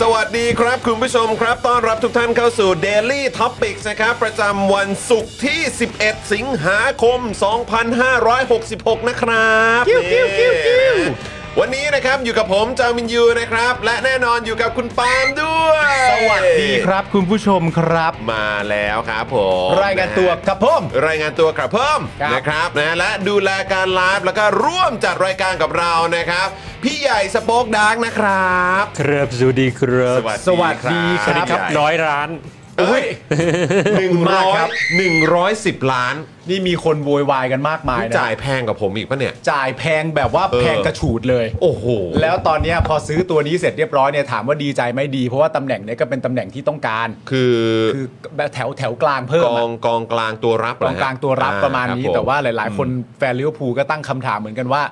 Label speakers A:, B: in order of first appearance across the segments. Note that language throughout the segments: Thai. A: สวัสดีครับคุณผู้ชมครับ ต้อนรับทุกท่านเข้าสู่ Daily Topics นะครับ ประจำวันศุกร์ที่ 11 สิงหาคม 2566 นะครับกิ้วกิ้วกิ้วกิ้ววันนี้นะครับอยู่กับผมจามินยูนะครับ และแน่นอนอยู่กับคุณปาล์มด้วย
B: สวัสดีครับคุณผู้ชมครับ
A: มาแล้วครับผม
B: รายงานตัว
A: ะฮะ
B: กับผม
A: รายงานตัวครับเพิ่ม
B: ครับ
A: นะครับนะและดูแลการไลฟ์แล้วก็ร่วมจัดรายการกับเรานะครับ พี่ใหญ่สป็อกดาร์กนะครับ
C: ครับสวัสดีครับ
B: สวัสดี
C: สวัสดีครับ
A: ใหญ่
C: ร้อยร้าน
A: เอ้ยหนึ่ง
B: มาก
A: ร้อ
B: ค
A: ย
B: รับ
A: หนึ่งร้อยสิบล้าน
B: นี่มีคนโวยวายกันมากมาย
A: นี่
B: นะ
A: จ่ายแพงกับผมอีกปะเนี่ย
B: จ่ายแพงแบบว่า
A: เออ
B: แพงกระฉูดเลย
A: โอ้โห
B: แล้วตอนเนี้ยพอซื้อตัวนี้เสร็จเรียบร้อยเนี่ยถามว่าดีใจไหมดีเพราะว่าตำแหน่งเนี้ยก็เป็นตำแหน่งที่ต้องการ
A: คือ
B: คือแบบแถวแถวกลางเพิ่
A: ก
B: ม
A: อ
B: อะ
A: งกองกลางตัวรับเห
B: ก
A: ฮะ
B: องกลางตัวรับ
A: อ่
B: ประมาณนี้
A: คบผ
B: แต่ว่าหลาย ๆ คนแฟนลิเวอร์พูลก็ตั้งคำถามเหมือนกันว่า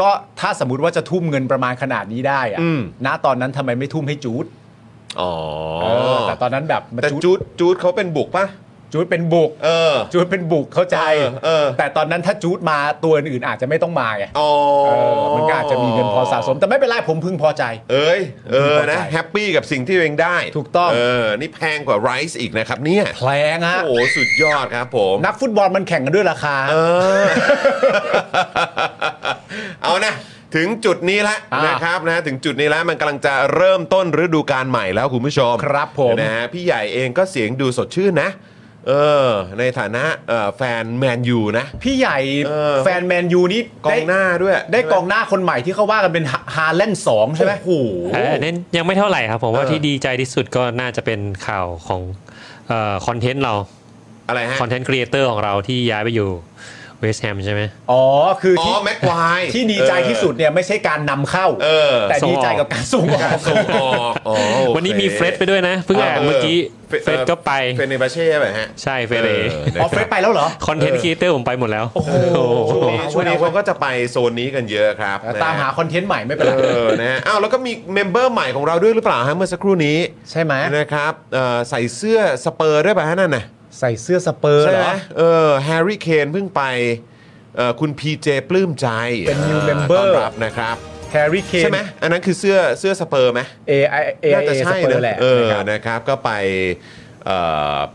B: ก็ถ้าสมมติว่าจะทุ่มเงินประมาณขนาดนี้ได้อะ
A: อืม
B: ณตอนนั้นทำไมไม่ทุ่มให้จูด
A: อ๋อ
B: เออแต่ตอนนั้นแบบมัน
A: แต่
B: จู
A: จู
B: ด
A: ดจูดเขาเป็นบุกปะ
B: จูดเป็นบุก
A: เออ
B: จูดเป็นบุกเข้าใจ
A: เออเออ
B: แต่ตอนนั้นถ้าจูดมาตัวอื่นๆอาจจะไม่ต้องมาไง
A: อ๋อ
B: เออมันก็อาจจะมีเงินพอสะสม แต่ไม่เป็นไรผมพึงพอใจ
A: เอ้ย เออนะ
B: พอใจ
A: แฮปปี้กับสิ่งที่ตัวเองได้
B: ถูกต้อง
A: เออ นี่แพงกว่าไรซ์อีกนะครับเนี่ย
B: แพลงฮะ
A: โอ้โห สุดยอดครับผม
B: นักฟุตบอลมันแข่งกันด้วยราคา
A: เออ เอานะ ถึงจุดนี้แล้ว
B: อ่าน
A: นะครับนะถึงจุดนี้แล้วมันกำลังจะเริ่มต้นฤดูกาลใหม่แล้วคุณผู้ชม
B: ครับผม
A: นะฮะพี่ใหญ่เองก็เสียงดูสดชื่นนะ เออ ในฐานะเอ่อแฟนแมนยูนะ
B: พี่ใหญ่
A: เออ
B: แฟนแมนยูนี่
A: กองหน้าด้วย
B: ได้ได้กองหน้าคนใหม่ที่เขาว่ากันเป็นฮาฮาแลนด์สองใช่ไหม
A: โอ้โห
C: เอ่อเน้นยังไม่เท่าไหร่ครับ ผมว่า
A: เออ
C: ที่ดีใจที่สุดก็น่าจะเป็นข่าวของคอนเทนต์เรา
A: อะไรฮะ
C: คอนเทนต์ครีเอเตอร์ของเราที่ย้ายไปอยู่เวสต์แฮมใช่ไหม
B: อ๋อคือ
A: อ๋อ
B: ที่
A: แม็กควาย
B: ที่ดีใจที่สุดเนี่ยไม่ใช่การนำเข้า
A: เออ
B: แต่
C: ส่งออก
B: ดีใจกับการส่งออก
A: ส่งออกอ๋อโอค
C: วันนี้มีเฟรดไปด้วยนะ เพิ่งอ่านเมื่อกี้เฟรดก็ไป
A: เฟรดในบาเช่ไหมฮะ
C: ใช่เฟรดเอ
B: ออฟเฟซไปแล้วเหรอ
C: คอนเทนต์ครีเอเตอร์ผมไปหมดแล้ว
B: โอ้โห
A: ช่วงนี้ช่วงนี้เขาก็จะไปโซนนี้กันเยอะครับ
B: ตามหาคอนเทนต์ใหม่ไม่เป็นไร
A: เออนะฮะอ้าวแล้วก็มีเมมเบอร์ใหม่ของเราด้วยหรือเปล่าฮะเมื่อสักครู่นี้
B: ใช่ไหม
A: นะครับเอ่อใส่เสื้อสเปอร์ด้วยป่ะฮะนั่นน่ะ
B: ใส่เสื้อสเปอร์
A: ใช่
B: เหร
A: ไหม
B: อ
A: เออแฮร์รี่เคนเพิ่งไปเอ่อคุณพีเจปลื้มใจ
B: เป็น new member
A: ต้นรับนะครับ
B: แฮร์รี่เคน
A: ใช่ไหมอันนั้นคือเสื้อเสื้อสเปอร์ไหม
B: เอไอเอ
A: น่าจะ
B: ไอส
A: ใช่
B: เปอ
A: นะ
B: ร์แหละ
A: เออ
B: นะครับ
A: นะครับ ก็ไป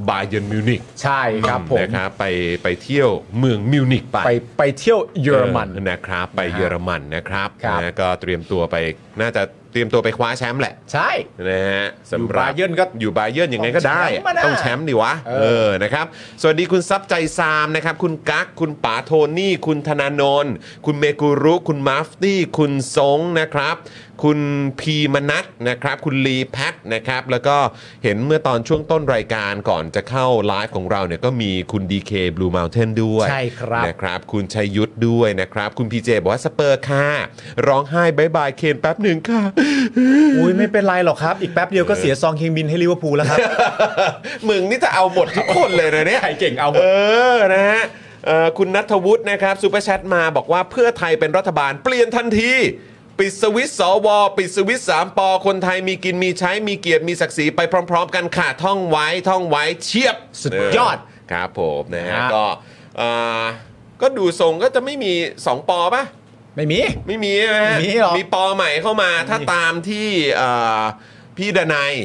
A: บาเยนมิวนิก
B: ใช่ครับผม
A: นะครับ ไปไปเที่ยวเมืองมิวนิกไป
B: ไปไปเที่ยวเยอรมัน
A: เออนะครับ ไปเยอรมันนะครับ
B: ครับ
A: นะก็เตรียมตัวไป น่าจะเตรียมตัวไปคว้าแชมป์แหละ
B: ใช่
A: นะฮะสำหรับ
B: อยู่บาเยิร์นก็
A: อยู่บาเยิร์นยังไงก็ได้
B: ต้องแชมป์อะนะ
A: ต้องแชมป์ดิวะ
B: เออ
A: เออ นะครับ สวัสดีคุณซับใจซามนะครับ คุณกั๊ก คุณป๋าโทนี่ คุณธนาโนนคุณเมกุรุ คุณมาฟตี้ คุณซงนะครับ คุณพีมนัทนะครับ คุณลีแพทนะครับ แล้วก็เห็นเมื่อตอนช่วงต้นรายการก่อนจะเข้าไลฟ์ของเราเนี่ยก็มีคุณ DK Blue Mountain ด้วย
B: ใช่ครับ
A: นะครับ คุณชัยยุทธด้วยนะครับ คุณพีเจบอกว่าสเปอร์ค่ะ ร้องไห้บายบายเคนแป๊บหนึ่งค่ะ
B: อุ้ยไม่เป็นไรหรอกครับ อีกแป๊บเดียวก็เสียซองเคงบินให้ลิเวอร์พูลแล้วครับ
A: มึงนี่จะเอาหมดทุกคนเลยนะเนี่ย
B: ใครเก่งเอา
A: เออ นะฮะเอ่อคุณนัทวุฒินะครับซูเปอร์แชทมาบอกว่าเพื่อไทยเป็นรัฐบาลเปลี่ยนทันที ปิดสวิตช์สว ปิดสวิตช์สามปอคนไทยมีกินมีใช้มีเกียรติมีศักดิ์ศรีไปพร้อม ๆ กันค่ะท่องไว้ท่องไว้เชียบ
B: สุดยอด
A: เครับผมนะฮะ
B: ฮะ
A: ก็เอ่อก็ดูทรงก็จะไม่มี 2 ปอป่ะ
B: ไม่มี
A: ไม่มีใช่ไหมฮะ
B: ไม่มีหรอก
A: มีปอใหม่เข้ามาถ้าตามที่เอ่อพี่ดนัย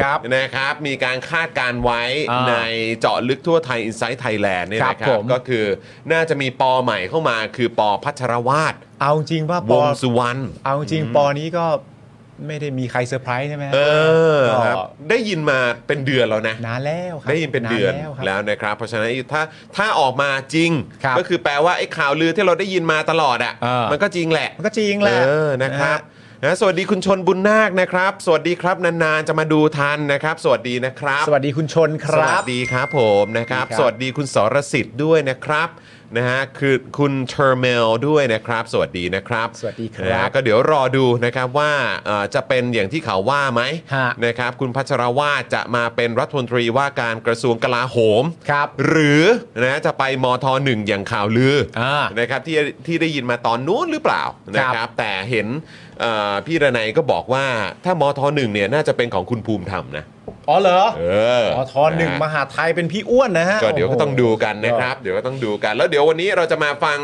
B: ครับ
A: นะครับมีการคาดการณ์ไว้
B: อ่า
A: ในเจาะลึกทั่วไทย i n s i ซ e ์ไทยแลนด์เนี่ย
B: ครับ
A: นะครับ
B: ผม
A: ก็คือน่าจะมีปอใหม่เข้ามาคือปอพัชรวาด
B: เอาจริงว่าว ปอง
A: สุวรรณ
B: เอาจริงปอนี้ก็ไม่ได้มีใครเซอร์ไพรส์ใช่ไหม
A: เออ
B: ก็
A: ครับได้ยินมาเป็นเดือนแล้วนะ
B: นานแล้วครับ
A: ได้ยินเป็นเดือน
B: แล้วครับ
A: แล้วนะครับ เพราะฉะนั้นถ้าถ้าออกมาจริง
B: ครับ
A: ก็คือแปลว่าไอ้ข่าวลือที่เราได้ยินมาตลอดอ่ะ
B: เออ
A: มันก็จริงแหละ
B: มันก็จริงแหละ
A: เออ นะครับนะสวัสดีคุณชนบุญนาคนะครับ สวัสดีครับนานๆจะมาดูทันนะครับ สวัสดีนะครับ
B: สวัสดีคุณชนค
A: ส
B: รั
A: วั
B: บ
A: สดีครับผมนะครับ
B: ครับ
A: สวัสดีคุณสรสิทธิ์ด้วยนะครับนะฮะคือคุณเทอร์เมลด้วยนะครับ สวัสดีนะครับ
B: สวัสดีค
A: นะ
B: รั
A: ฮะ
B: บ
A: ก็เดี๋ยวรอดูนะครับว่าเอ่อจะเป็นอย่างที่เขาว่าไหม
B: ฮะ
A: นะครับคุณพัชรวาทจะมาเป็นรัฐมนตรีว่าการกระทรวงกลาโหม
B: ครับ
A: หรือนะจะไปมทหนึ่งอย่างข่าวลืออา นะครับที่ที่ได้ยินมาตอนนู้นหรือเปล่านะค
B: ครั
A: รับบ แต่เห็นเอ่อพี่ระไนยก็บอกว่าถ้ามทหนึ่งเนี่ยน่าจะเป็นของคุณภูมิธรรมนะ
B: อ๋อเหรอ
A: เออ
B: อ๋อทอหนึ่ง
A: ะฮะ
B: มหาไทยเป็นพี่อ้วนนะฮะ
A: ก็เดี๋ยวก็ต้องดูกันนะครับ
B: โ
A: เดี๋ยวก็ต้องดูกัน แล้วเดี๋ยววันนี้เราจะมาฟัง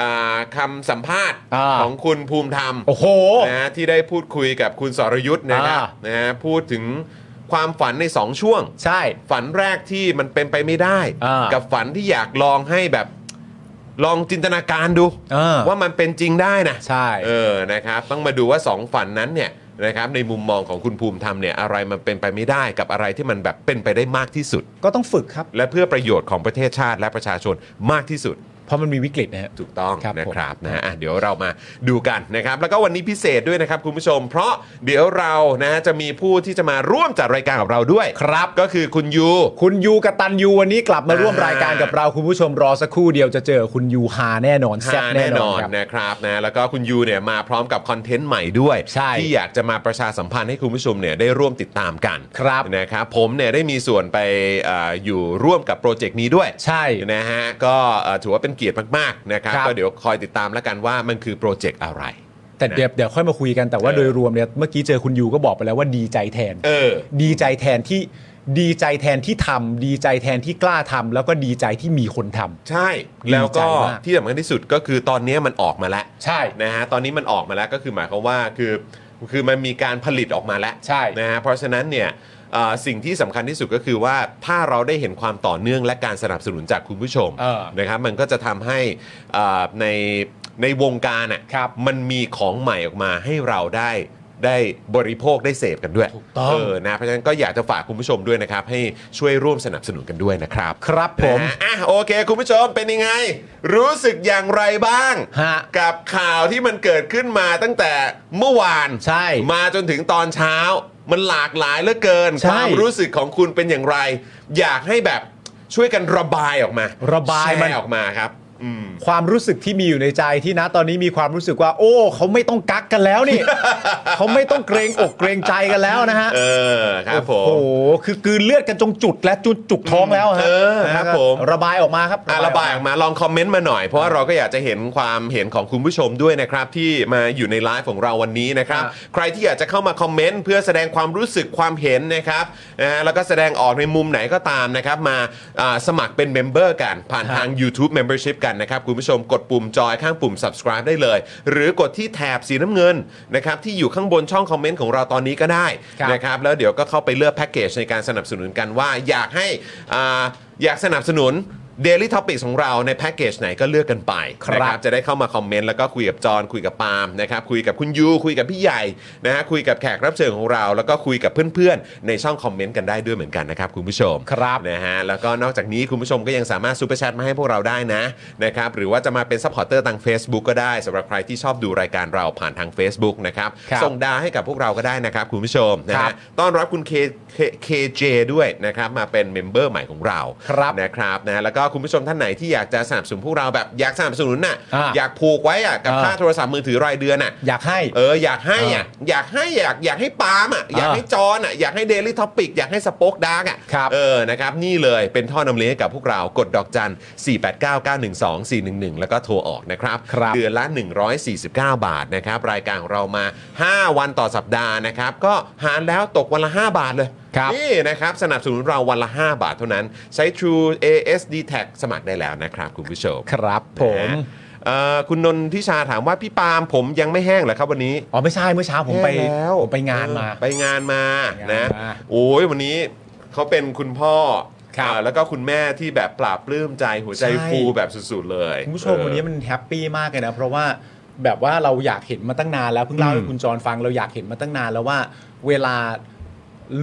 A: อ่าคำาสัมภาษณ์
B: อ่า
A: ของคุณภูมิธรรม
B: อ้โห
A: นะฮะที่ได้พูดคุยกับคุณสรยุทธ์นะครับ
B: อ่าน
A: นะฮะพูดถึงความฝันในสองช่วง
B: ใช่
A: ฝันแรกที่มันเป็นไปไม่ได้
B: อ่ากั
A: กับฝันที่อยากลองให้แบบลองจินตนาการดู
B: อ่า
A: ว่ามันเป็นจริงได้นะ
B: ใช่
A: เออนะครับ ต้องมาดูว่าสองฝันนั้นเนี่ยนะครับในมุมมองของคุณภูมิธรรมเนี่ยอะไรมันเป็นไปไม่ได้กับอะไรที่มันแบบเป็นไปได้มากที่สุด
B: ก็ต้องฝึกครับ
A: และเพื่อประโยชน์ของประเทศชาติและประชาชนมากที่สุด
B: เพราะมันมีวิกฤตนะฮะ
A: ถูกต้อง
B: ครับผม
A: นะครับนะฮะอ่ะเดี๋ยวเรามาดูกันนะครับ แล้วก็วันนี้พิเศษด้วยนะครับคุณผู้ชม เพราะเดี๋ยวเรานะฮะจะมีผู้ที่จะมาร่วมจัดรายการกับเราด้วย
B: ครับ
A: ก็คือคุณยู
B: คุณยูกบตันยูวันนี้กลับมาร่วม
A: อ่าร
B: รายการกับเราคุณผู้ชมรอสักครู่เดียวจะเจอคุณยูฮาแน่นอนแซ่บ
A: ฮา
B: แน่
A: แน่
B: น
A: น
B: อ
A: อน น
B: ครับ
A: นะครับนะแล้วก็คุณยูเนี่ยมาพร้อมกับคอนเทนต์ใหม่ด้วย
B: ใช่
A: ที่อยากจะมาประชาสัมพันธ์ให้คุณผู้ชมเนี่ยได้ร่วมติดตามกัน
B: ครับ
A: นะครับผมเนี่ยได้มีส่วนไปเอออยู่ร่วมกับโปรเจกต์นี้ด้วย
B: ใช่
A: นะฮะก็เอ่อถือว่าเป็นเกียรติมากๆนะครับ
B: ครับ
A: ก็เดี๋ยวคอยติดตามแล้วกันว่ามันคือโปรเจกต์อะไร
B: แต่เดี๋ยวเดี๋ยวค่อยมาคุยกันแต่ว่าโดยรวมเนี่ยเมื่อกี้เจอคุณยูก็บอกไปแล้วว่าดีใจแทน
A: เออ
B: ดีใจแทนที่ดีใจแทนที่ทำดีใจแทนที่กล้าทำแล้วก็ดีใจที่มีคนทำ
A: ใช่แล้วก็
B: ดีใจมาก
A: ที่สำคัญที่สุดก็คือตอนนี้มันออกมาแล้ว
B: ใช่
A: นะฮะตอนนี้มันออกมาแล้วก็คือหมายความว่าคือคือมันมีการผลิตออกมาแล้ว
B: ใช่
A: นะฮะเพราะฉะนั้นเนี่ยเอ่อสิ่งที่สำคัญที่สุดก็คือว่าถ้าเราได้เห็นความต่อเนื่องและการสนับสนุนจากคุณผู้ชม
B: เออ
A: นะครับมันก็จะทำให้เอ่อในในวงการอ่ะ
B: ครับ
A: มันมีของใหม่ออกมาให้เราได้ได้บริโภคได้เสพกันด้วย
B: ถูกต้อง
A: เออนะเพราะฉะนั้นก็อยากจะฝากคุณผู้ชมด้วยนะครับ ให้ช่วยร่วมสนับสนุนกันด้วยนะครับ
B: ครับผม
A: นะฮะอ่ะโอเค คุณผู้ชมเป็นยังไง รู้สึกอย่างไรบ้าง
B: ฮะ
A: กับข่าวที่มันเกิดขึ้นมาตั้งแต่เมื่อวาน
B: ใช่
A: มาจนถึงตอนเช้า มันหลากหลายเหลือเกิน
B: ใช่
A: ความรู้สึกของคุณเป็นอย่างไร อยากให้แบบช่วยกันระบายออกมา
B: ระบายมัน
A: แชร์ออกมาครับ อืม
B: ความรู้สึกที่มีอยู่ในใจที่นะตอนนี้มีความรู้สึกว่า โอ้เขาไม่ต้องกักกันแล้วนี่ เขาไม่ต้องเกรงอกเกรงใจกันแล้วนะฮะ
A: เออครับผม
B: โอ้โหคือกลืนเลือดกันจงจุดและจุดจุกท้องแล้วฮะ
A: เออครับผม
B: ระบายออกมาครับ
A: อ่ะระบายออกมาลองคอมเมนต์มาหน่อย เพราะว่าเราก็อยากจะเห็นความเห็นของคุณผู้ชมด้วยนะครับ ที่มาอยู่ในไลฟ์ของเราวันนี้นะครับ
B: ครับ
A: ใครที่อยากจะเข้ามาคอมเมนต์เพื่อแสดงความรู้สึกความเห็นนะครับนะฮะแล้วก็แสดงออกในมุมไหนก็ตามนะครับ มาอ่าสมัครเป็นเมมเบอร์กันผ่านทาง YouTube Membership กันนะครับ คุณผู้ชมกดปุ่มจอยข้างปุ่ม subscribe ได้เลย หรือกดที่แถบสีน้ำเงินนะครับที่อยู่ข้างบนช่องคอมเมนต์ของเราตอนนี้ก็ได้
B: ครับ
A: นะครับ นะครับแล้วเดี๋ยวก็เข้าไปเลือกแพ็กเกจในการสนับสนุนกันว่าอยากให้อ่าอยากสนับสนุน Daily t o p i c ของเราในแพ็กเกจไหนก็เลือกกันไป
B: ครับ
A: นะจะได้เข้ามาคอมเมนต์แล้วก็คุยกับจอห์นคุยกับปาล์มนะครับคุยกับคุณยูคุยกับพี่ใหญ่นะฮะคุยกับแขกรับเชิญของเรา แล้วก็คุยกับเพื่อนๆ ในช่องคอมเมนต์กันได้ด้วยเหมือนกันนะครับคุณผู้ชม
B: ครับ
A: นะฮะแล้วก็นอกจากนี้คุณผู้ชมก็ยังสามารถซูเปอร์แชทมาให้พวกเราได้นะนะครับหรือว่าจะมาเป็นซัพพอร์เตอร์ทาง Facebook ก็ได้สำหรับใครที่ชอบดูรายการเราผ่านทาง Facebook นะครับ
B: ครับ
A: ส่ง ดาให้กับพวกเราก็ได้นะครับคุณผู้ชมนะ
B: ครั
A: ฮะ
B: บ
A: ต้อนรับคุณเคเคเจด้วยนะครับมาเป็นเมมเบอร์ใหม่ของเรา
B: ครับ
A: นะครับนะแล้วก็ ก็คุณผู้ชมท่านไหนที่อยากจะสนับสนุนพวกเราแบบอยากสนับสนุนน่ะ
B: อ่า
A: อยากผูกไว้อ่ะกับ
B: อ่า
A: ค่าโทรศัพท์มือถือรายเดือนน่ะ
B: อยากให้
A: เอออยากให้อ่ะอยากให้อยากอยากให้ปาล์มอ่ะอยากให้จอนอ่ะอยากให้เดลิทอปิกอยากให้สป็อกดาร์กอ่ะ
B: ครับ
A: เออนะครับนี่เลยเป็นท่อนำเลี้ยงให้กับพวกเรากดดอกจัน 4 8 9 9 1 2 4 1 1 แล้วก็โทรออกนะครับ
B: ครับ
A: เดือนละ 149 บาทนะครับรายการของเรามา 5 วันต่อสัปดาห์นะครับก็หารแล้วตกวันละ 5 บาทเลย
B: ครับ
A: นี่นะครับสนับสนุนเราวันละ 5 บาทเท่านั้นใช้ True ASD Tag สมัครได้แล้วนะครับคุณผู้ชม
B: ครับผม
A: นะฮะเอ่อคุณนนทิชาถามว่าพี่ปาล์มผมยังไม่แห้งเหรอครับวันนี้
B: อ๋อไม่ใช่เมื่อเช้าผมไป
A: แย่แล้ว
B: ผมไปงานมา
A: เออไปงานมา
B: ไปงาน
A: นะ
B: มา
A: โอ้ยวันนี้เขาเป็นคุณพ่อ
B: ครับ
A: เอ่อแล้วก็คุณแม่ที่แบบปราบปลื้มใจหัวใจ
B: ใช่
A: ฟูแบบสุดๆเลย
B: คุณผู้ชม
A: เออ
B: วันนี้มันแฮปปี้มากเลยนะ เพราะว่าแบบว่าเราอยากเห็นมาตั้งนานแล้วเพิ่งเล่าให้
A: อืม
B: คุณจรฟังเราอยากเห็นมาตั้งนานแล้วว่า เวลา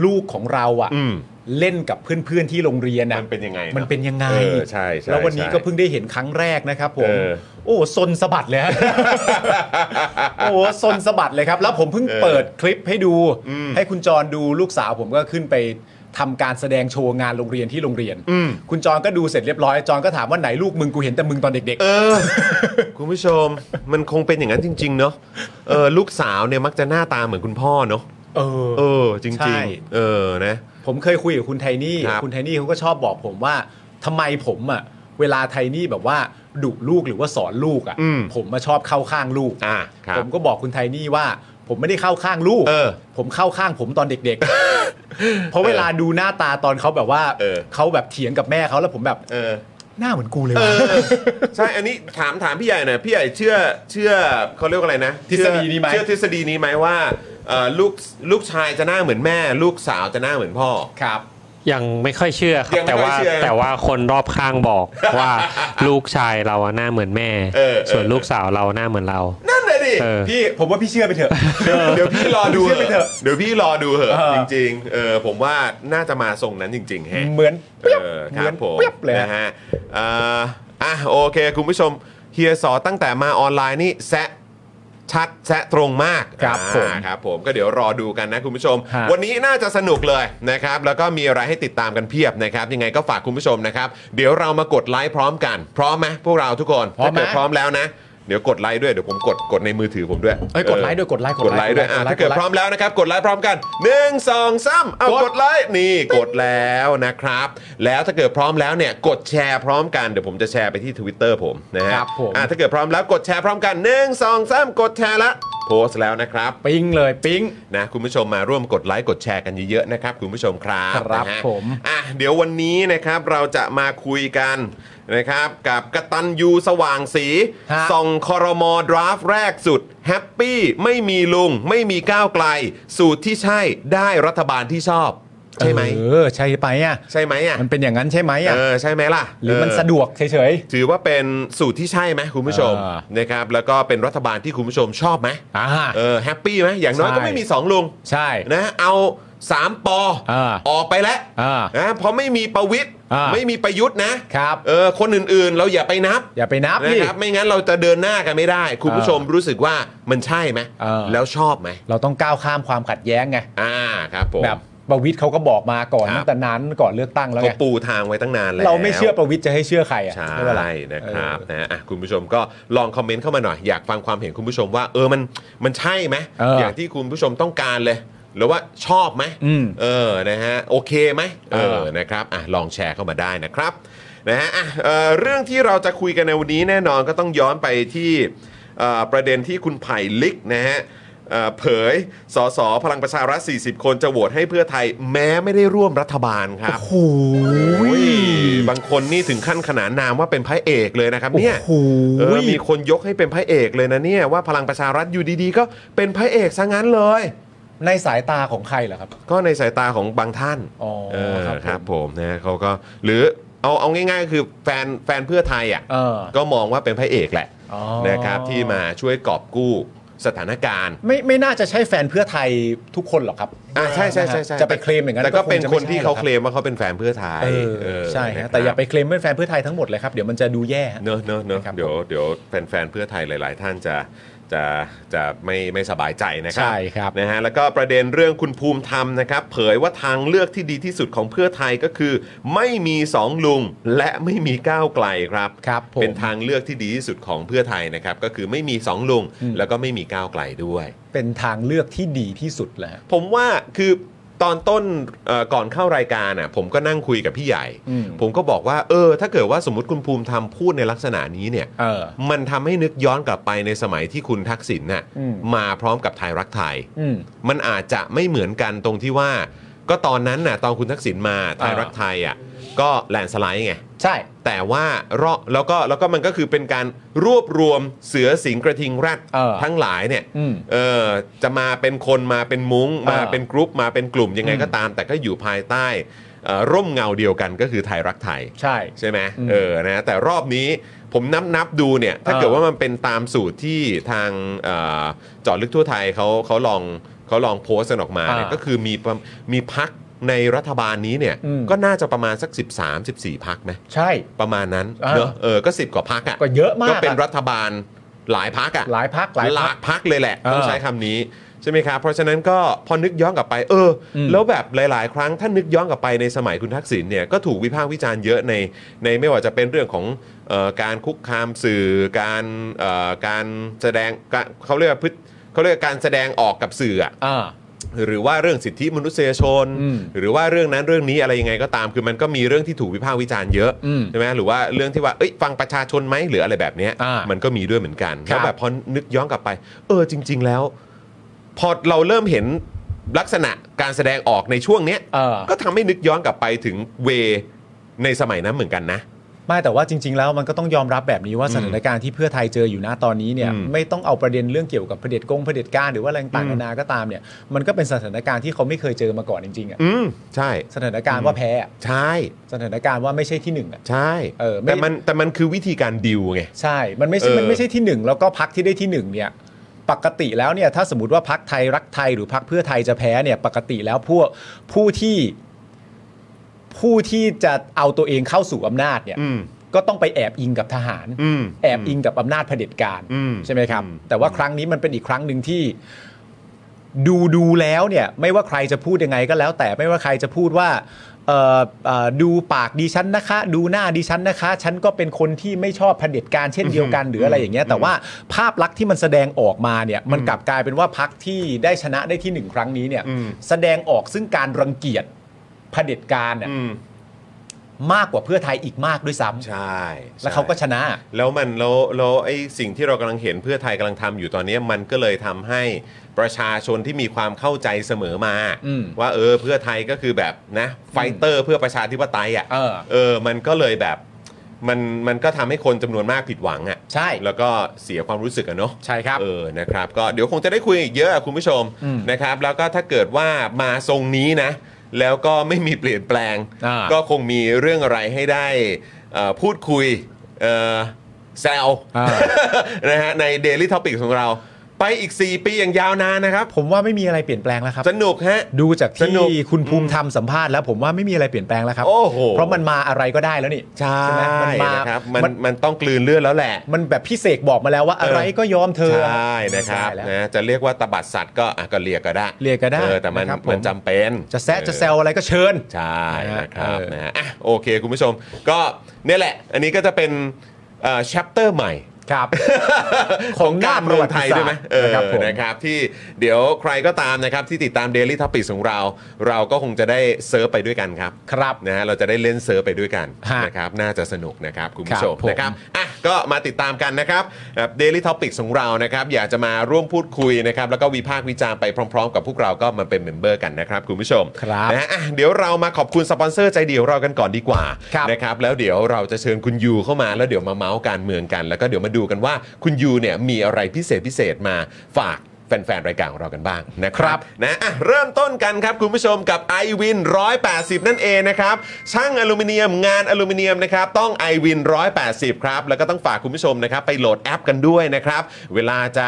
B: ลูกของเราอ่ะ
A: อืม
B: เล่นกับเพื่อนๆที่โรงเรียนอะ
A: มันเป็นยังไงเนอะ
B: มันเป็นยังไง
A: เออใช่ใช่
B: แล้ววันนี้
A: ใช่
B: ก็เพิ่งได้เห็นครั้งแรกนะครับผม
A: เออ
B: โอ้ซนสะบัดเลยฮะ โอ้ซนสะบัดเลยครับ แล้วผมเพิ่ง
A: เออ
B: เปิดคลิปให้ดู
A: อืม
B: ให้คุณจรดูลูกสาวผมก็ขึ้นไปทำการแสดงโชว์งานโรงเรียนที่โรงเรียน
A: อืม
B: คุณจรก็ดูเสร็จเรียบร้อยจรก็ถามว่าไหนลูกมึงกูเห็นแต่มึงตอนเด็ก
A: เออ คุณผู้ชมมันคงเป็นอย่างนั้นจริง ๆ เนาะเออลูกสาวเนี่ยมักจะหน้าตาเหมือนคุณพ่อเนาะ
B: ๆ เออ
A: เออ จ
B: ใช่
A: ริง ๆ เออนะ
B: ผมเคยคุยกับคุณไทนี่
A: ครับ
B: คุณไทนี่เขาก็ชอบบอกผมว่าทำไมผมอ่ะ เวลาไทนี่แบบว่าดุลูกหรือว่าสอนลูกอ่ะ ผมมาชอบเข้าข้างลูก
A: อ่ะครั
B: ผ
A: บ
B: มก็บอกคุณไทนี่ว่า ผมไม่ได้เข้าข้างลูก
A: เออ
B: ผมเข้าข้างผมตอนเด็กๆ เพราะเวลาดูหน้าตาตอนเขาแบบว่า
A: เออ
B: เขาแบบเถียงกับแม่เขาแล้วผมแบบ
A: เออ
B: หน้าเหมือนกูเลยว่ะ
A: เออใช่ อันนี้ถามถามพี่ใหญ่หน่อยพี่ใหญ่เชื่อเชื่อเขาเรียกว่าอะไรนะ
B: ทฤษฎีนี้ไหม
A: เชื่อทฤษฎีนี้ไหมว่าเอ่อลูกลูกชายจะหน้าเหมือนแม่ ลูกสาวจะหน้าเหมือนพ่อ
B: ครับ
C: ยังไม่ค่อยเชื่อครั
A: ยัง
C: บ
A: ไม่
C: แต่
A: ค่อย
C: ว่า
A: เชื่อ
C: แต่ว่าคนรอบข้างบอกว่า ลูกชายเราอะหน้าเหมือนแม่
A: เออเออ
C: ส่วนลูกสาวเราหน้าเหมือนเรา
A: นั่นเลยดิ
C: เออ
B: พี่ผมว่าพี่เชื่อไปเถอะ
A: เดี๋ยวเดี๋ยวพี่รอดู
B: เชื่อไปเถอะ
A: เดี๋ยวพี่รอดูเหอะ
B: เออ
A: จริงๆเออผมว่าน่าจะมาทรงนั้นจริงๆแฮะ
B: เหมือนเปรียบ
A: เออ
B: เห
A: ครั
B: มื
A: บ
B: น
A: ผม
B: เปรียบเลยฮะ
A: นะฮะเอ่ออ่ะโอเค คุณผู้ชมเฮียสอตั้งแต่มาออนไลน์นี่แซะชัดแซะตรงมาก
B: ครับ
A: อ่า
B: ผม
A: ครับผมก็เดี๋ยวรอดูกันนะคุณผู้ชม
B: ฮะ
A: วันนี้น่าจะสนุกเลยนะครับ แล้วก็มีอะไรให้ติดตามกันเพียบนะครับ ยังไงก็ฝากคุณผู้ชมนะครับ เดี๋ยวเรามากดไลค์พร้อมกัน พร้อมไหมพวกเราทุกคน
B: พร้อมไห
A: ถ้า
B: ม
A: เกิดพร้อมแล้วนะ เดี๋ยวกดไลค์ด้วยเดี๋ยวผมกดกดในมือถือผมด้วย
B: เอ้ยกดไลค์ด้วยกดไลค์
A: กดไลค์ด้วยอ่ะ
B: กดไลค์
A: ถ้าเกิด
B: กดไลค์
A: พร้อมแล้วนะครับกดไลค์พร้อมกันหนึ่งสองสามเอากดไลค์นี่กดแล้วนะครับ แล้วถ้าเกิดพร้อมแล้วเนี่ยกดแชร์พร้อมกันเดี๋ยวผมจะแชร์ไปที่ Twitter ผมนะฮะ
B: ครับผม
A: อ่ะถ้าเกิดพร้อมแล้วกดแชร์พร้อมกันหนึ่งสองสามกดแชร์ละโพสต์แล้วนะครับ
B: ปิ๊งเลยปิ๊ง
A: นะคุณผู้ชมมาร่วมกดไลค์กดแชร์กันเยอะๆนะครับคุณผู้ชมครับ
B: ครับ
A: นะฮะ
B: ผม
A: อ่ะเดี๋ยววันนี้นะครับเราจะมาคุยกันนะครับกับกตันยูสว่างสี
B: ฮะ
A: ส ส่องคอรมอดราฟต์แรกสุด แฮปปี้ ไม่มีลุง ไม่มีก้าวไกล สูตรที่ใช่ได้รัฐบาลที่ชอบ ใช่ไหม
B: เออใช่ไปอ่ะ
A: ใช่ไหมอ่ะ
B: มันเป็นอย่างนั้นใช่ไหมอ่ะ
A: เออใช่ไหมล่ะ
B: หรือมัน
A: เ
B: สะดวกเฉย
A: ถือว่าเป็นสูตรที่ใช่ไหมคุณผู้ชม
B: เออ
A: นะครับแล้วก็เป็นรัฐบาลที่คุณผู้ชมชอบไหม
B: ๆอ่า
A: เออแฮปปี้ไหมอย่างน้อย
B: ใช่
A: ก็ไม่มีสองลุง
B: ใช่
A: นะเอาสามปอ
B: เออ
A: ออกไปแล้ว
B: เออ
A: นะเพราะไม่มีประวิทย์
B: เออ
A: ไม่มีประยุทธ์นะครับ เออคนอื่นๆ เราอย่าไปนับ
B: อย่าไปนับ
A: นะ
B: ดิ
A: ครับไม่งั้นเราจะเดินหน้ากันไม่ได้ คุณผู้ชมรู้สึกว่ามันใช่ไหม
B: เออ
A: แล้วชอบไหม
B: เราต้องก้าวข้ามความขัดแย้งไง
A: อ่าครับผม
B: แบบประวิทย์เขาก็บอกมาก่อน
A: ครับ
B: ตั้งแต่นั้นก่อนเลือกตั้งแล้ว
A: ก็
B: ไง
A: ปูทางไว้ตั้งนานแล้ว
B: เราไม่เชื่อประวิทย์จะให้เชื่อใครอ่ะ
A: ใช่
B: ไหมล่ะ
A: นะครับ
B: เออ
A: นะอ่ะคุณผู้ชมก็ลองคอมเมนต์เข้ามาหน่อยอยากฟังความเห็นคุณผู้ชมว่า เออมันมันใช่ไหม
B: เอออย่าง
A: ที่คุณผู้ชมต้องการเลย หรือว่าชอบไหม
B: อืม
A: เออนะฮะโอเคไหมเอ
B: เอ
A: อ
B: อ
A: นะครับอ่ะลองแชร์เข้ามาได้นะครับนะฮะอ่ะเอ่อเรื่องที่เราจะคุยกันในวันนี้แน่นอนก็ต้องย้อนไปที่เอ่อประเด็นที่คุณไผ่ลิกนะฮะเอ่อเผยสสพลังประชารัฐ 40 คนจะโหวตให้เพื่อไทยแม้ไม่ได้ร่วมรัฐบาลครับ
B: โอ้โห
A: บางคนนี่ถึงขั้นขนานนามว่าเป็นพระเอกเลยนะครับเนี่ย
B: โอ้โห
A: เออมีคนยกให้เป็นพระเอกเลยนะเนี่ยว่าพลังประชารัฐอยู่ดีๆ ก็เป็นพระเอกซะงั้นเลย
B: ในสายตาของใครเหรอครับ
A: ก็ในสายตาของบางท่าน
B: อ๋อ
A: เออ
B: ค
A: ครั
B: รับผม
A: บผมนะเขาก็หรือเอาเอาง่ายๆ คือแฟนแฟนเพื่อไทยอ่ะ
B: เออ
A: ก็มองว่าเป็นพระเอกแหละ
B: อ๋อ
A: นะครับที่มาช่วยกอบกู้สถานการณ์
B: ไม่ไม่น่าจะใช่แฟนเพื่อไทยทุกคนหรอกครับ
A: อ่ะใช่ใช่ใช่ใช่
B: จะไปเคลมอย่างนั้น
A: แต่ก็เป็นคนที่เขาเคล
B: ม
A: มว่าเขาเป็นแฟนเพื่อไทยเออ
B: ใช่
A: นะครั
B: ฮะ
A: บ
B: แต่อย่าไปเคลมเป็นแฟนเพื่อไทยทั้งหมดเลยครับเดี๋ยวมันจะดูแย่ฮะ
A: เนอะเนอะเนอะ
B: นะครับ
A: เดี๋ยวเดี๋ยวแฟนๆเพื่อไทยหลาย ๆ ท่านจะ จะจะไม่ไม่สบายใจนะครั
B: ใช่ครับ
A: นะฮะแล้วก็ประเด็นเรื่องคุณภูมิธรรมนะครับ เผยว่าทางเลือกที่ดีที่สุดของเพื่อไทยก็คือ ไม่มีสองลุงและไม่มีก้าวไกลครับ
B: ครับผม
A: เป็นทางเลือกที่ดีที่สุดของเพื่อไทยนะครับ ก็คือไม่มีสองลุง
B: อืม
A: แล้วก็ไม่มีก้าวไกลด้วย
B: เป็นทางเลือกที่ดีที่สุดแล้ว
A: ผมว่าคือตอนต้นเอ่อก่อนเข้ารายการอ่ะผมก็นั่งคุยกับพี่ใหญ่
B: อืม
A: ผมก็บอกว่าเออ ถ้าเกิดว่าสมมติคุณภูมิธรรมพูดในลักษณะนี้เนี่ย
B: เออ
A: มันทำให้นึกย้อนกลับไปในสมัยที่คุณทักษิณน่ะ
B: อืม
A: มาพร้อมกับไทยรักไทย
B: อืม
A: มันอาจจะไม่เหมือนกันตรงที่ว่า ก็ตอนนั้นน่ะตอนคุณทักษิณมาไทยรักไทยอ่ะก็แลนด์สไลด์ไง
B: ใช่
A: แต่ว่ารอแล้วก็แล้วก็มันก็คือเป็นการรวบรวมเสือสิงกระทิงแรด
B: เออ
A: ทั้งหลายเนี่ย
B: อืม
A: เออจะมาเป็นคนมาเป็นมุง้ง
B: เออ
A: มาเป็นกรุ๊ปมาเป็นกลุ่มยังไง
B: อืม
A: ก็ตาม แต่ก็อยู่ภายใต้เอ่อร่มเงาเดียวกันก็คือไทยรักไทย
B: ใช่
A: ใช่ไหม
B: อืม
A: เออนะแต่รอบนี้ผมนับนับดูเนี่ย ถ้า
B: เออ
A: เกิดว่ามันเป็นตามสูตรที่ทางเอ่อเจอดลึกทั่วไทยเขาเขาลองเขาลองโพสต์กันออกมาเนี่ย
B: อ่า
A: ก็คือมีประมีพักในรัฐบาลนี้เนี่ย
B: อืม
A: ก็น่าจะประมาณสัก 13 14พักไหม
B: ใช่
A: ประมาณนั้น
B: อ่า
A: เนอะเออก็สิบกว่าพักอ่ะ
B: ก็เยอะมาก
A: ก็เป็น
B: อะ
A: รัฐบาลหลายพักอ่ะ
B: หลายพรรคหลายพรรค
A: กพักเลยแหละ ต้อง
B: เออ
A: ใช้คำนี้ ใช่ไหมครับ เพราะฉะนั้นก็พอนึกย้อนกลับไป เอออ
B: ม
A: แล้วแบบหลาย ๆ ครั้งถ้านึกย้อนกลับไปในสมัยคุณทักษิณเนี่ยก็ถูกวิพากษ์วิจารณ์เยอะในในไม่ว่าจะเป็นเรื่องของเอ่อการคุกคามสื่อการเอ่อการแสดงการเขาเรียกว่าพฤติเขาเรียกว่าการแสดงออกกับสื่ออะ
B: า
A: หรือว่าเรื่องสิทธิมนุษยชน
B: อืม
A: หรือว่าเรื่องนั้นเรื่องนี้อะไรยังไงก็ตาม คือมันก็มีเรื่องที่ถูกวิพากษ์วิจารณ์เยอะ
B: อืม
A: ใช่ไหมหรือว่าเรื่องที่ว่าเอ้ยฟังประชาชนไหมหรืออะไรแบบเนี้ย
B: อ่ามั
A: มันก็มีด้วยเหมือนกัน
B: ครั
A: แล้
B: บ
A: วแบบพอนึกย้อนกลับไป เออจริง ๆ แล้ว พอเราเริ่มเห็นลักษณะการแสดงออกในช่วงเนี้ย
B: เออ
A: ก็ทำให้นึกย้อนกลับไปถึงเวในสมัยนั้นเหมือนกันนะ
B: ไม่แต่ว่าจริง ๆ แล้วมันก็ต้องยอมรับแบบนี้ว่า
A: อืม
B: สถานการณ์ที่เพื่อไทยเจออยู่นะตอนนี้เนี่ย
A: อืม
B: ไม่ต้องเอาประเด็นเรื่องเกี่ยวกับเผด็จกงเผด็จการหรือว่าอะไรต่าง
A: อืม
B: ๆนานาก็ตามเนี่ยมันก็เป็นสถานการณ์ที่เขาไม่เคยเจอมาก่อนจริงๆอ่ะ
A: อืมใช่
B: สถานการณ์ว่าแพ้อะ
A: ใช่
B: สถานการณ์ว่าไม่ใช่ที่หนึ่งอ่ะ
A: ใช่
B: เออไม่
A: แต่มันแต่มันคือวิธีการดิวไง
B: ใช่ มันไม่ใช่
A: เออ
B: มันไม่ใช่ที่หนึ่งแล้วก็พักที่ได้ที่หนึ่งเนี่ยปกติแล้วเนี่ยถ้าสมมติว่าพักไทยรักไทยหรือพักเพื่อไทยจะแพ้เนี่ยปกติแล้วพวกผู้ที่ผู้ที่จะเอาตัวเองเข้าสู่อำนาจเนี่ย
A: อืม
B: ก็ต้องไปแอบอิงกับทหาร
A: อืม
B: แอบอิงกับอำนาจเผด็จการ
A: อืม
B: ใช่ไหมครับ
A: อืม
B: แต่ว่าครั้งนี้มันเป็นอีกครั้งหนึ่งที่ดูดูแล้วเนี่ย ไม่ว่าใครจะพูดยังไงก็แล้ว แต่ไม่ว่าใครจะพูดว่าเอ่อเอ่อดูปากดิฉันนะคะ ดูหน้าดิฉันนะคะ ฉันก็เป็นคนที่ไม่ชอบเผด็จการเช่นเดียวกันหรืออะไรอย่างเงี้ยแต่ว่าภาพลักษณ์ที่มันแสดงออกมาเนี่ยมันกลับกลายเป็นว่าพักที่ได้ชนะได้ที่หนึ่งครั้งนี้เนี่ยแสดงออกซึ่งการรังเกียจเผด็จการเนี่ย
A: อืม
B: มากกว่าเพื่อไทยอีกมากด้วยซ้ำ
A: ใช่ใช่
B: แล้วเขาก็ชนะ
A: แล้วมันแล้วแล้วไอ้สิ่งที่เรากำลังเห็นเพื่อไทยกำลังทำอยู่ตอนนี้มันก็เลยทำให้ประชาชนที่มีความเข้าใจเสมอมา
B: อืม
A: ว่าเออเพื่อไทยก็คือแบบนะไฟเตอร์เพื่อประชาธิปไตยอ่ะ
B: เออ
A: เออมันก็เลยแบบมันมันก็ทำให้คนจำนวนมากผิดหวังอ่ะ
B: ใช่
A: แล้วก็เสียความรู้สึกอะเนาะ
B: ใช่ครับ
A: เออ นะครับ ก็เดี๋ยวคงจะได้คุยอีกเยอะอะคุณผู้ชม
B: อืม
A: นะครับ แล้วก็ถ้าเกิดว่ามาทรงนี้นะ แล้วก็ไม่มีเปลี่ยนแปลง
B: อ่า
A: ก็คงมีเรื่องอะไรให้ได้เอ่อพูดคุยเอ่อแซว
B: อ่า
A: นะฮะใน Daily Topic ของเรา ไปอีก 4 ปีอย่างยาวนานนะครับ
B: ผมว่าไม่มีอะไรเปลี่ยนแปลงแล้วครับ
A: สนุกฮะ
B: ดูจาก
A: ส
B: ที่
A: นุก
B: คุณภูมิธรรมสัมภาษณ์แล้วผมว่าไม่มีอะไรเปลี่ยนแปลงแล้วครับ
A: โอ้โห
B: เพราะมันมาอะไรก็ได้แล้วนี่
A: ใช่
B: ไหมมัมา
A: นะครับ มัน
B: มัน
A: มันต้องกลืนเลือดแล้วแหละ
B: มันแบบพี่เสกบอกมาแล้วว่าอะไรก็ยอมเธอ
A: ใช่นะครับ
B: ไม่ได้แล้ว
A: นะจะเรียกว่าตบัดสัตว์ก็อ่ะก็เรียกก็ได้
B: เรียกก็ได้
A: ออแต่มัน
B: นะครับผม
A: มันจำเป็น
B: จะแซะจะแซวอะไรก็เชิญ
A: ใช่นะครับ
B: เออ
A: นะฮะอ่ะโอเค คุณผู้ชม ก็เนี่ยแหละ อันนี้ก็จะเป็นเอ่อ chapter ใหม่
B: ครับ
A: ของ
B: หน้า
A: การเมืองไทยด้วยไหมเออ
B: นะครับผม
A: นะครับที่เดี๋ยวใครก็ตามนะครับที่ติดตาม Daily Topics ของเรา เราก็คงจะได้เซิร์ฟไปด้วยกันครับ
B: ครับ
A: นะฮะเราจะได้เล่นเซิร์ฟไปด้วยกัน
B: ฮะ
A: นะครับน่าจะสนุกนะครับคุณผู้ชม
B: ครับผม
A: นะครับอ่ะก็มาติดตามกันนะครับเดลิทอพิกของเรานะครับ อยากจะมาร่วมพูดคุยนะครับ แล้วก็วิพากษ์วิจารณ์ไปพร้อมๆ กับพวกเราก็มาเป็นเมมเบอร์กันนะครับคุณผู้ชม
B: ครับ
A: นะฮะอ่ะเดี๋ยวเรามาขอบคุณสปอนเซอร์ใจเดียวเรากันก่อนดีกว่า
B: ครับ
A: นะครับแล้วเดี๋ยวเราจะเชิญคุณยูเข้ามาแล้วเดี๋ยวมาเมาส์การเมืองกัน แล้วก็เดี๋ยวมาดูกันว่าคุณยูเนี่ยมีอะไรพิเศษพิเศษมาฝาก แฟนๆ รายการของเรากันบ้างนะค
B: ครั
A: รับบ นะอ่ะเริ่มต้นกันครับคุณผู้ชมกับ i w วิน180 นั่นเองนะครับช่างอลูมิเนียมงานอลูมิเนียมนะครับต้อง i w วิน180 ครับ แล้วก็ต้องฝากคุณผู้ชมนะครับไปโหลดแอปกันด้วยนะครับ เวลาจะ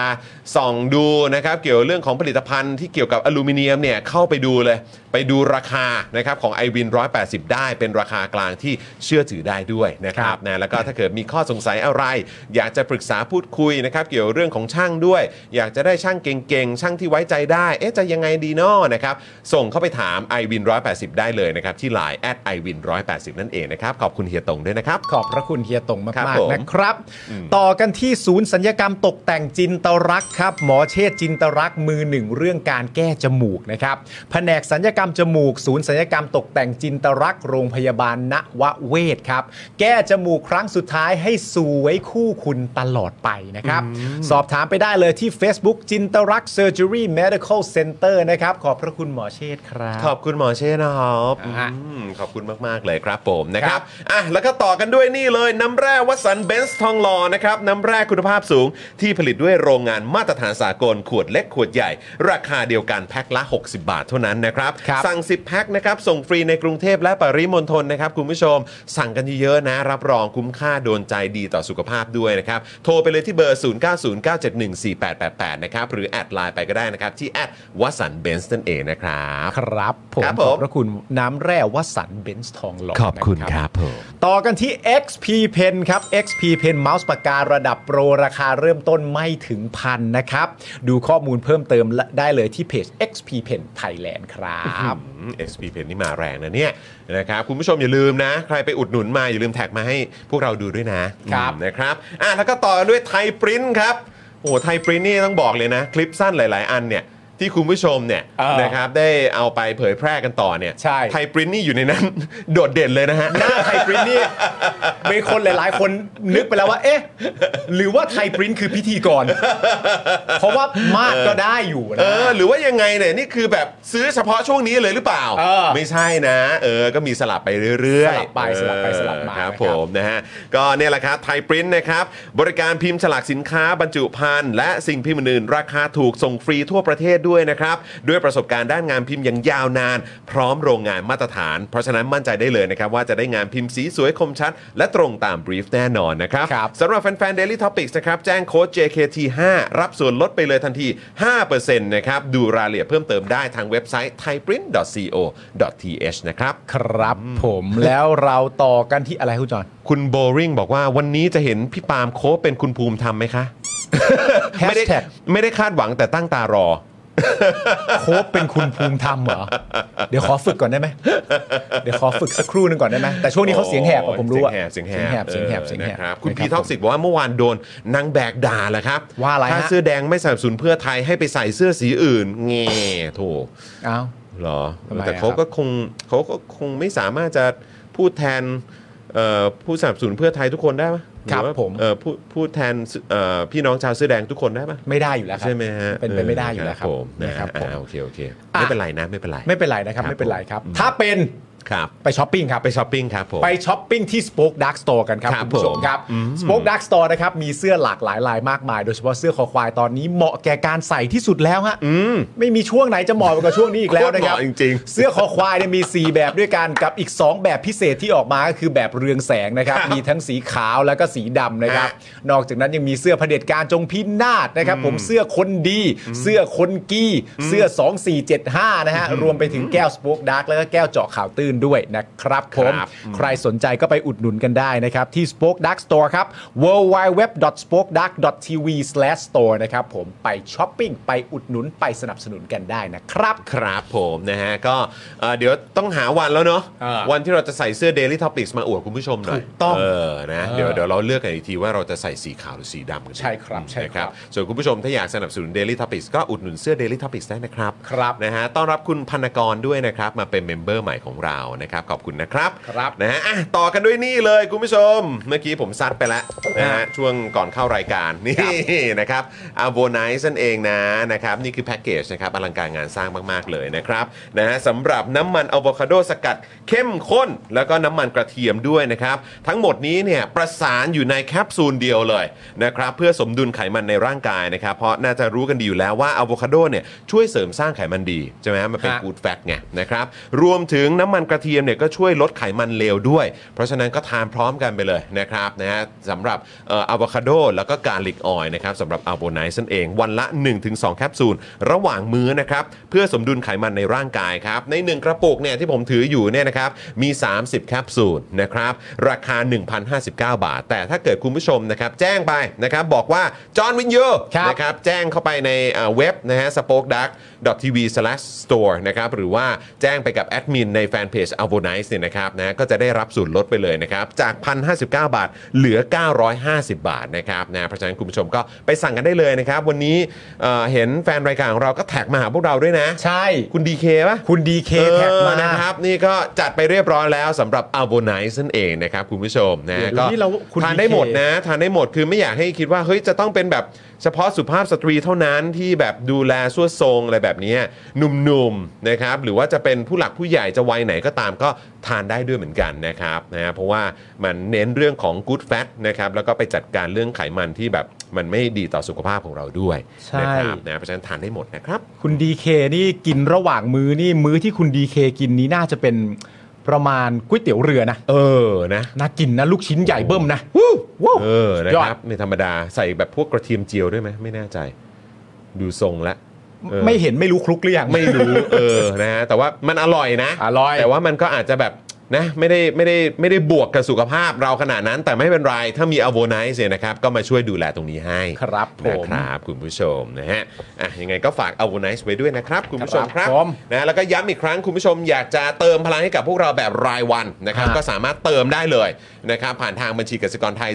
A: ส่องดูนะครับเกี่ยวเรื่องของผลิตภัณฑ์ที่เกี่ยวกับอลูมิเนียมเนี่ยเข้าไปดูเลย ไปดูราคานะครับของ i w วิน180 ได้เป็นราคากลางที่เชื่อถือได้ด้วยนะครับนะแล้วก็ถ้าเกิดมีข้อสงสัยอะไร อยากจะปรึกษาพูดคุยนะครับเกี่ยวเรื่องของช่างด้วย อยากจะได้ช่างเก่งๆ ช่างที่ไว้ใจได้ เอ๊ะจะยังไงดีเนอนะครับส่งเข้าไปถาม i w วิน180 ได้เลยนะครับที่ Line แอด i w วิน180 นั่นเองนะครับขอบคุณเฮียตงด้วยนะครับ
B: ขอบพระคุณเฮียตงมาก
A: ครับ
B: ๆ
A: ผม
B: นะครับ
A: อืม
B: ต่อกันที่ศูนย์สัญญกรรมตกแต่งจินตรักษณ์ครับ หมอเชษจินตรักษณ์มือหนึ่งเรื่องการแก้จมูกนะครับแผนกสัญญกรรมจมูก ศูนย์สัญญกรรมตกแต่งจินตรักษณ์โรงพยาบาลณวเวศครับ แก้จมูกครั้งสุดท้ายให้สวยคู่คุณตลอดไปนะครับ สอบถามไปได้เลยที่ Facebook จินตรักเซอร์เจอรี่เมดิคอลเซ็นเตอร์นะครับขอบพระคุณหมอเชษครับ
A: ขอบคุณหมอเช่นะครับ
B: อ่ะ
A: อืมขอบคุณมาก ๆ เลยครับผมนะค
B: ค
A: รั
B: รั
A: บบ อ่ะแล้วก็ต่อกันด้วยนี่เลยน้ำแร่วัสสันเบนซ์ทองหล่อนะครับ น้ำแร่คุณภาพสูงที่ผลิตด้วยโรงงานมาตรฐานสากล ขวดเล็กขวดใหญ่ ราคาเดียวกันแพ็คละ 60 บาทเท่านั้นนะครับ
B: ครับ
A: สั่ง 10 แพ็คนะครับ ส่งฟรีในกรุงเทพและปริมณฑลนะครับ คุณผู้ชม สั่งกันเยอะๆนะ รับรองคุ้มค่าโดนใจดีต่อสุขภาพด้วยนะครับ โทรไปเลยที่เบอร์ 0909714888 นะครับ หรือแอดไลน์ไปก็ได้นะครับที่แอดวัสันเบนซ์นั่นเองนะครับ
B: ครับผม
A: ครับ
B: ข
A: ผม
B: อบพระคุณน้ำแร่วสันต์เบนซ์ทองหล่อนะ ต่อกันที่ XP Pen ครับ XP Pen เมาส์ปากการะดับโปร ราคาเริ่มต้นไม่ถึงพันนะครับ ดูข้อมูลเพิ่มเติมได้เลยที่เพจ XP Pen Thailand ครับ
A: อืม XP Pen นี่มาแรงนะเนี่ยนะครับคุณผู้ชมอย่าลืมนะ ใครไปอุดหนุนมาอย่าลืมแท็กมาให้พวกเราดูด้วยนะครับ อืมนะครับอ่ะแล้วก็ต่อกันด้วยไทยปริ้นครับ โอ้ไทยปริ้นนี่ต้องบอกเลยนะ คลิปสั้นหลาย ๆ อันเนี่ยที่คุณผู้ชมเนี่ย
B: เออ
A: นะครับได้เอาไปเผยแพร่กันต่อเนี่ย
B: ใช่
A: ไทยปริ้นนี่อยู่ในนั้น โดดเด่นเลยนะฮะ
B: หน้าไทยปริ้นนี่มีคนหลาย ๆ คนนึกไปแล้วว่า เอ๊ะ หรือว่าไทยปริ้นคือพิธีกร เพราะว่ามากก็ได้อยู่นะ
A: เออหรือว่ายังไงเนี่ยนี่คือแบบซื้อเฉพาะช่วงนี้เลยหรือเปล่า
B: เออ
A: ไม่ใช่นะเออก็มีสลับไปเรื่อย
B: สลับไปสลับไปสลับมา
A: เออครับ
B: นะครับ
A: ผมนะฮะก็เนี่ยแหละครับไทยปริ้นนะครับบริการพิมพ์ฉลากสินค้าบรรจุภัณฑ์และสิ่งพิมพ์อื่นๆราคาถูกส่งฟรีทั่วประเทศด้วยนะครับด้วยประสบการณ์ด้านงานพิมพ์อย่างยาวนาน พร้อมโรงงานมาตรฐาน เพราะฉะนั้นมั่นใจได้เลยนะครับว่าจะได้งานพิมพ์สีสวยคมชัด และตรงตามบรีฟแน่นอนนะครับ
B: ครับ
A: สำหรับแฟนๆ Daily Topics นะครับ แจ้งโค้ด JKT5 รับส่วนลดไปเลยทันที 5%นะครับ ดูรายละเอียดเพิ่มเติมได้ทางเว็บไซต์ thaiprint.co.th นะครับ
B: ครับผมแล้วเราต่อกันที่อะไรคุณจอน
A: คุณโบริงบอกว่าวันนี้จะเห็นพี่ปาล์มโค้ชเป็นคุณภูมิทำไหม คะ ไม่ได้
B: แฮชแท็ก
A: ไม่ได้คาดหวังแต่ตั้งตารอ
B: โค้บเป็นคุณภูมิธรรมเหรอ เดี๋ยวขอฝึกก่อนได้ไหม เดี๋ยวขอฝึกสักครู่หนึงก่อนได้ไหม แต่ช่วงนี้เขาเสียงแหบอะผมรู้อะ
A: เสียงแหบ
B: เสียงแหบ เสียงแหบ เสียงแหบ
A: นะครับ คุณ
B: นะ
A: พี
B: รับ
A: ท็อกซิ
B: ผม
A: กบอกว่าเมื่อวานโดนนางแบกด่าแหละครับ
B: ว่าอะไรฮะ
A: ถ้าเสื้อแดงไม่สนับสนุนเพื่อไทยให้ไปใส่เสื้อสีอื่นแง่โถ
B: เอ้าว
A: เหรอ
B: ทำไมอะ
A: แต่เขาก็คงเขาก็คงไม่สามารถจะพูดแทนเอ่อผู้สนับสนุนเพื่อไทยทุกคนได้ปะ
B: ครับ
A: หอว่า
B: ผม
A: เอ่อพูดพูดแทนเอ่อพี่น้องชาวเสื้อแดงทุกคนได้ปะ
B: ไม่ได้อยู่แล้วครับ
A: ใช่ไหมฮะ
B: เป็นไปไม่ได้อยู่แล้วครับ
A: ผมนะ
B: นะ
A: ค
B: ค
A: รั
B: รั
A: บบ ผ
B: ผม ม
A: อ่าโอเคโอเค
B: อ่ะ
A: ไม่เป็นไรนะไม่เป็นไร
B: ไม่เป็นไรนะครับ
A: ครับ
B: ไม่เป็นไรครับ
A: ผม
B: ถ้าเป็น
A: ครับ
B: ไปช้อปปิ้งครับ
A: ไปช้อปปิ้งครับผม
B: ไปช้อปปิ้งที่ Spoke Dark Store กันครับ
A: ครับ
B: คุณผู้ชม
A: ผม
B: ครับ
A: อืม
B: Spoke Dark Store นะครับ มีเสื้อหลากหลายลายมากมาย โดยเฉพาะเสื้อคอควายตอนนี้เหมาะแก่การใส่ที่สุดแล้วฮะ
A: อืม
B: ไม่มีช่วงไหนจะเหมาะกว่าช่วงนี้อีกแล้วนะครับ
A: โคตรเหมาะจริงๆ
B: เสื้อคอควายเนี่ยมี 4 แบบด้วยกันกับอีก 2 แบบพิเศษที่ออกมาก็คือแบบเรืองแสงนะครับ มีทั้งสีขาวแล้วก็สีดำนะครับ นอกจากนั้นยังมีเสื้อเผด็จการจงพินาศนะครับ ผมเสื้อคนดี เสื้อคนกี้ เสื้อ 2475 นะฮะ รวมไปถึงแก้วสป o กดาร์กแล้วก็แก้วเจาะข่าวตื้นด้วยนะครับผม
A: ครับ
B: ใครสนใจก็ไปอุดหนุนกันได้นะครับ ที่ Spoke Dark Store ครับ w w w s p o k e d a r k t v s t o r e นะครับผมไปช้อปปิ้ง ไปอุดหนุนไปสนับสนุนกันได้นะครับ
A: ครับผมนะฮะก็เอ่อเดี๋ยวต้องหาวันแล้วเนาะ
B: อ่า
A: วันที่เราจะใส่เสื้อ Daily Topics มาอวดคุณผู้ชมหน่อย
B: ถูกต้อง
A: เออนะ
B: เออ
A: เดี๋ยวเดี๋ยวเราเลือกกันอีกทีว่าเราจะใส่สีขาวหรือสีดำกันดี
B: ใช่ครับใช่ครับ
A: นะส่วนคุณผู้ชมถ้าอยากสนับสนุน Daily Topics ก็อุดหนุนเสื้อ Daily Topics ได้นะครับ
B: ครับ
A: นะฮะต้อนรับคุณพนกรด้วยนะครับ มาเป็นเมมเบอร์ใหม่ของเรา เรานะครับขอบคุณนะครับ
B: ครับ
A: นะฮะอ่ะต่อกันด้วยนี่เลยคุณผู้ชม เมื่อกี้ผมซัดไปแล้วนะฮะช่วงก่อนเข้ารายการนี่นะครับอาโบนซ์นั่นเองนะนะครับนี่คือแพ็กเกจนะครับอลังการงานสร้างมากๆเลยนะครับนะฮะสำหรับน้ำมันอะโวคาโดสกัดเข้มข้น แล้วก็น้ำมันกระเทียมด้วยนะครับ ทั้งหมดนี้เนี่ยประสานอยู่ในแคปซูลเดียวเลยนะครับเพื่อสมดุลไขมันในร่างกายนะครับเพราะน่าจะรู้กันดีอยู่แล้วว่าอะโวคาโดเนี่ยช่วยเสริมสร้างไขมันดีใช่ไหมฮะมันเป็น
B: ฮะ
A: ฟู้ดแฟกต์ไงนะครับรวมถึงน้ำมันกระเทียมเนี่ยก็ช่วยลดไขมันเลวด้วย เพราะฉะนั้นก็ทานพร้อมกันไปเลยนะครับนะฮะสำหรับเอะโวคาโดแล้วก็การลิกออยนะครับสำหรับอัลโบไนซ์นั่นเองวันละ 1-2 แคปซูล ระหว่างมื้อนะครับเพื่อสมดุลไขมันในร่างกายครับ ใน 1 กระปุกเนี่ยที่ผมถืออยู่เนี่ยนะครับมี 30 แคปซูลนะครับราคา 1,059 บาท แต่ถ้าเกิดคุณผู้ชมนะครับแจ้งไปนะครับบอกว่าจอห์นวินยู
B: ครับ
A: นะ นะครับแจ้งเข้าไปในเอ่อเว็บนะฮะ spokedark.tv/store นะครับหรือว่าแจ้งไปกับแอดมินในแฟนเพจ a v o n i c e เนี่ยนะครับนะก็จะได้รับส่วนลดไปเลยนะครับ จาก 1,059 บาท เหลือ 950 บาทนะครับนะเพราะฉะนั้นคุณผู้ชมก็ไปสั่งกันได้เลยนะครับ วันนี้เอ่อเห็นแฟนรายการของเราก็แท็กมาหาพวกเราด้วยนะ
B: ใช่
A: คุณดีเคปะ
B: คุณดีเคแท็กมา
A: เออนะครับ นี่ก็จัดไปเรียบร้อยแล้วสำหรับอัลโบไนซ์นั่นเองนะครับคุณผู้ชมนะ
B: เดี๋ยวดู
A: ก็
B: นี่เราคุณ
A: ทานได้
B: DK
A: หมดนะทานได้หมดคือไม่อยากให้คิดว่าเฮ้ยจะต้องเป็นแบบเฉพาะสุภาพสตรีเท่านั้นที่แบบดูแลสวดทรงอะไรแบบเนี้ยหนุ่มๆนะครับหรือว่าจะเป็นผู้หลักผู้ใหญ่จะวัยไหนก็ตามก็ทานได้ด้วยเหมือนกันนะครับนะเพราะว่ามันเน้นเรื่องของกู๊ดแฟตนะครับแล้วก็ไปจัดการเรื่องไขมันที่แบบมันไม่ดีต่อสุขภาพของเราด้วย
B: ใช่
A: นะครับนะเพราะฉะนั้นทานได้หมดนะครับ
B: คุณดีเคนี่กินระหว่างมื้อนี่มื้อที่คุณดีเคกินนี้น่าจะเป็นประมาณก๋วยเตี๋ยวเรือนะ
A: เออนะ
B: น่ากินนะลูกชิ้นใหญ่เบิ่มนะวู้วู้
A: เออ นะครับไม่ธรรมดาใส่แบบพวกกระเทียมเจียวด้วยไหมไม่แน่ใจ ดูทรงละเออ
B: ไม่เห็นไม่รู้คลุกหรือยัง
A: ไม่รู้ เออนะฮะแต่ว่ามันอร่อยนะ
B: อร่อย
A: แต่ว่ามันก็อาจจะแบบนะไม่ได้ไม่ได้ไม่ได้บวกกับสุขภาพเราขนาดนั้น แต่ไม่เป็นไร ถ้ามีอโวไนซ์เนี่ยนะครับ ก็มาช่วยดูแลตรงนี้ให้
B: ครับผ
A: นะ
B: ม
A: ครับคุณผู้ชมนะฮะอ่ะยังไงก็ฝากอโวไนซ์ไว้ด้วยนะครับ คุณผู้ชมค
B: ครั
A: รับบ
B: ผม
A: นะแล้วก็ย้ำอีกครั้งคุณผู้ชมอยากจะเติมพลังให้กับพวกเราแบบรายวันนะครับ
B: ฮะ
A: ก็ ก็สามารถเติมได้เลยนะครับ ผ่านทางบัญชีกสิกรไทย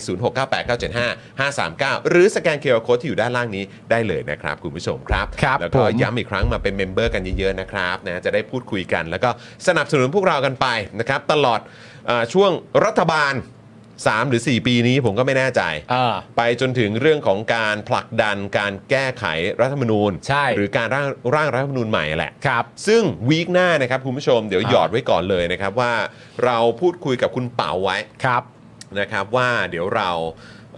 A: 0698975539 หรือสแกนเคอร์โคที่อยู่ด้านล่างนี้ได้เลยนะครับ คุณผู้ชมครับ
B: ครับ
A: แล้วก็
B: ผม
A: ย้ำอีกครั้งมาเป็นเมมเบอร์กันเยอะๆนะครับนะจะได้พูดคุยกัน แล้วก็สนับสนุนพวกเรากันไปนะครับตลอดเออช่วงรัฐบาล 3 หรือ 4 ปีนี้ผมก็ไม่แน่ใจ
B: อ่า
A: ไปจนถึงเรื่องของการผลักดันการแก้ไขรัฐธรรมนูญ
B: ใช่
A: หรือการร่างร่างรัฐธรรมนูญใหม่แหละ
B: ครับ
A: ซึ่งวีคหน้านะครับคุณผู้ชมเดี๋ยว
B: อ่า
A: หยอดไว้ก่อนเลยนะครับว่าเราพูดคุยกับคุณเป๋าไว้
B: ครับ
A: นะครับว่าเดี๋ยวเรา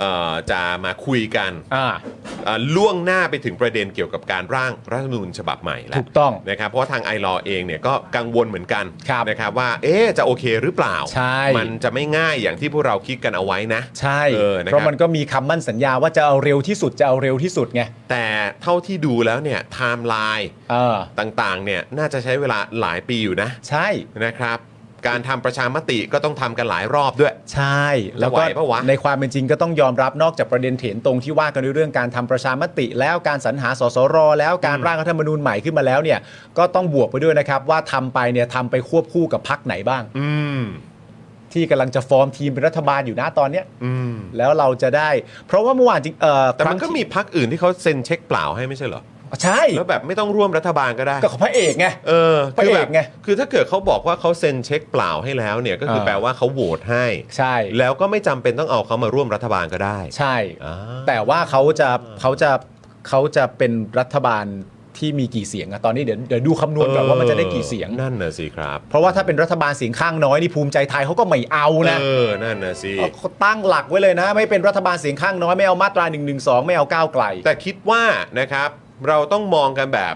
A: เอ่อจะมาคุยกัน
B: อ่า
A: เอ่อล่วงหน้าไปถึงประเด็นเกี่ยวกับการร่างรัฐธรรมนูญฉบับใหม่แล้ว
B: ถูกต้อง
A: นะครับเพราะว่าทางไอรอเองเนี่ยก็กังวลเหมือนกัน
B: ครับ
A: นะครับว่าเอ๊ะจะโอเคหรือเปล่า
B: ใช่
A: มันจะไม่ง่ายอย่างที่พวกเราคิดกันเอาไว้นะ
B: ใช่
A: เออนะครับ
B: เพราะมันก็มีคำมั่นสัญญาว่าจะเอาเร็วที่สุดจะเอาเร็วที่สุดไง
A: แต่เท่าที่ดูแล้วเนี่ยไทม์ไลน์
B: เออ
A: ต่างๆเนี่ยน่าจะใช้เวลาหลายปีอยู่นะ
B: ใช่
A: นะครับการทำประชามติก็ต้องทำกันหลายรอบด้วย
B: ใช่แล้วก็
A: จะไหวปะวะ
B: ในความเป็นจริงก็ต้องยอมรับนอกจากประเด็นเถียงตรงที่ว่ากันด้วยเรื่องการทำประชามติ แล้วการสรรหาสสรแล้วการร่างรัฐธรรมนูญใหม่ขึ้นมาแล้วเนี่ยก็ต้องบวกไปด้วยนะครับว่าทำไปเนี่ยทำไปควบคู่กับพักไหนบ้าง
A: อืม
B: ที่กำลังจะฟอร์มทีมเป็นรัฐบาลอยู่นะตอนเนี้ย
A: อืม
B: แล้วเราจะได้ เพราะว่าเมื่อวานจริงเอ่อ
A: แต่มันก็มีพักอื่นที่เขาเซ็นเช็คเปล่าให้ไม่ใช่เหรอ
B: ใช่
A: แล้วแบบไม่ต้องร่วมรัฐบาลก็ได้
B: ก็ของพระเอกไง
A: เออ
B: พระ
A: คือ
B: เอก
A: แบบ
B: ไง
A: คือถ้าเกิดเขาบอกว่าเขาเซ็นเช็คเปล่าให้แล้วเนี่ยก็คือ
B: เออ
A: แปลว่าเขาโหวตให้
B: ใช่
A: แล้วก็ไม่จำเป็นต้องเอาเขามาร่วมรัฐบาลก็ได้
B: ใช่
A: อ่า
B: แต่ว่าเขาจะเขาจะเขาจะเป็นรัฐบาลที่มีกี่เสียงอะตอนนี้เดี๋ยวเดี๋ยวดูคำนวณก่อนว่ามันจะได้กี่เสียง
A: นั่นน่ะสิครับ
B: เพราะว่าถ้าเป็นรัฐบาลเสียงข้างน้อยนี่ภูมิใจไทยเขาก็ไม่เอานะ
A: เออนั่นน่ะสิ
B: เขาตั้งหลักไว้เลยนะ ไม่เป็นรัฐบาลเสียงข้างน้อยไม่เอามาตรา1นึไม่เอาก้าวไกล
A: แต่คิดว่านะครับเราต้องมองกันแบบ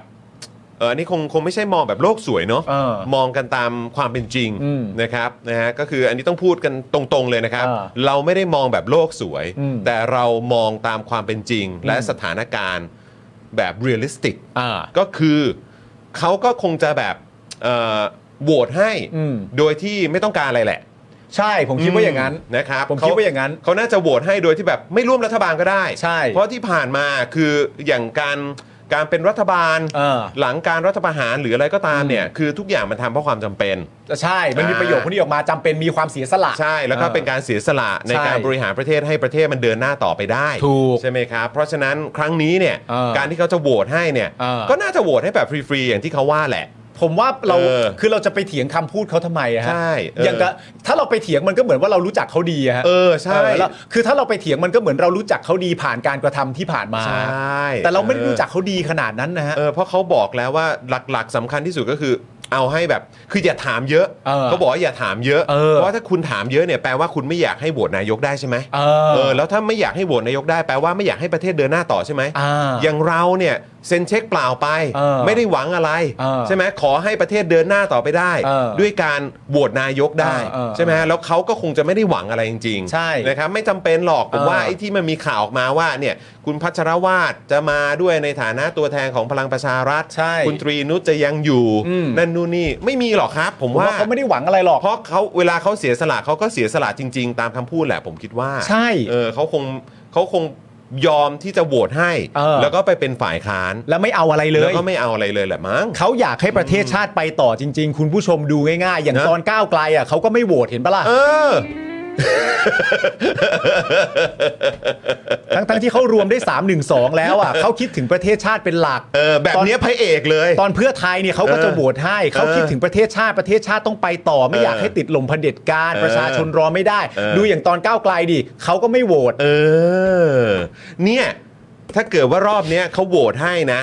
A: เอออันนี่คงคงไม่ใช่มองแบบโลกสวยเนาะ
B: เออ
A: มองกันตามความเป็นจริง
B: อืม
A: นะครับนะฮะก็คืออันนี้ต้องพูดกันตรงๆเลยนะครับ
B: เออ
A: เราไม่ได้มองแบบโลกสวย
B: อืม
A: แต่เรามองตามความเป็นจริง และ
B: อืม
A: สถานการณ์แบบเรียลลิสติก
B: อ่า
A: ก็คือเขาก็คงจะแบบเอ่อโหวตให้
B: อืม
A: โดยที่ไม่ต้องการอะไรแหละ
B: ใช่ผมคิดว่าอย่างนั้น
A: มนะครับ
B: ผมคิดว่าอย่างนั้น
A: เขเขาน่าจะโหวตให้โดยที่แบบไม่ร่วมรัฐบาลก็ได้
B: ใช่
A: เพราะที่ผ่านมาคืออย่างการการเป็นรัฐบาล
B: เออ
A: หลังการรัฐประหารหรืออะไรก็ตามเนี่ยคือทุกอย่างมันทำเพราะความจำเป็น
B: ใช่มันมีประโยคพวกนี้ออกมาจำเป็นมีความเสียสละ
A: ใช่แล้วก็เป็นการเสียสละใน
B: ใช่
A: การบริหารประเทศให้ประเทศมันเดินหน้าต่อไปได้
B: ถูก
A: ใช่ไหมครับเพราะฉะนั้นครั้งนี้เนี่ย
B: เออ
A: การที่เขาจะโหวตให้เนี่ย
B: เออ
A: ก็น่าจะโหวตให้แบบฟรีๆอย่างที่เขาว่าแหละ
B: ผมว่าเรา
A: เออ
B: คือเราจะไปเถียงคำพูดเขาทำไมอะฮะ
A: ใช่เอออ
B: ย่างกับถ้าเราไปเถียงมันก็เหมือนว่าเรารู้จักเขาดีอะฮะ
A: เออใช่
B: เออแล้วคือถ้าเราไปเถียงมันก็เหมือนเรารู้จักเขาดีผ่านการกระทำที่ผ่านมา
A: ใช่
B: แต่เราไม่ได้
A: เออ
B: รู้จักเขาดีขนาดนั้นนะฮะ
A: เออเพราะเขาบอกแล้วว่าหลักๆสำคัญที่สุดก็คือ เอาให้แบบคืออย่าถามเยอะ
B: เออ
A: บอกว่าอย่าถามเยอะ
B: เออ
A: เพราะว่าถ้าคุณถามเยอะเนี่ยแปลว่าคุณไม่อยากให้โหวตนายกได้ใช่ไหม
B: เอ
A: เออ
B: อ
A: แล้วถ้าไม่อยากให้โหวตนายกได้แปลว่าไม่อยากให้ประเทศเดินหน้าต่อใช่ไหม
B: อ่า
A: อย่างเราเนี่ยเซ็นเช็คเปล่าไป
B: เออ
A: ไม่ได้หวังอะไร
B: เออ
A: ใช่ไหมขอให้ประเทศเดินหน้าต่อไปได้
B: เออ
A: ด้วยการโหวตนายกได้
B: เออเออ
A: ใช่ไหมฮะแล้วเขาก็คงจะไม่ได้หวังอะไรจริงๆ
B: ใช่
A: นะครับไม่จำเป็นหรอกผม
B: เออ
A: ว่าไอ้ที่มันมีข่าวออกมาว่าเนี่ยคุณพัชรวาดจะมาด้วยในฐานะตัวแทนของพลังประชารัฐ
B: ใช่
A: คุณตรีนุชจะยังอยู่
B: อืม
A: นั่นนู่นนี่ไม่มีหรอกครับ ผม
B: ผม
A: ว่า
B: ว่าเขาไม่ได้หวังอะไรหรอก
A: เพราะเขาเวลาเขาเสียสละเขาก็เสียสละจริง ๆ ตามคำพูดแหละผมคิดว่า
B: ใช่
A: เออเขาคงเขาคงยอมที่จะโหวตให้
B: เออ
A: แล้วก็ไปเป็นฝ่ายค้าน
B: แล้วไม่เอาอะไรเล
A: แล้ว
B: ย
A: ก็ไม่เอาอะไรเลยแหละมั้ง
B: เขาอยากให้ประเทศชาติไปต่อจริง ๆ คุณผู้ชมดูง่ายๆ อย่าง
A: นะ
B: ตอนก้าวไกลอ่ะเขาก็ไม่โหวตเห็นปะล่ะ
A: เออ
B: ทั้งทั้งๆที่เขารวมได้ 3 1 2 แล้วอ่ะเขาคิดถึงประเทศชาติเป็นหลัก
A: เออ แบบเนี้ยพระเอกเลย
B: ตอนเพื่อไทยเนี่ยเขาก็จะโหวตให้เขาคิดถึงประเทศชาติประเทศชาติต้องไปต่อ ไม่อยากให้ติดลมเผด็จการ
A: เออ
B: ประชาชนรอไม่ได้
A: เออ
B: ดูอย่างตอนก้าวไกลดิเขาก็ไม่โหวต
A: เออ เนี่ย ถ้าเกิดว่ารอบเนี้ยเขาโหวตให้นะ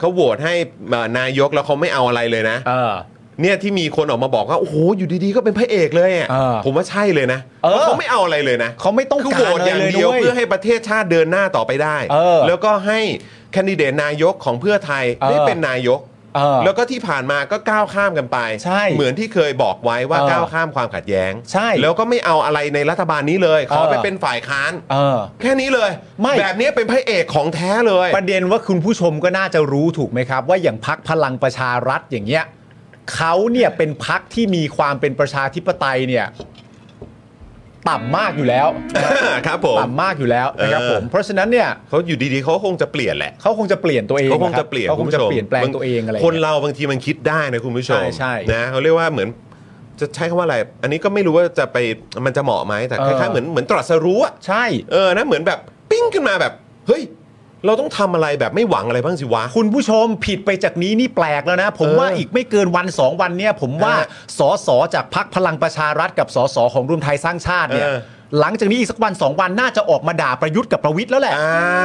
A: เขาโหวตให้เอ่อนายกแล้วเขาไม่เอาอะไรเลยนะ
B: เออ
A: เนี่ยที่มีคนออกมาบอกว่าโอ้โหอยู่ดีๆก็เป็นพระเอกเลยอะ
B: เออ
A: ผมว่าใช่เลยนะ
B: เออ
A: พราะเขาไม่เอาอะไรเลยนะ
B: เขาไม่ต้อ
A: คือก
B: งา
A: โหว
B: ร
A: ต
B: อะ
A: อ
B: ไร
A: ย่าง
B: เลย
A: เดียว
B: ด้วย
A: เพื่อให้ประเทศชาติเดินหน้าต่อไปได้
B: เออ
A: แล้วก็ให้แคนดิเดตนายกของเพื่อไทย
B: เออ
A: ได้เป็นนายก
B: เออ
A: แล้วก็ที่ผ่านมาก็ก้าวข้ามกันไป
B: ใช่
A: เหมือนที่เคยบอกไว้ว่า
B: เออ
A: ก้าวข้ามความขัดแย้ง
B: ใช่
A: แล้วก็ไม่เอาอะไรในรัฐบาลนี้เลย ขอ
B: เออ
A: ไปเป็นฝ่ายค้าน
B: เออ
A: แค่นี้เลย
B: ไม่
A: แบบนี้เป็นพระเอกของแท้เลย
B: ประเด็นว่าคุณผู้ชมก็น่าจะรู้ถูกไหมครับ ว่าอย่างพักพลังประชารัฐอย่างเงี้ยเขาเนี่ยเป็นพักที่มีความเป็นประชาธิปไตยเนี่ยต่ำมากอยู่แล้ว
A: ครับผม
B: ต่ำมากอยู่แล้วนะครับ
A: เออ
B: ผมเพราะฉะนั้นเนี่ย
A: เขาอยู่ดีๆเขาคงจะเปลี่ยนแหละ
B: เขาคงจะเปลี่ยนตัวเอง
A: เขาคงจะเปลี่ยน
B: เขาคงจะ
A: คุณผู้ชม
B: เปลี่ยนแปลงตัวเองอะไร
A: คนเราบางทีมันคิดได้นะคุณผู้ชม
B: ใช่ใช่
A: นะเขาเรียกว่าเหมือนจะใช้คำว่าอะไร อันนี้ก็ไม่รู้ว่าจะไปมันจะเหมาะไหมแต่
B: เอ
A: ค
B: อ
A: ล้ายๆเหมือนเหมือนตรัสรู้อะ
B: ใช่
A: เออนะเหมือนแบบปิ้งขึ้นมาแบบ เฮ้ย เราต้องทำอะไรแบบไม่หวังอะไรบ้างสิวะ
B: คุณผู้ชมผิดไปจากนี้นี่แปลกแล้วนะ ผม
A: เออ
B: ว่าอีกไม่เกินวันสองวันเนี่ย ผมว่า
A: เออ
B: สอสอจากพักพลังประชารัฐกับสอสอของรวมไทยสร้างชาติเนี่ย
A: เออ
B: หลังจากนี้อีกสักวันสองวันน่าจะออกมาด่าประยุทธ์กับประวิทย์แล้วแหละ
A: อ่า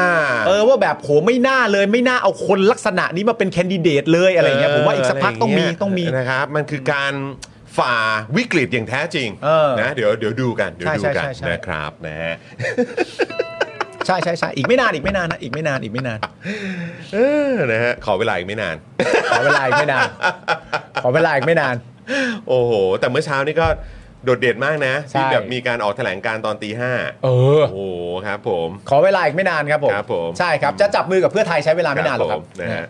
B: เออว่าแบบโหไม่น่าเลยไม่น่าเอาคนลักษณะนี้มาเป็นแคนดิเดตเลยอะไรเงี้ยผมว่าอีกสักพักต้องมี
A: ะไรย่าเย
B: ต้องมี
A: นะครับ มันคือการฝ่าวิกฤตอย่างแท้จริง
B: เออ
A: นะเดี๋ยวเดี๋ยวดูกันเดี๋ยว
B: ใช่
A: ดู
B: ใช่
A: กัน
B: ใช่ใช่
A: นะครับนะฮะ
B: ใช่ใช่ใช่อีกไม่นานอีกไม่นานนะอีกไม่นานอีกไม่นาน
A: เออนะฮะขอเวลาอีกไม่นาน
B: ขอเวลาอีกไม่นานขอเวลาอีกไม่นาน
A: โอ้โห แต่เมื่อเช้านี่ก็โดดเด่นมากนะ
B: ใช่
A: ที่แบบมีการออกแถลงการณ์ตอนตีห้า
B: เออ
A: โอ้โหครับผม
B: ขอเวลาอีกไม่นานครับผม
A: ครับผม
B: ใช่ครับจะจับมือกับเพื่อไทยใช้เวลาไม่นานหรอกครับ
A: ผมนะฮะ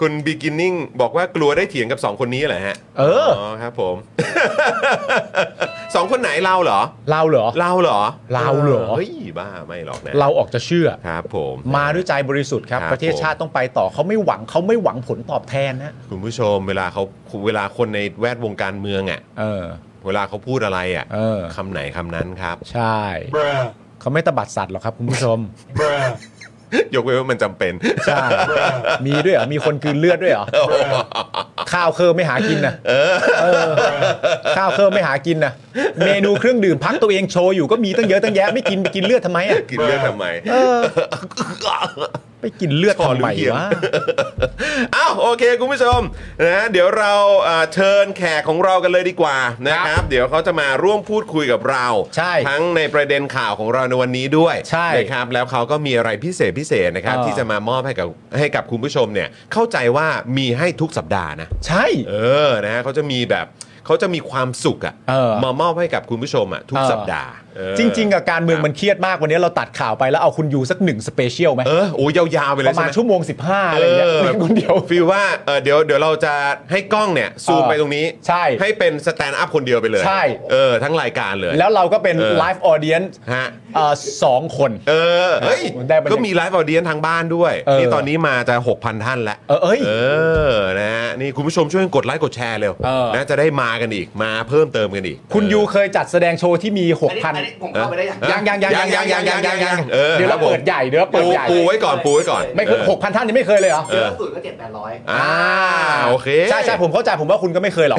A: คุณบิกินนิ่งบอกว่ากลัวได้เถียงกับ 2 คนนี้เหรอฮะ
B: เอออ๋
A: ครับผม สองคนไหนเราเหรอ
B: เราเหรอ
A: เราเหรอ
B: เราเหรอ
A: เฮ้ยบ้าไม่หรอกนะ
B: เราออกจะเชื่อ
A: ครับผม
B: มาด้วยใจบริสุทธิ์ครับ
A: ครับ
B: ประเทศ
A: ผม
B: ชาติต้องไปต่อเขาไม่หวังเขาไม่หวังผลตอบแทนนะ
A: คุณผู้ชมเวลาเขาเวลาคนในแวดวงการเมืองอ่ะ
B: เออ
A: เวลาเขาพูดอะไรอ่ะ
B: เออ
A: คำไหนคำนั้นครับ
B: ใช่
D: bruh
B: เขาไม่ตบัดสัตว์หรอกครับคุณผู้ชม
D: bruh
A: ยกเว้นว่ามันจำเป็น
B: ใช่มีด้วยเหรอมีคนกลืนเลือดด้วยเหรอข้าวเคิร์ไม่หากินนะเออข้าวเคิร์ไม่หากินนะเมนูเครื่องดื่มพักตัวเองโชว์อยู่ก็มีตั้งเยอะตั้งแยะไม่กินไปกินเลือดทำไมอ่ะ
A: กินเลือดทำไม
B: เอ อไปกินเลือด
A: ข
B: ทำไม
A: อรู้เพียง
B: วะ
A: อ้าวโอเคคุณผู้ชมนะเดี๋ยวเราเอ่อเชิญแขกของเรากันเลยดีกว่านะครับ เดี๋ยวเขาจะมาร่วมพูดคุยกับเรา
B: ใช่
A: ทั้งในประเด็นข่าวของเราในวันนี้ด้วย
B: ใช่
A: นะครับแล้วเขาก็มีอะไรพิเศษพิเศษนะครับ
B: เออ
A: ที่จะมามอบให้กับให้กับคุณผู้ชมเนี่ยเข้าใจว่ามีให้ทุกสัปดาห์นะ
B: ใช่
A: เออนะฮะเขาจะมีแบบเขาจะมีความสุขอะ
B: เออ
A: มามอบให้กับคุณผู้ชมอะทุก
B: เออ
A: สัปดาห์เออ
B: จริง ๆกับการเมืองมันเครียดมากวันนี้เราตัดข่าวไปแล้วเอาคุณยูสักหนึ่งสเปเชียลไหม
A: เออโอ้ยยาวๆไปเล
B: ป
A: ย
B: ระ
A: ใช่
B: มาณ
A: ไหม
B: ชั่วโมง 15อะไรอย่างเงี้ย
A: แบบ
B: คนเดียว
A: ฟีลว่าเออเดี๋ยวเดี๋ยวเราจะให้กล้องเนี่ยซูม
B: เออ
A: ไปตรงนี้
B: ใช่
A: เป็นสแตนด์อัพคนเดียวไปเลย
B: ใช่
A: เออทั้งรายการเลย
B: แล้วเราก็เป็น
A: เออ
B: ไลฟ์ออเดียน
A: ฮะ
B: สองคน
A: เออเฮ้ย
B: ได้บรรยากาศ
A: ก็มีไลฟ์ออเดียนทางบ้านด้วย
B: เออ
A: นี่ตอนนี้มาจะ 6,000 ท่านแล้ว
B: เออเอ้ย
A: อนะฮะนี่คุณผู้ชมช่วยกดไลค์กดแชร์เร็ว
B: เออ
A: นะจะได้มากันอีกมาเพิ่มเติมกันอีก
B: คุณ
A: เออ
B: ยูเคยจัดแสดงโชว์ที่มี
E: อันนี้อันนี้ผมเข้าไปได้ยัง
A: เออ
B: 6,000ยังยังยังยังยังยังยังยัง
A: ออ
B: เดี๋ยวเรา
A: คบผม
B: เปิดใหญ่เดี๋ยวเราเปิดใหญ่
A: ปูปูไว้ก่อนปูไว้ก่อน
B: ไม่เคย
A: ออ
B: หกพันท่านยังไม่เคยเลยเหรอ
A: เออ
E: ล่าสุดก็เจ็ดแปดร้อย
A: อ่าโอ โอเค
B: ใช่ใช่ผมเข้าใจผมว่าคุณก็ไม่เคยหรอก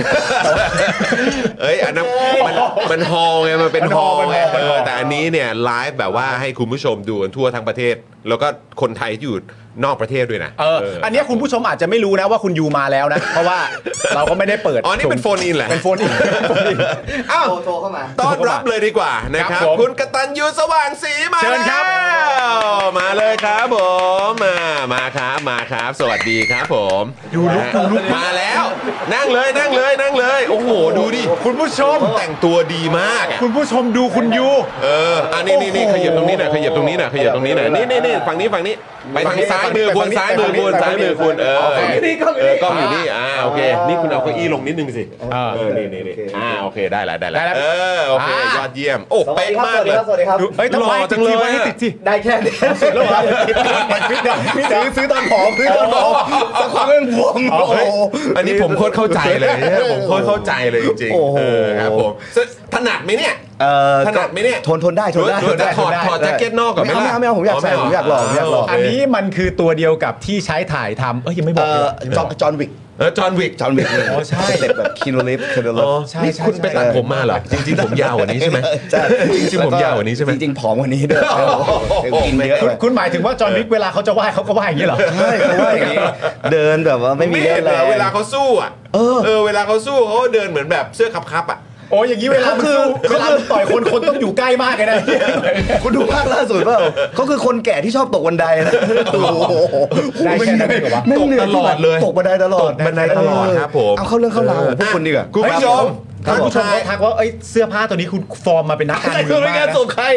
A: เอ้ยอันนั้นมันมันฮอลไงมันเป็น
B: มัน
A: ฮ
B: ฮ
A: อล
B: อล
A: ไง
B: มันฮ
A: เออ
B: อลมันฮอล
A: แต่อันนี้เนี่ยไลฟ์แบบว่าให้คุณผู้ชมดูกันทั่วทั้งประเทศ แล้วก็คนไทยที่อยู่นอกประเทศด้วยนะ
B: เอออันเนี้ยคุณผู้ชมอาจจะไม่รู้นะว่าคุณยูมาแล้วนะ เพราะว่าเราก็ไม่ได้เปิด
A: อ๋อนี่เป็นโฟนอินแหละ
B: เป็นโฟ นอิน
A: อ้าว
E: โทรโทรเข้ามา
A: ต้อนรับเลยดีกว่านะครับ
B: ครับผม
A: คุณกตันยูสว่างสีมา
B: เชิญครับ
A: แล้วมาเลยครับผมมามาครับมาครับ สวัสดีครับผมดูลุกดูลุกมาแล้ว นั่งเลยนั่งเลยนั่งเลย โอ้โหดูดิ
B: คุณผู้ชม
A: แต่งตัวดีมากอะ
B: คุณผู้ชมดูคุณยู
A: เออ อันนี้นี่นี่ข
B: โอ้โห
A: ยับตรงนี้หน่อยขยับตรงนี้หน่อยขยับตรงนี้หน่อยนี่นี่นี่ฝั่งนี้ฝั่งนี้ ไปทางซ้ายมือคุณ
B: ฝั่งนี้
A: ซ้ายมือคุณ
B: ฝั่
A: ซ้าง ย
B: นี้
A: มือคุณเออ
B: ฝั่งนี้
A: เออกล้องอยู่นี่อ่าโอเค นี่คุณเอาเก้าอี้ลงนิดนึงสิเออนี่นี่นี่อ่าโอเคได้ละได้ละเออโอเคยอดเยี่ยมโอ้
E: สวัส
A: เป๊ะ
E: ดีค
A: มากเลย
E: รับสวัสดีครับสวัสดีครับ
B: เฮ้ยทำ
A: หล่
B: ไม
A: อจั
B: ติด
A: งเลย
B: ที่ไว้
A: อะ
B: ให้ติดที่
E: ได้แค่นี้
B: แล้วครับซื้อซื้อตอนผอมซื้อตอนผอมสักพักเรื่องบวมโอ้โห
A: อันนี้ผมโคตรเข้าใจเลยเนี่ยผมโคตรเข้าใจเลยจริง
B: โอ้
A: ๆ
B: โห
A: เออครับผมถนัดไหมเนี่ย
E: เออ
A: ถนัดไหมเนี่ย
E: ทนทนได้ทนได้
A: หรือ
E: ทนได้
A: จะถอด
E: ทนได้
A: ถอดแจ็คเก็ตนอกก่อนไหม
E: ไม่
A: ล่ะ
E: เอาไม่เอาผมอยากใส่
A: อ๋อ
E: ผม
A: ไม่เอา
E: อยากลองผมอยากลอง
A: โเค
B: อันนี้มันคือตัวเดียวกับที่ใช้ถ่ายทำเอ้ยยังไม่บอ
E: เอก
B: เลย
E: อ
B: วะ
E: จอห์นจอห์นวิก
A: เออจอห์นวิก
E: จอห์นวิกเลย
B: อ๋อใช่
E: สเต็ปแบบคีโนลิฟคีโนลิ
A: อ๋อ
E: ฟ
B: ใช่
A: นี่
B: ใช่
A: คุณไปตัด
E: ใช่
A: ผมมาเหรอจริง ๆ ผมยาวกว่านี้ใช่ไหมจริงๆผมยาวกว่านี้ใช่ไหม
E: จริงๆผอมกว่านี้ด้วย
A: โอ้โห
E: เออกินเยอะ
B: คุณ
E: ไป
B: คุณหมายถึงว่าจอห์นวิกเวลาเขาจะไหว้เขาก็ไหว้อย่างนี้เหรอ
E: ใช่เพราะว่าอย่างนี้เดินแบบว่าไม่มี
A: ไม่
E: เรื่อ
A: เห็น
E: งแร
A: เหรอง เวลาเขาสู้อ่ะ
E: เออ
A: เออเวลาเขาสู้เขาก็เดินเหมือนแบบเสื้อคับคับๆอ่ะ
B: โอ้ยอย่างนี้เวลามันสู้เวลามันต่อยคนคนต้องอยู่ใกล้มากเลยนะ
E: คุณดูภาคล่าสุดเปล่าเขาคือคนแก่ที่ชอบตกบันไดนะโอ้โห
B: ได้แค่นั้นเหรอวะ
E: ไม่เหนื่ย
A: ตกตลอดเลย
E: ตกบันไดตลอด
A: ตกบันไดตลอดครับผม
E: เอาเข้าเรื่องเข้าราวของพวกคุณดีกว่า
A: คุณผู้ชม
B: ท่านผู้ชมเขาทักว่าเอ้ยเสื้อผ้าตัวนี้คุณฟอร์มมาเป็นนักการเมืองมากนะ
A: ใช่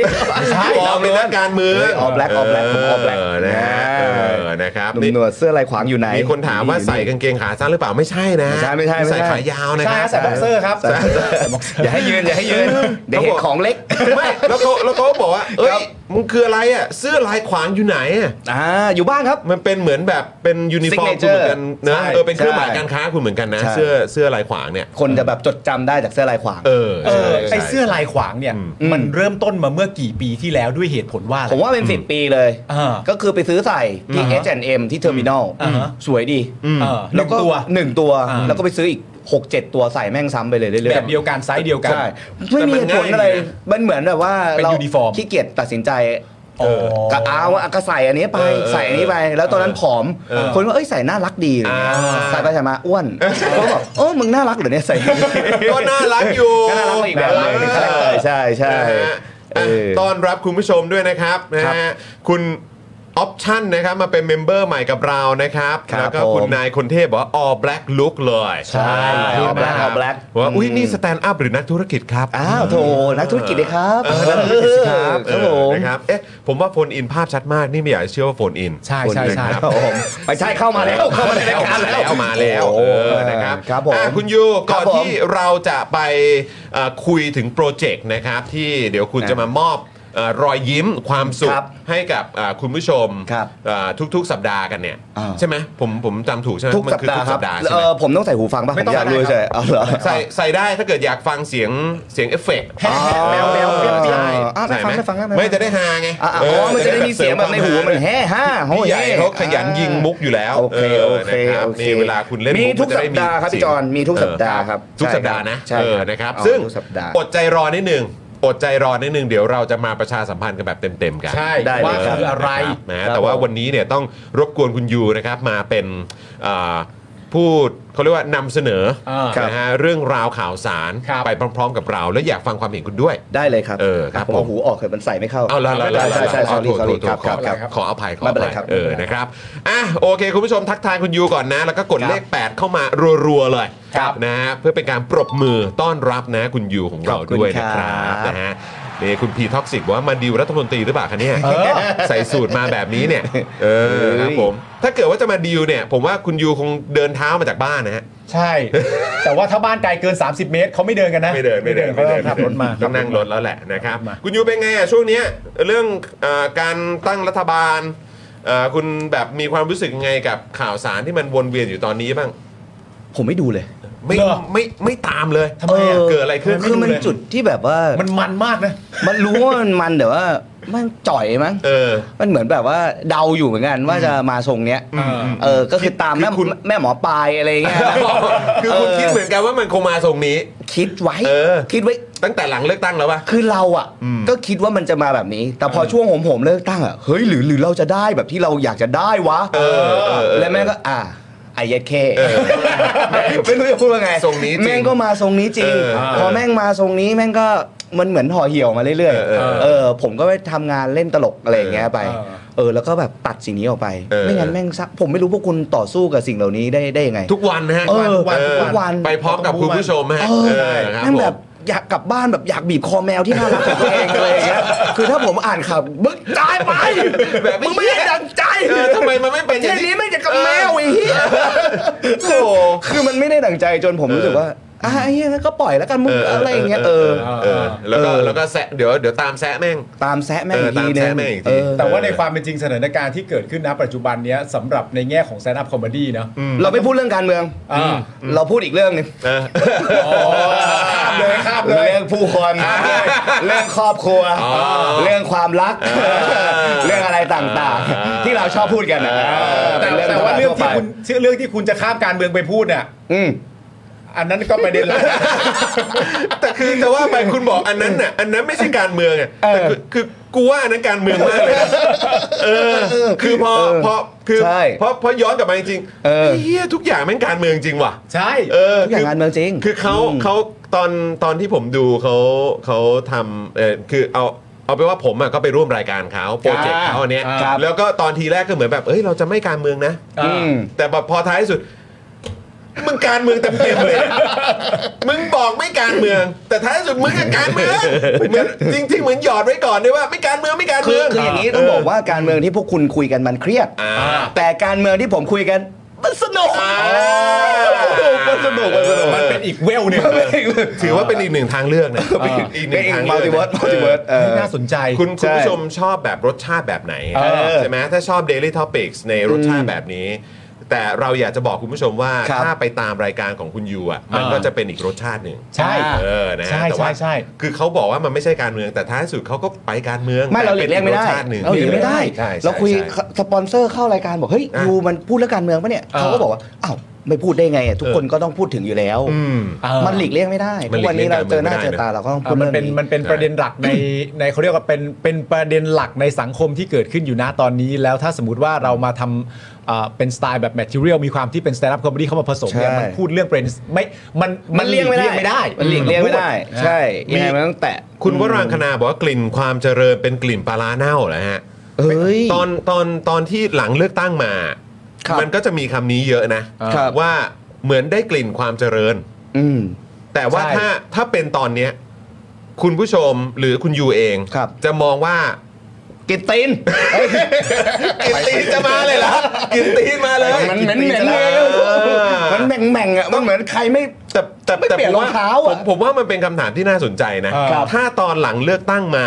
A: ออกเป็นนักการเมือง
E: เฮ้ยออก black ออก black ผมออก black
A: เนะฮะ
E: อ่า
A: เออนะครับ
E: หนุ่
A: นี่
E: มหนวดเสื้อลายขวางอยู่ไหน
A: มีคนถามว่าใส่กางเกงขาสั้นหรือเปล่าไม่ใช่นะ
E: ไม่ใช่ไม่ใช่ไม่ใช่
A: ใส่ขายาวนะค
B: ใช่ค
A: รั
B: รั
A: บบ
B: ใส่บ็อกเซอร์ครับ
E: ใส่อย่าให้ยืนอย่าให้ยืนเดี๋ยวเห็นของเล็ก
A: ไม่แล้วเขาแล้วเขาบอกว่าเอ้ย
E: ครับ
A: มึงคืออะไรอ่ะเสื้อลายขวางอยู่ไหนอ่ะ
E: อ่าอยู่บ้านครับ
A: มันเป็นเหมือนแบบเป็นยูนิฟอร์มคุณ
E: Signature
A: เหมือนกันนะ
E: ใช่
A: เออเป็นเครื่องหมาย
E: ใช่
A: การค้าคุณเหมือนกันนะ
E: ใช่
A: เสื้อเสื้อลายขวางเนี่ย
E: คนจะแบบจดจำได้จากเสื้อลายขวาง
A: เออ
B: เอ
A: ใช่
B: อ
A: ใช่
B: ไอเสื้อลายขวางเนี่ย
E: อืม
B: มันเริ่มต้นมาเมื่อกี่ปีที่แล้วด้วยเหตุผลว่าอะไร
E: ผมว่าเป็นสิบปีเลย
B: อ่า
E: ก็คือไปซื้อใส่ที่
B: อ่าฮะ
E: H&M ที่เทอร์มินอล
B: อ่าฮะ
E: สวยดี
B: เออห
E: แล้
B: นึ่ง
E: วก็
B: ตัว
E: หนึ่งตัว
B: อ่า
E: แล้วก็ไปซื้ออีก 6 7 ตัวใส่แม่งซ้ำไปเลยเรื่อยๆ
B: แบบเดียวกันไซส์เดียวกัน
E: ใช่ไม่มีเหตุผลอะไร
A: แต่มันง่ายดีนะ
E: มันเหมือนแบบว่า
B: เป็น
E: เรา
B: ยูนิฟอร์ม
E: ขี้เกียจตัดสินใจ
B: เออ
E: ก็เอาอะก็ใส่อันนี้ไป
A: เออเออ
E: ใส่อันนี้ไปแล้วตอนนั้นผอม
A: เออ
E: คนว่าเอ้ยใส่น่ารักดีอะไรเงี้ย
A: อ่า
E: ใส่ไปใส่มาอ้วนเขาบอกเออมึงน่ารักเหรอเนี่ยใส่
A: ก็น่ารักอยู่
E: ก็น่ารักไปอีกแบบหนึงเป็นคาแรคเตอร์ใช่ใช่
A: นะฮะ
E: เอ
A: อ่ะ
E: อ
A: ต้อนรับคุณผู้ชมด้วยนะครับนะฮะคุณออปชั่นนะครับมาเป็นเมมเบอร์ใหม่กับเรานะครับ
E: ครับ
A: แล้วก็
E: ผม
A: คุณนายคนเทพบอกว่า all black look เลย
E: ใช่ all black all black
A: ว่าอุ้ย
E: อืม
A: นี่สแตนด์อัพหรือนักธุรกิจครับ
E: อ้าวโถนักธุรกิจเลยครับ
A: เออ
E: นักธุรกิจสิครับ
A: เอ
E: ครับผ
A: อ
E: ม
A: นะครับเอ๊ะผมว่าโฟนอินภาพชัดมากนี่ไม่อยากจะเชื่อว่าโฟนอิน
B: ใช่ใช่ใช่
A: คนหนึ่ง
E: ครับผมไปใช่เข้ามาแล้วเข้ามาในรายการแล้ว
A: มาแล้วเออนะครับ
E: ครับผม
A: อ่ะคุณยูก่อน
E: ครับผม
A: ที่เราจะไปเอ่อคุยถึงโปรเจกต์นะครับ ที่เดี๋ยวคุณจะมามอบเอ่อรอยยิ้มความสุข
E: ครับ
A: ให้กับอ่าคุณผู้ชม
E: ครับ
A: อ่าทุกๆ สัปดาห์กันเนี่ย
E: อ่า
A: ใช่ไหมผมผมจำถูกใช่ไหม
E: ทุก
A: มั
E: สัป
A: คือ
E: ดาห์
A: ทุก
E: ครั
A: สั
E: บ
A: ปดาห์ใช่
E: เอ
A: ไหม
E: อผมต้องใส่หูฟังป่ะผมอยากรู้ใช่เอาเหรอ
A: ใส่ใส่ได้ถ้าเกิดอยากฟังเสียงเสียงเอฟเฟกต์
E: อ๋อ
A: แมวแมวเปรี้ยวๆ
E: ใช่อ่ะ
A: ใส่
E: ไม่ฟัง
A: ไหม
E: ไม่ฟังด้ห
A: ไม่จะได้ฮาไง
E: อ๋
A: เ
E: อมันจะได้มีเสียงแบบในหูมันแฮ่ฮ่าโอ้
A: พี่
E: ย
A: ใหญ่เขาขยันยิงมุกอยู่แล้ว
E: โอเคโอเค
A: นะรับ
E: โอเค
A: นี่เวลาคุณเล่น
E: มี
A: มุก
E: ทุกสัปดาห์ครับพี่จอนมีทุกสัปดาห์ครับ
A: เออทุกสัปดาห์นะ
E: ใช่
A: เออนะครับ
E: เอา
A: ซึ่ง
E: ทุกสัปดาห์
A: อดใจรอนิดนึงอดใจรอนิดนึงเดี๋ยวเราจะมาประชาสัมพันธ์กันแบบเต็มๆกัน
B: ใช่
E: ได้เลย
B: ว่าคืออะไร
A: นะฮะแต่ว่าวันนี้เนี่ยต้องรบกวนคุณยูนะครับมาเป็นเอ่อพูดเขาเรียกว่านำเสนอ
B: อ่าน
A: นะฮะเรื่องราวข่าวสาร
B: ครับ
A: ไปพร้อม ๆ กับเรา และอยากฟังความเห็นคุณด้วย
E: ได้เลยครับ
A: เออครับ
E: ผมเอา
A: ผม
E: หูออกเถอะมันใส่ไม่เข้า
A: เอาละละละ
E: ใช่ใช่ใช่
A: ขอ
E: sorry
A: โทษ
E: sorry
A: ขอโทษ
E: ครับครับครับ
A: ขออภัยขอ
E: ไม่
A: อ
E: เป็น
A: ภั
E: ไร
A: ย
E: ครับ
A: เออนะครับอ่ะโอเค คุณผู้ชมทักทายคุณยูก่อนนะ แล้วก็กดเลข 8 เข้ามารัวๆเลย
E: ครับ
A: นะฮะเพื่อเป็นการปรบมือต้อนรับนะคุณยูของเรา
E: ขอบคุณ
A: ด้วยนะครับ
E: ครับ
A: นะฮะนี่คุณพีท็อกซิกว่ามาดีลรัฐมนตรีหรือเปล่าคะเนี่ยใส่สูตรมาแบบนี้เนี่ยเออครับผมถ้าเกิดว่าจะมาดีลเนี่ย ผมว่าคุณยูคงเดินเท้ามาจากบ้านนะฮะ
B: ใช่ แต่ว่าถ้าบ้านไกลเกิน 30 เมตรเขาไม่เดินกันนะ
A: ไม่เดินไม่เดิน
B: เขาต้องขับรถมา
A: ต้องนั่งรถแล้วแหละนะครับ
B: มา
A: คุณยูเป็นไงอ่ะช่วงเนี้ยเรื่องเออการตั้งรัฐบาลเอ่อคุณแบบมีความรู้สึกยังไงกับข่าวสารที่มันวนเวียนอยู่ตอนนี้บ้าง
E: ผมไม่ดูเลย
A: ไม่
B: เหรอ
A: ไม่ไม่ตามเลย
B: ทำไมอะ
A: เกิดอะไรขึ้น
E: คือมัน
A: ไรู้เลย
E: จุดที่แบบว่า
B: มันมันมากนะ
E: มันรู้ว่ามันมันแต่ว่ามันจ่อยมั้ง
A: เออ
E: มันเหมือนแบบว่าเดาอยู่เหมือนกันว่าจะมาทรงเนี้ย
A: อืมอืม
E: เออก็คือตามแม่แม่หมอปลายอะไรเงี้ยนะ
A: คือคุณคิดเหมือนกันว่ามันคงมาทรงนี้
E: คิดไว้
A: เออ
E: คิดไว้
A: ตั้งแต่หลังเลือกตั้งแล้วป่ะ
E: คือเราอ่ะ
A: อืม
E: ก็คิดว่ามันจะมาแบบนี้ แต่พอช่วงผมผมเลิกตั้งอ่ะเฮ้ยหรือหรือเราจะได้แบบที่เราอยากจะได้วะ
A: เออเออเออ
E: แล้วแม่งก็อ่ะไอเย็ดเค
A: เออ
E: ไม่รู้จะพูดว่าไง
A: ทรงนี้จริง
E: แม่งก็มาทรงนี้จริง
A: เออ
E: พอแม่งมาทรงนี้แม่งก็มันเหมือนห่อเหี่ยวมาเรื่อย
A: เออเออ
E: เออ ผมก็ไปทำงานเล่นตลกอะไรอย่างเงี้ยไป
B: เออ
E: เออ แล้วก็แบบตัดสิ่งนี้ออกไป
A: เออ
E: ไม่งั้นแม่งซักผมไม่รู้พวกคุณต่อสู้กับสิ่งเหล่านี้ได้ได้ยังไง
A: ทุกวันนะฮะ
E: เออ
A: เออ
E: ทุกวัน
A: ไปพร้อมกับคุณผู้ชมฮะ
E: เออ
A: เออครับ
E: แม่ง
A: ผ
E: แบ
A: ม
E: บอยากกลับบ้านแบบอยากบีบคอแมวที่น่ารักของตัวเองอะไรอย่างเงี้ย คือถ้าผมอ่านข่าวมึงตายไป
A: แบบไม่
E: มึงไม่ได้ดังใจ
A: เออทำไมมันไม่เป็นอ
E: เจ
A: ย่าง
E: นี้
A: ที่
E: ไม่งจะกับแมวไอี เหี้ย
A: โอ้โห
E: คือมันไม่ได้ดังใจจนผมรู้สึกว่าอ่ะไอ้เหี้ยงั้นก็ปล่อยแล้วกันมึง
A: เออเออ
E: อะไรอย่างเงี้ยเออ
A: เออ แล้วก็
E: เออ
A: แล้วก็แซะเดี๋ยวเดี๋ยวตามแซะแม่ง
E: ตามแซะแม่ง
A: เออ
E: อีกที
A: ตาม
E: นึ
A: แซะ
E: ง
A: แม่งอีกที
E: เออ
B: แต่ว่าในความเป็นจริงสถานการณ์ที่เกิดขึ้นณปัจจุบันเนี้ยสำหรับในแง่ของแซนด์อัพคอมเมดี้เนาะ
E: เราไม่พูดเรื่องการเมือง
B: อ่า
E: เราพูดอีกเรื่องหนึง
A: เออ
B: ข้ามเลยข้ามเลย
E: เรื่องผู้คนเรื่องครอบครัว
A: อ๋อ
E: เรื่องความรัก
A: อ่า
E: เรื่องอะไรต่าง
A: อ่า
E: ๆ ที่เราชอบพูดกันนะ
B: แต่
E: เป็น
B: แต่ว่าเรื่องที่คุณ
E: ธมดาทั่วไป
B: เรื่องที่คุณจะข้ามการเมืองไปพูดเนี่ย
E: อืม
B: อันนั้นก็ประเด็ นหลัก
A: แต่คือแต่ว่าไปคุณบอกอันนั้นน่ะอันนั้นไม่ใช่การเมืองอ่ะแต่คือคือกูว่าอันนั้นการเมืองมากเลยนะเออคือพอพอคือ
E: ใช่
A: เพราะเพราะย้อนกลับมาจริงๆ
E: เออ
A: เฮียทุกอย่างแม่งการเมืองจริงว่ะ
B: ใช่
A: เออ
E: ทุกอย่าง
A: คื
E: งานเมืองจริง
A: คือเขา
E: อืม
A: เขาตอนตอนที่ผมดูเขาเขาทำเออคือเอาเอาไปนว่าผมอะก็ไปร่วมรายการเขาโปรเจกต์เขาอันเนี้ย
E: ครับ
A: แล้วก็ตอนทีแรกก็เหมือนแบบเอ้ยเราจะไม่การเมืองนะ
E: อืม
A: แต่แบบพอท้ายสุด มึงการเมืองเต็มๆเลย มึงบอกไม่การเมือง แต่ท้ายสุดมึงก็การเมือง เหมือนจริงๆเหมือนหยอดไว้ก่อนด้วยว่า ไม่การเมืองไม่การ
E: คื
A: เมื
E: อ
A: อง
E: คืออย่างนี้ต้องบอกว่าการเมืองที่พวกคุณคุยกันมันเครียด
A: อ่า
E: แต่การเมืองที่ผมคุยกัน มันสนุก
A: อ่า
E: มันสนุกมันสนุกมันสนุก
B: มันเป็นอีกเวลหนึ่ง
A: ถือว่าเป็นอีกหนึ่งทางเลือกนะเป็นอีกห
E: เป็
A: นึ่
E: น
A: ง
E: อีก
A: ทาง
E: มั
A: เลือก
E: ลติเวิร์สมัลติเวิร์สเออ
B: น่าสนใจ
A: คุณคุณผู้
E: ใช่
A: ชมชอบแบบรสชาติแบบไหน
B: เออ
A: ใช่ไหมถ้าชอบ Daily Topics ในรสชาติแบบนี้ แต่เราอยากจะบอกคุณผู้ชมว่า
E: ครับ
A: ถ้าไปตามรายการของคุณยูอ่ะมันก็จะเป็นอีกรสชาติหนึ่ง
B: ใช่
A: เออนะฮะ
B: ใช่
A: แต่ว่า
B: ใช่ใช่
A: คือเขาบอกว่ามันไม่ใช่การเมืองแต่ท้ายสุดเขาก็ไปการเมือง
E: ไม่เราห
A: แต่
E: ลีกเลี่ยงไม่ได้
A: ป็นรสชาติหนึ่ง
E: เราหลีกไม่ได้
A: ใช่ใช่
E: เราคุย
A: ใช่
E: สปอนเซอร์เข้ารายการบอกเฮ้ย
A: อ่ะ
E: ยูมันพูดเรื่องการเมืองปะเนี่ย
B: อ่า
E: เขาก็บอกว่าอ้าวไม่พูดได้ไงอ่ะทุกคนก็ต้องพูดถึงอยู่แล้ว
A: อืม
E: มันหลีกเลี่ยงไม่ได้
A: มันหลี
E: ทุก
A: ก
E: วัน
A: เลี่ยง
E: นี้เราเจอหน้า
A: การเมืองไม่ได้
E: เจอตาเราก็ต้องพูด
B: มัน
E: เรื่อง
B: เป็น
E: นี้
B: มันเป็นประเด็นหลักใน ในเขาเรียกว่าเป็นเป็นประเด็นหลักในสังคมที่เกิดขึ้นอยู่นะตอนนี้ แล้วถ้าสมมติว่าเรามาทำอ่าเป็นสไตล์แบบแมทเทียลมีความที่เป็นสแตนด์อัพคอมดี้เข้ามาผสมเนี่ย
E: ใช่
B: มันพูดเรื่องประเด็นไม่มัน
E: มันเลี่ยงไม่ได้มันหลีกเลี่ยงไม่ได้ ใช่ยังไงมันต้องแตะ
A: คุณวรังคณาบอกว่ากลิ่นความเจริญเป็นกลิ่นปลาร้าเน่าเหรอฮะ
E: เฮ้ย
A: ตอนตอนตอนที่หลังเลือกตั้งมา
E: ครับ
A: มันก็จะมีคำนี้เยอะนะครับ ว่าเหมือนได้กลิ่นความเจริญ
E: อืม
A: แต่ว่า
B: ใช่
A: ถ้าถ้าเป็นตอนเนี้ยคุณผู้ชมหรือคุณยูเอง
E: ครับ
A: จะมองว่า
E: กินตีน
A: กินตีนจะมาเลยเหรอกินตีนมาเลย
E: มันเหม็นเหม็นๆเลยมันแม่งแม่งๆอ่ะมันเหมือนใครไม่
A: แต่แต่
E: ไม่เปลี่ยน
A: แต่ผว่
E: รองเท้า
A: ผ
E: อะ
A: มผมว่ามันเป็นคำถามที่น่าสนใจนะ
E: ครับ
A: ถ้าตอนหลังเลือกตั้งมา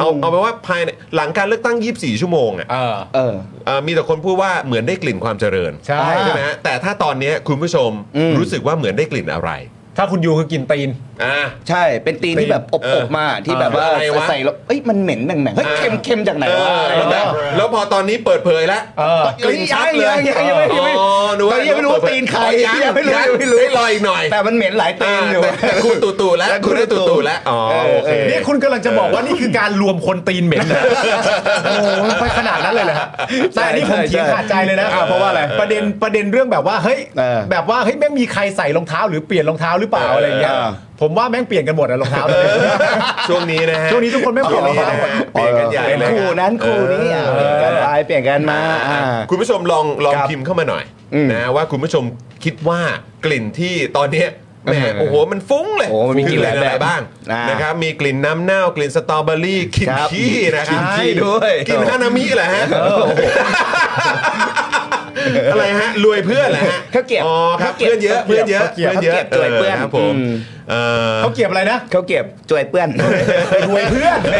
A: เอา
E: อืม
A: เอาไปนว่าภายในหลังการเลือกตั้ง 24 ชั่วโมงอ่ะ
B: เออ
E: เออ
A: เอ่อมีแต่คนพูดว่าเหมือนได้กลิ่นความเจริญ
B: ใช่
A: ใช่ไหมฮะแต่ถ้าตอนเนี้ยคุณผู้ชม
E: อืม
A: รู้สึกว่าเหมือนได้กลิ่นอะไร
B: ถ้าคุณยูคือกินตีน
A: อ่า
E: ใช่ เป็นตีนที่แบบอบ
A: เอ
E: อ
A: อบ
E: มาที่แบบว่า
A: อะไรวะ
E: ใส่แล้วเอ้ยมันเหม็นแม่งแม่งๆเฮ้ยเค็มเค็มจากไหน
A: เอ
E: วะ
A: อ
E: อะไร
A: แล้วแบ
E: เงี้
A: บ
E: ย
A: แล้วพอตอนนี้เปิดเผยแล้ว
B: เออ
A: กลิ่นชัดเลย
E: ยังยังยังไม่ยังไม่
A: อ๋อนึกว่า
E: ตอนนี้ยังไม่รู้ว่าตีนใคร
A: อ๋อยัง
E: ยังไม่รู้ยังไม่รู้
A: รออีกหน่อย
E: แต่มันเหม็นหลายตีนอยู่
A: แต่แต่คุณตู่ตู่แล้ว
E: แล้ว
A: คุ
E: คุ
A: ณ
E: ณ
A: ได้ตู่ตู่แล้วอ๋อโอเค
E: เออ
B: นี่คุณกำลังจะบอกว่านี่คือการรวมคนตีนเหม็นนะโอ้โหไปขนาดนั้นเลยเหรอฮะแต่อันนี้ผมเถียงขาดใจเลยนะ
E: อ่าเพราะว่าอะไร
B: ประเด็นประเด็นเรื่องแบบว่าเฮ้ย
E: เออ
B: แบบว่าเฮ้ยแม่งมีใครใส่รองเท้าหรือเปลี่ยนรองเท้าหรือเปล่าอะไรอย่างเงี้ย
E: เออ
B: ผมว่าแม่งเปลี่ยนกันหมดอะรองเท้าเลย
A: ช่วงนี้นะฮะ
B: ช่วงนี้ทุกคนแม่งเปลี่ยนรองเท้า
A: เปลี่ยนกันใหญ่เลย
E: คู่นั้นคู่นี้อ่ะเปลี่ยนกันไปเปลี่ยนกันมาอ่า
A: คุณผู้ชมลองลอง
E: ครับ
A: พิมพ์เข้ามาหน่อย
E: อืม
A: นะว่าคุณผู้ชมคิดว่ากลิ่นที่ตอนเนี้ยแหม
E: เออ
A: โอ้โหมันฟุ้งเลย
E: โอ้มันมีกลิ่นหลาย
A: คืออะไร
E: แบบ
A: บ้าง
E: อ่าน
A: นะครับมีกลิ่นน้ำเน่ากลิ่นสตรอเบอรี่กลิ่น
E: ครับ
A: ขี้นะครับ
E: กลิ่นขี้ด้วย
A: กลิ่นฮานามิแหละฮะ อะไรฮะรวยเพื่อนเหรอฮะ
E: ข้าวเกรียบ
A: อ๋อครับ
E: ข้าวเกรียบ
A: เพื่อนเยอะเพื่อนเยอะ
E: ข้าวเกรียบข้าวเกรียบจวยเปื้อน
A: ครับผม
E: อืม
A: เอ่อ
B: เขาเก็บอะไรนะ
E: เขาวเก็บจวยเปื้อน
B: รวยเพื่อนแหม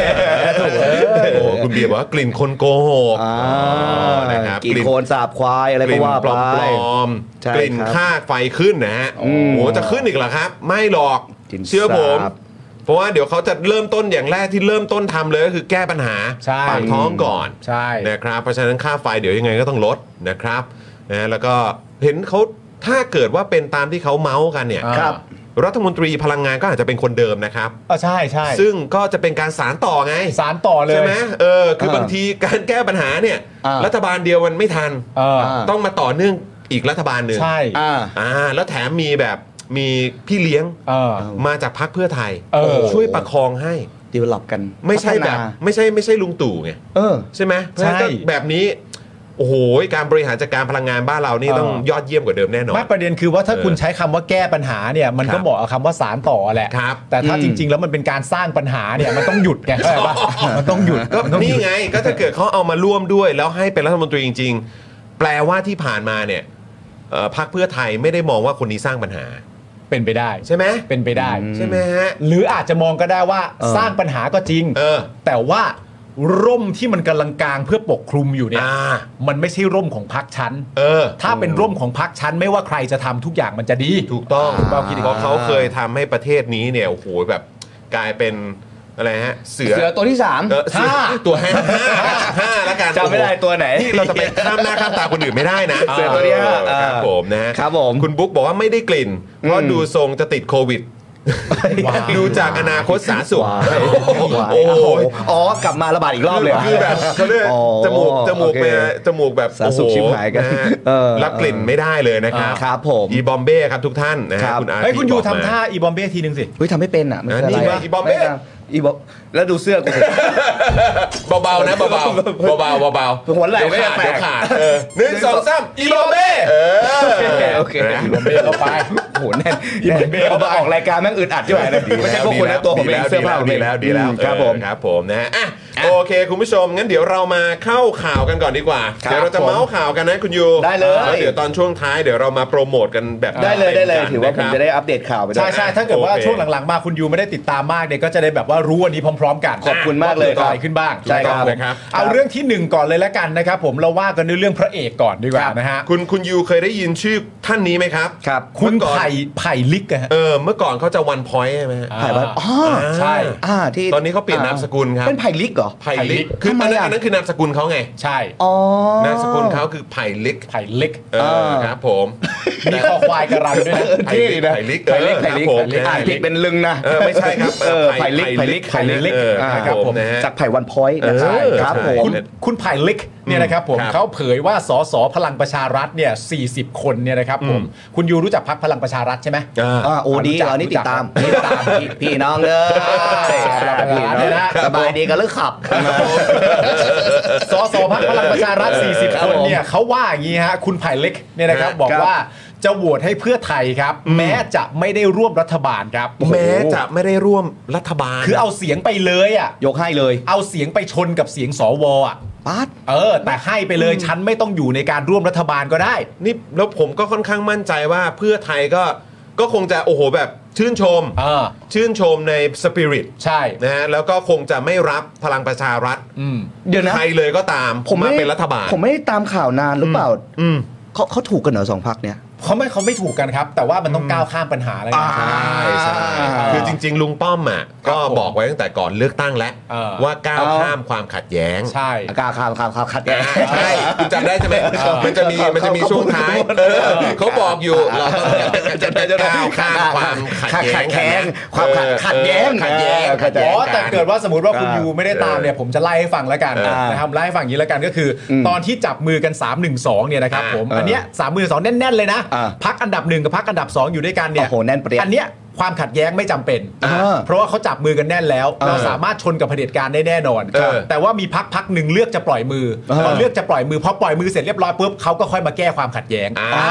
A: โอ้โหคุณเบียร์บอกว่ากลิ่นคนโกหก
E: อ่า
A: นะครับ
E: กลิ่นโคลนสาบควายอะไร
A: ก
E: ก็
A: ลิ่น
E: ว่า
A: ป
E: ไป
A: ลอม
E: ใช่
A: ๆกลิ่น
E: ครับ
A: ค่าไฟขึ้นนะฮะโอ้โหจะขึ้นอีกเหรอครับ ไม่หรอก
E: กลิ่น
A: เชื่อผม
E: สาบ
A: เพราะว่าเดี๋ยวเขาจะเริ่มต้นอย่างแรกที่เริ่มต้นทำเลยก็คือแก้ปัญหา
B: ใช่
A: ปากท้องก่อน
B: ใช่
A: นะครับเพราะฉะนั้นค่าไฟเดี๋ยวยังไงก็ต้องลดนะครับนะแล้วก็เห็นเขาถ้าเกิดว่าเป็นตามที่เขาเมาส์กันเนี่ย
B: อ่า
E: ครับ
A: รัฐมนตรีพลังงานก็อาจจะเป็นคนเดิมนะครับ
B: เออใช่ใช่
A: ซึ่งก็จะเป็นการสารต่อไง
B: สารต่อเลย
A: ใช่ไหมเออ คื
E: เออบ
A: อางทีการแก้ปัญหาเนี่ย
E: อ่ารั
A: รัฐบาลเดียวมันไม่ทัน
B: เออ
E: า
A: ต้องมาต่อเนื่องอีกรัฐบาลหนึ่ง
B: ใช่
E: อ่า
A: อ่า แล้วแถมมีแบบมีพี่เลี้ยง
B: เออ
A: มาจากพักเพื่อไทย
B: เออ
A: ช่วยประคองให้
E: ดีเวล็อปกัน
A: ไม่ใช่แบบ
E: พัฒนา
A: ไม่ใช่ไม่ใช่ลุงตู่ไง
E: เออ
A: ใช่ไหมเพราะฉะนั้นก็
B: ใช่
A: แบบนี้ โอ้โห การบริหารจัดการพลังงานบ้านเรานี่
B: เออ
A: ต้องยอดเยี่ยมกว่าเดิมแน่นอน
B: ไม่ประเด็นคือว่าถ้าคุณใช้คำว่าแก้ปัญหาเนี่ย มัน
A: ครั
B: ก็
A: บ
B: เหมาะกับคำว่าสารต่อแหละ
A: ครับ
B: แต่ถ้า
E: อืม
B: จริง ๆ แล้วมันเป็นการสร้างปัญหา เนี่ย มันต้องหยุดไงเข้าใจปะ มันต้องหยุด
A: ก็
B: มัต้องห
A: นี่
B: ยุด
A: ไงก็ถ้าเกิดเขาเอามาร่วมด้วย แล้วให้เป็นรัฐมนตรีจริง ๆ แปลว่าที่ผ่านมาเนี่ยเอ่อพรรคเพื่อไทยไม่ได้มองว่าคนนี้สร้างปัญหา
B: เป็นไปได้
A: ใช่ไหม
B: เป็นไปได้
A: ใช่ไหมฮะ
B: หรืออาจจะมองก็ได้ว่า
E: เออ
B: สร้างปัญหาก็จริง
A: เออ
B: แต่ว่าร่มที่มันกำลังกางเพื่อปกคลุมอยู่เนี่ย
A: อ่า
B: มันไม่ใช่ร่มของพักชั้น
A: เออ
B: ถ้าเป็นร่มของพักชั้นไม่ว่าใครจะทำทุกอย่างมันจะดี
A: ถูกต้อง
B: เปล่าคิดอีก
A: เพราะเขาเคยทำให้ประเทศนี้เนี่ยโอ้โหแบบกลายเป็นอะไรฮะ เสือ
E: เสือตัวที่สาม
A: เออเสือ
B: ห้า
A: ตัวห้าห้าห้าแล้วกัน
E: จำไม่ได้
A: โอ้โ
E: ตัวไหน
A: นี่เราจะไปข้ามหน้าข้ามตาคนอื่นไม่ได้นะ
E: เสือตัวเนี้ย
A: ออครับ
E: อ่า
A: ผมนะฮะ
E: ครับผม
A: คุณบุ๊กบอกว่าไม่ได้กลิ่น เพราะ
E: อืม
A: ดูทรงจะติดโควิด
B: ว้าว
A: ดูจากอนาคตสาธารณสุข
E: ว้ายว้าย
A: โอ้โห
E: อ๋อกลับมาระบาดอีกรอบเลยเหร
A: คือแบบเขาเรียก
E: อ๋อ
A: จมูกจมูก
E: โอเค
A: เป็นจมูกแบบ
E: สาธารณสุขชิบหายกัน
A: โอ้โะฮะ
E: เออ
A: รับกลิ่นไม่ได้เลยนะครับ
E: อ่าครับผม
A: อีบอมเบ้ครับทุกท่านนะฮะ
E: ครับ
A: คุณอาร์ต
B: เฮ้ยคุณยู
A: บอก
B: ทำ
A: ม
B: ท่าอีบอมเบ้ทีนึงสิ
E: เฮ้ยทำไม่เป็นอ่ะมันคืออะไร
A: นี่
E: อ่ะ
A: ไงอีบอมเบ้
E: ไได้อีบอมแล้วดูเสื้อกูสิ
A: เบาๆนะเบาๆเบาๆเบาๆ
E: หัวไหล่
A: เดี๋ยวขาดเดี๋ยว
E: ไม่ได้แปลก
A: ขาดเออหนึ่งสองสามอีโรเบ้เออ
E: โอเค
A: นะ
B: อีบอมเบ้เข้าไป
E: โอ้โหแน่นแน่นเอามาออกรายการแม่งอึดอัดใช่ไหมไม่ใช่พวกคุณนะตัวผมเองเสื้อผ้าผมเอ
A: ดี
E: ง
A: แล้วดีแล้ว
E: อืมครับผม
A: ครับผมนะฮะอ่ะโอเค คุณผู้ชมงั้นเดี๋ยวเรามาเข้าข่าวกันก่อนดีกว่า
E: ครับ
A: เดี๋ยวเราจะเมาส์ข่าวกันนะคุณยู
E: ได้เลย
A: แวเดี๋ยวตอนช่วงท้ายเดี๋ยวเรามาโปรโมทกันแบบ
E: ได้เลยได้เลย
A: ต็มๆ
E: ถือว่าผม
A: นครับ
E: จะได้อัปเดตข่าวไปด้วย
B: ใช่ใช่ถ้าเกิดว่า
A: โอเค
B: ช่วงหลังๆมาคุณยูไม่ได้ติดตามมากเนี่ยก็จะได้แบบว่ารู้วันนี้พร้อม ๆ กัน
E: ขอบคุณมากเลย
B: ว่กิดอะไรขึ้นบ้าง
E: ใช่ครับ
B: ถูกต้อง
A: ครับ
B: เอาเรื่องที่หนึ่งก่อนเลยแล้วกันนะครับผมเราว่ากันด้วยเรื่องพระเอกก่อนดีกว่า
E: ครับ
B: นะฮะ
A: คุณคุณยูเคยได้ยินชื่อท่านนี้ไหมครับ
E: ครับ
B: คุณ
A: เมื่อก่อน
B: ไผ่ไผ่ลิกอะฮะ
A: เออเมื่อก่อนเขาจะวันพอยต์ใช่ไหมฮะ
E: ไผ่ว่าอ๋อ
B: ใช่
E: อ่าที่
A: ตอนนี้เขาเปลี่ยนนามสกุลครับ
E: เป็นไผ่ลิกเหรอ
A: ไผ่ลิก
B: ไผ่ลิก
A: คือ
E: ทำ
A: อัน
E: ไม
A: นั้น
E: อ่ะ
A: อันนั้นคือนามสกุลเขาไง
B: ใช่
E: อ๋อ
A: นามสกุลเขาคือไผ่ลิก
B: ไผ่ลิก
A: เอออา ครับผม
B: มีข้อควายการันด้วยนะ
A: ไผ่
E: เท่
A: ลิ
E: ดี
A: ก
E: นะ
A: ไผ่ลิก
E: ไผ่ลิก
A: เออ
E: ไผ่ลิก
A: ครับผม
E: ไผ่ลิกอ่านผิดเป็นลึงนะ
A: เออไม่ใช่ครับ
E: เออ
A: ไผ่
E: ไผ่ลิกไผ่ลิกไผ่ลิก
A: เออ
E: อ่า
A: ครับผม
E: นะฮะจากไผ่วันพอยต์
A: เออ
E: ใช่ครับ
A: ใช่
E: ผม
B: คุณคุณไผ่ลิกเนี่ยนะครับผ
A: อื
B: ม
A: มครับ
B: เขาเผยว่าสสพลังประชารัฐเนี่ย40 คนเนี่ยนะครับผมคุณยูรู้จักพักพลังประชารัฐใช่ไหม
A: อ่า
E: อ่าโอ้ดี
B: รู้จัก
E: เรานี่ติดตาม
B: รู้
E: ติ
B: จั
E: ด
B: ก
E: ตามพี่พี่น้องเลย
B: ใช่
E: พี่น้อง
B: ครับ
E: สบายดีกันหรือขับ
B: สสพักพลังประชารัฐ
E: ครั
B: 40
E: บ
B: คน
E: ผม
B: เนี่ยเขาว่าอย่างนี้ฮะ คุณไผ่เล็กเนี่ยนะครับ
A: ครับ
B: บอก
E: ครับ
B: ว่าจะโหวตให้เพื่อไทยครับ แม้จะไม่ได้ร่วมรัฐบาลครับ
A: แม้จะไม่ได้ร่วมรัฐบาล
B: คือเอาเสียงไปเลยอ่ะ
E: ยกให้เลย
B: เอาเสียงไปชนกับเสียงสวอ่ะ
E: ป๊าด
B: เออ แต่ให้ไปเลยฉันไม่ต้องอยู่ในการร่วมรัฐบาลก็ได้
A: นี่แล้วผมก็ค่อนข้างมั่นใจว่าเพื่อไทยก็ก็คงจะโอ้โหแบบชื่นชม
B: เออ
A: ชื่นชมในสปิริต
B: ใช่
A: นะฮะแล้วก็คงจะไม่รับพลังประชารัฐ
B: อืม
E: เดี๋ยวนะ
A: ใครเลยก็ตาม
E: ผมไม่
A: มา
E: ได้
A: เป็นรัฐบาล
E: ผมไม่ได้ตามข่าวนานหรือเปล่า
A: อืม
E: เขาเขาถูกกันเหรอสองพักเนี่ย
B: เขาไม่เขาไม่ถูกกันครับ แต่ว่ามันต้องก้าวข้ามปัญหาอะไรนะ
A: ใช่ใช่คือจริง ๆ ลุงป้อมอ่ะก็
B: ผม
A: บอกไว้ตั้งแต่ก่อนเลือกตั้งแล้ว
B: เออ
A: ว่าก้าว
E: เอา
A: ข้ามความขัดแย้ง
B: ใช่
E: กาวข่าวข่าวข่าวขัดแย้ง
A: ใช่คุณจำได้ใช่ไหมมันจะมีมันจะมีช่วงท้ายเออเขาบอกอยู่เราต้องจะได้ก้าวข้ามความขัดแย้ง
E: ขัดแย้งความขัด
A: เออ
E: ขัดแย้ง
A: ขัดแย้ง
E: เออ
A: ขัดแย้
B: อ๋
A: ง
B: อแต่เกิดว่าสมมติว่าคุณ
E: ครับ
B: ยูไม่ได้ตามเนี่ยผมจะไล่ให้ฟังแล้วกัน
E: อ่าน
B: นะครับไล่ให้ฟังอย่างนี้แล้วกันก็คืออ
E: ม
B: ตอนที่จับมือกัน 3 1 2เนี่ยนะครับผม
E: อ่า
B: อันเนี้ยสามหมื่นสองแน่นๆเลยนะ
E: อ่า
B: พักอันดับหนึ่งกับพักอันดับ 2 อยู่ด้วยกันเนี่ย
E: โอ้โหแน่นเปรี้ย
B: อันเนี้ยความขัดแย้งไม่จำเป็น
E: อ่า
B: เพราะว่าเขาจับมือกันแน่นแล้ว
E: เออ
B: เราสามารถชนกับเผด็จการได้แน่นอน
A: เออ
B: แต่ว่ามีพักพักหนึ่งเลือกจะปล่อยมือ
E: เออ
B: พอเลือกจะปล่อยมือพอปล่อยมือเสร็จเรียบร้อยปุ๊บเขาก็ค่อยมาแก้ความขัดแย้ง
A: อ่า
B: อ่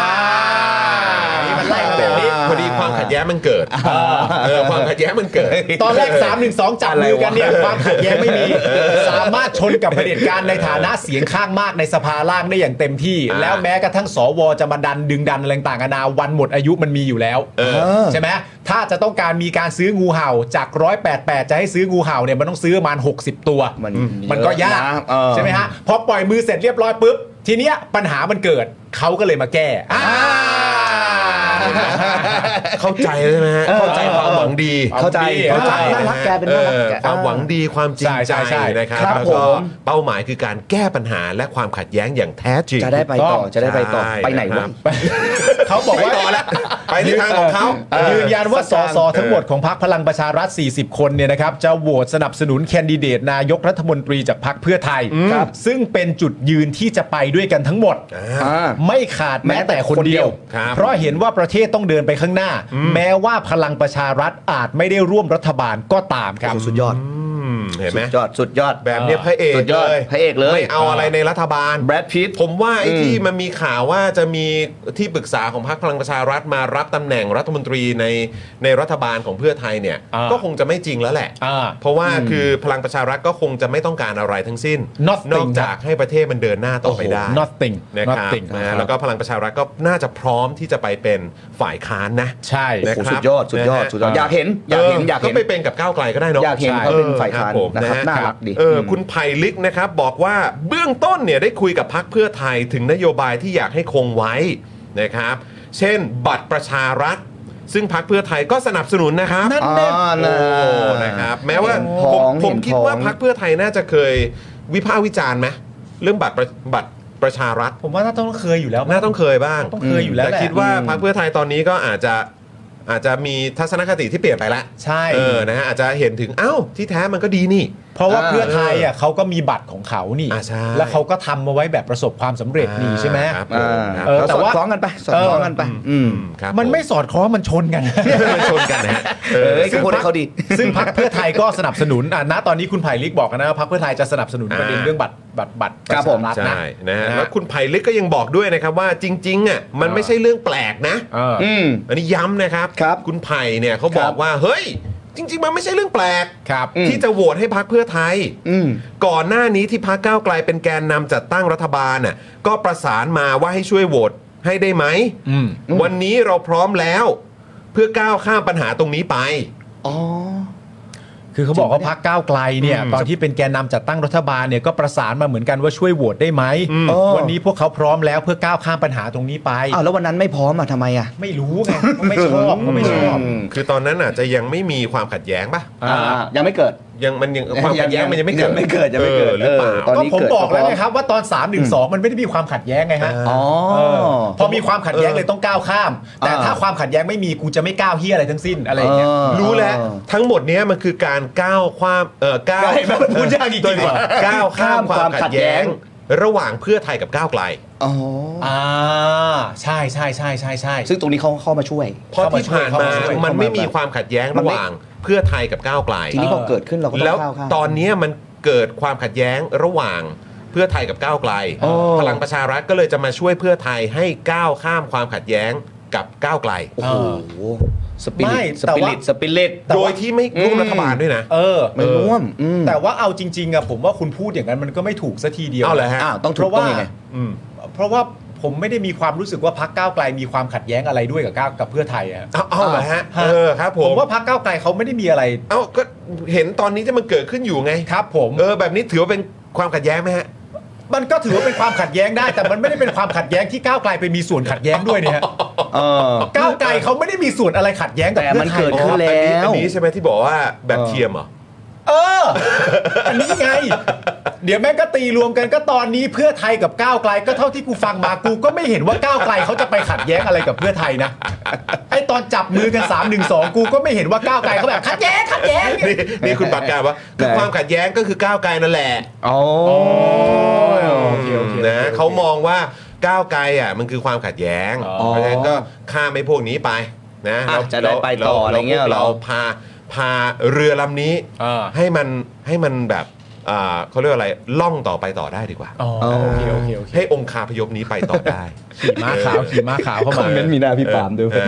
B: านี่มันไล่มาแบบนี้
A: โห อดีความขัดแย้งมันเกิดเออความขัดแย้งมันเกิด
B: ตอนแรก 3 1 2 จับมือกันเนี่ยความขัดแย้งไม่มี สามารถชนกับเผด็จการในฐานะเสียงข้างมากในสภาล่างได้อย่างเต็มที่
A: อ่า
B: แล้วแม้กระทั่งสวจะมาดันดึงดันอะไรต่างๆนานาวันหมดอายุมันมีอยู่แล้ว ใช่ไหมถ้าจะต้องการมีการซื้องูเห่าจาก 188 จะให้ซื้องูเห่าเนี่ยมันต้องซื้อประมาณ 60 ตัว
E: มัน
B: มันก็ยาก
E: เอะนะเออ
B: ใช่ไหมฮะพอปล่อยมือเสร็จเรียบร้อยปุ๊บ ทีเนี้ยปัญหามันเกิดเขาก็เลยมาแก้อ่า
A: เข้าใจแล้วใช่ไหมฮะเข้าใจความหวังดี
E: เข้าใจ
B: เข้าใจ
E: น่ารักแกเป็นน่ารักแก
A: เออความหวังดีความจริง
B: ใช่
A: ใจ
B: ใช่ใช่
A: นะครับ
E: ครับ
A: แล้วก็
E: ผม
A: เป้าหมายคือการแก้ปัญหาและความขัดแย้งอย่างแท้จริง
E: จะได้ไปต่อ จะได้ไปต่อ
A: ใช่
E: ไปไหน
A: นะคว
E: ะ
A: รับ
B: เขาบอก
A: ไป
B: ว่า
A: ต่อแล้วไปในทางของเขา
B: ยืนยันว่า
E: สั
B: ส
E: กการ
B: สทั้งหมดของพรรคพลังประชารัฐ 40 คนเนี่ยนะครับ จะโหวตสนับสนุนแคนดิเดตนายกรัฐมนตรีจากพรรคเพื่อไทยครับซึ่งเป็นจุดยืนที่จะไปด้วยกันทั้งหมด
E: อ่า
B: ไม่ขาดแม้แต่คนเดียว
A: ครับ
B: เพราะเห็นว่าประเทศต้องเดินไปข้างหน้า แม้ว่าพลังประชารัฐอาจไม่ได้ร่วมรัฐบาลก็ตามครับ
E: สุดยอด
A: อืมเห็นไหม
E: สุดยอด สุดยอด
A: แบบเนี้ยพระเอก
E: สุดยอด
A: เลย
E: พระเอกเลย
A: ไม่เอาอะไรในรัฐบาล
E: แบรดพีท
A: ผมว่าไอ้
E: อืม
A: ที่มันมีข่าวว่าจะมีที่ปรึกษาของพรรคพลังประชารัฐมารับตำแหน่งรัฐมนตรีในในรัฐบาลของเพื่อไทยเนี่ย
B: อ่า
A: ก็คงจะไม่จริงแล้วแหละ
B: อ่า
A: เพราะว่าคือพลังประชารัฐก็คงจะไม่ต้องการอะไรทั้งสิ้น
B: Nothing
A: นอกจากให้ประเทศมันเดินหน้าต่อไปได้
B: โอ้โห nothing
A: นะครับ
B: nothing
A: นะ
B: ครั
A: ฮะ
B: บ
A: แล้วก็พลังประชารัฐก็น่าจะพร้อมที่จะไปเป็นฝ่ายค้านนะ
B: ใช่
A: นะ
E: โอ้
A: ค
E: โห
A: รับ
E: สุดยอดสุดยอ
A: นะ
E: ด
A: ฮะ
E: สุดยอดอยากเห็นอยากเห็นอยากเห็น
A: ก็ไปเป็นกับก้าวไกลก็ได้เนาะ
E: อยากเห็นเขาเป็นฝ่ายค้าน
A: เออ
E: นะครับ
A: ผม
E: น่ารักดี
A: เออคุณไผ่ลิกนะครับ บอกว่าเบื้องต้นเนี่ยได้คุยกับพักเพื่อไทยถึงนโยบายที่อยากให้คงไว้นะครับ เช่น บัตรประชารัฐ ซึ่งพักเพื่อไทยก็สนับสนุนนะครับ
E: นั่นแน่อ๋อน่ะ
A: โอ้นะครับแม้ว่า
E: เห็น
A: ผ
E: พ้
A: ม
E: อง
A: ผม
E: เห็น
A: คิด
E: พ้อง
A: ว่าพักเพื่อไทยน่าจะเคยวิพากษ์วิจารณ์ไหมเรื่องบัตรประบัตรประชารัฐ
B: ผมว่าน่าต้องเคยอยู่แล้ว
A: น่าต้องเคยบ้าง
B: ต้องเคยอยู่แล้ว
A: แต่
B: หละ
A: คิดว่าพรรคเพื่อไทยตอนนี้ก็อาจจะอาจจะมีทัศนคติที่เปลี่ยนไปละ
B: ใช่
A: เออนะฮะอาจจะเห็นถึงเอ้าที่แท้มันก็ดีนี่
B: เพราะว่า
E: อ่า
B: เพื่อไทยอ่ะเขาก็มีบัตรของเขานี่
A: อ่าใช่
B: แล้วเขาก็ทำมาไว้แบบประสบความสำเร็จนี่ใช่ไหม
A: ครับผ
E: อ่าม
A: ครับ
B: เออ
E: เรา
B: แต่
E: สอด
B: ว่า
E: คล้องกันไปสอดคล้องกันไป อืม
A: ครับ
B: มันไม่สอดคล้องมันชนกัน
A: มันชนกันนะฮะเออ
E: เอ้ยก็พูดให้เขาดี
B: ซึ่งพักเพื่อไทยก็สนับสนุนอ่ะนะตอนนี้คุณไผ่ลิกบอกกันนะว่าพักเพื่อไทยจะสนับสนุนประเด็น
A: อ่า
B: เรื่องบัตรบัตรบัตร
E: ครับผม
B: ปะชาฐนะ
A: ใช่นะฮะ
B: นะ
A: แล้วคุณไผ่เล็กก็ยังบอกด้วยนะครับว่าจริงๆอ่ะมันไม่ใช่เรื่องแปลกนะ
B: เออ
E: อืม
A: อันนี้ย้ำนะครับ
E: ครับ
A: ณไผ่เนี่ยเขาบอ
E: ครั
A: ก
E: บ
A: ว่าเฮ้ย จริง ๆ มันไม่ใช่เรื่องแปลก
B: ครับ
E: อืม
A: ที่จะโหวตให้พักเพื่อไทย
E: อืม
A: ก่อนหน้านี้ที่พักก้าวไกลเป็นแกนนำจัดตั้งรัฐบาลน่ะก็ประสานมาว่าให้ช่วยโหวตให้ได้ไหม
B: อืม
A: วันนี้เราพร้อมแล้ว เพื่อก้าวข้ามปัญหาตรงนี้ไป
E: อ๋อ
B: คือเขาบอกว่าพักก้าวไกลเนี่ยตอนที่เป็นแกนนำจัดตั้งรัฐบาลเนี่ยก็ประสานมาเหมือนกันว่าช่วยโหวตได้ไหม
A: อืม
B: เออวันนี้พวกเขาพร้อมแล้วเพื่อก้าวข้ามปัญหาตรงนี้ไป
E: อ้าวแล้ววันนั้นไม่พร้อมอ่ะทำไมอ่ะ
B: ไม่รู้ไงก็ไม่ชอบก็ไม่ชอบ
E: อืม
A: คือตอนนั้นอาจจะยังไม่มีความขัดแย้งปะ
B: อ่า
E: อ่ายังไม่เกิด
A: ยังมันยังความขัดแย้งมันยังไม่เกิด
E: ยังไม่เกิดยังไม่เกิด
A: ออหรือเปล่า
E: เต อ น
B: ก็
E: นี้
B: ผม
E: เกิด
B: บอกแล้ว
E: ก็
B: ไงครับว่าตอน3ามหนึ่งสองมันไม่ได้มีความขัดแย้งไงฮะ
E: อ๋อ
B: พอมีความขัดแย้ง
A: เออ
B: เลยต้องก้าวข้าม แต่
E: อ่า
B: ถ้าความขัดแย้งไม่มีกูจะไม่ก้าวเฮียอะไรทั้งสิ้นอะไรอย่างเงี้ย
E: เออ
A: รู้แล้วทั้งหมดเนี้ยมันคือการก้าวความเออก้าว
B: เห็นไหมมันพูดยากจริงๆว่ะ
A: ก้าวข้ามความขัดแย้ง ระหว่างเพื่อไทยกับก้าวไกล
E: อ๋ออ
B: อ่าใช่ใช่ใช่ใช่ใช่
E: ซึ่งตรงนี้เขาเข้ามาช่วย
A: เพราะที่ผ่านมา
B: เข้ามาช่วย
A: มันไม่มีความขัดแย้งระหว่างเพื่อไทยกับก้าวไกล
E: ทีนี้พอเกิดขึ้นเราก็ต้
A: แล้
E: อ
A: ว
E: งเข้าวข้าง
A: ตอนเนี้ยมันเกิดความขัดแย้งระหว่างเพื่อไทยกับก้าวไกล
E: อ๋อ
A: พลังประชารัฐก็เลยจะมาช่วยเพื่อไทยให้ก้าวข้ามความขัดแย้งกับก้าวไกล
E: โอ้โหสปิ
B: ไม่
E: ริตส
B: แต่
E: ปิ
B: ว่า
E: ริตสปิริต
A: โดยที่ไม่ร่วม
E: อืม
A: รัฐบาลด้วยนะ
B: เออ
E: มันร่วมอืม
B: แต่ว่าเอาจริงๆอะผมว่าคุณพูดอย่างนั้นมันก็ไม่ถูกสัทีเดียว
A: เอาเหรอฮะ
E: อ้าวต้อง
B: เพ
E: ถูก
B: ราะ
E: ต้อ
B: ว่าง
E: ยังไง
A: อืม
B: เพราะว่าผมไม่ได้มีความรู้สึกว่าพักก้าวไกลมีความขัดแย้งอะไรด้วยกับก้าวกับเพื่อไทยอะ
A: เอาเอาเหรอฮะ
B: ฮะ
A: เออครับผ
B: ผม
A: ม
B: ว่าพักก้าวไกลเขาไม่ได้มีอะไร
A: เอ้าก็เห็นตอนนี้ที่มันเกิดขึ้นอยู่ไง
B: ครับผม
A: เออแบบนี้ถือว่าเป็นความขัดแย้งไหมฮะ
B: มันก็ถือว่าเป็นความขัดแย้งได้ แต่มันไม่ได้เป็นความขัดแย้งที่ก้าวไกลไปมีส่วนขัดแย้งด้วยเนี่ยฮะ
E: เออ
B: ก้าวไกลเขาไม่ได้มีส่วนอะไรขัดแย้งกับ
E: แต่
B: เพื่
E: มั
B: อนไท
E: เกิ
B: ย
E: ดขึ้น
A: อ๋อ
E: แล้ว
A: อันี้อันนี้ใช่ไหมที่บอกว่าแบบ
E: เออ
A: เทียมเหรอ
B: เออ อันนี้ไง เดี๋ยวแม่งก็ตีรวมกันก็ตอนนี้เพื่อไทยกับก้าวไกลก็เท่าที่กูฟังมากูก็ไม่เห็นว่าก้าวไกลเขาจะไปขัดแย้งอะไรกับเพื่อไทยนะไอตอนจับมือกัน3ามหนึ่งสองกูก็ไม่เห็นว่าก้าวไกลเขาแบบขัดแย้งขัดแย้ง
A: นี่นี่คุณปากกาว่าคือ
E: แต่
A: ความขัดแย้งก็คือก้าวไกลนั่นแหละ
E: อ๋อ
B: โอเคโอเค
A: นะเขามองว่าก้าวไกลอ่ะมันคือความขัดแย้ง
B: อ๋อ
A: เพราะฉะนั้นก็ข้ามไอ้พวกนี้ไปนะ
E: อ่ะจะได้ไปต่ออะไรเงี้ยเหรอ
A: เราพาพาเรือลำนี้
B: อ่า
A: ให้มันให้มันแบบ อ่าเขาเรียกว่าอะไรล่องต่อไปต่อได้ดีกว่า
B: อ๋อโอเคโอเคโอเค
A: ให้องค์คาพยพนี้ไปต่อได้
B: ขี่ม้าขาวขี่ม้าขาวเข้า
E: ค
B: มา
E: อมเมนต์มีหน้าพี่ปาล์มด้วย
A: เออ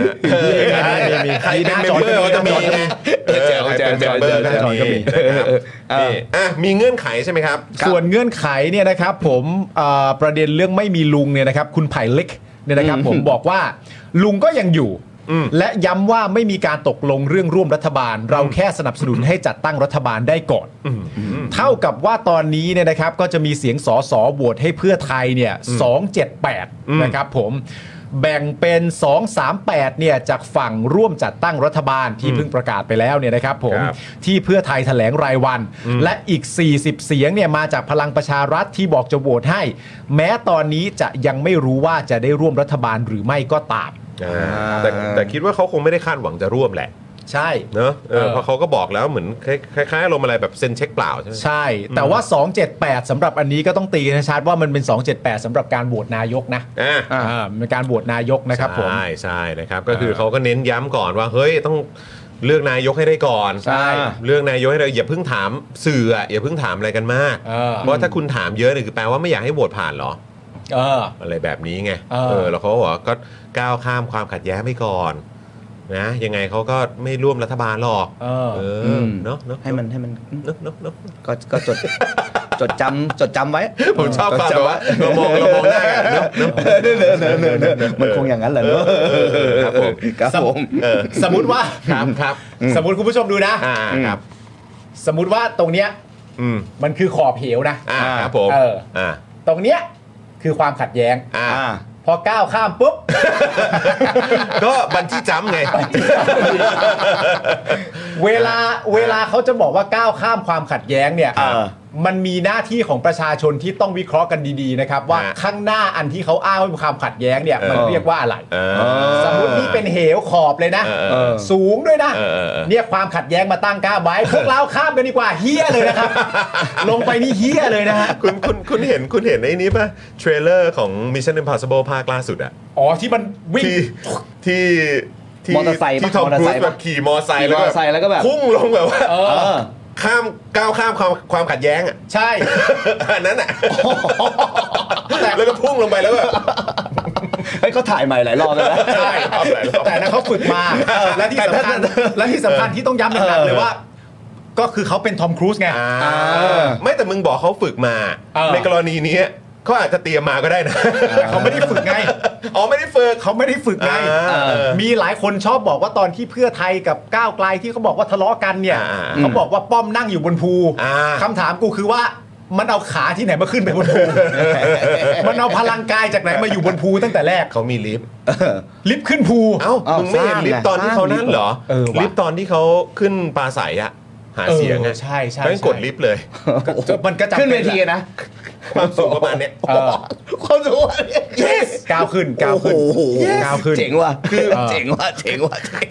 B: มีมีมี
A: ใครเป็นเมมเบอร์ก็จะมีนะ
E: เออแจก
A: ใค
E: แจก
A: รเป็นเมมเบอร์ก็จะมี
E: แจกแจก
A: นะครับ
E: เออเออ
A: นี่อ่ะมีเงื่อนไขใช่ไหมครับ
B: ส่วนเงื่อนไขเนี่ยนะครับผมเอ่อประเด็นเรื่องไม่มีลุงเนี่ยนะครับคุณไผ่เล็กเนี่ยนะครับผมบอกว่าลุงก็ยังอยู่
A: อืม
B: และย้ำว่าไม่มีการตกลงเรื่องร่วมรัฐบาล เราแค่สนับสนุนให้จัดตั้งรัฐบาลได้ก่อน เท่ากับว่าตอนนี้เนี่ยนะครับก็จะมีเสียงสอสอโหวตให้เพื่อไทยเนี่ย278 นะครับผม แบ่งเป็น 238 เนี่ยจากฝั่งร่วมจัดตั้งรัฐบาลที่เพิ่งประกาศไปแล้วเนี่ยนะครับผม
A: ครับ
B: ที่เพื่อไทยแถลงรายวัน และอีก 40 เสียงเนี่ยมาจากพลังประชารัฐที่บอกจะโหวตให้ แม้ตอนนี้จะยังไม่รู้ว่าจะได้ร่วมรัฐบาลหรือไม่ก็ตาม
A: อ่าแต่แต่คิดว่าเขาคงไม่ได้คาดหวังจะร่วมแหละ
B: ใช่
A: เนอะเออ
B: เออ
A: เพราะเขาก็บอกแล้วเหมือนคล้ายคล้ายๆลมณ์อะไรแบบเซ็นเช็คเปล่าใช่ไหม
B: ใช่ แต่ว่า 278สำหรับอันนี้ก็ต้องตีนะชัดว่ามันเป็น 278สำหรับการโหวตนายกนะ
A: อ่า
B: อ่าเป็นการโหวตนายกนะครับผม
A: ใช่ใช่นะครับ ก็คือเขาก็เน้นย้ำก่อนว่าเฮ้ยต้องเลือกนายกให้ได้ก่อน
B: ใช่
A: เลือกนายกให้ได้อย่าเพิ่งถามสื่ออะอย่าเพิ่งถามอะไรกันมาก
B: เออ
A: เพราะถ้าคุณถามเยอะเนี่ยคือแปลว่าไม่อยากให้โหวตผ่านเหรอ
B: เออ
A: อะไรแบบนี้ไง
B: เออ
A: เออ แล้วเขาก็บอกว่าก็ก้าวข้ามความขัดแย้งไปก่อนนะ ยังไงเขาก็ไม่ร่วมรัฐบาลหรอก
B: เออ
A: เอออเนาะเนาะ
E: ให้มันให้มัน
A: เนาะเนาะเนาะ
E: ก็ก็จดจดจำจดจำไว้
A: ผมชอบความแบบว่าเรามองเรามองหน้ากันเนาะเนาะ
E: เนอะเนอะเนอะเนอะเนอะเนอะมันคงอย่างนั้นแหละเนอะ
A: เออเออครับผม
E: ครับผม
A: เออ
B: สมมติว่า
A: ครับครับ
B: สมมติคุณผู้ชมดูนะ
A: อ่าครับ
B: สมมติว่าตรงเนี้ย
A: อืม
B: มันคือขอบเหวนะ
A: อ่าครับผม
B: เออ
A: อ่า
B: ตรงเนี้ยคือความขัดแย้ง
A: อ่า
E: อ่า
B: พอก้าวข้ามปุ๊บ
A: ก็บันที่จำไง
B: เวลาเวลาเขาจะบอกว่าก้าวข้ามความขัดแย้งเนี่ย
E: เออ
B: มันมีหน้าที่ของประชาชนที่ต้องวิเคราะห์กันดีๆนะครับ ว่า
A: ฮะ
B: ข้างหน้าอันที่เขาอ้างว่าเป็นความขัดแย้งเนี่ยมัน
A: เออ
B: เรียกว่าอะไร
A: เออ
B: สมมตินี่เป็นเหวขอบเลยนะ
A: เออเออ
B: สูงด้วยนะ
A: เออเออเออ
B: เนี่ยความขัดแย้งมาตั้งก้าวไว้ พวกเราข้ามกันดีกว่าเฮี้ยเลยนะครับ ลงไปนี่เฮี้ยเลยนะฮะ
A: คุณคุณคุณเห็นคุณเห็นไอ้นี้ป่ะ เทรลเลอร์ของ Mission Impossible ภาคล่าสุดอะ
B: อ๋อที่มันวิ่ง
A: ที่ที่ที่
E: มอเตอร์ไซค์ปะ
A: ที่ทอม
E: มอเตอร์
A: ครู
E: ไซ
A: ซ
E: ค์ปะ
A: แบบขี่มอเตอร์ไซค์
E: ขี่มอเตอร์ไซค์แล้วก็แบบ
A: พุ่งลงแบบว่า
B: เอ
E: เอ
B: อ
E: อ
A: ข้ามก้าวข้ามความความขัดแย้งอะ
B: ใช่
A: อันนั้นอะแล้วก็พุ่งลงไปแล้ว ก็
E: เฮ้ยเขาถ่ายใหม่หลายรอบแล้วนะ
B: ใช่
A: รอบหลายรอบ
B: แต่นั้นเขาฝึก มา
A: เออ
B: และที่สำคั ญ
A: แต่ถ้า
B: และที่สำคัญ
A: เออ
B: ที่ต้องย้ำหนักๆเลยว่า ก็คือเขาเป็นทอมครูซไง
A: อ่าไม่แต่มึงบอกเขาฝึกมา
B: เออ
A: ในกรณีนี้เขาอาจจะเตรียมมาก็ได้นะ
B: แต่เขาไม่ได้ฝึกไง
A: อ๋อไม่ได้ฝึก
B: เขาไม่ได้ฝึกไง
A: อ่า
B: เออมีหลายคนชอบบอกว่าตอนที่เพื่อไทยกับก้าวไกลที่เขาบอกว่าทะเลาะกันเนี่ย
A: อ่า
B: เขาบอกว่าป้อมนั่งอยู่บนภู
A: อ่า
B: คำถามกูคือว่ามันเอาขาที่ไหนมา ขึ้นไปบนภูมันเอาพลังกายจากไหนมาอยู่บนภูตั้งแต่แรก
A: เขามีลิฟต์
B: ลิฟต์ขึ้นภู
A: เอ้า
E: อ้าว
A: มึงไม่เห็น
E: สร้าง
A: ลิฟต์ตอนที่
E: ไง
A: เขานั่นเหรอ
E: เออว่ะ
A: ลิฟต์ตอนที่เขาขึ้นปลาใสอะหาเสียง
B: อ
A: อะ
B: อใช่ใช่
A: แล้วกดลิฟต์เลย
B: ก็มันก็จำ
E: ขึ้นเว
B: ป็แหละ
E: ทีนะ
A: ความสูงประมาณเนี้ย
B: เออ
E: ความสูงอะ yes
B: ก้าวขึ้นก้าวขึ้น
E: โอ้โห
B: ก้าวขึ้น
E: เจ๋งว่ะคือ
B: เออ
E: เจ๋งว่ะเจ๋งว่ะเจ๋ง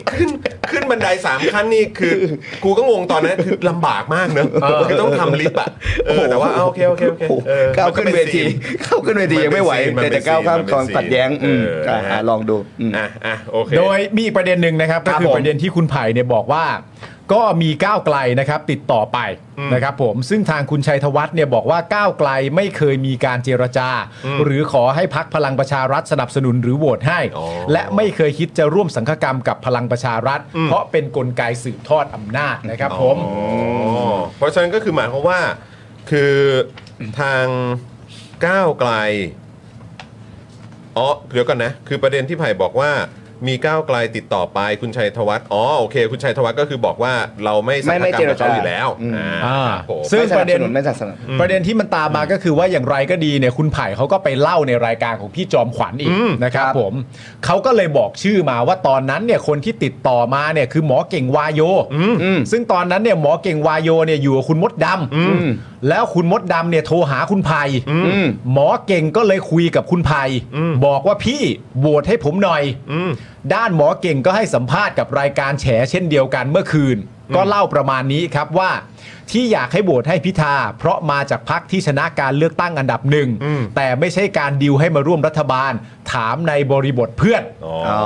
A: ขึ้นบันไดสามขั้นนี่คือ กูก็งงตอนนั้นคือลำบากมากเนอะคือต้องทำลิฟต์อะเออแต่ว่าเอาโอเคโอเคโอเคเออ
E: ก้าว
A: มั
E: ขึ้น
A: ป็
E: เว
A: ซี
E: ทีเข้าขึ้นเวทียังไม่ไหว
A: มันเป็
E: แต่
A: นซีน
E: จะก้าวข้าม
A: มันเป็น
E: ความขัดแย้ง
A: ซีน
E: อืม
A: เอออ่
E: ะลองดูอืม
A: อ่ะอ่ะโอเค
B: โดยมีอีกประเด็นหนึ่งนะครับ ก็คือ
E: ครับผม
B: ประเด็นที่คุณไผ่เนี่ยบอกว่า ก็มีก้าวไกลนะครับติดต่อไปนะครับผมซึ่งทางคุณชัยธวัฒน์เนี่ยบอกว่าก้าวไกลไม่เคยมีการเจรจา หรือขอให้พักพลังประชารัฐสนับสนุนหรือโหวตให้
A: อ๋อ
B: และไม่เคยคิดจะร่วมสังฆกรรมกับพลังประชารัฐ เพราะเป็นกลไกสืบทอดอำนาจนะครับผม
A: อ๋อเพราะฉะนั้นก็คือหมายความว่า คือทางก้าวไกลอ๋อเดี๋ยวก่อนนะ คือประเด็นที่ไผ่บอกว่ามีก้าวไกลติดต่อไปคุณชัยธวัฒน์อ๋อโอเค คุณชัยธวัฒน์ก็คือบอกว่าเราไม่สัง
E: ไม่
A: กัด
E: ไม่
A: กับ
E: เจร
A: เขา
E: จา
A: อยู่แล้ว
E: อืม
A: อ่า
B: อ่า
A: ครับผม
B: ซึ่งประเด็น
E: ไม่สนับสนุน
B: ประเด็นที่มันตามมาก็คือว่าอย่างไรก็ดีเนี่ยคุณไผ่เขาก็ไปเล่าในรายการของพี่จอมขวัญอีกนะครับผมเขาก็เลยบอกชื่อมาว่าตอนนั้นเนี่ยคนที่ติดต่อมาเนี่ยคือหมอเก่งวายโยซึ่งตอนนั้นเนี่ยหมอเก่งวายโยเนี่ยอยู่กับคุณมดดำแล้วคุณมดดำเนี่ยโทรหาคุณไผ่
E: ม
B: หมอเก่งก็เลยคุยกับคุณไผ่บอกว่าพี่โหวตให้ผมหน่อย
A: อืม
B: ด้านหมอเก่งก็ให้สัมภาษณ์กับรายการแฉเช่นเดียวกันเมื่อคืน ก็เล่าประมาณนี้ครับว่า ที่อยากให้โหวตให้พิธา เพราะมาจากพักที่ชนะการเลือกตั้งอันดับหนึ่ง
A: อืม
B: แต่ไม่ใช่การดิวให้มาร่วมรัฐบาล ถามในบริบทเพื่อน
A: อ๋อ
E: อ๋อ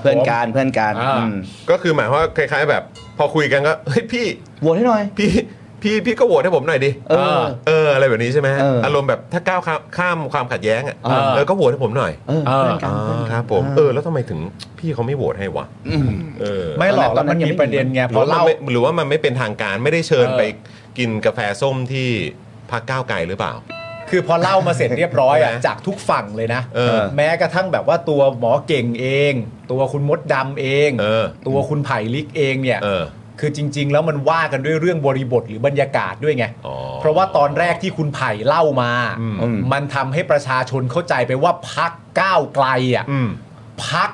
E: เพื่อนการเพื่อนการ
B: อ่า
E: อืม
A: ก็คือหมายความว่าคล้าย ๆ แบบ พอคุยกันก็เฮ้ยพี่
E: โหวตให้หน่อย
A: พี่ พี่พี่ก็โหวตให้ผมหน่อยดิ
E: เออ
A: เอออะไรแบบนี้ใช่ไหม
E: เอออ
A: อารมณ์แบบถ้าก้าวข้ามข้ามความขัดแย้งอ่ะ
E: เออ
A: เออก็โหวตให้ผมหน่อย
E: เออเพื่อนกันเพื่อนกัน
A: ครับผมเออแล้วทำไมถึงพี่เขาไม่โหวตให้วะ
E: อืม
A: เออ
B: ไม่หรอก
E: ต
B: แล้
E: อน
B: ว
E: นั้
B: มัน น
E: ยัง
B: มี
E: ไม่
B: ประเด็นไง
A: ห
B: พ
A: รือ
B: อ
A: ว่ามัน
B: เล่า
A: ไม่หรือว่ามันไม่เป็นทางการไม่ได้เชิญ
B: เออ
A: ไปกินกาแฟส้มที่พรรคก้าวไกลหรือเปล่า
B: คือพอเล่ามาเสร็จเรียบร้อยอ่ะ
A: ใช่ไหม
B: จากทุกฝั่งเลยนะ
A: เออ
B: แม้กระทั่งแบบว่าตัวหมอเก่งเอง ตัวคุณมดดำเอง
A: เออ
B: ตัวคุณไผ่ลิกเองเนี่ย
A: เออ
B: คือจริง ๆ แล้วมันว่ากันด้วยเรื่องบริบทหรือบรรยากาศด้วยไง
A: อ๋อ
B: เพราะว่าตอนแรกที่คุณไผ่เล่ามา
A: อืม
B: มันทำให้ประชาชนเข้าใจไปว่าพักก้าวไกลอ่ะ
A: อืม
B: พัก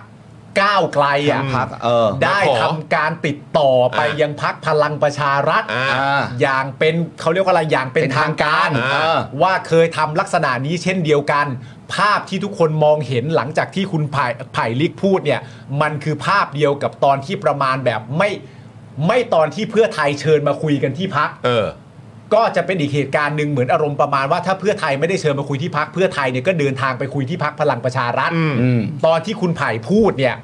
B: ก้าวไกลอ่ะ
A: อืม
E: พักเออ
B: ได้
A: มาขอ
B: ทำการติดต่อไป
A: อ่ะ
B: ยังพักพลังประชารัฐ
A: อ่า
B: อย่างเป็นเขาเรียกว่าอะไรอย่างเป็น
E: เป็น
B: ทางการ
A: ทางการ
E: อ่า
B: ว่าเคยทำลักษณะนี้เช่นเดียวกัน ภาพที่ทุกคนมองเห็นหลังจากที่คุณไผ่ไผ่ลิกพูดเนี่ย มันคือภาพเดียวกับตอนที่ประมาณแบบไม่ไม่ตอนที่เพื่อไทยเชิญมาคุยกันที่พัก
A: เออ
B: ก็จะเป็นอีกเหตุการณ์หนึ่งเหมือนอารมณ์ประมาณว่าถ้าเพื่อไทยไม่ได้เชิญมาคุยที่พักเพื่อไทยเนี่ยก็เดินทางไปคุยที่พักพลังประชารัฐ
A: อืม
E: อืม
B: ตอนที่คุณไผ่พูดเนี่ย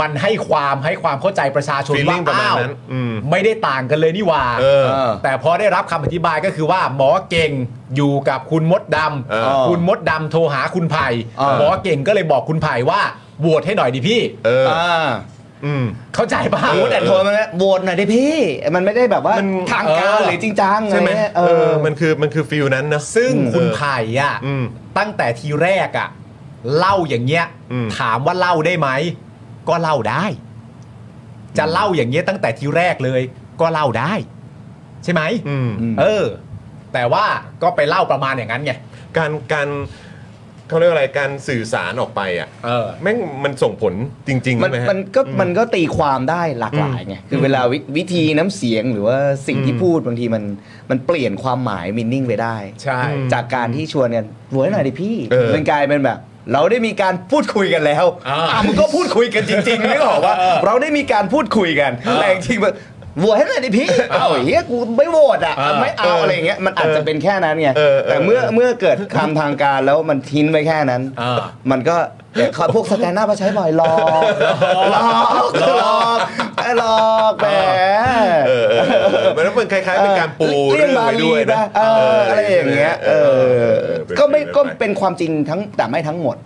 B: มันให้ความให้ความเข้าใจประชาชนว่า
A: Feeling ประมาณ
B: อ้าว
A: นั้นอืม
B: ไม่ได้ต่างกันเลยนี่หว่า
A: เออ
E: อ
B: แต่พอได้รับคำอธิบายก็คือว่าหมอเก่งอยู่กับคุณมดด
A: เออ
B: ำคุณมดดำโทรหาคุณไผ่
E: เออ
B: หมอเก่งก็เลยบอกคุณไผ่ว่าโหวตให้หน่อยดิพี่
A: เออ
E: อ่า
A: อืม
B: เข้าใจป่ะ
A: เออ
E: แต่โทรมันโหวตหน่อยดิพี่ มันไม่ได้แบบว่ามทางการ
B: เออ
E: หรือจริงจังอะ
A: ใช่ไหม
E: รเงี้ย
A: เอ
E: เอ
A: อ
E: อ
A: มันคือมันคือฟิลนั้นเนอะ
B: ซึ่งคุณ
A: เออ
B: ไผ่อะ
A: อืม
B: ตั้งแต่ทีแรกอะเล่าอย่างเงี้ย
A: อืม
B: ถามว่าเล่าได้ไหมก็เล่าได้ จะเล่าอย่างเงี้ยตั้งแต่ทีแรกเลย ก็เล่าได้ ใช่ไหม
A: อืม
E: อืม
B: เออ แต่ว่าก็ไปเล่าประมาณอย่างนั้นไง
A: การการเขาเรียกว่าอะไรการสื่อสารออกไปอ่ะ
B: เออ
A: แม่งมันส่งผลจริงๆ
E: มั
A: ใช่
E: น
A: ไหมฮะ
E: มันก็มันก็ตีความได้หลากหลายไงคือเวลาวิวิธีน้ำเสียงหรือว่าสิ่งที่
A: อืม
E: พูดบางทีมันมันเปลี่ยนความหมายมินนิ่งไปได้
B: ใช่
A: อืม
E: จากการที่ชวนกันรวยหน่อยดิพี่
A: เออ
E: มันกลายเป็นแบบ เราได้มีการพูดคุยกันแล้ว
B: อ่า
E: ะมันก็พูดคุยกันจริงๆนึกออกว่า เราได้มีการพูดคุยกันแต่จริงๆแบบโหวตให้หน่อยดิพี่ เอาเฮียกูไม่โหวตอ่ะ
B: อ่า
E: ไม่เอาอะไรอย่างเงี้ยมันอาจจะเป็นแค่นั้นไง
A: เออเออ
E: แต่เมื่อเมื่อเกิดคำทางการแล้วมันทิ้นไว้แค่นั้น
B: อ่า
E: มันก็แต่เขาพวกสแตนด์อัพมาใช้บ่อยหลอกหลอกหลอกหลอกแหม
A: เออเออเออมันก็เป็นคล้ายๆเป็นการปู
E: เรื่อง
A: เรื่อง
E: บา
A: ไป
E: ลี
A: ด้วยนะ
E: นะเอออะไรอย่างเงี้ยเออก็ไม่ก็เป็นความจริงทั้งแต่ไม่ทั้งหมด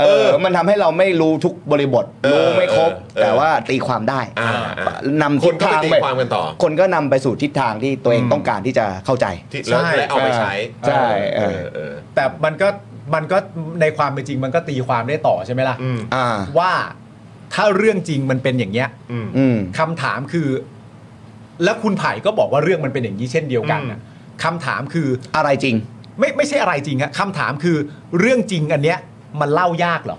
E: เออ มันทำให้เราไม่รู้ทุกบริบท รู้ไม่ครบ แต่ว่าตีความได้
A: อ่าอ่าน
E: ำ
A: ค
E: ทิ
A: น
E: ศ
A: ก็ไป
E: ทาง
A: ตี
E: ไป
A: ความกันต่อ
E: คนก็นำไปสู่ทิศทางที่ตัวเองต้องการที่จะเข้าใจ
A: ที่แล้ว
B: ใช่
A: แล้วเอาไปใช้
E: ใช่
A: เอ
E: เอ
A: อ
E: อ
A: เออ
B: แต่มันก็มันก็ในความเป็นจริงมันก็ตีความได้ต่อใช่ไหมล่ะ
A: อืม
E: อ่า
B: ว่าถ้าเรื่องจริงมันเป็นอย่างเนี้ย
A: อืม
E: อืม
B: คำถามคือ แล้วคุณไผ่ก็บอกว่าเรื่องมันเป็นอย่างนี้เช่นเดียวกันน่ะคำถามคือ
E: อะไรจริง
B: ไม่ไม่ใช่อะไรจริงฮะคำถามคือเรื่องจริงอันเนี้ย มันเล่ายากเหรอ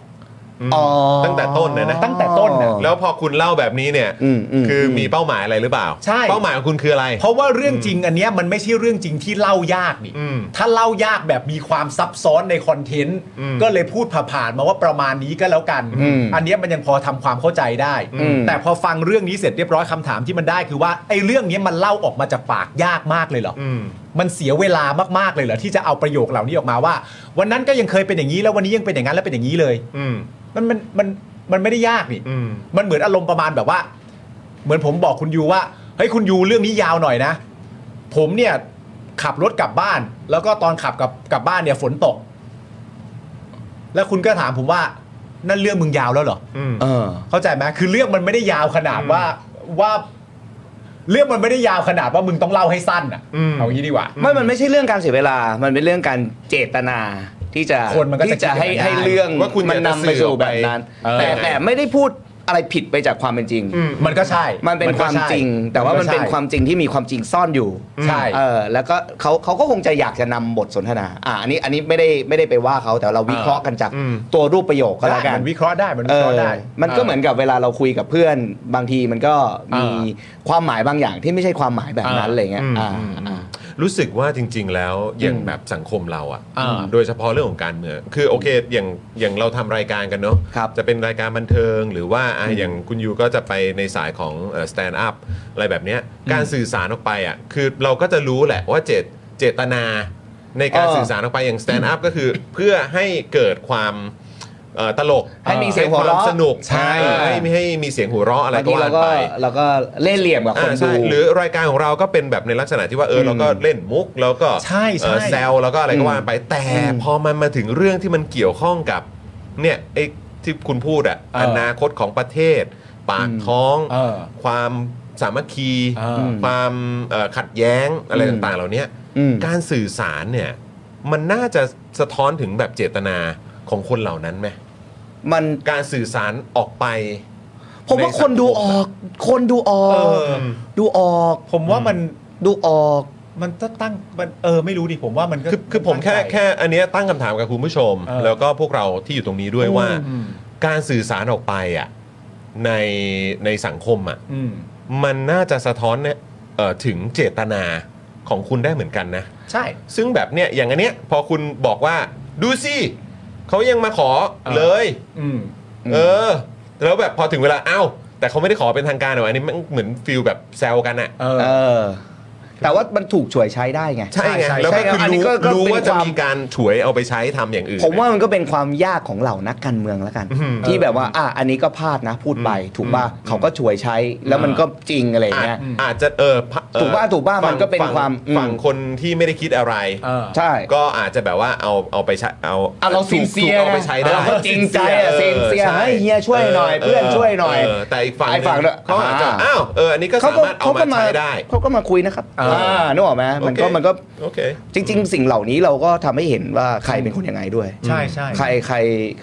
E: อ๋อ
A: ตั้งแต่ต้นเลยนะ
B: ตั้งแต่ต้นน่ะ
A: แล้วพอคุณเล่าแบบนี้เนี่ย
E: อืมอืม
A: คืออ
E: ม
A: มีเป้าหมายอะไรหรือเปล่า
B: ใช่
A: เป้าหมายของคุณคืออะไร
B: เพราะว่าเรื่องจริงอันเนี้ยมันไม่ใช่เรื่องจริงที่เล่ายากนี่
A: อืม
B: ถ้าเล่ายากแบบมีความซับซ้อนในคอนเทนต์
A: อืม
B: ก็เลยพูดผ่านๆมาว่าประมาณนี้ก็แล้วกัน
E: อืม
B: อันเนี้ยมันยังพอทำความเข้าใจได้
E: อืม
B: แต่พอฟังเรื่องนี้เสร็จเรียบร้อยคำถามที่มันได้คือว่าไอ้เรื่องเนี้ยมันเล่าออกมาจากปากยากมากเลยเหรออ
A: ม
B: มันเสียเวลามากๆเลยเหรอที่จะเอาประโยคเหล่านี้ออกมาว่า วันนั้นก็ยังเคยเป็นอย่างนี้แล้ววันนี้ยังเป็นอย่างนั้นแล้วเป็นอย่างนี้เลย
A: อืม
B: มันมันมันมันไม่ได้ยากนี่
A: อืม
B: มันเหมือนอารมณ์ประมาณแบบว่า เหมือนผมบอกคุณยูว่าเฮ้ยคุณยูเรื่องนี้ยาวหน่อยนะ ผมเนี่ยขับรถกลับบ้าน แล้วก็ตอนขับกลับกลับบ้านเนี่ยฝนตก แล้วคุณก็ถามผมว่า นั่นเรื่องมึงยาวแล้วเหรอ
A: อืม
E: เออ
B: เข้าใจไหมคือเรื่องมันไม่ได้ยาวขนาดว่าว่า เรื่องมันไม่ได้ยาวขนาดว่ามึงต้องเล่าให้สั้นอ่ะ
A: อืม
B: เอางี้ดีกว่า
E: ไม่ มันไม่ใช่เรื่องการเสียเวลา มันเป็นเรื่องการเจตนาที่จะ
B: คนมันก็จะ
E: ที่จะให้
B: คิดอย่างนั้น
E: ให้
B: ได้
E: เรื่อง
A: ว่าคุณ
E: มัน
A: อยากจะ
E: นำไป
A: สื่
E: สู่
A: อไป
E: แบบนั้น
B: เออ
E: แต่แต่ไม่ได้พูดอะไรผิดไปจากความเป็นจริง
B: มันก็ใช่
E: มันเป็นความ
B: ก็ใช่
E: จริง แต่ว่ามันเป็น
B: ก็ใช่
E: ความจริงที่มีความจริงซ่อนอยู่
B: ใช่
E: เออแล้วก็เขาเขาก็คงจะอยากจะนำบทสนทนา อ่ะอันนี้อันนี้ไม่ได้ไม่ได้ไปว่าเขาแต่เราวิเคราะห์กันจาก
A: อืม
E: ตัวรูปประโยคก็แล้ว
B: ได้
E: กัน
B: มันวิเคราะห์ได้มัน
E: เอ
B: วิเคราะ
E: อ
B: ห์ได้
E: มันก็เหมือนกับเวลาเราคุยกับเพื่อนบางทีมันก็มีความหมายบางอย่างที่ไม่ใช่ความหมายแบบนั้นอะไรเงี้ย
A: อืม
E: อ่า
A: อืมอื
E: อ่า
A: มรู้สึกว่าจริง ๆ แล้วอย่างแบบสังคมเราอ่ะ โดยเฉพาะเรื่องของการเมืองคือโอเคอย่างอย่างเราทำรายการกันเนาะ
E: ครับ
A: จะเป็นรายการบันเทิงหรือว่าอ่ะอย่างคุณยูก็จะไปในสายของสแตนด์อัพอะไรแบบเนี้ยการสื่อสารออกไปอ่ะคือเราก็จะรู้แหละว่าเจตเจตนาในการ
E: เออ
A: สื่อสารออกไปอย่างสแตนด์อัพก็คือ เพื่อให้เกิดความ เอ่อตลก
E: ให้มีเสียงหัวเราะ
A: ให้คมสนุก
E: ใช่
A: เออให้ให้มีเสียงหัวเราะอะไร
E: บาง
A: ก็
E: ที
A: ว่า
E: เราก็
A: ไป
E: เราก็เล่นเหลี่ยมกับคน
A: อ่า
E: ดู
A: ใช่หรือรายการของเราก็เป็นแบบในลักษณะที่ว่าเอออ
E: ม
A: เราก็เล่นมุกเราก็
B: ใช่ใช่
A: เอ่อแซวแล้วก็อะไรก็ว่าไปแต่
E: อืม
A: พอมันมาถึงเรื่องที่มันเกี่ยวข้องกับเนี่ยไอ้ที่คุณพูดอะ
B: เอออ
A: นาคตของประเทศ ปาก
E: อืม
A: ท้อง
B: เออ
A: ความสามัคคี
B: เออ
A: ความเอ่อขัดแย้งอะไร
E: อืม
A: ต่างๆ เหล่าเนี้ย
E: อืม
A: การสื่อสารเนี่ยมันน่าจะสะท้อนถึงแบบเจตนาของคนเหล่านั้นไหม
E: มัน
A: การสื่อสารออกไป
E: ผมว่าคนดูออก คนดูออก
B: เออ
E: ดูออก
B: ผมว่ามัน
E: ดูออก
B: มันต้องตั้งมันเออไม่รู้ดิผมว่ามันก็
A: คือคือผมแค่
B: ตั้งใจ
A: แค่อันเนี้ยตั้งคำถามกับคุณผู้ชม
B: เออ
A: แล้วก็พวกเราที่อยู่ตรงนี้ด้วยว่า
B: อืม
A: การสื่อสารออกไปอ่ะในในสังคมอ่ะ
B: อืม
A: มันน่าจะสะท้อนเนี่ยเอ่อถึงเจตนาของคุณได้เหมือนกันนะ
B: ใช่
A: ซึ่งแบบเนี้ยอย่างอันเนี้ยพอคุณบอกว่าดูสิเขายังมาขอ
B: เออ
A: เลย
B: อืม
A: เออ แล้วแบบพอถึงเวลาอ้าวแต่เขาไม่ได้ขอเป็นทางการหรอกอันนี้มันเหมือนฟิลแบบแซวกันอ่ะ
B: เออ
E: เออ แต่ว่ามันถูกฉวยใช้ได้ไง
A: ใช่ไง
B: ใช่ใช่
A: แล้วก็
E: ใช่
A: คืออน
E: นี้
A: รู้
E: ก็ก็
A: รู้
E: เป็น
A: ว่าจะ
E: ความ
A: มีการฉวยเอาไปใช้ทำอย่างอื่น
E: ผมว่ามันก็เป็นความยากของเหล่านักการเมืองแล้วกัน
A: อืม
E: ที่แบบว่า อ่ะอันนี้ก็พลาดนะพูดไป ถูกป่ะเขาก็ฉวยใช้ แล้วมันก็จริงอะไรอย่างเงี้ย
A: อาจอาจจะเออพะเอ่อ
E: ถูกป่ะถูกป่ะ
A: ฝั่ง
E: มันก็เป็น
A: ฝั่ง
E: ความอืม
A: ฝั่งคนที่ไม่ได้คิดอะไร
B: เออ
E: ใช่
A: ก็อาจจะแบบว่าเอาเอาไปใช้เอา
E: อ่ะเรา
A: ถูก
E: สินเซี
A: ถู
E: ย
A: กเอาไปใช้ได้
E: เราก็จริงใจอ่ะ
A: ออ
E: สินเซีย
A: ใช่
E: ให้เฮียช่วยหน่อย เพื่อนช่วยหน่อย
A: เแต่อีกฝั่งห
E: ไอ้ฝั่ง
A: นึ่งเขาอาจจะ
E: อ่า
A: อ้าวเอออันนี้ก็สามารถเอามาใช้ได้
E: เขาก็มาคุยนะครับ
B: เอออ่
E: นึกออกไหมมันก็
A: โอเค
E: มันก็
A: โอเค
E: จริง ๆ สิ่งเหล่านี้เราก็ทำให้เห็นว่าใครเป็นคนยังไงด้วย
B: ใช่ใช่
E: ใครใคร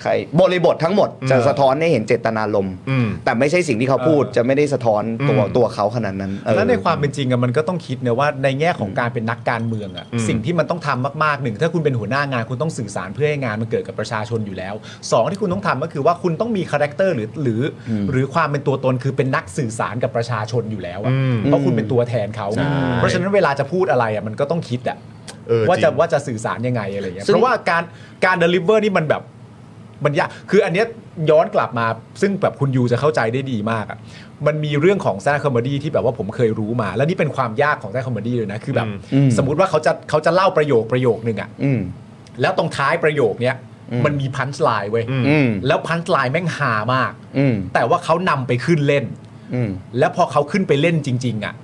E: ใครบริบททั้งหมดจะสะท้อนให้เห็นเจตนารมณ์
A: อืม
E: แต่ไม่ใช่สิ่งที่เขาพูด
B: เออ
E: จะไม่ได้สะท้อนตัว
A: อืม
E: ตัวเขาขนาดนั้นเออ
B: แล้วในความเป็นจริงอะมันก็ต้องคิดนะว่าในแง่ของการเป็นนักการเมืองอะ
A: อืม
B: สิ่งที่มันต้องทำมากๆหนึ่งถ้าคุณเป็นหัวหน้างานคุณต้องสื่อสารเพื่อให้งานมันเกิดกับประชาชนอยู่แล้วสองที่คุณต้องทำก็คือว่าคุณต้องมีคาแรคเตอร์หรือหรืออ
E: ม
B: หรือความเป็นตัวตนคือเป็นนักสื่อสารกับประชาชนอยู่แล้วอะ
A: อืม
B: เพราะคุณเป็นตัวแทนเขา
A: ใช่
B: เพราะฉะนั้นเวลาจะพูดอะไรอะมันก็ต้องคิดอะ
A: เออ
B: ว่า
A: ริ
B: จะ
A: ง
B: ว่าจะสื่อสารยังไงอะไรอย่างเงี้ย
E: ซึ่ง
B: เพราะว่าการการเดลิเวอร์นี่มันแบบ มันยากคืออันเนี้ยย้อนกลับมาซึ่งแบบคุณยูจะเข้าใจได้ดีมากอะ่ะ มันมีเรื่องของแซนคอมเมดี้ที่แบบว่าผมเคยรู้มา แล้วนี่เป็นความยากของแซนคอมเมดี้เลยนะ คือแบบ
E: อืม
B: สมมติว่าเขาจะเขาจะเล่าประโยคประโยคหนึ่งอะ่ะ
E: อืม
B: แล้วตรงท้ายประโยคเนี้ย
E: อืม
B: มันมีพันช์ไลน์เว้ย
A: อืม
E: อืม
B: แล้วพันช์ไลน์แม่งหามาก
E: อืม
B: แต่ว่าเขานำไปขึ้นเล่น
E: อืม
B: แล้วพอเขาขึ้นไปเล่นจริง ๆ อ่ะ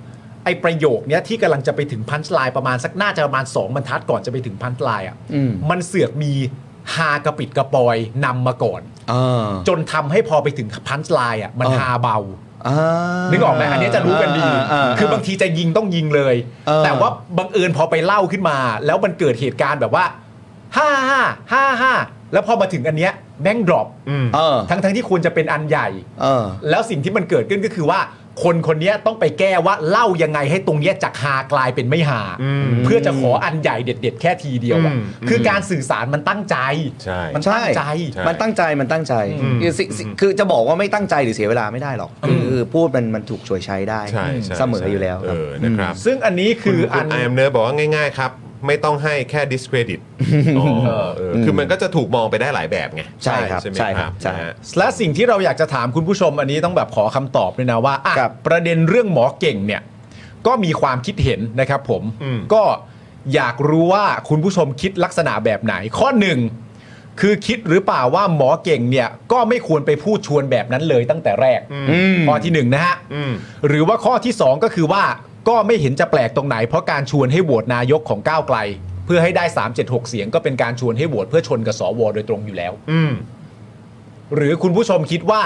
B: ไอประโยคเนี้ยที่กำลังจะไปถึงพันช์ไลน์ประมาณสักน่าจะประมาณ 2บรรทัดก่อนจะไปถึงพันช์ไลน์อ่ะ
E: อืม
B: มันเสือกมีฮากระปิดกระปอยนำมาก่อน
E: อ่า
B: จนทำให้พอไปถึงพันช์ไลน์อ่ะมันฮาเบา
E: อ่า
B: นึกออกไหมอันเนี้ยจะรู้กันดี คือบางทีจะยิงต้องยิงเลย
E: เออ
B: แต่ว่าบังเอิญพอไปเล่าขึ้นมา แล้วมันเกิดเหตุการณ์แบบว่าห้าห้าห้าห้าแล้วพอมาถึงอันเนี้ยแม่งดรอป
E: เออ
B: ทั้งทั้งๆที่ควรจะเป็นอันใหญ่
E: เออ
B: แล้วสิ่งที่มันเกิดขึ้นก็คือว่า คนคนเนี้ยต้องไปแก้ว่าเล่ายังไงให้ตรงเนี้ยจากฮากลายเป็นไม่ฮา
A: อืม
B: เพื่อจะขออันใหญ่เด็ด ๆ แค่ทีเดียวอะ
A: อืม
B: คือการสื่อสารมันตั้งใจ
A: ใช่
B: มันตั้งใจ
A: ใช่
E: มันตั้งใจมันตั้งใจคือสิสิคือจะบอกว่าไม่ตั้งใจหรือเสียเวลาไม่ได้หรอกคือพูดมันมันถูกฉวยใช้ได้
A: ใช่ใช่
E: เสมออยู่แล้วค
A: เอ
E: รั
A: อ
E: บ
A: นะครับ
B: ซึ่งอันนี้
A: คื
B: คือ อ
A: คุ
B: อั
A: ณ
B: น
A: ไอแอมเนอร์บอกว่าง่าย ๆ ครับ ไม่ต้องให้แค่ discredit อ๋อเออคือมันก็จะถูกมองไปได้หลายแบบไง
E: ใช่ครับ
A: ไหม
E: ใช่ครับใช่
A: นะฮะ
B: และสิ่งที่เราอยากจะถามคุณผู้ชมอันนี้ต้องแบบขอคำตอบด้วยนะว่าอ่ะ
E: ครับ
B: ประเด็นเรื่องหมอเก่งเนี่ยก็มีความคิดเห็นนะครับผม
A: อืม
B: ก็อยากรู้ว่าคุณผู้ชมคิดลักษณะแบบไหน ข้อหนึ่งคือคิดหรือเปล่าว่าหมอเก่งเนี่ยก็ไม่ควรไปพูดชวนแบบนั้นเลยตั้งแต่แรก
E: ม
B: ข้อที่หนึ่งนะฮะ
A: อืม
B: หรือว่าข้อที่ 2 ก็คือว่าก็ไม่เห็นจะแปลกตรงไหน เพราะการชวนให้โหวตนายกของก้าวไกล เพื่อให้ได้ 376 เสียงก็เป็นการชวนให้โหวตเพื่อชนกับสวโดยตรงอยู่แล้ว
A: อืม
B: หรือคุณผู้ชมคิดว่า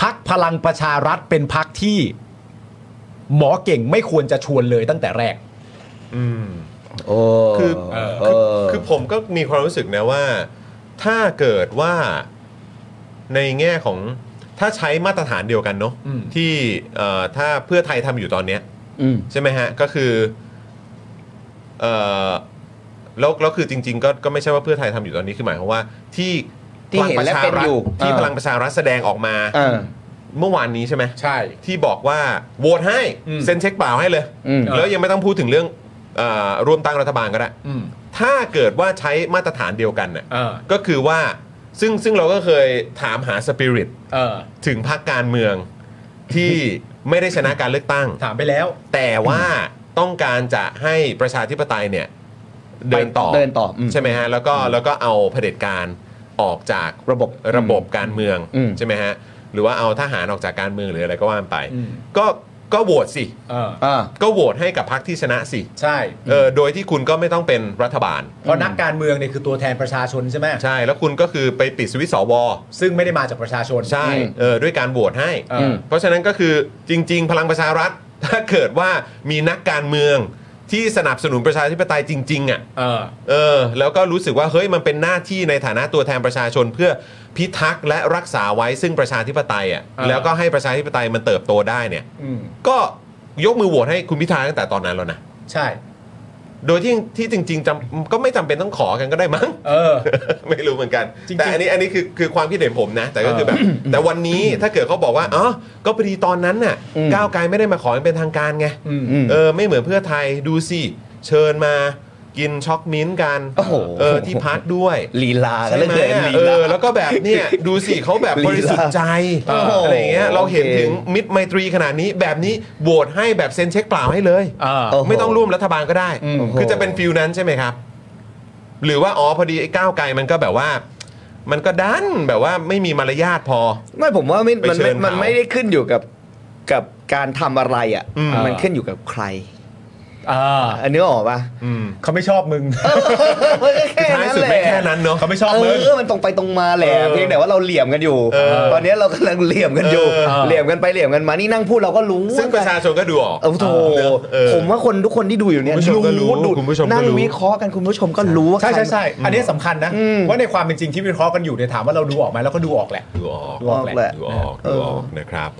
B: พักพลังประชารัฐเป็นพักที่ หมอเก่งไม่ควรจะชวนเลยตั้งแต่แรก
A: อืม
E: โอ้
A: คือ
E: เอ
A: คือ
E: อ
A: คือผมก็มีความรู้สึกนะว่า ถ้าเกิดว่าในแง่ของถ้าใช้มาตรฐานเดียวกันเนาะ
B: อืม
A: ที่เอ่อถ้าเพื่อไทยทำอยู่ตอนเนี้ย
E: ม
A: ใช่ไหมฮะ ก็คือเอ่อแล้วแล้วคือจริง ๆ ก็ก็ไม่ใช่ว่าเพื่อไทยทำอยู่ตอนนี้คือหมายความว่าที่
E: ที่เห็นและเป็นอยู่
A: พลังประชารัฐที่พลังประชารัฐ
E: เออ
A: แสดงออกมา
E: เออ
A: เมื่อวานนี้ใช่ไหม
B: ใช่
A: ที่บอกว่าโหวตให้
B: อืม
A: เซ็นเช็คเปล่าให้เลย
E: อืม
A: แล้วยังไม่ต้องพูดถึงเรื่องเออรวมตั้งรัฐบาลก็ได้
B: อืม
A: ถ้าเกิดว่าใช้มาตรฐานเดียวกันน่ะ
B: เออ
A: ก็คือว่าซึ่งซึ่งเราก็เคยถามหาสปิริต
B: เออ
A: ถึงพรรคการเมืองที่ไม่ได้ชนะการเลือกตั้ง
B: ถามไปแล้ว
A: แต่ว่าต้องการจะให้ประชาธิปไตยเนี่ยเดินต่อ
E: เดินต่ออืม
A: ใช่ไหมฮะแล้วก็แล้วก็เอาเผด็จการ ออกจาก
E: ระบบ
A: ระบบการเมือง
E: อืม
A: ใช่ไหมฮะหรือว่าเอาทหารออกจากการเมืองหรืออะไรก็ว่าไป ก็ก็โหวตสิ
B: เออ
E: อ่า
A: ก็โหวตให้กับพรรคที่ชนะสิ
B: ใช่
A: เออโดยที่คุณก็ไม่ต้องเป็นรัฐบาล
B: เพราะนักการเมืองเนี่ยคือตัวแทนประชาชนใช่ไหม
A: ใช่แล้วคุณก็คือไปปิดสวิตช์สว
B: ซึ่งไม่ได้มาจากประชาชน
A: ใช่
E: อืม
A: เออด้วยการโหวตให้
B: เออ
A: เพราะฉะนั้นก็คือจริง ๆ พลังประชารัฐ ถ้าเกิดว่ามีนักการเมืองที่สนับสนุนประชาธิปไตยจริงๆอ่ะ
B: เออ
A: เออแล้วก็รู้สึกว่าเฮ้ยมันเป็นหน้าที่ในฐานะตัวแทนประชาชนเพื่อพิทักษ์และรักษาไว้ซึ่งประชาธิปไตยอ่ะ
B: เออ
A: แล้วก็ให้ประชาธิปไตยมันเติบโตได้เนี่ย
B: อืม
A: ก็ยกมือโหวตให้คุณพิธาตั้งแต่ตอนนั้นแล้วนะ
B: ใช่
A: โดยที่ที่จริงๆจำก็ไม่จำเป็นต้องขอกันก็ได้มั้ง
B: เออ
A: ไม่รู้เหมือนกัน
B: จริงๆ
A: แต่อันนี้อันนี้คือคือความคิดเห็นผมนะ แต่ก็คือ
B: เออ
A: แบบ แต่วันนี้ถ้าเกิดเขาบอกว่าอ๋อก็พอดีตอนนั้นน่ะ
E: อืม
A: ก้าวไกลไม่ได้มาขอเป็นทางการไง
B: อืม
E: อืม
A: เออ ไม่เหมือนเพื่อไทยดูสิ เชิญมากินช็อกมิ้นท์กัน
E: โอ้โห
A: เออที่พักด้วย
E: ลีลากัน
A: ใช่
E: เหลย
A: ไหมเอ
E: เกินลีลา
A: อแล้วก็แบบ เนี่ย ดูสิเขาแบบบริสุทธิ์ใจ
E: โอ้โห
A: อะไรอย่างเงี้ยเราเห็น
E: โอเค
A: ถึงมิตรไมตรีขนาดนี้แบบนี้โหวตให้แบบเซ็นเช็คเปล่าให้เลย
B: เออ
E: โโห
A: ไม่ต้องร่วมรัฐบาลก็ได้
B: อืม
A: คือจะเป็นฟิลนั้นใช่ไหมครับ หรือว่าอ๋อพอดีไอ้ก้าวไกลมันก็แบบว่า มันก็ดันแบบว่าไม่มีมารยาทพอ
E: ไม่ผมว่าไม่
A: ไป
E: มัน
A: เชิ
E: ไม่
A: ญเขามั
E: มันไม่ได้ขึ้นอยู่กับกับการทำอะไรอ่ะ
A: อืม
E: มันขึ้นอยู่กับใคร
B: เออ
E: อันนี้ออกปะ
A: อืม
B: เขาไม่ชอบมึง
E: มัน
A: ท้าย
E: ก็แค่นั้น
A: สุด
E: แหละ
A: ไม่แค่นั้นเนาะ
B: เขาไม่ชอบ
E: เอ
B: มึง
E: อมันตรงไปตรงมาแหละ
A: เออ
E: เพียงแต่ว่าเราเหลี่ยมกันอยู่
A: เออ
E: ตอนนี้เรากำลังเหลี่ยมกันอยู่
A: เออ
E: เหลี่ยมกันไปเหลี่ยมกันมานี่นั่งพูดเราก็รู้
A: ซึ่งประชาชนก็ดูออก
E: เออโถ
A: เออ
E: ผมว่าคนทุกคนที่ดูอยู่เนี่ย
A: คุณผู้ชมก็รู้
E: ดู
A: คุณผู้ชมก็รู้
E: นั่งวิเคราะห์กันคุณผู้ชมก็รู้ว่า
B: ใช่
E: คร
B: ใช่ใช่อันนี้สำคัญนะ
E: อืม
B: ว่าในความเป็นจริงที่วิเคราะห์กันอยู่เนี่ยถามว่าเราดูออกไหมเราก็ดูออกแหละ
A: ดูออก
E: ออกแหละ
A: ดูออก
E: เอ
A: ดู
E: อ
A: ออกนะครับ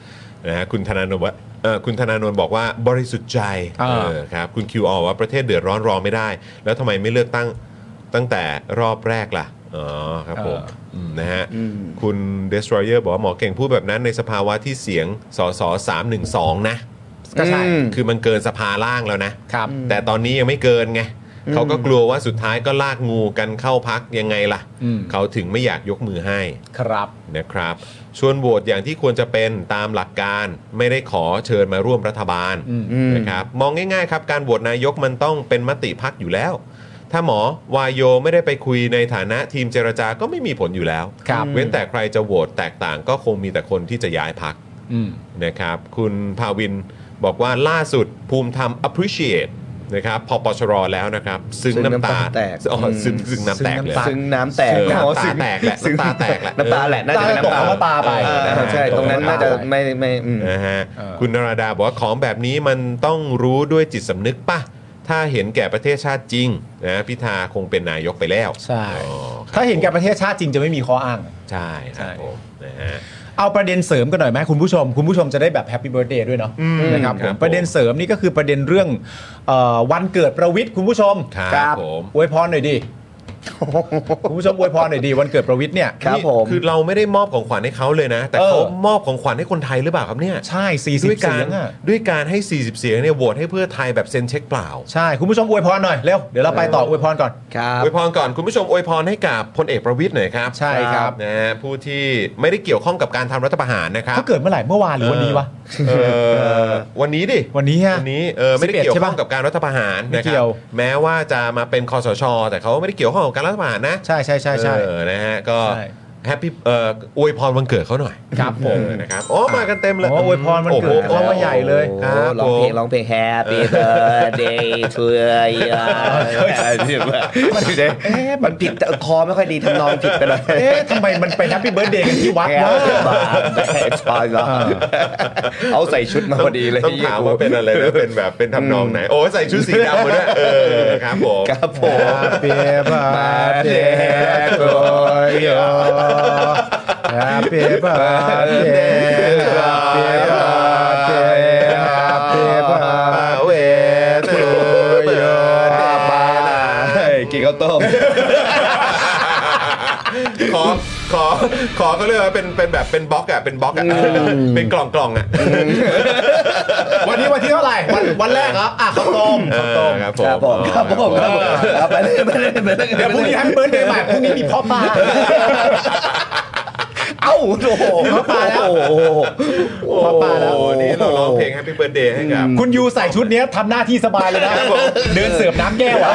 A: นะฮะคุณธนาโนนว่าเออคุณธนาโนนบอกว่าบริสุทธิ์ใจ
B: อ่า
A: เออครับคุณคิวออกว่าประเทศเดือดร้อนรอไม่ได้ แล้วทำไมไม่เลือกตั้งตั้งแต่รอบแรกล่ะอ๋อครับผมมนะฮะคุณ destroyer บอกว่าหมอเก่งพูดแบบนั้นในสภาวะที่เสียงสสสามหนึ่งสองนะ
B: ก็ใช่
E: อืม
A: คือมันเกินสภาล่างแล้วนะครับ แต่ตอนนี้ยังไม่เกินไงเขาก็กลัวว่าสุดท้ายก็ลากงูกันเข้าพักยังไงล่ะ
B: อืม
A: เขาถึงไม่อยากยกมือให้
B: ครับ
A: นะครับชวนโหวตอย่างที่ควรจะเป็นตามหลักการไม่ได้ขอเชิญมาร่วมรัฐบาล
B: อืม
A: นะครับมองง่ายๆครับการโหวตนายกมันต้องเป็นมติพักอยู่แล้ว ถ้าหมอวายโยไม่ได้ไปคุยในฐานะทีมเจรจาก็ไม่มีผลอยู่แล้ว
B: ครับ
A: เว้นแต่ใครจะโหวตแตกต่างก็คงมีแต่คนที่จะย้ายพัก
B: อืม
A: นะครับคุณภาวินบอกว่าล่าสุดภูมิธรรม appreciate นะครับพอปชรแล้วนะครับซึ้งน้ำตา
E: ซึ้งน้ำตาแตก
A: อ๋อซึ้งซึ้งน้ำแตกเลย
E: ซึ้งน้ำแตก
A: เออน้ำตา
E: ซึ้ง
A: แตกแหละ
E: ซึ้ง
A: น้ำตาแตกแหละ
E: น้ำตาแหละน่าจะเป็น
B: ตา
E: น้ำ
B: ตกน้ำ
E: ตา
B: ตาไป
E: เออ
A: นะฮะ
E: ใช่ตรงนั้นน่าจะไม่ไม่อืม
A: นะฮะ
B: เออ
A: คุณนราดาบอกว่าของแบบนี้มันต้องรู้ด้วยจิตสำนึกป่ะ ถ้าเห็นแก่ประเทศชาติจริงนะพิธาคงเป็นนายกไปแล้ว
B: ใช่
A: อ๋อครับ
B: ถ้าเห็นแกับประเทศชาติจริงจะไม่มีข้ออ้าง
A: ใช่ครับ
B: ใช่
A: ผมนะฮะ
B: เอาประเด็นเสริมกันหน่อยไหมคุณผู้ชม คุณผู้ชมจะได้แบบแฮปปี้เบิร์ดเดย์ด้วยเนาะ
A: อืม
B: นะครับ
A: ค
B: ผ
A: รับผ
B: ม
A: ม
B: ประเด็นเสริมนี่ก็คือประเด็นเรื่องเอ่อวันเกิดประวิทย์คุณผู้ชม
A: ครับผม
B: อวยพรหน่อยดิคุณผู้ชมอวยพรหน่อยดิวันเกิดประวิทย์เนี่ย
E: ครับ
A: นี่
E: ผม
A: คือเราไม่ได้มอบของขวัญให้เขาเลยนะ แต่
B: เออ
A: เขามอบของขวัญให้คนไทยหรือเปล่าครับเนี่ย
B: ใช่40
A: ด้วย
B: เสี
A: การ
B: ยงอะ
A: ด้วยการให้ 40 เสียงเนี่ยโหวตให้เพื่อไทยแบบเซ็นเช็คเปล่า
B: ใช่คุณผู้ชมอวยพรหน่อยเร็วเดี๋ยวเราไปต่ออวยพรก่อน
E: ครับ
A: อวยพรก่อนคุณผู้ชมอวยพรให้กับพลเอกประวิทย์หน่อยครับ
B: ใช่ครับ
A: นะฮะผู้ที่ไม่ได้เกี่ยวข้องกับการทำรัฐประหารนะครับ
B: เขาเกิดเมื่อไหร่เมื่อวานหรือวันนี้วะ
A: เออวันนี้ดิ
B: วันนี้ฮะ
A: วันนี้เออไม่ได้
B: 11
A: เกี่ยว
B: ใช่
A: ข้อ
B: ปะ
A: งกับการรัฐประหาร
B: ไม่
A: นะค
B: เกี่
A: รั
B: ยว
A: แม้ว่าจะมาเป็นคอสช แต่เขาไม่ได้เกี่ยวข้องกับการรัฐประหารนะ
B: ใช่ใช่ใช่ใช่
A: เออนะฮะก็
B: ใช่
A: แฮปปี้เอ่ออวยพรวันเกิดเขาหน่อย
B: ครับผม
A: เออนะครับโอ้มากันเต็มเลย
B: โอ้อวยพรวันเกิด
A: โอ้
B: เขา
A: โห
B: มาใหญ่เลย
A: ครับ
E: ร้
A: ผ
E: องเพล
A: ม
E: งร้องเพลง Happy Birthday to you มันผิดคอไม่ค่อยดีทำนองผิดไปเลย
B: เอ๊ะทำไมมันไปแฮปปี้เบิร์ดเดย์กันที่วัดวะ
E: เอาใส่ชุดมาพอดีเลย
A: ต้องถามว่าเป็นอะไรนะเป็นแบบเป็นทำนองไหน โอ้ใส่ชุดสีดำมาด้วยเออครับผม
E: ครับผม
B: Happy birthday to you Happy birthday Happy birthday Happy birthday
A: เวทโยบา
E: กินข้าวต้ม
A: ขอขอขอเขาเรียกว่าเป็นเป็นแบบเป็นบล็อกอะเป็นบล็อกอะเป็นกล่องกล่องอะ
B: วันนี้วันที่เท่าไหร่ วันวันแรกเหรออ่ะข้าวต้มข้าวต้ม
A: เออครับผ
E: ครั
A: ม
E: บผมครับผมครับผมเอาไปเลยไปเลยไปเลย
B: เดี๋ยวพรุ่งนี้แฮปปี้เบิร์ดเดย์ใหม่พรุ่งนี้มีพ่อปลา
E: อ้าโอ้โหมาปาแล้วโอ้โหมาปาแล้ว
A: โอ้โหนี่เราร้องเพลง Happy Birthday ให้กับ
B: คุณยูใส่ชุดเนี้ยทำหน้าที่สบายเลยนะ
A: ครับผม
B: เดินเสิร์ฟน้ำแก้วอะ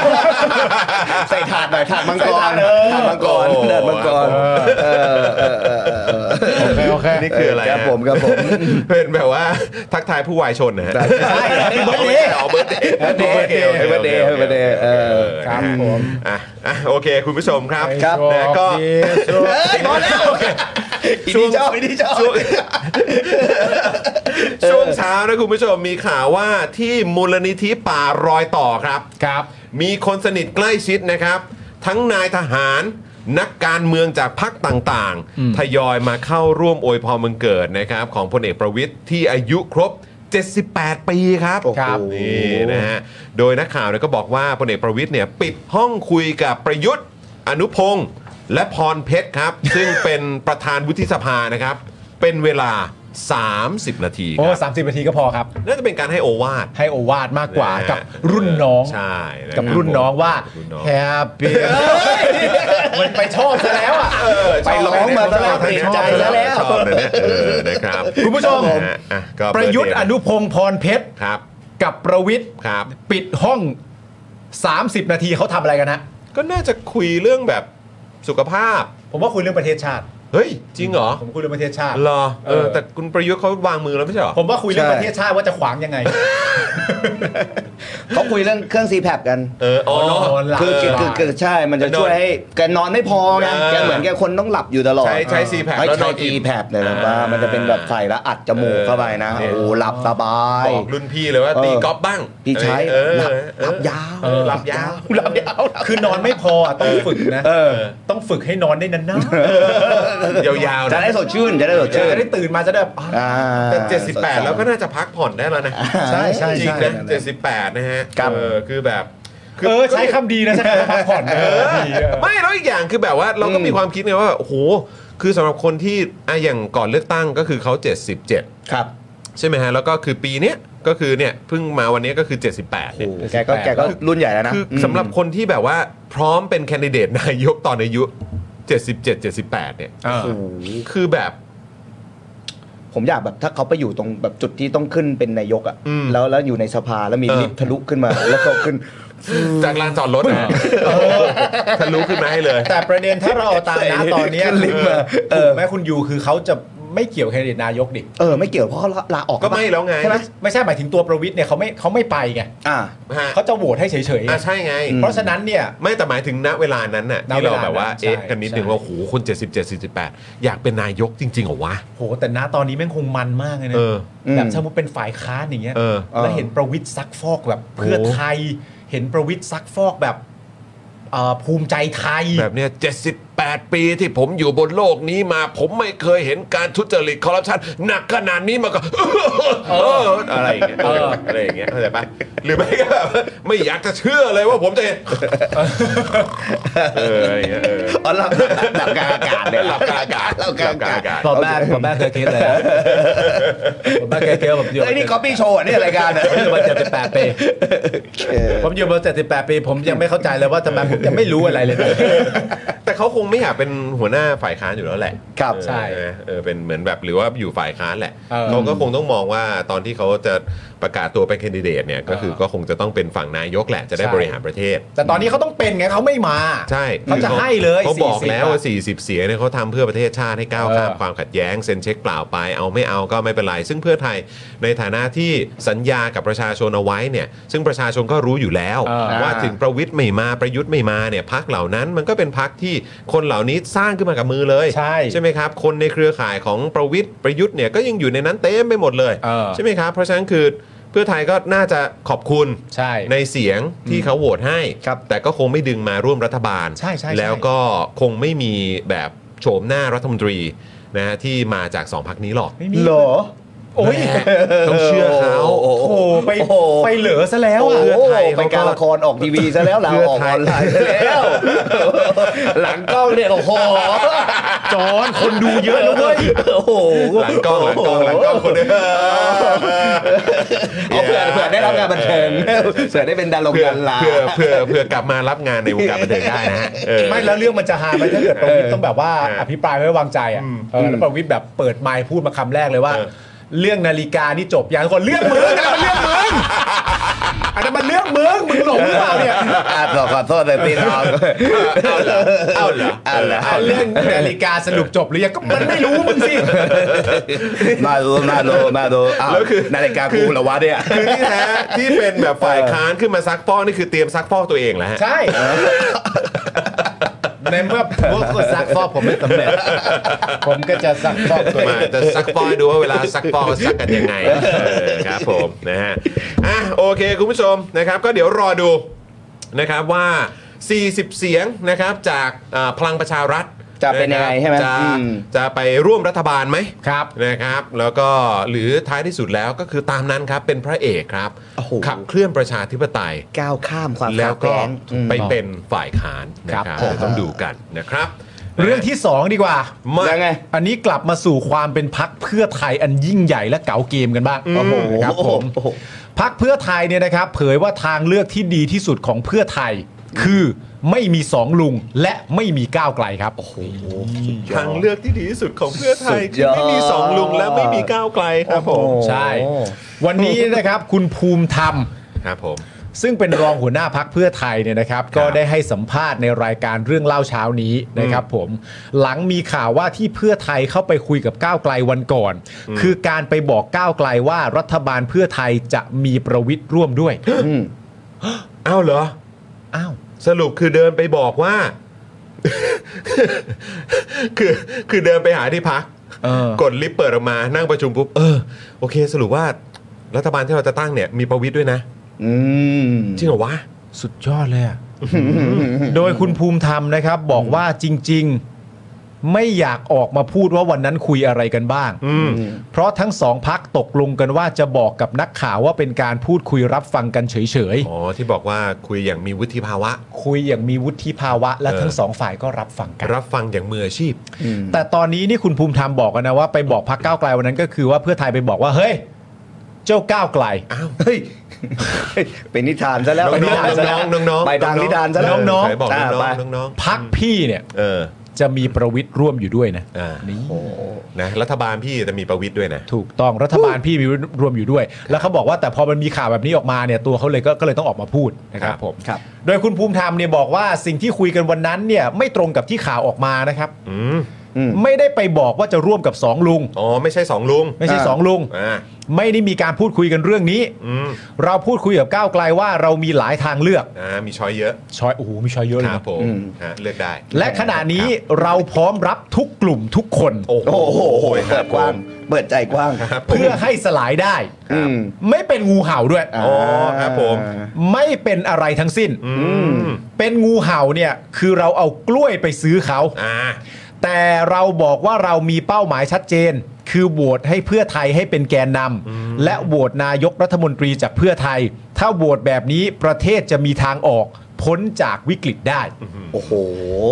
E: ใส่ถาดหน่อยถาดมังกร
A: ใส่ถาดเออ
E: ถาดมังกร
A: โอ้โห
E: ถาดมังกรเออเออเออเออ
A: โอเคโอเคนี่คืออะไร
E: ครับผมครับผม
A: เป็นแบบว่าทักทายผู้วายชนนะฮะ
E: ใช่ใช่ Happy
A: อ๋อ
E: Birthday
A: เบิร์ดเดย์เบิร์ดเดย์
E: Happy Birthday Happy Birthday เออ
A: ครับผมอ่ะอ่ะโอเค คุณผู้ชมครับ
E: ครับ
A: นะก็
E: เออพอแล้วอี
A: ช่วง
E: นี่ชอบอีนี่ชอบ
A: ช่วงช่วงเช้านะคุณผู้ชมมีข่าวว่าที่มูลนิธิป่ารอยต่อครับ
B: ครับ
A: มีคนสนิทใกล้ชิดนะครับ ทั้งนายทหาร นักการเมืองจากพรรคต่างๆ ทยอยมาเข้าร่วมอวยพรมังเกิดนะครับ ของพลเอกประวิทย์ที่อายุครบ 78 ปีครับ
B: ครับ
A: นี่นะฮะโดยนักข่าวเนี่ยก็บอกว่าพลเอกประวิทย์เนี่ยปิดห้องคุยกับประยุทธ์อนุพงศ์และพรเพชรครับ ซึ่งเป็นประธานวุฒิสภานะครับ เป็นเวลา 30 นาทีค
B: โอ้
A: รับ
B: สามสิบนาทีก็พอครับ
A: น่าจะเป็นการให้โอวาท
B: ให้โอวาทมากกว่า
A: นะฮะ
B: กับรุ่นน้อง
A: ใช่ะค
B: กับรุ่นน้องว่า
A: รุ่นน้อง
B: แฮปปี้มันไปชอบซะแล้วอ่ะ
E: ไปร้องมาซะแล้วเปลี่ยนใจซะแล้ว
A: ชอบนะเนี่ยเออนะครับ
B: คุณผู้ชม
A: นะอ่ะก็
B: ประยุทธ์อนุพงศ์พรเพชร
A: ครับ
B: กับประวิทย์
A: ครับ
B: ปิดห้อง 30 นาทีเขาทำอะไรกันฮะ
A: ก็น่าจะคุยเรื่องแบบสุขภาพ
B: ผมว่าคุยเรื่องประเทศชาติ
A: เฮ้ย จริงเหรอ
B: ผมคุยเรื่องประเทศชาติ
A: เหรอเออ
B: เออ
A: แต่คุณประยุทธ์เขาวางมือแล้วไม่ใช่เหรอ
B: ผมว่าคุยเรื่อง
E: ใช่
B: ประเทศชาติว่าจะขวางยังไง
E: เขาคุยเรื่องเครื่องซีแพคกัน
A: เอออ๋อ
B: นอนหลับ
E: คือคือคือคือใช่มันจะช่วยให้แกนอนไม่พอไง
A: เออ
E: แกเหมือนแกคนต้องหลับอยู่ตลอด
A: ใช้ใช้ซีแพค
E: ให้
A: แล้วน
E: ใช้
A: อน
E: อี
A: ม
E: แพดเนี่ยนะว่ามันจะเป็นแบบใส่แล้วอัดจมูกเข้าไปนะโอ้โหหลับสบาย
A: บอกรุ่นพี่เลยว่าตี
E: เออ
A: กอล์ฟบ้าง
E: พี่ใช้
A: เออ
E: หลับ
A: เออ
E: หลับยาว
A: เออหลับยาว
E: หลับยาว
B: คือนอนไม่พออ่ะต้องฝึกนะ
E: เออ
B: ต้องฝึกให้นอนได้นาน
A: ยาวๆ
E: จะ
A: นะ
E: ได้สดชื่นจะได้สด
B: ๆจะ
E: ชื่น
B: ได้ตื่นมาจะได้แบบอ่ะ
E: อ่า
A: แต่78 แล้วก็น่าจะพักผ่อนได้แล้วนะ
E: ใช่ใช่
A: จริง
E: ใช่
A: นะ78 นะฮะ
E: ครับ
A: เออคือแบบคื
B: เออ ใช้คำดีนะใช้คำว่าพักผ่อนนะ
A: เออ
B: ดีอะ
A: ไม่แล้วอีกอย่างคือแบบว่าเราก็มีความคิดไงว่าโอ้โหคือสำหรับคนที่อ่ะอย่างก่อนเลือกตั้งก็คือเขา 77
E: ครับ
A: ใช่ไหมฮะ แล้วก็คือปีเนี้ยก็คือเนี่ยเพิ่งมาวันนี้ก็คือ 78เนี่ย
E: แกก็แกก็รุ่นใหญ่แล้วนะ
A: คือสำหรับคนที่แบบว่าพร้อมเป็นแคนดิเดตนายกตอนอายุ 77 78 เนี่ย
B: อ่า
E: โอ้โห
A: คือแบบ
E: ผมอยากแบบถ้าเขาไปอยู่ตรงแบบจุดที่ต้องขึ้นเป็นนายกอ่ะ
A: อืม
E: แล้วแล้วอยู่ในสภาแล้วมี
A: เออ
E: ลิฟต์ทะลุขึ้นมา แล้วก็ขึ้น
A: จากลานจอดรถอะทะลุขึ้นมาให้เลย
B: แต่ประเด็นถ้าเราเอาตามนะตอนเนี้ย
E: ขึ้นลิฟต์มาเออ
B: ถูกไหมคุณยูคือเขาจะไม่เกี่ยวแคนดิเดตนายกดิ
E: เออไม่เกี่ยวเพราะเขาลาออก
A: ก็ไม่แล้วไง
B: ใช่ไหมไม่ใช่หมายถึงตัวประวิทย์เนี่ยเขาไม่เขาไม่ไปไง
E: อ่า
A: ฮะ
B: เขาจะโหวตให้เฉยๆไง
A: อ่ะใช่ไง
B: เพราะฉะนั้นเนี่ย
A: ไม่แต่หมายถึงณเวลานั้นน่ะ
B: ณ
A: ที่
B: เว
A: เรา
B: ลานั้น
A: แบบว่า
B: ใช่
A: เอ๊ะกันนิดนึง
B: ใช่
A: ว่าโอ้โหคน 77 48 อยากเป็นนายกจริงๆเหรอวะ
B: โหแต่ณตอนนี้แม่งคงมันมากเลยนะ
A: เออ
B: แบบสมมติเป็นฝ่ายค้านอย่างเงี้ย
A: เออ
B: แล้วเห็นประวิทย์ซักฟอกแบบเพื่อ
A: โอ้
B: ไทย เห็นประวิทย์ซักฟอกแบบเอ่อภูมิใจไทย
A: แบบเนี้ย78 ปีที่ผมอยู่บนโลกนี้มา ผมไม่เคยเห็นการทุจริตคอร์รัปชันหนักขนาดนี้มาก็ เอออะไรอย่างเงี้ยเอออะไรอย่างเงี้ยเข้าใจปะหรือไม่ก็แบบไม่อยากจะเชื่อเลยว่าผมจะเห็นเอออะไรอย่างเงี้ยเออ
E: อ๋อห ลับหลับกลางอากาศเนี่ย
A: หลับกลางอากาศ
E: หลับกลาง
A: หลับกลางอากาก
E: อาา
A: ศ
E: ศ
B: ผมแม่ผมแม่เคยคิดเลยผมแม่เคยคิดว่าผมอยู่
E: ไอ้ยนี่ก๊อปปี้โชว์อ่ะนี่รายการเนี่ย
B: ผมอยู่มาเจ็ดสิบแปดปี ผมอยู่มาเจ็ดสิบแปดปี ผมยังไม่เข้าใจเลยว่าทำไมผมยังไม่รู้อะไรเลย
A: แต่เขาคงไม่อยากเป็นหัวหน้าฝ่ายค้านอยู่แล้วแหละ
E: ครับ
B: ใช่
A: เออเออเป็นเหมือนแบบหรือว่าอยู่ฝ่ายค้านแหละ
B: เออ
A: เขาก็คงต้องมองว่าตอนที่เขาจะประกาศตัวเป็นแคนดิเดตเนี่ยก็คือ
B: เออ
A: ก็คงจะต้องเป็นฝั่งนายกแหละจะได้
B: ใช่
A: บริหารประเทศ
B: แต่ตอนนี้เขาต้องเป็นไงเขาไม่มา
A: ใช่
B: เขาจะให้เลย
A: เขาบอก
B: 40
A: แล้วว่า 40 เสียงเนี่ยเขาทำเพื่อประเทศชาติให้ก้าวข้าม
B: เออ
A: ความขัดแย้งเซ็นเช็คเปล่าไป เอาไม่เอาก็ไม่เป็นไร ซึ่งเพื่อไทยในฐานะที่สัญญากับประชาชนเอาไว้เนี่ย ซึ่งประชาชนก็รู้อยู่แล้ว
B: เออ
A: ว่าถึงประวิทย์ไม่มาประยุทธ์ไม่มาเนี่ยพักเหล่านั้นมันก็เป็นพักที่คนเหล่านี้สร้างขึ้นมากับมือเลย
B: ใช่
A: ใช่ไหมครับ คนในเครือข่ายของประวิทย์ประยุทธ์เนี่ยก็ยังอยู่ในนั้นเต็มไปหมดเลย
B: เออ
A: ใช่ไหมครับเพราะฉะนั้นคือเพื่อไทยก็น่าจะขอบคุณ
B: ใช่
A: ในเสียงที่เขาโหวตให้
E: ครับ
A: แต่ก็คงไม่ดึงมาร่วมรัฐบาล
B: ใช่ใช่ใช่
A: แล้วก็คงไม่มีแบบโฉมหน้ารัฐมนตรีนะฮะที่มาจากสองพักนี้หรอก
B: ไม่มี
E: เหรอ
B: โอ้ย
A: ต้องเชื่อเขา
E: โอ้โห
B: โอ้โหไป
E: โอ้โห
B: ไปเหลือซะแล้ว
E: โอ้
B: อ่ะ
E: โหไปการละครออกทีวีซะแล้วเรา
A: เพื่อ
E: ออก
A: ไท
E: อย อนไลน์ซะแล้ว หลังกล้องเนี่ยโอ้โห
B: จอนคนดูเยอะแล้วเว้ย
E: โอ้โห
A: หลังกล้องหลังกล้องหลังกล้องคนเดียว
E: เอาเผื่อเผื่อได้รับงานบันเทิงเผื่อได้เป็นดารา
A: เพื่อ
E: ดารา
A: เพื่อเพื่อเพื่อกลับมารับงานในวงการบันเทิงได้นะฮะเออ
B: ไม่แล้วเรื่องมันจะหาไหมถ้าเกิดประวิทย์ต้องแบบว่า
A: เอออ
B: อภิปรายไม่ไว้วางใจอ่ะเออแล้วประวิทย์แบบเปิดไมค์พูดมาคำแรกเลยว่า
A: เออ
B: เรื่องนาฬิกานี่จบอย่างก่อนเรื่องมึงอันนั้นมันเรื่องมึงอันนั้นมันเรื่องมึงมึงหลงหรือเปล่าเนี่ย
E: อ่ะขอขอโทษเลยพี่น้อง
A: เอาเหรอเอาเหรอ
E: เอาเหรอ
B: เอาเรื่องนาฬิกาสรุปจบหรือยังก็มันไม่รู้มึงสิ
E: มาดูมาดูมาดูอ้าวนาฬิกากูเหรอวะเนี่ย
A: คือที่แท้ที่เป็นแบบฝ่ายค้านขึ้นมาซักฟอกนี่คือเตรียมซักฟอกตัวเองแหละฮะ
B: ใช่ ในเมื่อพวกคุณซักฟอกผมไม่สำเร็จผมก็จะซักฟอกตัวเอ
A: มาง จะซักฟอกให้ดูว่าเวลาซักฟอกซักกันยังไงเออครับผมนะฮะอ่ะโอเคคุณผู้ชมนะครับ ก็เดี๋ยวรอดูนะครับว่า 40 เสียงนะครับจากอ่าพลังประชารัฐ
E: จะเป็นยังไงใช่ไหม
A: จะ
E: อืม
A: จะไปร่วมรัฐบาลไหม
B: ครับ
A: นะครับ แล้วก็หรือท้ายที่สุดแล้วก็คือตามนั้นครับเป็นพระเอกครับ ขับเคลื่อนประชาธิปไตย
E: ก้าวข้ามความ
A: แล้
E: ขั
A: ว
E: ด
A: ก็
E: แย้งอืม
A: ไปเป็นฝ่ายค้านนะค
B: ครั
A: รับบ
B: ผม
A: เดี๋ยวต้องดูกันนะครับ
B: เรื่องที่สองดีกว่า
A: มา
E: ยังไง
B: อันนี้กลับมาสู่ความเป็นพักเพื่อไทยอันยิ่งใหญ่และเก๋าเกมกันบ้าง
E: โอ้โห
B: ครับผม
E: โอ้โห
B: พักเพื่อไทยเนี่ยนะครับ เผยว่าทางเลือกที่ดีที่สุดของเพื่อไทย คือไม่มีสองลุงและไม่มีก้าวไกลครับ
A: ทางเลือกที่ดีที่สุดของเพื่อไทย
E: สุด
A: คื
E: ย
A: อ
E: อด
A: ไม่มีสองลุงและไม่มีก้าวไกลครับผม
B: ใช่ วันนี้นะครับคุณภูมิธรรม
A: ครับผม
B: ซึ่งเป็นรองหัวหน้าพักเพื่อไทยเนี่ยนะครับ ก็ได้ให้สัมภาษณ์ในรายการเรื่องเล่าเช้านี้นะครับผมหลังมีข่าวว่าที่เพื่อไทยเข้าไปคุยกับก้าวไกลวันก่อน คือการไปบอกก้าวไกลว่ารัฐบาลเพื่อไทยจะมีประวิทย์ร่วมด้วย
E: อืม
A: อ้าวเหรอ
B: อ้าว
A: สรุปคือเดินไปบอกว่า คือคือเดินไปหาที่พัก
B: เออก
A: ดลิฟต์เปิดออกมานั่งประชุมปุ๊บ เออ โอเค สรุปว่า รัฐบาลที่เราจะตั้งเนี่ย มีประวิทย์ด้วยนะ
E: อืม
A: จริงเหรอวะ
B: สุดยอดเลยอะโดยคุณภูมิธรรมนะครับ บอกว่าจริง ๆ ไม่อยากออกมาพูดว่าวันนั้นคุยอะไรกันบ้าง
A: อืม
B: เพราะทั้งสองพักตกลงกันว่าจะบอกกับนักข่าวว่าเป็นการพูดคุยรับฟังกันเฉยๆ
A: อ๋อ ที่บอกว่าคุยอย่างมีวุฒิภาวะ
B: คุยอย่างมีวุฒิภาวะ และ
A: เออ
B: ทั้งสองฝ่ายก็รับฟังกัน
A: รับฟังอย่างมืออาชีพ
B: แต่ตอนนี้นี่คุณภูมิธรรมบอกกันนะว่าไปบอกพักก้าวไกลวันนั้นก็คือว่าเพื่อไทยไปบอกว่าเฮ้ย เจ้าก้าวไกล
A: อ้าว
E: เฮ้ย เป็นนิทานซะแล้ว
A: น้องๆ
E: เป็นิทานซะแล้ว
A: น้องๆน้องๆ
E: ไปทาง
A: น้องๆ
E: นิทานซะแล้ว
A: น้องๆใครบอก
E: ะ
A: น้องๆ
E: ไป
A: น้องๆ
B: พักพี่เนี่ย
A: เออ
B: จะมีประวิทย์ร่วมอยู่ด้วยนะ
A: อ่า
B: นี่
E: โอ้โห
A: นะ รัฐบาลพี่จะมีประวิทย์ด้วยนะ
B: ถูกต้องรัฐบาลพี่มีรวมอยู่ด้วย แล้วเขาบอกว่าแต่พอมันมีข่าวแบบนี้ออกมาเนี่ยตัวเขาเลยก็ก็เลยต้องออกมาพูดนะค
A: ค
B: รั
A: รั
B: บบ ผม
E: ครับ
B: โดยคุณภูมิธรรมเนี่ยบอกว่าสิ่งที่คุยกันวันนั้นเนี่ยไม่ตรงกับที่ข่าวออกมานะครับ
A: อืม
E: อืม
B: ไม่ได้ไปบอกว่าจะร่วมกับสองลุง
A: อ๋อ ไม่ใช่สองลุง
B: ไม่ใช่
E: อ่า
B: สองลุง
A: อ่า
B: ไม่ได้มีการพูดคุยกันเรื่องนี้
A: อืม
B: เราพูดคุยกับก้าวไกลว่าเรามีหลายทางเลือก
A: อ่า มีช้อยเยอะ
B: ช้อยโอ้โหมีช้อยเยอะเล
A: ค
B: ย
A: รับ
B: นะ
A: ผม
E: อืม
A: ฮะเลือกได้
B: และขณะนี้เราพร้อมรับทุกกลุ่มทุกคน
A: โอ้โห
E: โอ้โห
A: ค
E: เปิ
A: รับ
E: ด
A: ผ
E: กว้าง
A: ม
E: เปิดใจกว้าง
A: ครับผม
B: เพื่อให้สลายได้
E: อืม
B: ไม่เป็นงูเห่าด้วย
E: า
A: อ๋อครับผม
B: ไม่เป็นอะไรทั้งสิ้น
A: อืม
B: เป็นงูเห่าเนี่ยคือเราเอากล้วยไปซื้อเขา
A: อ่า
B: แต่เราบอกว่าเรามีเป้าหมายชัดเจน คือโหวตให้เพื่อไทยให้เป็นแกนนำและโหวตนายกรัฐมนตรีจากเพื่อไทย ถ้าโหวตแบบนี้ประเทศจะมีทางออกพ้นจากวิกฤตได้
E: โอ้โห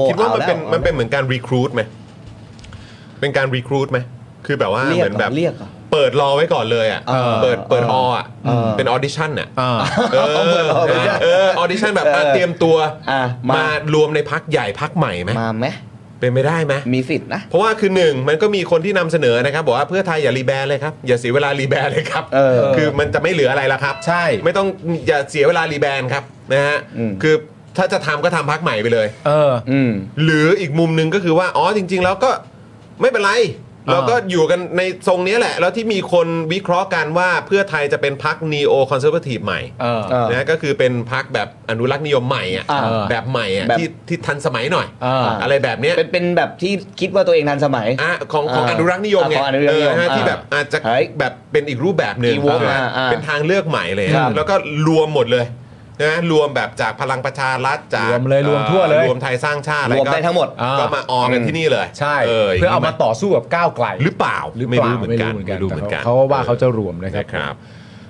A: คิดว่ามันเป็น
E: อแล้
A: มันเป็นเหมือนการรีครูทไหม เป็นการรีครูทไหม คือแบบว่า
E: เรีย
A: เห
E: ก
A: มือนแบบ
E: เรียกเหรอ
A: เปิดรอไว้ก่อนเลยอ่ะ
E: เออ
A: เปิดเปิด
E: เอ
A: อ
E: อ
A: อ่ะ
E: เออ
A: เป็นออดิชั่นอ่ะ
B: อ่า
A: เออ
E: เปิด audition
A: เออออดิชั่นแบบอ่ะ
E: เออ
A: เตรียมตัว
E: อ่ะมาม
A: มารวมในพักใหญ่พักใหม่ไหม
E: มาไหม
A: เป็นไม่ได้ไหม
E: มีสิทธิ์นะ
A: เพราะว่าคือหนึ่งมันก็มีคนที่นำเสนอนะครับ บอกว่าเพื่อไทยอย่ารีแบนเลยครับ อย่าเสียเวลารีแบนเลยครับ
E: เออ
A: คือมันจะไม่เหลืออะไรแล้วครับ
B: ใช่
A: ไม่ต้องอย่าเสียเวลารีแบนครับนะฮะ
E: อืม
A: คือถ้าจะทำก็ทำพักใหม่ไปเลย
B: เออ
E: อืม
A: หรืออีกมุมหนึ่งก็คือว่าอ๋อจริง ๆ แล้วก็ไม่เป็นไร
B: อ่า
A: เราก็อยู่กันในทรงเนี้ยแหละ แล้วที่มีคนวิเคราะห์กันว่าเพื่อไทยจะเป็นพักนีโอคอนเซอร์ t ทีฟใหม่
B: เออ
E: เออ
A: นะก็คือเป็นพักแบบอนุรักษ์นิยมใหม่อ่ะ
E: อ่า
A: แบบใหม่อ่ะ
E: แบบ
A: ที่ที่ทันสมัยหน่อย
B: อ่า
A: อะไรแบบเนี้ย
E: เป็นเป็นแบบที่คิดว่าตัวเองทันสมัย
A: อ่ะของของอ
E: อ่า
A: นุรักษ์นิยมไง
E: อ่าของอนุรักษ์นิย
A: เอ
E: ม
A: อฮะที่
E: อ่า
A: แบบอาจจะ
E: เฮ้ย
A: แบบเป็นอีกรูปแบบหนึ่ง
E: อีกวง
A: เออ
E: อ่าอ่า
A: เป็นทางเลือกใหม่เลย
E: ครับ
A: แล้วก็รวมหมดเลย นะรวมแบบจากพลังประชารัฐจาก
B: รวมเลยรวมทั่วเลย
A: อ่อรวมไทยสร้างชาติอะ
E: รวมได้ทั้งหมด
B: อ่า
A: ก็มาออมกันที่นี่เลย
B: ใช่
A: ย่ง
B: เพื่อ
A: นี้
B: เอามา
A: ไห
B: ต่อสู้กับก้าวไกล
A: หรือเปล่า
B: หรือ
A: ไม่
B: เปล่า
A: รู้เหมือนกัน
B: ไม่
A: ไม่รู้เหมือนกัน
B: เขาว่าเขาจะรวมนะครั
A: นะ
B: บ
A: ครับ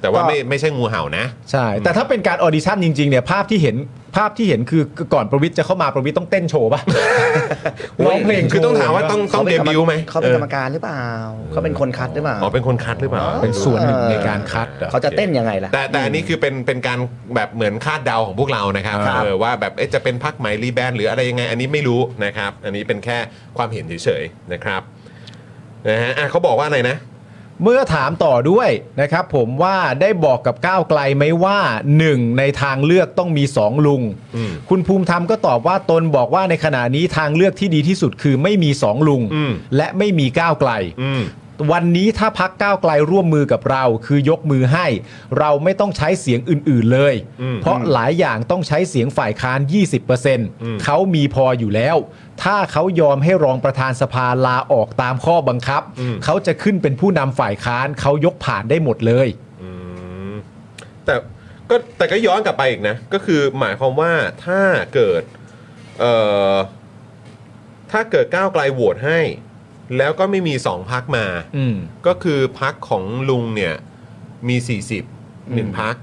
A: แต่ว่าไม่ไม่ใช่งูเห่านะ
B: ใช่ แต่ถ้าเป็นการออดิชั่นจริงๆเนี่ยภาพที่เห็นภาพที่เห็นคือก่อนประวิทย์จะเข้ามาประวิทย์ต้องเต้นโช ว์ป่ะ ร้องเพลงโชว์
A: คือต้องถามว่าต้องต้องเดบิวต์ไหม
E: เขาเป็นกรรมการหรือเปล่า เขาเป็นคนคัดหรือเปล่า
A: อ๋อเป็นคนคัดหรือเปล่า
B: เป็นส่วนหนึ่งในการคัดเหรอ
E: เขาจะเต้นยังไงล่ะ
A: แต่แต่อันนี้คือเป็นเป็นการแบบเหมือนคาดเดาของพวกเรานะครับ
B: ครับ
A: เออว่าแบบเอ๊ะจะเป็นพักไหมรีแบนหรืออะไรยังไง อันนี้ไม่รู้นะครับ อันนี้เป็นแค่ความเห็นเฉยๆนะครับนะฮะอ่ะเขาบอกว่าอะไรนะ
B: เมื่อถามต่อด้วยนะครับผมว่าได้บอกกับก้าวไกลไหมว่าหนึ่งในทางเลือกต้องมีสองลุง
A: อืม
B: คุณภูมิธรรมก็ตอบว่าตนบอกว่าในขณะนี้ทางเลือกที่ดีที่สุดคือไม่มีสองลุง
A: อืม
B: และไม่มีก้าวไกล
A: อืม
B: วันนี้ถ้าพักก้าวไกลร่วมมือกับเรา คือยกมือให้ เราไม่ต้องใช้เสียงอื่น ๆเลย
A: อืม
B: เพราะหลายอย่างต้องใช้เสียงฝ่ายค้าน
A: ม
B: 20%เขามีพออยู่แล้ว ถ้าเขายอมให้รองประธานสภาลาออกตามข้อบังคับ เขาจะขึ้นเป็นผู้นำฝ่ายค้านเขายกผ่านได้หมดเลย
A: อืมแต่ก็แต่ก็ย้อนกลับไปอีกนะ ก็คือหมายความว่าถ้าเกิดเอ่อถ้าเกิดก้าวไกลโหวตให้ แล้วก็ไม่มีสองพักมา
B: อืม
A: ก็คือพักของลุงเนี่ยมี 40หนึ่งพัก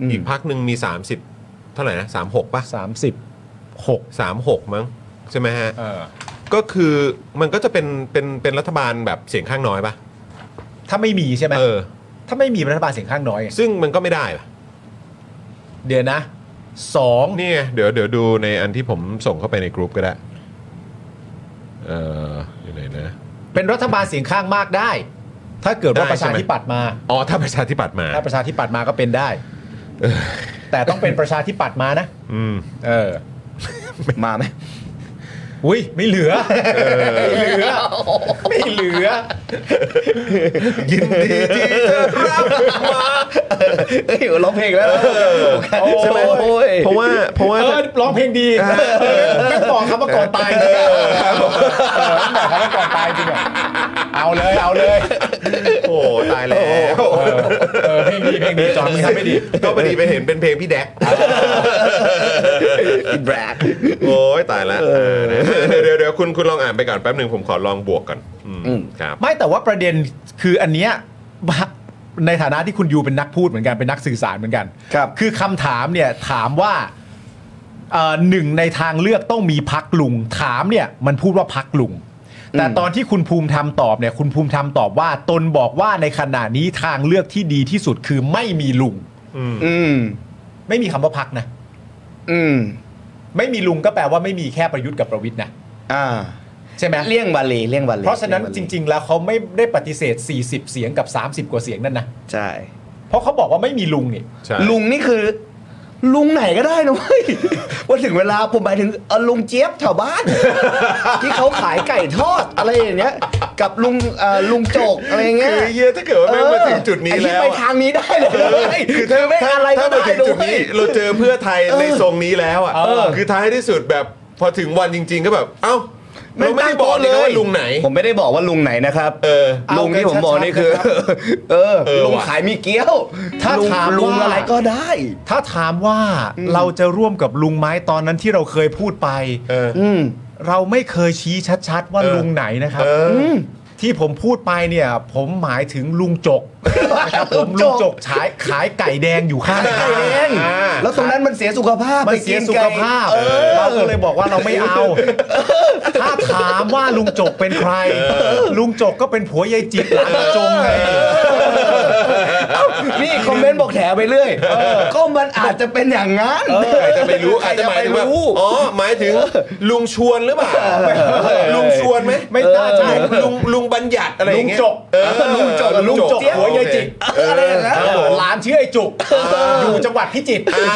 E: อืม
A: อีกพักหนึ่งมี 30 เท่าไหร่นะ 36ป่ะ
B: 36
A: 36 มั้ง ใช่ไหมฮะ
B: เออ
A: ก็คือมันก็จะเป็นเป็นเป็นรัฐบาลแบบเสียงข้างน้อยป่ะ
B: ถ้าไม่มีใช่ไหม
A: เออ
B: ถ้าไม่มีรัฐบาลเสียงข้างน้อยไง
A: ซึ่งมันก็ไม่ได้ป่ะ
B: เดี๋ยวนะสอง
A: นี่ไงเดี๋ยวเดี๋ยวดูในอันที่ผมส่งเข้าไปในกรุ๊ปก็ได้ เอ่ออยู่ไหนนะ
B: เป็นรัฐบาลเสียงข้างมากได้ ถ้าเกิดว่า
A: ได้
B: ประ
A: ใช่
B: ชา
A: ไหม
B: ธิปัตย์มา
A: อ๋อ ถ้าประชาธิปัตย์มา
B: ถ้าประชาธิปัตย์มาก็เป็นได้ แต่ต้องเป็นประชาธิปัตย์มานะ
A: อืม
B: เออ
E: มาไหม
B: อุ้ยไม่เหลือ ไม่เหลือ ไม่เหลือ
A: ยินดีที่จะรับมา
E: เอ้ยร้องเพลงแล้วใช่ไหมโอ้ย
A: เพราะว่าเพราะว่า
B: เออร้องเพลงดีเออไม่บอกครับว่าก่อนตายจริงอะเออไม่บอกครับว่าก่อนตายจริงอะเอาเลยเอาเลย
A: โอ้ตายแล้ว
B: เออเออเพลงดีเพลงดีจอห์นมึงทำไม่ดี
A: ก็พอดีไปเห็นเป็นเพลงพี่แดก
E: พี่แดก
A: โอ้ยตายแล้วเดี๋ยวเดี๋ยวเดี๋ยวคุณคุณลองอ่านไปก่อนแป๊บหนึ่งผมขอลองบวกก่อนอืม
E: อืม
A: ครับ
B: ไม่แต่ว่าประเด็นคืออันเนี้ยในฐานะที่คุณยูเป็นนักพูดเหมือนกันเป็นนักสื่อสารเหมือนกัน
E: ครับ
B: คือคำถามเนี่ยถามว่าเอ่อหนึ่งในทางเลือกต้องมีพักลุง ถามเนี่ยมันพูดว่าพักลุง แต่ตอนที่คุณภูมิธรรมตอบเนี่ยคุณภูมิธรรมตอบว่าตนบอกว่าในขณะนี้ทางเลือกที่ดีที่สุดคือไม่มีลุง
E: อืม
B: ไม่มีคำว่าพักนะ
E: อืม
B: ไม่มีลุงก็แปลว่าไม่มีแค่ประยุทธ์กับประวิทย์นะ
E: อ่า
B: ใช่ไหม
E: เลี่ยงบาลีเลี่ยงบาลี
B: เพราะฉะนั้นจริง ๆ แล้วเขาไม่ได้ปฏิเสธ 40 เสียงกับ 30 กว่าเสียงนั่นนะ
E: ๆใช่
B: เพราะเขาบอกว่าไม่มีลุงนี่
A: ใช่
E: ลุงนี่คือ ลุงไหนก็ได้นะเว้ย ว่าถึงเวลาผมหมายถึงเอ่อลุงเจี๊ยบแถวบ้าน ที่เขาขายไก่ทอดอะไรอย่างเงี้ย กับลุงเอ่อลุงโจกอะไรเงี้ย
A: คือเหี้ยถ้าเกิดว่าแม่งมาถึงจุดนี้
E: ไอ้ที่
A: แล้ว
E: ไป
A: อะ
E: ทางนี้ได้เลย
A: คือ
E: คื
A: ถ้า
E: อไม่ง
A: ถ้า
E: อะไร
A: ถ้า
E: ก็
A: มาถึ
E: ได้
A: ง
E: ด้
A: จุด
E: วย
A: นี้เราเจอเพื่อไทยในทรงนี้แล้วอ่ะ
B: เออ
A: คือท้ายที่สุดแบบพอถึงวันจริง ๆ ก็แบบ เอ้าเราไม่ได้บอกเลยนะว่าลุงไหน
E: ผมไม่ได้บอกว่าลุงไหนนะครับ
A: เออ
E: ลุงที่ผมบอกนี่คือ เออ
A: เออ
E: ลุง
A: ว่ะ
E: ขายมีเกี้ยว
B: ถ้า
E: ลุง
B: ถาม
E: ลุง
B: ว่า
E: อะไรก็ได้
B: ถ้าถามว่าเราจะร่วมกับลุงไหม้ตอนนั้นที่เราเคยพูดไป
A: เออ
E: อืม
B: เราไม่เคยชี้ชัดๆว่า
A: เออ
B: ลุงไหนนะครับ
A: เอออ
B: ที่ผมพูดไปเนี่ย ผมหมายถึงลุงจกนะครับผม
E: ลุ
B: ลุ
E: ง
B: ง
E: จ
B: จ
E: ก
B: กขายขายไก่แดงอยู่ข้าง
E: ไก่
B: ทาง
E: แดง
A: อ่า
E: แล้วตรงนั้นมันเสียสุขภาพ
B: มัน
E: ไป
B: เสีย
E: กิ
B: สุข
E: ไก่
B: ภาพ
E: เออ
B: เราก็เลยบอกว่าเราไม่เอา ถ้าถามว่าลุงจกเป็นใคร ลุงจกก็เป็นผัวยายจิตหลานตาจงไง
E: เอ้านี่คอมเมนต์บอกแถไปเรื่อยก็มันอาจจะเป็นอย่างนั้น
A: ใครจะไปรู้อาจจะหมายถึงแบบอ๋อหมายถึงลุงชวนหรือเปล่าลุงชวนไหม
B: ไม่น่าใช่
A: ลุงลุงบัญญัติอะไรอย่างเงี้ย
B: ลุงจก
A: เออ
E: ลุงจก
B: ลุงจกผัวยายจิต
A: โอเค
E: อะไรอย่างนั้น
A: ครับผม
B: หลานชื่อไอ้จุกอยู่จังหวัดพิจิตร
A: อ่า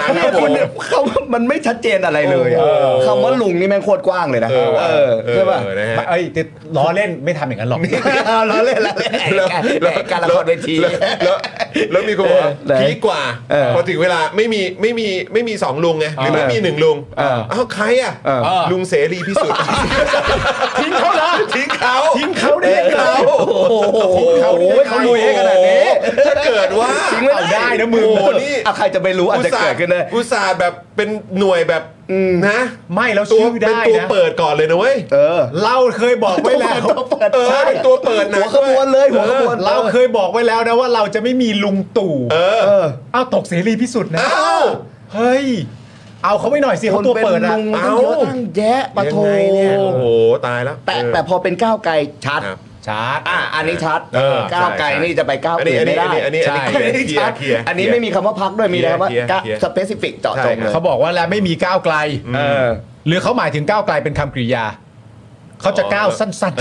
A: ค
E: เนี่
A: รับ
E: ย
A: ผ
E: คุณ
A: ม
E: เนี่ยเขามันไม่ชัดเจนอะไรเลยอะคำว่าลุงนี่แม่งโคตรกว้างเลยนะ
A: ว่ะ
E: เออใช่ป่ะ
A: เออนะฮะ
B: เอ้ยแต่ล้อเล่นไม่ทำอย่างนั้นหรอก
E: เอาเราเล่นเราเล่น
A: แล้วแล้ว
E: การละครเวที
A: แล้วแล้วแล้วมีคนบอกว่า
E: ไหน
A: พีคกว่า
E: เออ
A: พอถึงเวลาไม่มีไม่มีไม่มีสองลุงไงหรือไม่มีหนึ่งลุง
E: เออ
A: เอ้าใครอ่ะ
E: เออ
A: ลุงเสรีพิสุทธิ์ ทิ้งเขาละทิ้งเขา
B: ทิ้งเขาได้ยังไง
A: โอ้โห
E: โอ้โหเขาลุยให้ขนาดนี้
A: ถ้าเกิดว่า
E: ทิ้งไม่ได้นะมึง
A: โอ้โหนี่
E: อ่ะใครจะไปรู้อาจจะเกิดขึ้นได้
A: อุตส่าห์แบบเป็นหน่วยแบบนะ
B: ไม่แล้ว
A: ตัว
B: ชื่อ
A: เป็น
B: ได้
A: ตัว
B: นะ
A: เปิดก่อนเลยนะเว้ย
E: เออ
B: เราเคยบอกไว้แล้ว
A: เออเป็นตัวเปิดหนะ
E: หัวขบวนเลยหัวขบวน
B: เราเคยบอกไว้แล้วนะว่าเราจะไม่มีลุงตู่
A: เออ
E: เออ
B: เอ้าวตกเสรีพิสุทธิ์นะ
A: เอ้า
B: เฮ้ย เอาเขาไม่หน่อยสิเขาตัวเปิด
E: คนน
B: อะ
E: ลุงมัน
A: เอ้า
E: เยอะตั้งแยะปะโถ
B: ยังไงเนี่ย
A: โอ้โหตายแล้ว
E: แต่
A: เออ
E: แต่พอเป็นก้าวไกลชัด
A: ครับ
B: ชาร์จ
E: อ่ะอันนี้ชัด
A: เออ
E: ก้าวไกล
A: ใช่
E: นี่จะไปก้าว
A: อันนี้
E: อื่นไม่ได้
A: อันนี้อันนี้อันนี้
E: ใช่
A: เคลียร์เค
E: อันนี้
A: ลียร์เคลี
E: ชัด
A: ยร์
E: อันนี้ไม่มีคำว่าพักด้วยมีแต่คำว่า
A: เคลียร์เคลียร์
E: สเปซิฟิกเจาะจง
A: ใช่ค
E: เลย
A: รั
B: เขาบอกว่าแล้วไม่มีก้าวไกล
A: เออ
B: หรือเขาหมายถึงก้าวไกลเป็นคำกริยา เขาจะก้าวสั้น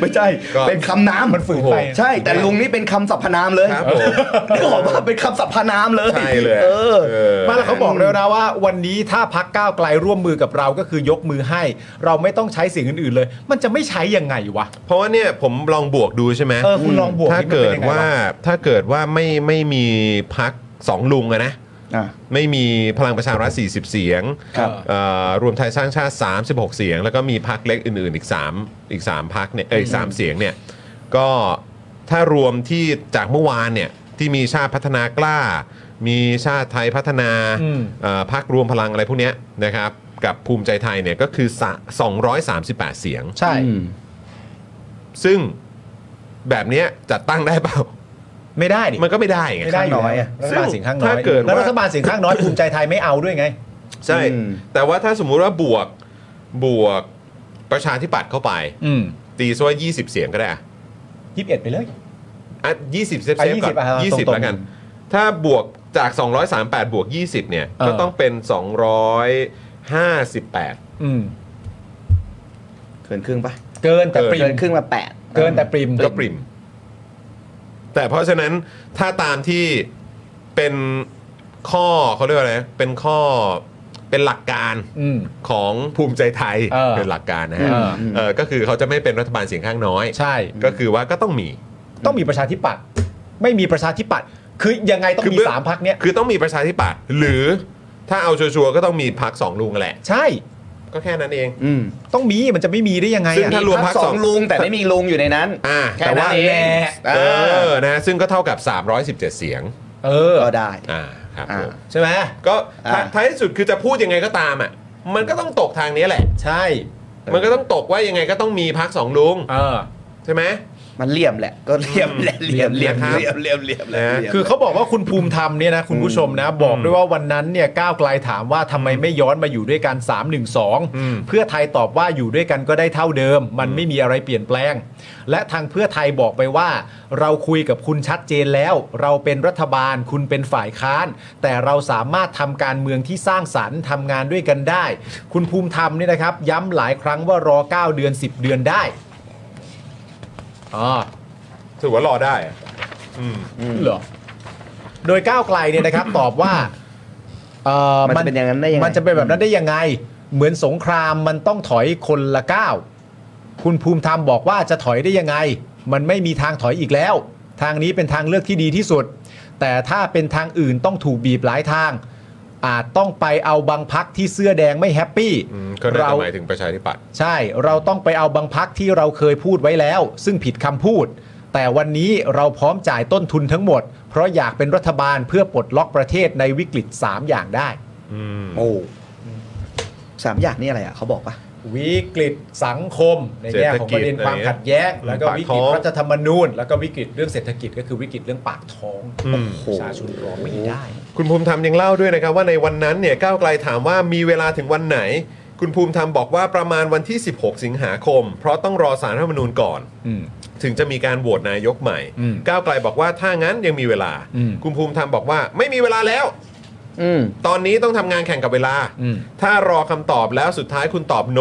E: ไม่ใช่
A: ก็
E: เป็นคำนาม
B: ๆ มันฝืนไป
E: ใช่ แต่ลุงนี่เป็นคำสรรพนามเลย
A: ครับผม
E: นึกออกป่ะเป็นคำสรรพนามเลย
A: ใช่เลย
E: เออ
B: ไมาแล้วเขาบอกแล้วนะว่าวันนี้ถ้าพักก้าวไกลร่วมมือกับเราก็คือยกมือให้ เราไม่ต้องใช้สิ่งอื่นๆเลย มันจะไม่ใช้ยังไงวะ
A: เพราะว่าเนี่ยผมลองบวกดูใช่ไหม
B: เออคุณลองบวก
A: ถ้า
B: นิมัน
A: เกิ
B: ป็น
A: ด
B: ยังไงะ
A: ว่าถ้าเกิดว่าไม่ไม่มีพักสองลุงอะนะ
E: อ่ะ
A: ไม่มีพลังประชารัฐ40 เสียง
E: ครับ
A: เอ่อรวมไทยสร้างชาติ 36 เสียง แล้วก็มีพักเล็กอื่น ๆ อีก 3 อีก 3พักเนี่ยเอ้ยสามเสียงเนี่ยก็ถ้ารวมที่จากเมื่อวานเนี่ยที่มีชาติพัฒนากล้า มีชาติไทยพัฒนา
B: อืม
A: เอ่อพักรวมพลังอะไรพวกเนี้ยนะครับกับภูมิใจไทยเนี่ยก็คือสะ238 เสียง
B: ใช่
E: อืม
A: ซึ่งแบบเนี้ยจัดตั้งได้เปล่า
B: ไม่ได้ดิ
A: มันก็ไม่ได้ไง
B: ไม่ได้อยู่
E: ข้างน้อย
B: แล้วรั
E: อะ
B: ฐบาลเสียงข้างน้อย
A: ถ้าเกิดว่า
B: แล้วรัฐบาลเสียงข้างน้อยภูมิใจไทยไม่เอาด้วยไง
A: ใช่
E: อืม
A: แต่ว่าถ้าสมมุติว่าบวกบวกประชาธิปัตย์เข้าไป
B: อืม
A: ตีซะว่า20 เสียงก็ได้อะ
B: ยี่สิบเอ็ดไปเลย
A: อ่ะ20เซฟเซฟก่อน
B: อ่ะ20อ่ะ
A: 20
B: ตรงๆ
A: แล้วกัน ถ้าบวกจาก 238 บวก 20 เนี่ย
B: เออ
A: ก็ต้องเป็น 258
B: อืม
E: เกินครึ่งปะ
B: เกินแต่ปริม
E: เกินครึ่งมาแปด
B: เกินแต่ปริม
A: ก็ปริม แต่เพราะฉะนั้นถ้าตามที่เป็นข้อเขาเรียกว่าอะไร เป็นข้อเป็นหลักการ
B: อืม
A: ของภูมิใจไทย
B: เออ
A: เป็นหลักการนะฮะ
B: เออ
A: เออก็คือเขาจะไม่เป็นรัฐบาลเสียงข้างน้อย
B: ใช่
A: ก็คือว่าก็ต้องมี
B: ต้องมีประชาธิปัตย์ไม่มีประชาธิปัตย์คือยังไงต้อง
A: คือ
B: มี
A: เบื้อง
B: สามพักเนี้ย
A: คือต้องมีประชาธิปัตย์หรือถ้าเอาชัวร์ๆก็ต้องมีพักสองลุงแหละ
B: ใช่
A: ก็แค่นั้นเอง
B: ต้องมีมันจะไม่มีได้ยังไง
A: ซึ่ง
B: อะ
A: ถ้า รวมพรรค
E: ส
A: ส
E: อ
A: อง ง
E: ลุงแต่ไม่มีลุงอยู่ในนั้น
A: อ่า
E: แค่
A: แต่
E: นั้
A: ว่าน
E: เอง
A: เออนะซึ่งก็เท่ากับ 317 เสียง
B: เออ
E: ก็ได้
A: อ่าครับ
E: อ่า
A: ผม
B: ใช่ไหม
A: ก็
E: อ่า
A: ท้ายท้ายที่สุดคือจะพูดยังไงก็ตามอ่ะมันก็ต้องตกทางนี้แหละ
B: ใช่
A: มันก็ต้องตกว่ายังไงก็ต้องมีพักสองลุง
B: เออ
A: ใช่ไหม
E: มันเหลี่ยมแหละ ก็เหลี่ยมแหละเหลี่ยมเหลี่ยม
A: นะครับ
E: เหลี่ยมเหลี่ยมเหลี่ยมเหลี่ยม
A: นะ
E: เหลี่ยม
B: คือเขาบอกว่าคุณภูมิธรรมเนี่ยนะคุณผู้ชมนะ บอกด้วยว่าวันนั้นเนี่ยก้าวไกลถามว่าทำไมไม่ย้อนมาอยู่ด้วยกัน 3 1
A: อืม
B: 2 เพื่อไทยตอบว่าอยู่ด้วยกันก็ได้เท่าเดิม มันไม่มีอะไรเปลี่ยนแปลง และทางเพื่อไทยบอกไปว่า เราคุยกับคุณชัดเจนแล้ว เราเป็นรัฐบาลคุณเป็นฝ่ายค้าน แต่เราสามารถทำการเมืองที่สร้างสรรค์ทำงานด้วยกันได้ คุณภูมิธรรมเนี่ยนะครับ ย้ำหลายครั้งว่ารอ 9 เดือน 10 เดือนได้อ๋อ
A: ถือว่ารอได้อะอืม
B: เหรอ โดยก้าวไกลเนี่ย นะครับ ตอบว่าเอ่อ
E: มันจะเป็นอย่างนั้นได้ยังไง
B: มันจะเป็นแบบนั้นได้ยังไง เหมือนสงครามมันต้องถอยคนละก้าวคุณภูมิธรรมบอกว่าจะถอยได้ยังไง มันไม่มีทางถอยอีกแล้ว ทางนี้เป็นทางเลือกที่ดีที่สุด แต่ถ้าเป็นทางอื่นต้องถูกบีบหลายทาง อาจต้องไปเอาบางพักที่เสื้อแดงไม่แฮปปี้
A: อืมก็น่าจะหมายถึงประชาธิปัตย์
B: ใช่ เราต้องไปเอาบางพักที่เราเคยพูดไว้แล้ว ซึ่งผิดคำพูด แต่วันนี้เราพร้อมจ่ายต้นทุนทั้งหมด เพราะอยากเป็นรัฐบาลเพื่อปลดล็อกประเทศในวิกฤต 3 อย่างได้
A: อืม
E: โอ้สามอย่างนี่อะไรอ่ะเขาบอกปะ
B: วิกฤตสังคม ในแง่ของประเด็นความขัดแย้ง แล้วก็วิกฤตรัฐธรรมนูญ แล้วก็วิกฤตเรื่องเศรษฐกิจก็คือวิกฤตเรื่องปากท้อง
A: อืม
B: ประชาชนรอไม่ได้
A: คุณภูมิธรรมยังเล่าด้วยนะครับว่าในวันนั้นเนี่ยก้าวไกลถามว่ามีเวลาถึงวันไหน คุณภูมิธรรมบอกว่าประมาณวันที่ 16 สิงหาคม เพราะต้องรอสารรัฐธรรมนูญก่อน
B: อืม
A: ถึงจะมีการโหวตนายกใหม่
B: อืม
A: ก้าวไกลบอกว่าถ้างั้นยังมีเวลา
B: อืม
A: คุณภูมิธรรมบอกว่าไม่มีเวลาแล้ว ตอนนี้ต้องทำงานแข่งกับเวลา
B: อืม
A: ถ้ารอคำตอบแล้วสุดท้ายคุณตอบโน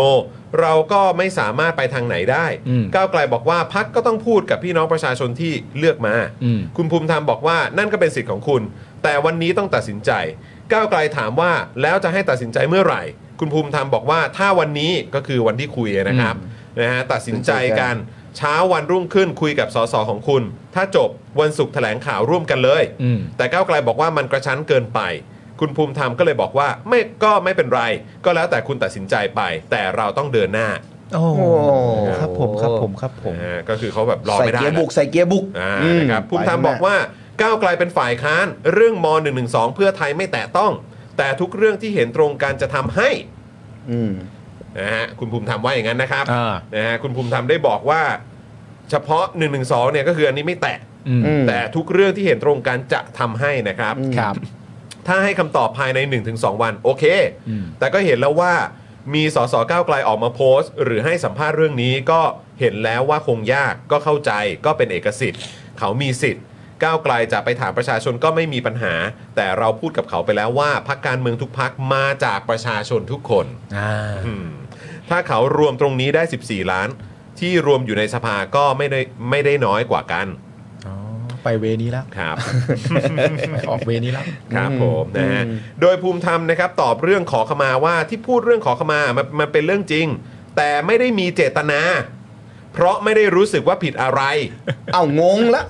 A: เราก็ไม่สามารถไปทางไหนได้
B: อืม
A: ก้าวไกลบอกว่าพักก็ต้องพูดกับพี่น้องประชาชนที่เลือกมา
B: อืม
A: คุณภูมิธรรมบอกว่านั่นก็เป็นสิทธิ์ของคุณ แต่วันนี้ต้องตัดสินใจ ก้าวไกลถามว่าแล้วจะให้ตัดสินใจเมื่อไหร่ คุณภูมิธรรมบอกว่าถ้าวันนี้ก็คือวันที่คุยนะครับนะฮะตัดสินใจกันเช้าวันรุ่งขึ้นคุยกับสสของคุณ ถ้าจบวันศุกร์แถลงข่าวร่วมกันเลย
B: อืม
A: แต่ก้าวไกลบอกว่ามันกระชั้นเกินไป คุณภูมิธรรมก็เลยบอกว่าไม่ก็ไม่เป็นไร ก็แล้วแต่คุณตัดสินใจไป แต่เราต้องเดินหน้า
B: โอ้
E: โอ้
B: ครับผมครับผมครับผม
A: อ่าก็คือเขาแบบรอ
E: ใส่
A: ไม่ได้
E: เกียร์
A: แล้ว
E: บุกใส่เกียร์บุก
A: อ่า
E: อืม
A: นะครับภูมิธรรมบอกว่าก้าวไกลเป็นฝ่ายค้าน เรื่องม .112 เพื่อไทยไม่แตะต้อง แต่ทุกเรื่องที่เห็นตรงกันจะทำให้
E: อืม
A: นะฮะคุณภูมิธรรมว่าอย่างนั้นนะครับ
B: อ่า
A: นะฮะคุณภูมิธรรมได้บอกว่า เฉพาะ 112เนี่ยก็คืออันนี้ไม่แตะ
B: อืม
E: อืม
A: แต่ทุกเรื่องที่เห็นตรงกันจะทำให้นะครับ
B: ครับ
A: ถ้าให้คำตอบภายใน 1-2 วัน โอเค
B: อืม
A: แต่ก็เห็นแล้วว่ามีสสก้าวไกลออกมาโพสต์ หรือให้สัมภาษณ์เรื่องนี้ก็เห็นแล้วว่าคงยากก็เข้าใจก็เป็นเอกสิทธิ์ เขามีสิทธิ์ ก้าวไกลจะไปถามประชาชนก็ไม่มีปัญหา แต่เราพูดกับเขาไปแล้วว่าพักการเมืองทุกพักมาจากประชาชนทุกคน
B: อ่า
A: อืมถ้าเขารวมตรงนี้ได้ 14 ล้าน ที่รวมอยู่ในสภาก็ไม่ได้ไม่ได้น้อยกว่ากัน
B: อ๋อไปเวนี้แล้ว
A: ครับ
B: ไปออกเวนี้แล้ว
A: ครับผมนะฮะ โดยภูมิธรรมนะครับตอบเรื่องขอขมาว่าที่พูดเรื่องขอขมามันมันเป็นเรื่องจริง แต่ไม่ได้มีเจตนา เพราะไม่ได้รู้สึกว่าผิดอะไร
E: เอ้างงละ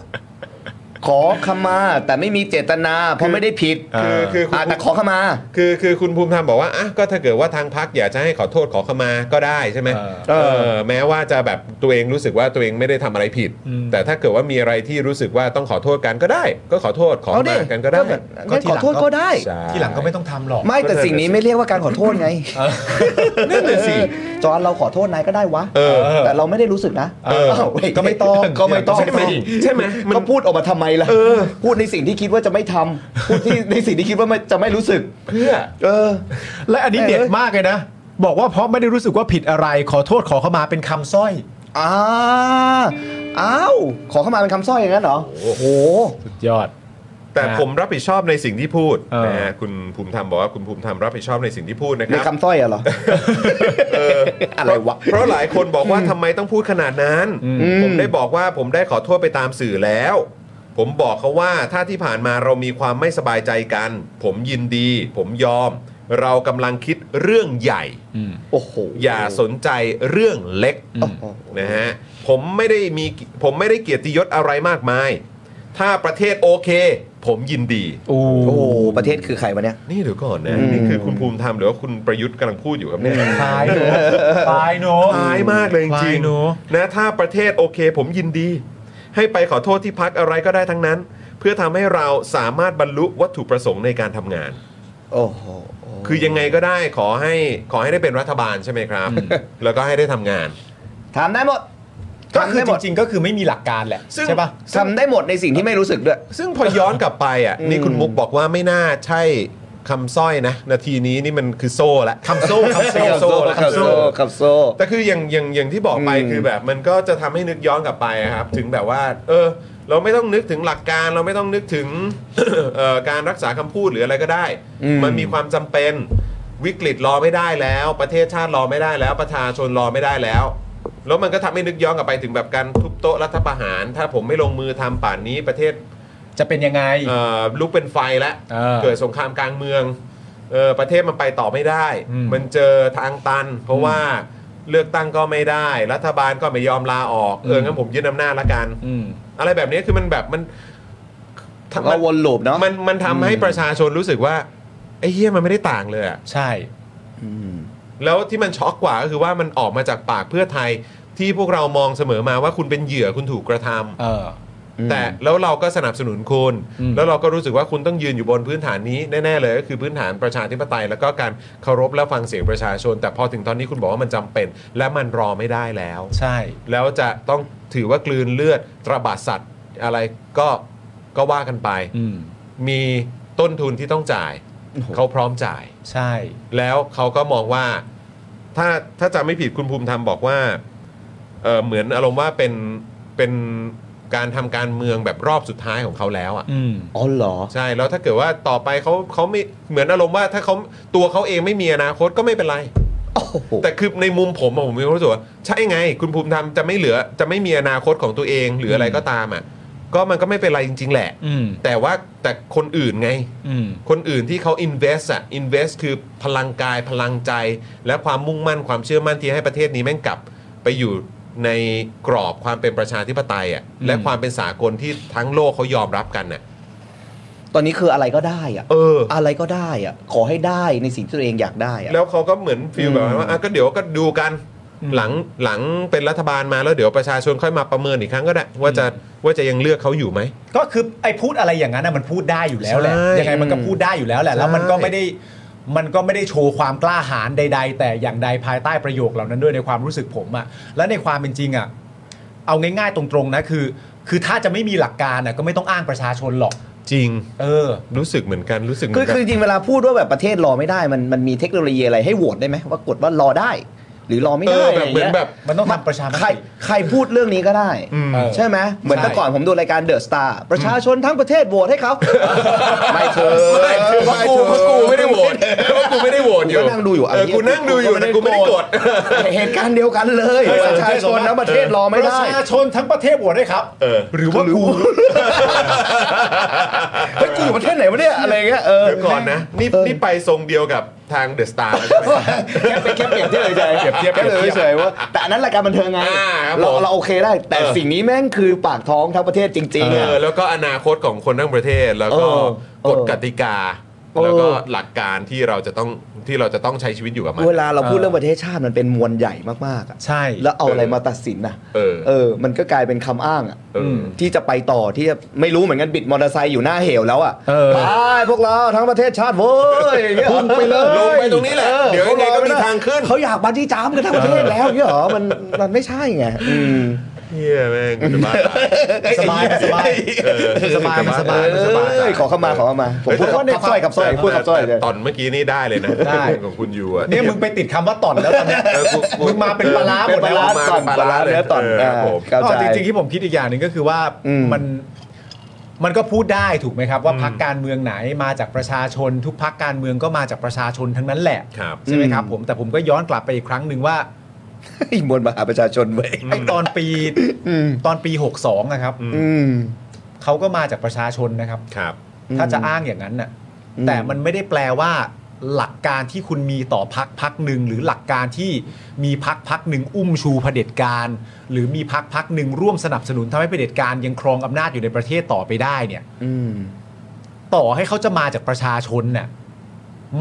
E: ขอขมาแต่ไม่มีเจตนา เพราะไม่ได้ผิด
A: คือคือคุณ
E: ะแต่ขอขมา
A: คือคือคุณภูมิธรรมบอกว่าอ่ะก็ถ้าเกิดว่าทางพักอยากจะให้ขอโทษขอขมาก็ได้ใช่ไหม
B: เออ
A: เออแม้ว่าจะแบบตัวเองรู้สึกว่าตัวเองไม่ได้ทำอะไรผิด
B: อืม
A: แต่ถ้าเกิดว่ามีอะไรที่รู้สึกว่าต้องขอโทษกันก็ได้ ก็ขอโทษขอข
E: เอาดิ
A: มากันก็ได้
E: ก็แบบ งั้นขอโทษก็ได้
A: ใช่
B: ที่หลังก็ไม่ต้องทำหรอก
E: ไม่แต่สิ่งนี้ไม่เรียกว่าการขอโทษไง
A: นั่นแหละสิ
E: จอนเราขอโทษนายก็ได้วะ
A: เออ
E: แต่เราไม่ได้รู้สึกนะ
A: เออ
E: าวเว้ย
B: ก็ไม่ต้อง
E: ก็ไม่ต้อง
B: ใช่ไหม
A: ใช่ไหมมัน
E: ก็พูดออกมาทำไมล่ะพูดในสิ่งที่คิดว่าจะไม่ทำพูดที่ ในสิ่งที่คิดว่าไม่จะไม่รู้สึก
A: เพื่อ
E: เออ
B: และอันนี้
E: เอ้ย
B: เด็ดมากเลยนะ บอกว่าเพราะไม่ได้รู้สึกว่าผิดอะไร ขอโทษขอเข้ามาเป็นคำสร้อย
E: อ้าอ้าวขอเข้ามาเป็นคำสร้อยอย่างนั้นเหรอโอ้โห
B: สุดยอด
A: แต่
B: นะ
A: ผมรับผิดชอบในสิ่งที่พูด
B: เออ
A: นะฮะคุณภูมิธรรมบอกว่าคุณภูมิธรรมรับผิดชอบในสิ่งที่พูดนะค
E: ใน
A: รับ
E: คำสร้อยอะเหรอ
A: เออ
E: อะไรวะ
A: เพราะหลายคนบอกว่าทำไมต้องพูดขนาดนั้น
E: ม
A: ผมได้บอกว่าผมได้ขอโทษไปตามสื่อแล้ว ผมบอกเขาว่าถ้าที่ผ่านมาเรามีความไม่สบายใจกัน ผมยินดี ผมยอม เรากำลังคิดเรื่องใหญ่
E: โอ้โห
A: อย่าสนใจเรื่องเล็ก
E: โอ้โห
A: นะฮะผมไม่ได้มีผมไม่ได้เกียรติยศอะไรมากมาย ถ้าประเทศโอเค ผมยินดี
B: โอ้
E: โอ้โหประเทศคือใครวะเนี่ย
A: นี่เดี๋ยวก่อนนะ
E: อืม
A: นี่คือคุณภูมิธรรมหรือว่าคุณประยุทธ์กำลังพูดอยู่ครับเนี่ย
B: คล้ายเนอะคล้ายเนอะ
A: คล้ายมากเลยจ
B: คล้า
A: ริ
B: ย
A: ง
B: เนอะ
A: ๆนะถ้าประเทศโอเค ผมยินดี ให้ไปขอโทษที่พักอะไรก็ได้ทั้งนั้น เพื่อทำให้เราสามารถบรรลุวัตถุประสงค์ในการทำงาน
E: โอ้โห
A: คือยังไงก็ได้ขอให้ขอให้ได้เป็นรัฐบาลใช่ไหมครับ แล้วก็ให้ได้ทำงาน
E: ทำได้หมด
B: ก็คือ
E: ทำได้
B: จ
E: หมด
B: ริงๆ ก็คือไม่มีหลักการแหละ
A: ซึ่ง
B: ใช่ปะ
E: ทำได้หมดในสิ่งที่ไม่รู้สึกด้วย
A: ซึ่งพอย้อนกลับไปอ่ะ นี่คุณมุกบอกว่าไม่น่าใช่คำสร้อยนะ นาทีนี้นี่มันคือโซ่ละคำโซ่คำโซ่ละ
E: คับ
A: คำ
E: โซ่
A: โซ่
E: คับโซ่
A: แต่คืออย่างอย่างอย่างที่บอกไป
E: อืม
A: คือแบบมันก็จะทำให้นึกย้อนกลับไปอะครับ ถึงแบบว่า เออ เราไม่ต้องนึกถึงหลักการเราไม่ต้องนึกถึง เอ่อการรักษาคำพูดหรืออะไรก็ได้ มันมีความจำเป็นวิกฤตรอไม่ได้แล้ว ประเทศชาติรอไม่ได้แล้ว ประชาชนรอไม่ได้แล้ว แล้วมันก็ทำให้นึกย้อนกลับไปถึงแบบการทุบโต๊ะรัฐประหาร ถ้าผมไม่ลงมือทำป่านนี้ประเทศ
B: จะเป็นยังไง
A: เอ่อลุกเป็นไฟแล้ว
B: เออ
A: เกิดสงครามกลางเมืองเออประเทศมันไปต่อไม่ได้
B: อืม
A: มันเจอทางตัน เพราะว่าเลือกตั้งก็ไม่ได้ รัฐบาลก็ไม่ยอมลาออกเอองั้นผมยึดอำนาจละกัน
B: อืม
A: อะไรแบบนี้คือมันแบบมัน
E: ก็วนลูปเนาะ
A: มันมันทำให้ประชาชนรู้สึกว่าไอ้เฮียมันไม่ได้ต่างเลยอะ
B: ใช่
E: อืม
A: แล้วที่มันช็อกกว่าก็คือว่ามันออกมาจากปากเพื่อไทยที่พวกเรามองเสมอมาว่าคุณเป็นเหยื่อคุณถูกกระทำ
B: เออ
A: แต่แล้วเราก็สนับสนุนคุณ
B: อืม
A: แล้วเราก็รู้สึกว่าคุณต้องยืนอยู่บนพื้นฐานนี้แน่ๆเลยก็คือพื้นฐานประชาธิปไตย แล้วก็การเคารพและฟังเสียงประชาชน แต่พอถึงตอนนี้คุณบอกว่ามันจำเป็น และมันรอไม่ได้แล้ว
B: ใช่
A: แล้วจะต้องถือว่ากลืนเลือดตระบาดสัตว์อะไรก็ก็ว่ากันไป
B: อืม
A: มีต้นทุนที่ต้องจ่าย
E: โอ้โห
A: เขาพร้อมจ่าย
B: ใช่
A: แล้วเขาก็มองว่าถ้าถ้าจำไม่ผิดคุณภูมิธรรมบอกว่าเออเหมือนอารมณ์ว่าเป็นเป็นการทำการเมืองแบบรอบสุดท้ายของเขาแล้วอ่ะ
B: อืม
E: อ๋อเหรอ
A: ใช่แล้วถ้าเกิดว่าต่อไปเขาเขาไม่เหมือนอารมณ์ว่าถ้าเขาตัวเขาเองไม่มีอนาคตก็ไม่เป็นไร
E: โอ้โห
A: แต่คือในมุมผมอะผมมีความรู้สึกว่าใช่ไง คุณภูมิธรรมจะไม่เหลือจะไม่มีอนาคตของตัวเองหรืออะไรก็ตามอ่ะก็มันก็ไม่เป็นไรจริง ๆ แหละ
B: อืม
A: แต่ว่าแต่คนอื่นไง
B: อืม
A: คนอื่นที่เขา invest อะ invest คือพลังกายพลังใจ และความมุ่งมั่นความเชื่อมั่นที่ให้ประเทศนี้แม่งกลับไปอยู่ในกรอบความเป็นประชาธิปไตยอะ
B: อืม
A: และความเป็นสากลที่ทั้งโลกเขายอมรับกันน่ะ
E: ตอนนี้คืออะไรก็ได้อะ
A: เออ
E: อะไรก็ได้อะขอให้ได้ในสิ่งที่ตัวเองอยากได้อะ
A: แล้วเขาก็เหมือนฟีล
E: อืม
A: แบบว่าอ่ะก็เดี๋ยวก็ดูกัน หลังหลังเป็นรัฐบาลมาแล้วเดี๋ยวประชาชนค่อยมาประเมินอีกครั้งก็ได้ ว่าจะว่าจะยังเลือกเขาอยู่ไหม
B: ก็คือไอ้พูดอะไรอย่างนั้นนะมันพูดได้อยู่แล้วแหละ
A: ใช่
B: ยังไงมันก็พูดได้อยู่แล้วแหละแล้วมันก็
A: ใช่
B: ไม่ได้มันก็ไม่ได้โชว์ความกล้าหาญใด ๆ แต่อย่างใดภายใต้ประโยคเหล่านั้นด้วยในความรู้สึกผมอะและในความเป็นจริงอะเอาง่ายๆตรงๆนะคือ คือถ้าจะไม่มีหลักการอะก็ไม่ต้องอ้างประชาชนหรอก
A: จริง
B: เออ
A: รู้สึกเหมือนกันรู้สึกเหมื
E: คือ
A: อนกัน
E: คือจริงๆเวลาพูดว่าแบบประเทศรอไม่ได้มันมันมีเทคโนโลยีอะไรให้โหวตได้ไหมว่ากดว่ารอได้ หรือรอไม่
A: เอ
E: ได้
A: อ
E: อะ
A: แบบ
E: ไร
A: เหมือน
E: เงี้ย
A: แบบ
B: มันต้องทำประชาม
E: ใคร
B: ติ
E: ใครพูดเรื่องนี้ก็ได้
A: อืม
E: ใช่ไหมเหมือนแต่ก่อนผมดูรายการเดอะสตาร์ประชาชนทั้งประเทศโหวตให้เขา ไม่เธอ
A: เพราะกูเพราะกูไม่ได้โหวตเพราะกูไม่ได้โหวตอยู่
E: กูก็นั่งดูอยู่
A: เออกูนั่งดูอยู่แต่กูไม่ได้กด
E: เหตุการณ์เดียวกันเลยประชาชนทั้งประเทศรอ
B: ป
E: ไม่ได้
B: ระชาชนทั้งประเทศโหวตได้ครับ
A: เออ
B: หรือว่ากู
E: เฮ้ยกูอยู่ประเทศไหนวะเนี่ยอะไรเงี้ยเออ
A: เดี๋ยวก่อนนะนี่
E: เออ
A: นี่ไปทรงเดียวกับทางเดอะสตาร์แล้วใช่ไหม
E: แค่เป็นแค่เปรียบเทียบเฉยๆ
A: เปรียบเทียบ
E: แค่เปรียบเทียบเฉยๆว่าแต่อันนั้นรายการบันเทิงไง
A: อ่าครับ
E: เรา
A: ผม
E: เราโอเคได้ แต่
A: เออ
E: สิ่งนี้แม่งคือปากท้องทั้งประเทศจริงๆ
A: เอ
E: อะ
A: อแล้วก็อนาคตของคนทั้งประเทศแล้วก็
E: เออก
A: ฎ
E: เออก
A: ติกา
E: เออ
A: แล้วก็หลักการที่เราจะต้องที่เราจะต้องใช้ชีวิตอยู่กับมัน
E: เวลาเราพูดเรื่องประเทศชาติมันเป็นมวลใหญ่มากๆอะ
B: ใช่
E: แล้วเอาอะไรมาตัดสินนะ
A: เออ
E: เออ มันก็กลายเป็นคำอ้างอะ
A: เออ
E: ที่จะไปต่อที่จะไม่รู้เหมือนกันบิดมอเตอร์ไซค์อยู่หน้าเหวแล้วอะ
B: เออ
E: ไปพวกเราทั้งประเทศชาติโว้ยอย่างเงี้ย
B: พุ่งไปเลย
A: ลงไปตรงนี้แหละ
E: ออ
A: เดี๋ยวยังไงก็มีทางขึ้น
E: เขาอยากบันจี้จ้ามกันทั้งประเทศแล้วอย่างเงี้ยเหรอมันมันไม่ใช่ไงอืม
A: เฮียแม่งกูจะบ้าตาย
B: สบายสบาย
A: เออ
B: สบาย
A: กูจะ
B: สบาย
A: กูจะบ้ต
E: เอ้ยขอเข้ามาขอเข้ามาผมพูดว่าในสร้อยกับสร้อยพูดกับสร้อย
A: แต่
E: เลย
A: ตอนเมื่อกี้นี่ได้เลยนะ
B: ได้
A: ของคุณยูอ่ะ
B: เนี่ยมึงไปติดคำว่าต่อนแล้วตอนเนี้ย
A: เออกูกู
B: มึงมาเป็นปลาร้าหมด
A: เน
E: ปลาร้าตอน
A: ม
E: ปลาร้าเนื้อตอน
A: ค
E: อ่า
A: รับผม
E: เข้าใจ
B: จริงๆที่ผมคิดอีกอย่างหนึ่งก็คือว่า
E: อืม
B: มันมันก็พูดได้ถูกไหมครับ ว่าพักการเมืองไหนมาจากประชาชน ทุกพักการเมืองก็มาจากประชาชนทั้งนั้นแหละ
A: ครับ
B: ใช่ไหมครับผมแต่ผมก็ย้อนกลับไปอีกครั้งหนึ่งว่า
E: ไอ้มวลมหาประชาชนเว้ย
B: ไอ้ตอนปีตอนปี 62นะครับ
E: อืม
B: เขาก็มาจากประชาชนนะครับ
A: ครับ
B: ถ้าจะอ้างอย่างนั้นน่ะ
E: อืม
B: แต่มันไม่ได้แปลว่าหลักการที่คุณมีต่อพักพักหนึ่งหรือหลักการที่มีพักพักหนึ่งอุ้มชูเผด็จการ หรือมีพักพักหนึ่งร่วมสนับสนุนทำให้เผด็จการยังครองอำนาจอยู่ในประเทศต่อไปได้เนี่ย
E: อืม
B: ต่อให้เขาจะมาจากประชาชนน่ะ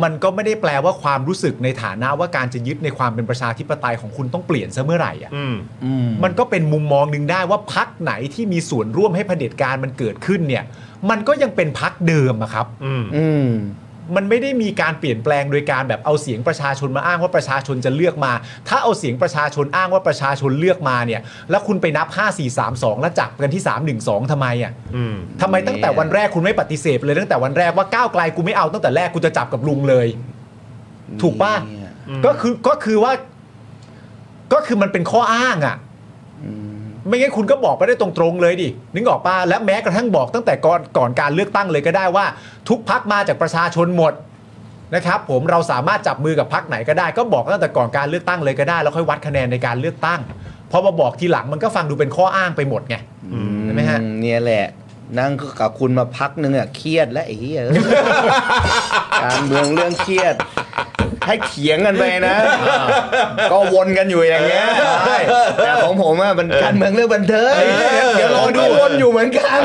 B: มันก็ไม่ได้แปลว่าความรู้สึกในฐานะว่าการจะยึดในความเป็นประชาธิปไตยของคุณต้องเปลี่ยนซะเมื่อไหร่อ่ะ
A: อืม
B: มันก็เป็นมุมมองหนึ่งได้ว่าพักไหนที่มีส่วนร่วมให้เผด็จการมันเกิดขึ้นเนี่ย มันก็ยังเป็นพักเดิมอะครับ
A: อืม
E: อืม
B: มันไม่ได้มีการเปลี่ยนแปลงโดยการแบบเอาเสียงประชาชนมาอ้างว่าประชาชนจะเลือกมา ถ้าเอาเสียงประชาชนอ้างว่าประชาชนเลือกมาเนี่ย แล้วคุณไปนับ 5 4 3 2 แล้วจับกันที่ 3 1 2ทำไมอ่ะ
A: อืม
B: ทำไมตั้งแต่วันแรกคุณไม่ปฏิเสธเลยตั้งแต่วันแรกว่าก้าวไกลกูไม่เอาตั้งแต่แรกกูจะจับกับลุงเลย ถูกป่ะ
E: เนี่ย
B: ก็คือก็คือว่า ก็คือมันเป็นข้ออ้างอ่ะ
E: อืม
B: ไม่งั้นคุณก็บอกไปได้ตรงๆเลยดิ นึกออกป่ะและแม้กระทั่งบอกตั้งแต่ก่อนก่อนการเลือกตั้งเลยก็ได้ว่า ทุกพักมาจากประชาชนหมดนะครับ ผมเราสามารถจับมือกับพักไหนก็ได้ ก็บอกตั้งแต่ก่อนการเลือกตั้งเลยก็ได้ แล้วค่อยวัดคะแนนในการเลือกตั้งพอมาบอกทีหลังมันก็ฟังดูเป็นข้ออ้างไปหมดไง ใช่ไหมฮะ
E: อืเนี่ยแหละ นั่งกับคุณมาพักหนึ่งอะเครียดแล้วไอ้เหี้ ยเอ้ย การเมืองเรื่องเครียด ให้เถียงกันไปนะ ก็วนกันอยู่อย่างเงี้ยแต่ของผมอะมันการเมืองเรื่องบันเทิงเดี๋ยวรอดูวนอยู่เหมือนกัน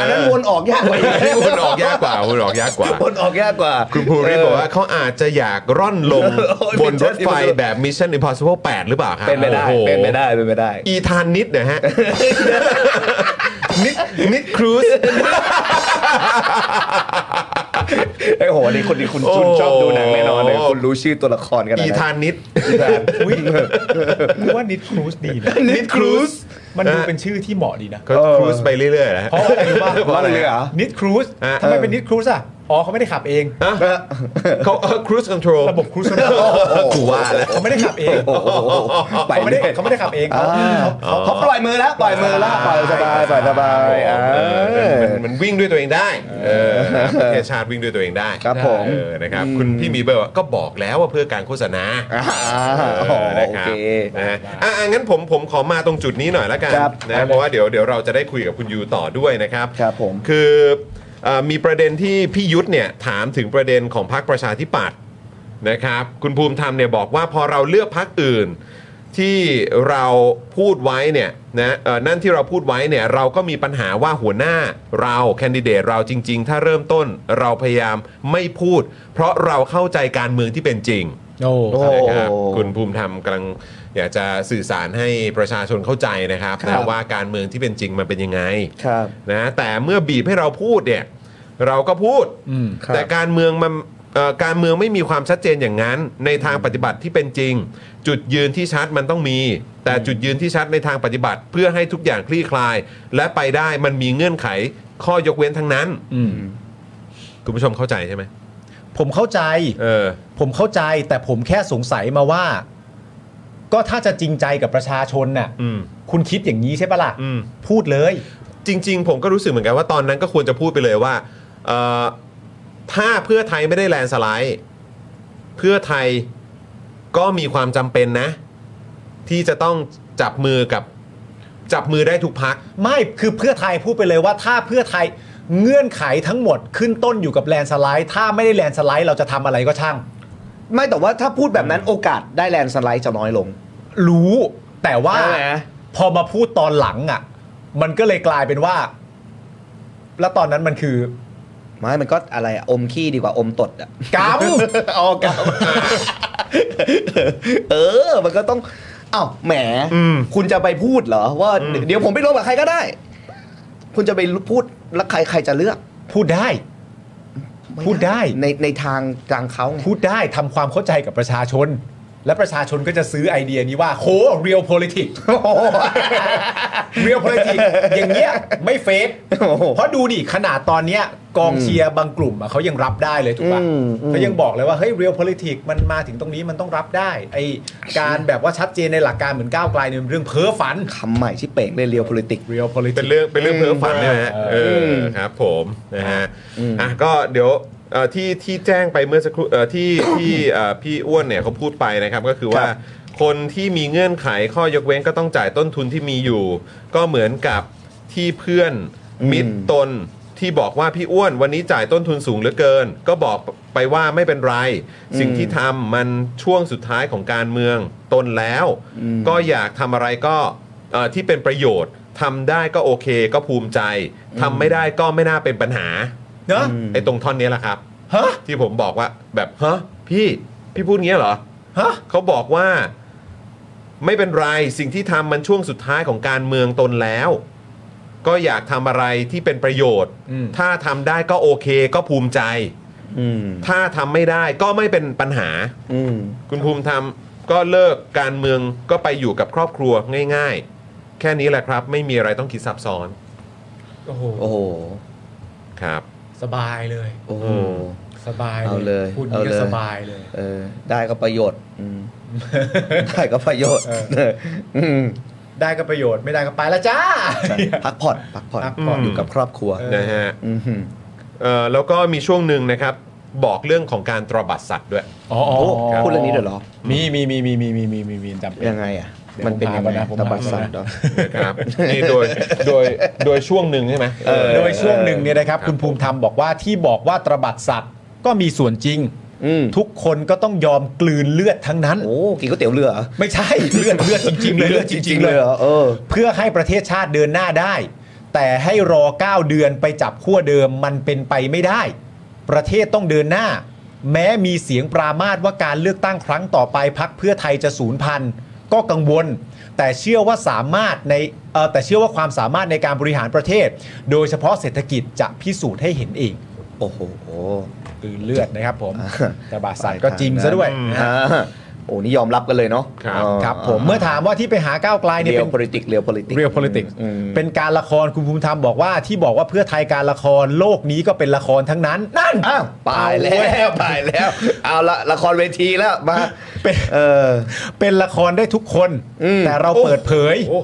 E: อันนั้นวนออกยากก ว่า
A: นี่คุณออกยากกว่าคุณออกยากกว่า
E: วนออกยากกว่า
A: คุณภูริบอกว่าเขาอาจจะอยากร่อนลง
E: โอ้ย
A: บนรถไฟ
E: Mission Impossible
A: แบบ Mission Impossible 8 หรือเปล่าครับ
E: เป็นไปได้
A: โอ้โห
E: เป็นไปได้เป็นไปได้
A: อีธานนิดนะฮะ นิดนิดครูซ
E: ไอ้โหนี่คนนี้คุณ
A: โอ้
E: คุณชอบดูหนังแน่นอนเลยคุณรู้ชื่อตัวละครกัน
A: อี
E: นะ
A: ธานนิด
E: อี ธาน
B: อุ๊ ยกูว่านิดครูซดีนะ
A: นิดครูซ
B: มันดูเป็นชื่อที่เหมาะดีนะ
A: เขา
E: เออ
A: ครูซไปเรื่อยๆนะฮะ
B: เพราะอะไรรู้ป่ะ
A: เพราะอะไร
E: ล่องเรือเหรอ
B: นิดครูซ
A: อ่ะ
B: ทำไมเป็นนิดครูซอ่ะอ๋อเขาไม่ได้ขับเอง
A: เขาครูซคอนโทรล
B: ระบบครูซคอนโทรล
A: กูว่าแล้ว
B: เขาไม่ได้ขับเอง
E: โอ้โหไป
B: เขาไม่
E: เล
B: ได้
E: ย
B: เขาไม่ได้ขับเองเขา
E: อ่า
B: เขา
E: เขาปล่อยมือแล้วปล่อยมือแล้วปล่อยสบายปล่อยสบาย
A: เอ
E: อ่า
A: อมันมันวิ่งด้วยตัวเองได้เออประเทศชาติวิ่งด้วยตัวเองได้
E: ครับผม
A: เออนะครับคุณพี่มีเบอร์ว่าก็บอกแล้วว่าเพื่อการโฆษณา
E: อ่า
A: เอ
E: โอ
A: อนะค
E: เค
A: รับนะฮะอ่ะอ่ะงั้นผมผมขอมาตรงจุดนี้หน่อยละกัน
E: ครับ
A: นะเพราะว่าเดี๋ยวเดี๋ยวเราจะได้คุยกับคุณยูต่อด้วยนะครับ
E: ครับผม
A: คือเอ่อมีประเด็นที่พี่ยุทธเนี่ยถามถึงประเด็นของพรรคประชาธิปัตย์นะครับ คุณภูมิธรรมเนี่ยบอกว่าพอเราเลือกพรรคอื่น ที่เราพูดไว้เนี่ยนะเอ่อนั่นที่เราพูดไว้เนี่ยเราก็มีปัญหาว่าหัวหน้าเราแคนดิเดตเราจริง ๆ ถ้าเริ่มต้นเราพยายามไม่พูด เพราะเราเข้าใจการเมืองที่เป็นจริง
B: โอ้
A: นะครับ
E: โอ้
A: คุณภูมิธรรมกำลัง อยากจะสื่อสารให้ประชาชนเข้าใจนะครับ
E: ครับ
A: นะว่าการเมืองที่เป็นจริงมันเป็นยังไง
E: ครับ
A: นะแต่เมื่อบีบให้เราพูดเนี่ยเราก็พูด
B: อืม
E: ครับ
A: แต่การเมืองมันเอ่อการเมืองไม่มีความชัดเจนอย่างนั้น ในทางปฏิบัติที่เป็นจริง จุดยืนที่ชัดมันต้องมี แต่จุดยืนที่ชัดในทางปฏิบัติ เพื่อให้ทุกอย่างคลี่คลาย และไปได้มันมีเงื่อนไขข้อยกเว้นทั้งนั้น
B: อืม
A: คุณผู้ชมเข้าใจใช่ไหม
B: ผมเข้าใจ
A: เออ
B: ผมเข้าใจแต่ผมแค่สงสัยมาว่า ก็ถ้าจะจริงใจกับประชาชนน่ะ
A: อืม
B: คุณคิดอย่างนี้ใช่ปะล่ะ
A: อืม
B: พูดเลย
A: จริง ๆ ผมก็รู้สึกเหมือนกันว่าตอนนั้นก็ควรจะพูดไปเลยว่าเอ่อถ้าเพื่อไทยไม่ได้แลนด์สไลด์เพื่อไทยก็มีความจำเป็นนะ ที่จะต้องจับมือกับจับมือได้ทุกพัก
B: ไม่คือเพื่อไทยพูดไปเลยว่าถ้าเพื่อไทยเงื่อนไขทั้งหมดขึ้นต้นอยู่กับแลนด์สไลด์ ถ้าไม่ได้แลนด์สไลด์เราจะทำอะไรก็ช่าง
E: ไม่แต่ว่าถ้าพูดแบบนั้นโอกาสได้แลนด์สไลด์จะน้อยลง
B: รู้แต่ว่า
E: ใช่ไหม
B: พอมาพูดตอนหลังอ่ะ มันก็เลยกลายเป็นว่า แล้วตอนนั้นมันคือ
E: ไม่มันก็อะไรอะอมขี้ดีกว่าอมตดอะ
B: ก ำ
E: ออกกลับมา เออ มันก็ต้อง อ้าว แหม
A: อืม
E: คุณจะไปพูดเหรอ ว่า เดี๋ยวผมไปรบกับใครก็ได้ คุณจะไปพูดแล้วใครใครจะเลือก
B: พูดได้
E: ม่
B: พูดได้
E: ในในทางทางเขาไง
B: พูดได้ทำความเข้าใจกับประชาชน และประชาชนก็จะซื้อไอเดียนี้ว่าโห real politics real politics อย่างเงี้ยไม่เฟก
E: โอ้โห
B: เพราะดูดิขนาดตอนเนี้ยกองเชียร์บางกลุ่มอะเขายังรับได้เลยถูกปะ
E: อืมอืม
B: เขายังบอกเลยว่าเฮ้ย real politics มันมาถึงตรงนี้มันต้องรับได้ไอการแบบว่าชัดเจนในหลักการเหมือนก้าวไกลเนี่ยมันเรื่องเพ้อฝัน
E: คำใหม่ที่เป่งเลยเรียว politics
B: real
A: เป็น
B: politics
A: เรื่องเป็นเรื่องเพ้อฝันใช่ไหมฮะ
B: เออ
A: เออครับผมนะฮะอ่ะก็เดี๋ยวเอ่อที่ที่แจ้งไปเมื่อสักครู่เอ่อที่ที่เอ่อพี่อ้วนเนี่ยเขาพูดไปนะครับก็คือว่าคนที่มีเงื่อนไขข้อยกเว้นก็ต้องจ่ายต้นทุนที่มีอยู่ ก็เหมือนกับที่เพื่อนมิตรตนที่บอกว่าพี่อ้วนวันนี้จ่ายต้นทุนสูงเหลือเกิน ก็บอกไปว่าไม่เป็นไร สิ่งที่ทำมันช่วงสุดท้ายของการเมืองตนแล้ว ก็อยากทำอะไรก็ เอ่อที่เป็นประโยชน์ทำได้ก็โอเคก็ภูมิใจทำไม่ได้ก็ไม่น่าเป็นปัญหา
B: เนอะ
A: ไอ้ตรงท่อนนี้แหละครับ
B: ฮะ
A: ที่ผมบอกว่าแบบฮะพี่พี่พูดงี้เหรอ
B: ฮะ
A: เขาบอกว่า ไม่เป็นไรสิ่งที่ทำมันช่วงสุดท้ายของการเมืองตนแล้ว ก็อยากทำอะไรที่เป็นประโยชน์
B: อืม
A: ถ้าทำได้ก็โอเคก็ภูมิใจ
E: อืม
A: ถ้าทำไม่ได้ก็ไม่เป็นปัญหา
E: อืม
A: คุณภูมิธรรมก็เลิกการเมืองก็ไปอยู่กับครอบครัวง่ายๆ แค่นี้แหละครับ ไม่มีอะไรต้องคิดซับซ้อน
B: โอ้โห
E: โอ้โห
A: ครับ
B: สบายเลย
E: โอ้โห
A: อืม
B: สบาย
E: เอาเลย
B: พูด
E: เอา
B: นี้ก็
E: เลย
B: สบายเลย
E: เออ ได้ก็ประโยชน์อืมได้ก็ประโยชน์เอออืม
B: ได้ก็ประโยชน์ไม่ได้ก็ไปละจ้า
E: พักผ่อนพักผ่อน
B: พักผ่อน
E: อยู่กับครอบครัว
B: เออ
A: นะฮะ
E: อืม
A: เอ่อแล้วก็มีช่วงหนึ่งนะครับ บอกเรื่องของการตรบัดสัตว์ด้วย
B: อ๋ออ๋อ
E: ครับพูดเรื่องนี้ด้วยเหรอ
B: มีมีมีมีมีมีมีมีมีจำเป็น
E: ยังไงอ่ะ มันเป็นยังไง
B: เดี๋ยวผม
E: ต
B: หาก่อนนะผมหาก่อนนะ
E: บัดสัตว์เหรอ
A: นะครับนี่โดยโดยโดยช่วงหนึ่งใช่ไหม
B: โดยช่วงหนึ่งเนี่ยนะครับ
A: เออ
B: คุณภูมิธรรมบอกว่าที่บอกว่าตระบัดสัตว์ก็มีส่วนจริง
E: อืม
B: ทุกคนก็ต้องยอมกลืนเลือดทั้งนั้น
E: โอ้กินก๋วยเตี๋ยวเรือเหรอ
B: ไม่ใช่ เลือดเลือดจริง ๆ เลยเลือดจริง ๆ เลย
E: หรอเออ
B: เพื่อให้ประเทศชาติเดินหน้าได้ แต่ให้รอ 9 เดือนไปจับขั้วเดิมมันเป็นไปไม่ได้ ประเทศต้องเดินหน้า แม้มีเสียงปรามาสว่าการเลือกตั้งครั้งต่อไปพักเพื่อไทยจะสูญพันธุ์ก็กังวล แต่เชื่อว่าสามารถในเอ่อแต่เชื่อว่าความสามารถในการบริหารประเทศ โดยเฉพาะเศรษฐกิจจะพิสูจน์ให้เห็นเอง
E: โอ้โหโอ้
B: กลืนเลือดนะครับผม
E: อ่ะ
B: แต่บาสายก็จริงซะด้วยนะฮะ
E: อ่าโอ้นี่ยอมรับกันเลยเนาะ
A: ครับ
E: อ๋อ
B: ครับผมเมื่อถามว่าที่ไปหาก้าวไกลเนี่ย
E: เรีย
B: เป็
E: ล
B: น
E: politics เรียล politics
B: เรียล politics
E: อืม
B: เป็นการละครคุณภูมิธรรมบอกว่าที่บอกว่าเพื่อไทยการละครโลกนี้ก็เป็นละครทั้งนั้น นั่น
E: อ้าวไปแล้
B: เอาเว้ย
E: วไปแล้ว เอาละละครเวทีแล้วมา
B: เป็น
E: เออ
B: เป็นละครได้ทุกคน
E: อืม
B: แต่เราเปิดเผย
A: โอ้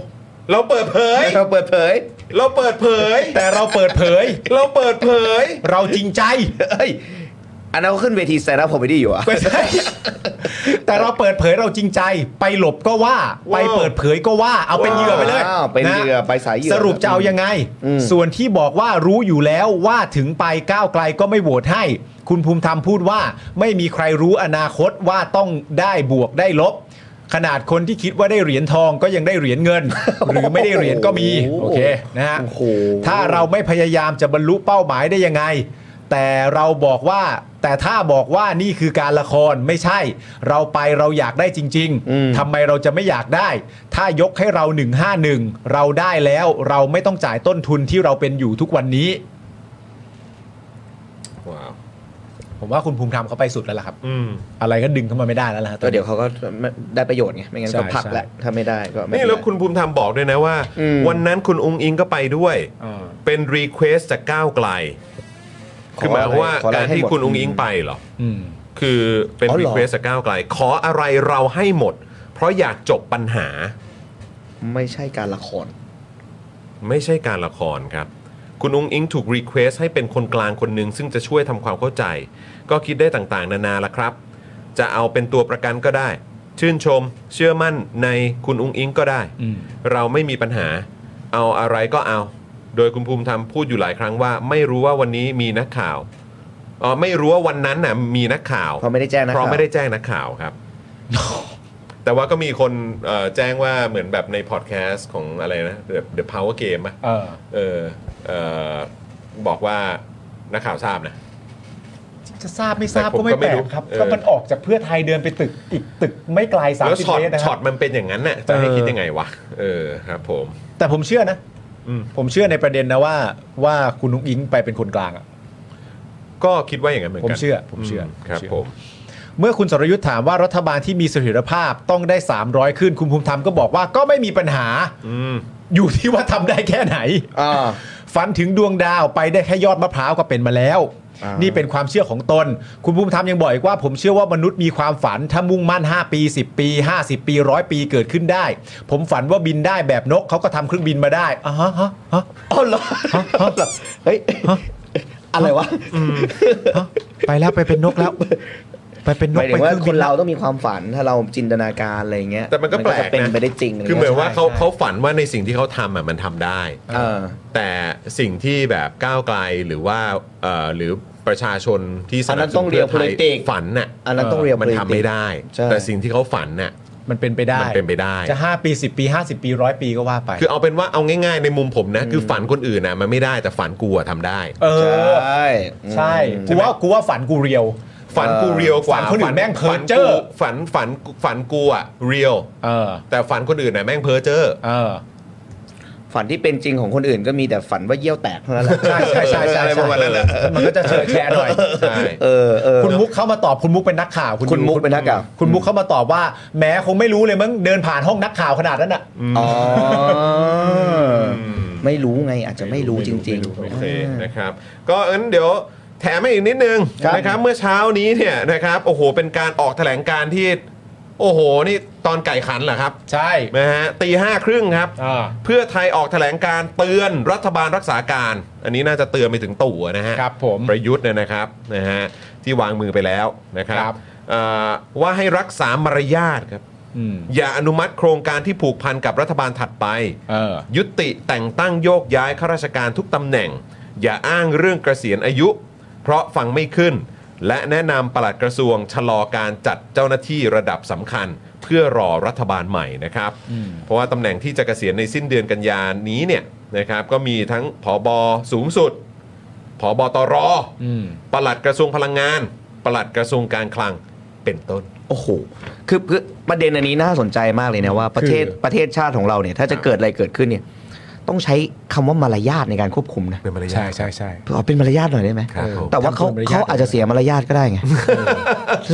A: เราเปิดเผย
E: เราเปิดเผย
A: เราเปิดเผย
B: แต่เราเปิดเผย
A: เราเปิดเผย
B: เราจริงใจ
E: เฮ้ยอันนั้นเขาขึ้นเวทีแซนด์อัพคอมเมดี้อยู่อ่ะ
B: ไม่ใช่ แต่เราเปิดเผยเราจริงใจ ไปหลบก็ว่า ไปเปิดเผยก็ว่า เอาเป็นเหยื่อไปเลย
E: อ้าวเป็น
B: นะ
E: เหยื่อไปสายเหยื่อ
B: สรุปจะเอายังไง
E: อืม
B: ส่วนที่บอกว่ารู้อยู่แล้วว่าถึงไปก้าวไกลก็ไม่โหวตให้ คุณภูมิธรรมพูดว่า ไม่มีใครรู้อนาคตว่าต้องได้บวกได้ลบ ขนาดคนที่คิดว่าได้เหรียญทองก็ยังได้เหรียญเงิน หรือไม่ได้เหรียญก็มี โอเคนะฮะ
E: โอ้โห
B: ถ้าเราไม่พยายามจะบรรลุเป้าหมายได้ยังไง แต่เราบอกว่า แต่ถ้าบอกว่านี่คือการละครไม่ใช่ เราไปเราอยากได้จริง
E: อืม
B: ๆทำไมเราจะไม่อยากได้ ถ้ายกให้เรา 151 เราได้แล้วเราไม่ต้องจ่ายต้นทุนที่เราเป็นอยู่ทุกวันนี้
A: ว้าว
B: ผมว่าคุณภูมิธรรมเขาไปสุดแล้วล่ะครับ
A: อืม
B: อะไรก็ดึงเข้ามาไม่ได้แล้วล่ะฮะต
E: ก็
B: อนนี้
E: เดี๋ยวเขาก็ได้ประโยชน์ไงไม่งั้นก็
B: ใช่
E: พักแหละถ้าไม่ได้ก็ไม่เป็
A: นี่
E: ไร
A: แล้วคุณภูมิธรรมบอกด้วยนะว่า
E: อืม
A: วันนั้นคุณองค์อิงก็ไปด้วย เป็นรีเควสจากก้าวไกล คือหมายความว่า
E: ขออะไร
A: การที่
E: ให้หมด
A: คุณองค์อิงไปเหรอ
B: อืม
A: คือเป็น
E: อ๋อเห
A: รี
E: รอ
A: เควสจากก้าวไกล ขออะไรเราให้หมด เพราะอยากจบปัญหา
E: ไม่ใช่การละคร
A: ไม่ใช่การละครครับ คุณองค์อิงถูกรีเควสให้เป็นคนกลางคนหนึ่งซึ่งจะช่วยทำความเข้าใจ ก็คิดได้ต่างๆ นานาละครับ จะเอาเป็นตัวประกันก็ได้ ชื่นชม เชื่อมั่นในคุณองค์อิงก็ได้
B: อืม
A: เราไม่มีปัญหา เอาอะไรก็เอา โดยคุณภูมิธรรมพูดอยู่หลายครั้งว่า ไม่รู้ว่าวันนี้มีนักข่าวอ๋อไม่รู้ว่าวันนั้นน่ะมีนักข่าว
E: เพราะไม่ได้แจ้งนักข่าว
A: เพราะไม่ได้แจ้งนักข่าว ครับ แต่ว่าก็มีคนเอ่อแจ้งว่าเหมือนแบบในพอดแคสต์ของอะไรนะ The- The Power Game อะ
B: เออ
A: เออเออบอกว่านักข่าวทราบนะ
B: จะทราบไม่ทราบ
A: แต่ผม
B: ก็ไม่
A: ก็ไม่
B: แปล
A: รู้
B: กครับ
A: เออ
B: ก็มันออกจากเพื่อไทยเดินไปตึกอีกตึกไม่ไกลสาม
A: แล้ว
B: สิบ
A: ช็อต
B: เมตรนะค
A: ช็อ
B: รั
A: ต
B: บ
A: มันเป็นอย่างนั้นน่ะจะให้
B: เออ
A: คิดยังไงวะเออครับผม
B: แต่ผมเชื่อนะ
A: อืม
B: ผมเชื่อในประเด็นนะว่าว่าคุณนุ้งอิงไปเป็นคนกลางอะ
A: ก็คิดว่าอย่างนั้นเหมือนกัน
B: ผมเชื่อผมเชื่อ
A: มครับ
B: ผมเชื่อ
A: ผม
B: เมื่อคุณสรยุทธ์ถามว่ารัฐบาลที่มีเสถียรภาพต้องได้ 300 ขึ้นคุณภูมิธรรมก็บอกว่าก็ไม่มีปัญหา
A: อืม
B: อยู่ที่ว่าทำได้แค่ไหน
E: อ่า
B: ฝันถึงดวงดาวไปได้แค่ยอดมะพร้าวก็เป็นมาแล้ว
E: อ่านี่
B: นี่เป็นความเชื่อของตน คุณภูมิธรรมยังบอกอีกว่า ผมเชื่อว่ามนุษย์มีความฝัน ถ้ามุ่งมั่น 5 ปี 10 ปี 50 ปีร้อยปีเกิดขึ้นได้ ผมฝันว่าบินได้แบบนกเขาก็ทำเครื่องบินมาได้อ่าฮะฮะฮะ
E: อ๋อเหรอ
B: ฮะฮะ
E: เฮ้ยอะไรวะ
B: ฮะไปแล้วไปเป็นนกแล้ว ไปเป็นน
E: ห
B: ก
E: มายถึ
B: ไป
E: งว่า
B: เครื่อง
E: ค
B: บิ
E: น
B: น
E: เราต้องมีความฝันถ้าเราจินตนาการอะไรอย่างเงี้ย
A: แต่มันก็แปลก
E: จะเป็น
A: นะ
E: ไปได้จริงะไร
A: คือเหมือน
E: เงี้ย
A: ว่าเขาเขาฝันว่าในสิ่งที่เขาทำอ่ะมันทำได้
E: เออ
A: แต่สิ่งที่แบบก้าวไกลหรือว่าเอ่อหรือประชาชนที่ส
E: อันนั้
A: นับ
E: น
A: ส
E: ต้
A: นุ
E: อนง
A: เพื่อไทย
E: realistic
A: ฝันน่ะ
E: อันนั้นต้องเรียล
A: มันทำไม่
E: พลิติก
A: ได้
E: ใช่
A: แต่สิ่งที่เขาฝันน่ะ
B: มันเป็นไปได้
A: มันเป็นไปได้
B: จะ 5 ปี 10 ปี 50 ปีร้อยปีก็ว่าไป
A: คือเอาเป็นว่าเอาง่าย ๆ ในมุมผมนะ คือฝันคนอื่นน่ะมันไม่ได้แต่ฝันกูอะทำได้
B: เอ
E: ใช
B: อ่ ใช่
E: อืม
B: กูว่ากูว่าฝันกูเรียว
A: ฝันกูเรียวกว่า
B: ฝันคนอื่นแม่งเพ้อเจ้อ
A: ฝันฝันกูฝันกูอะเรียว
B: เออ
A: แต่ฝันคนอื่นน่ะแม่งเพ้อเจ้อ
B: เออ
E: ฝันที่เป็นจริงของคนอื่นก็มีแต่ฝันว่าเยี่ยวแตกเท่านั้นแหละ
B: ใช่ใช่ใช่ใช่
A: อะไรประมาณนั้นแหละ
B: มันก็จะเฉยแฉะหน่อย
A: ใช่
E: เออเออ
B: คุณมุกเข้ามาตอบคุณมุกเป็นนักข่าว
E: คุณ
B: ดู
E: มุกเป็นนักข่าว
B: คุณมุกเข้ามาตอบว่าแหมคงไม่รู้เลยมั้งเดินผ่านห้องนักข่าวขนาดนั้นอ่ะ
E: อ๋ออไม่รู้ไงอาจจะไม่รู้จริง
A: โอ
E: ๆ
A: เคนะครับ ก็งั้นเดี๋ยวแถมให้อีกนิดนึง
E: ครับ
A: นะครับ เมื่อเช้านี้เนี่ยนะครับโอ้โหเป็นการออกแถลงการณ์ที่ โอ้โห นี่ตอนไก่ขันเหรอครับ
B: ใช่
A: นะฮะตีห้าครึ่งครับ
B: อ่า
A: เพื่อไทยออกแถลงการเตือนรัฐบาลรักษาการ อันนี้น่าจะเตือนไปถึงตู่นะฮะ
B: ครับผม
A: ประยุทธ์เนี่ยนะครับนะฮะที่วางมือไปแล้วนะครั
B: ครับ บ
A: เอ่อว่าให้รักษามารยาทครับ
B: อืม
A: อย่าอนุมัติโครงการที่ผูกพันกับรัฐบาลถัดไป
B: เออ
A: ยุติแต่งตั้งโยกย้ายข้าราชการทุกตำแหน่ง อย่าอ้างเรื่องเกษียณอายุ เพราะฟังไม่ขึ้น และแนะนำปลัดกระทรวงชะลอการจัดเจ้าหน้าที่ระดับสำคัญ เพื่อรอรัฐบาลใหม่นะครับ เพราะว่าตำแหน่งที่จะเกษียณในสิ้นเดือนกันยานี้เนี่ยนะครับก็มีทั้งผอบสูงสุดผอบตร
B: อืม
A: ปลัดกระทรวงพลังงาน ปลัดกระทรวงการคลังเป็นต้น
E: โอ้โหคือคือประเด็นอันนี้น่าสนใจมากเลยนะว่าประเทศ
B: คือ
E: ประเทศชาติของเราเนี่ย ถ้าจะเกิดอะไรเกิดขึ้นเนี่ย ต้องใช้คำว่ามารยาทในการควบคุมนะ
A: เป็นมารยาท
B: ใช่ใช่ใช่
E: ขอเป็นมารยาทหน่อยได้ไหม
A: ครับผม
E: แต่ว่าเขา
B: ทำเป็นมารยาท
E: เขาอาจจะเสียมารยาทก็ได้ไง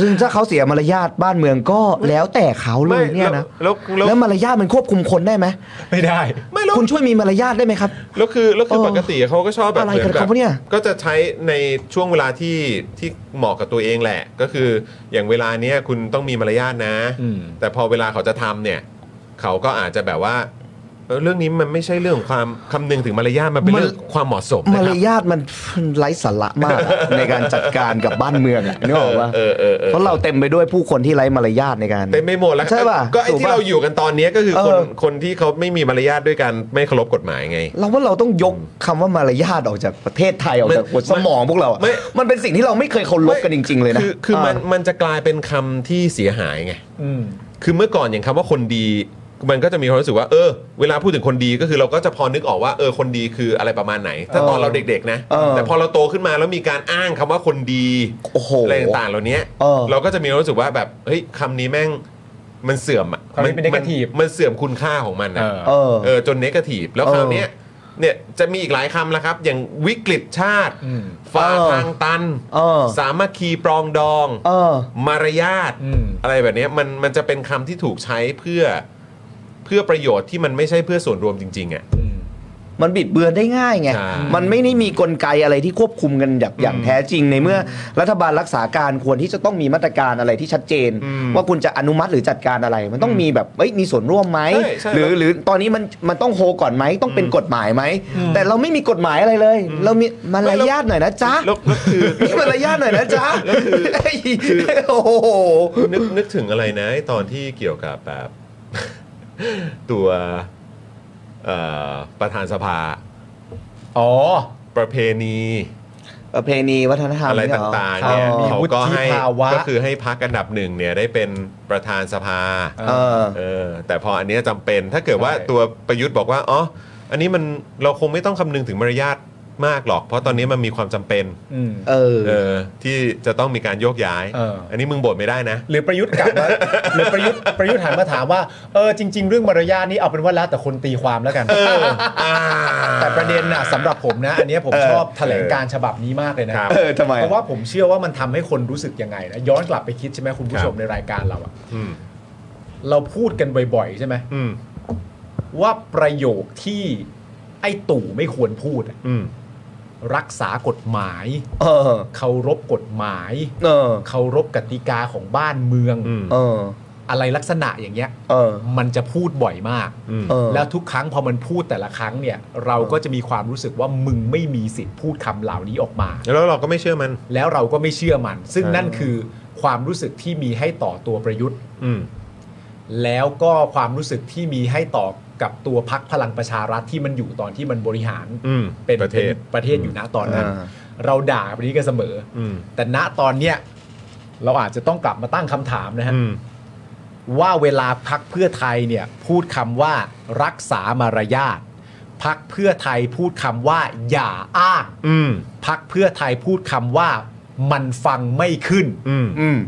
E: ซึ่งถ้าเขาเสียมารยาทบ้านเมืองก็แล้วแต่เขาเลยเนี่ยนะ
A: แล้วแล้ว
E: แล้วมารยาทมันควบคุมคนได้ไหม
B: ไม่ได้
A: ไม่แล้ว
E: คุณช่วยมีมารยาทได้ไหมครับ
A: แล้วคือแล้วคือ
E: เออ
A: ปกติเขาก็ชอบแบบ
E: อะไร
A: เหมือน
E: กัน
A: แบ
E: ครับบเนี่ย
A: ก็จะใช้ในช่วงเวลาที่ที่เหมาะกับตัวเองแหละ ก็คืออย่างเวลาเนี้ยคุณต้องมีมารยาทนะ
B: อืม
A: แต่พอเวลาเขาจะทำเนี่ย เขาก็อาจจะแบบว่าเออเรื่องนี้มันไม่ใช่เรื่องของความคำนึงถึงมารยาทมันเป็นเรื่องความเหมาะสม
E: มา
A: นะค
E: ร
A: รับ
E: ยาทมันไร้สาระมากอะ ในการจัดการกับบ้านเมืองอะนึกออกปะ
A: เออเออเออ
E: เพราะเราเต็มไปด้วยผู้คนที่ไร้มารยาทในการ
A: เต็มไม่หมดแล้ว
E: ใช่ป่ะ
A: ก็ไอ้ที่
E: ถูกป่ะ
A: เราอยู่กันตอนเนี้ยก็คือคน
E: เออ
A: คนที่เขาไม่มีมารยาทด้วยกันไม่เคารพกฎหมายไง
E: เราว่าเราต้องยกคำว่ามารยาทออกจากประเทศไทยออกจากหัวสมองพวกเราอะ
A: ไม่
E: มันเป็นสิ่งที่เราไม่เคยเคารพกันจริง ๆ เลยนะ
A: คือคือมัน
E: เ
A: มันจะกลายเป็นคำที่เสียหายไง
B: อืม
A: คือเมื่อก่อนอย่างคำว่าคนดี มันก็จะมีความรู้สึกว่า เออ เวลาพูดถึงคนดีก็คือเราก็จะพอนึกออกว่า เออ คนดีคืออะไรประมาณไหน ถ้าตอนเราเด็กๆนะ
E: เออ
A: แต่พอเราโตขึ้นมาแล้วมีการอ้างคำว่าคนดี
E: โอ้โห
A: อะไรต่างๆเหล่านี้
E: เออ
A: เราก็จะมีความรู้สึกว่าแบบ เฮ้ยคำนี้แม่ง มันเสื่อมอะ
B: คำนี้เป็น negative
A: มันเสื่อมคุณค่าของมันนะ
B: เออ
E: เออ
A: เออจนเนกาทีฟแล้ว
E: เออ
A: คราวเนี้ยเนี่ยจะมีอีกหลายคำแล้วครับ อย่างวิกฤตชาติ
B: อืม
A: ฝ่า
E: เออ
A: ทางตัน
E: เออ
A: สามัคคีปรองดอง
E: เออ
A: มารยาท
B: อืม
A: อะไรแบบเนี้ยมันมันจะเป็นคำที่ถูกใช้เพื่อเพื่อประโยชน์ที่มันไม่ใช่เพื่อส่วนรวมจริง ๆอ่ะ
E: มันบิดเบือนได้ง่ายไง
A: ใช่
E: มันไม่ได้มีกลไกอะไรที่ควบคุมกันแบบอย่างแท้จริงในเมื่อ รัฐบาลรักษาการควรที่จะต้องมีมาตรการอะไรที่ชัดเจน ว่าคุณจะอนุมัติหรือจัดการอะไร มันต้องมีแบบเอ้ยมีส่วนร่วมไหม
A: ใช่ใช่
E: หรือ
A: แล้ว
E: หรือตอนนี้มันมันต้องโฮก่อนไหมต้องเป็นกฎหมายไหมแต่เราไม่มีกฎหมายอะไรเลย เรามีมารยาทหน่อยนะจ๊ะ
A: แล้วแล้วคือ
E: มีมารยาทหน่อยนะจ๊ะเฮ้ยโอ้โห
A: นึกนึกถึงอะไรนะไอ้ตอนที่เกี่ยวกับแบบ ตัวเอ่อประธานสภา
B: อ๋อ
A: ประเพณี
E: ประเพณีวัฒนธรรม
A: อะไร
E: เนี่ยเหรอ่
A: ตางๆเนี่ย
E: อ๋อ
A: เขาก็ให้
B: วุฒิภาวะ
A: ก็คือให้พักอันดับหนึ่งเนี่ยได้เป็นประธานสภา
E: เออ
A: เออแต่พออันเนี้ยจำเป็นถ้าเกิดว่า
B: ใช่
A: ตัวประยุทธ์บอกว่าอ๋ออันนี้มันเราคงไม่ต้องคำนึงถึงมารยาทมากหรอก เพราะตอนนี้มันมีความจำเป็น
B: อืม
E: เออ
A: เออที่จะต้องมีการโยกย้าย
B: เอออั
A: อันนี้มึงบ่นไม่ได้นะ
B: หรือประยุทธ์กลับมา หรือประยุทธ์ประยุทธ์หันมาถามว่าเออจริง ๆ เรื่องมารยาทนี่เอาเป็นว่าแล้วแต่คนตีความแล้วกันแต่ประเด็นน่ะสำหรับผมนะ อันเนี้ยผมชอบแถลงการฉบับนี้มากเลยนะครับ
E: เออทำไม
B: เพราะว่าผมเชื่อว่ามันทำให้คนรู้สึกยังไงนะย้อนกลับไปคิดใช่ไหมคุณผู้ชมในรายการเราอะ
A: อืม
B: เราพูดกันบ่อยๆ ใช่ไหม
A: อืม
B: ว่าประโยคที่ไอ้ตู่ไม่ควรพูดอะ
A: อืม
B: รักษากฎหมาย
E: เออ
B: เคารพกฎหมาย
E: เออ
B: เคารพกติกาของบ้านเมือง
A: อืม
E: เออ
B: อะไรลักษณะอย่างเงี้ย
E: เออ
B: มันจะพูดบ่อยมาก
A: อืม
E: เออ
B: แล้วทุกครั้งพอมันพูดแต่ละครั้งเนี่ย เราก็จะมีความรู้สึกว่ามึงไม่มีสิทธิ์พูดคำเหล่านี้ออกมา
A: แล้วเราก็ไม่เชื่อมัน
B: แล้วเราก็ไม่เชื่อมัน ซึ่ง
A: เออ
B: นั่นคือความรู้สึกที่มีให้ต่อตัวประยุทธ์
A: อืม
B: แล้วก็ความรู้สึกที่มีให้ต่อกับตัวพักพลังประชารัฐที่มันอยู่ตอนที่มันบริหาร
A: อืม
B: เป็น
A: ประเทศ
B: ประเทศอยู่นะตอนนั้น
E: อ่า
B: เราด่าแบบนี้กันเสมออ
A: ม
B: แต่ณตอนเนี้ยเราอาจจะต้องกลับมาตั้งคำถามนะฮะ
A: อืม
B: ว่าเวลาพักเพื่อไทยเนี่ยพูดคำว่ารักษามารยาทพักเพื่อไทยพูดคำว่า อย่าอ้าง
A: อืม
B: พักเพื่อไทยพูดคำว่ามันฟังไม่ขึ้น
A: อืม
E: อืม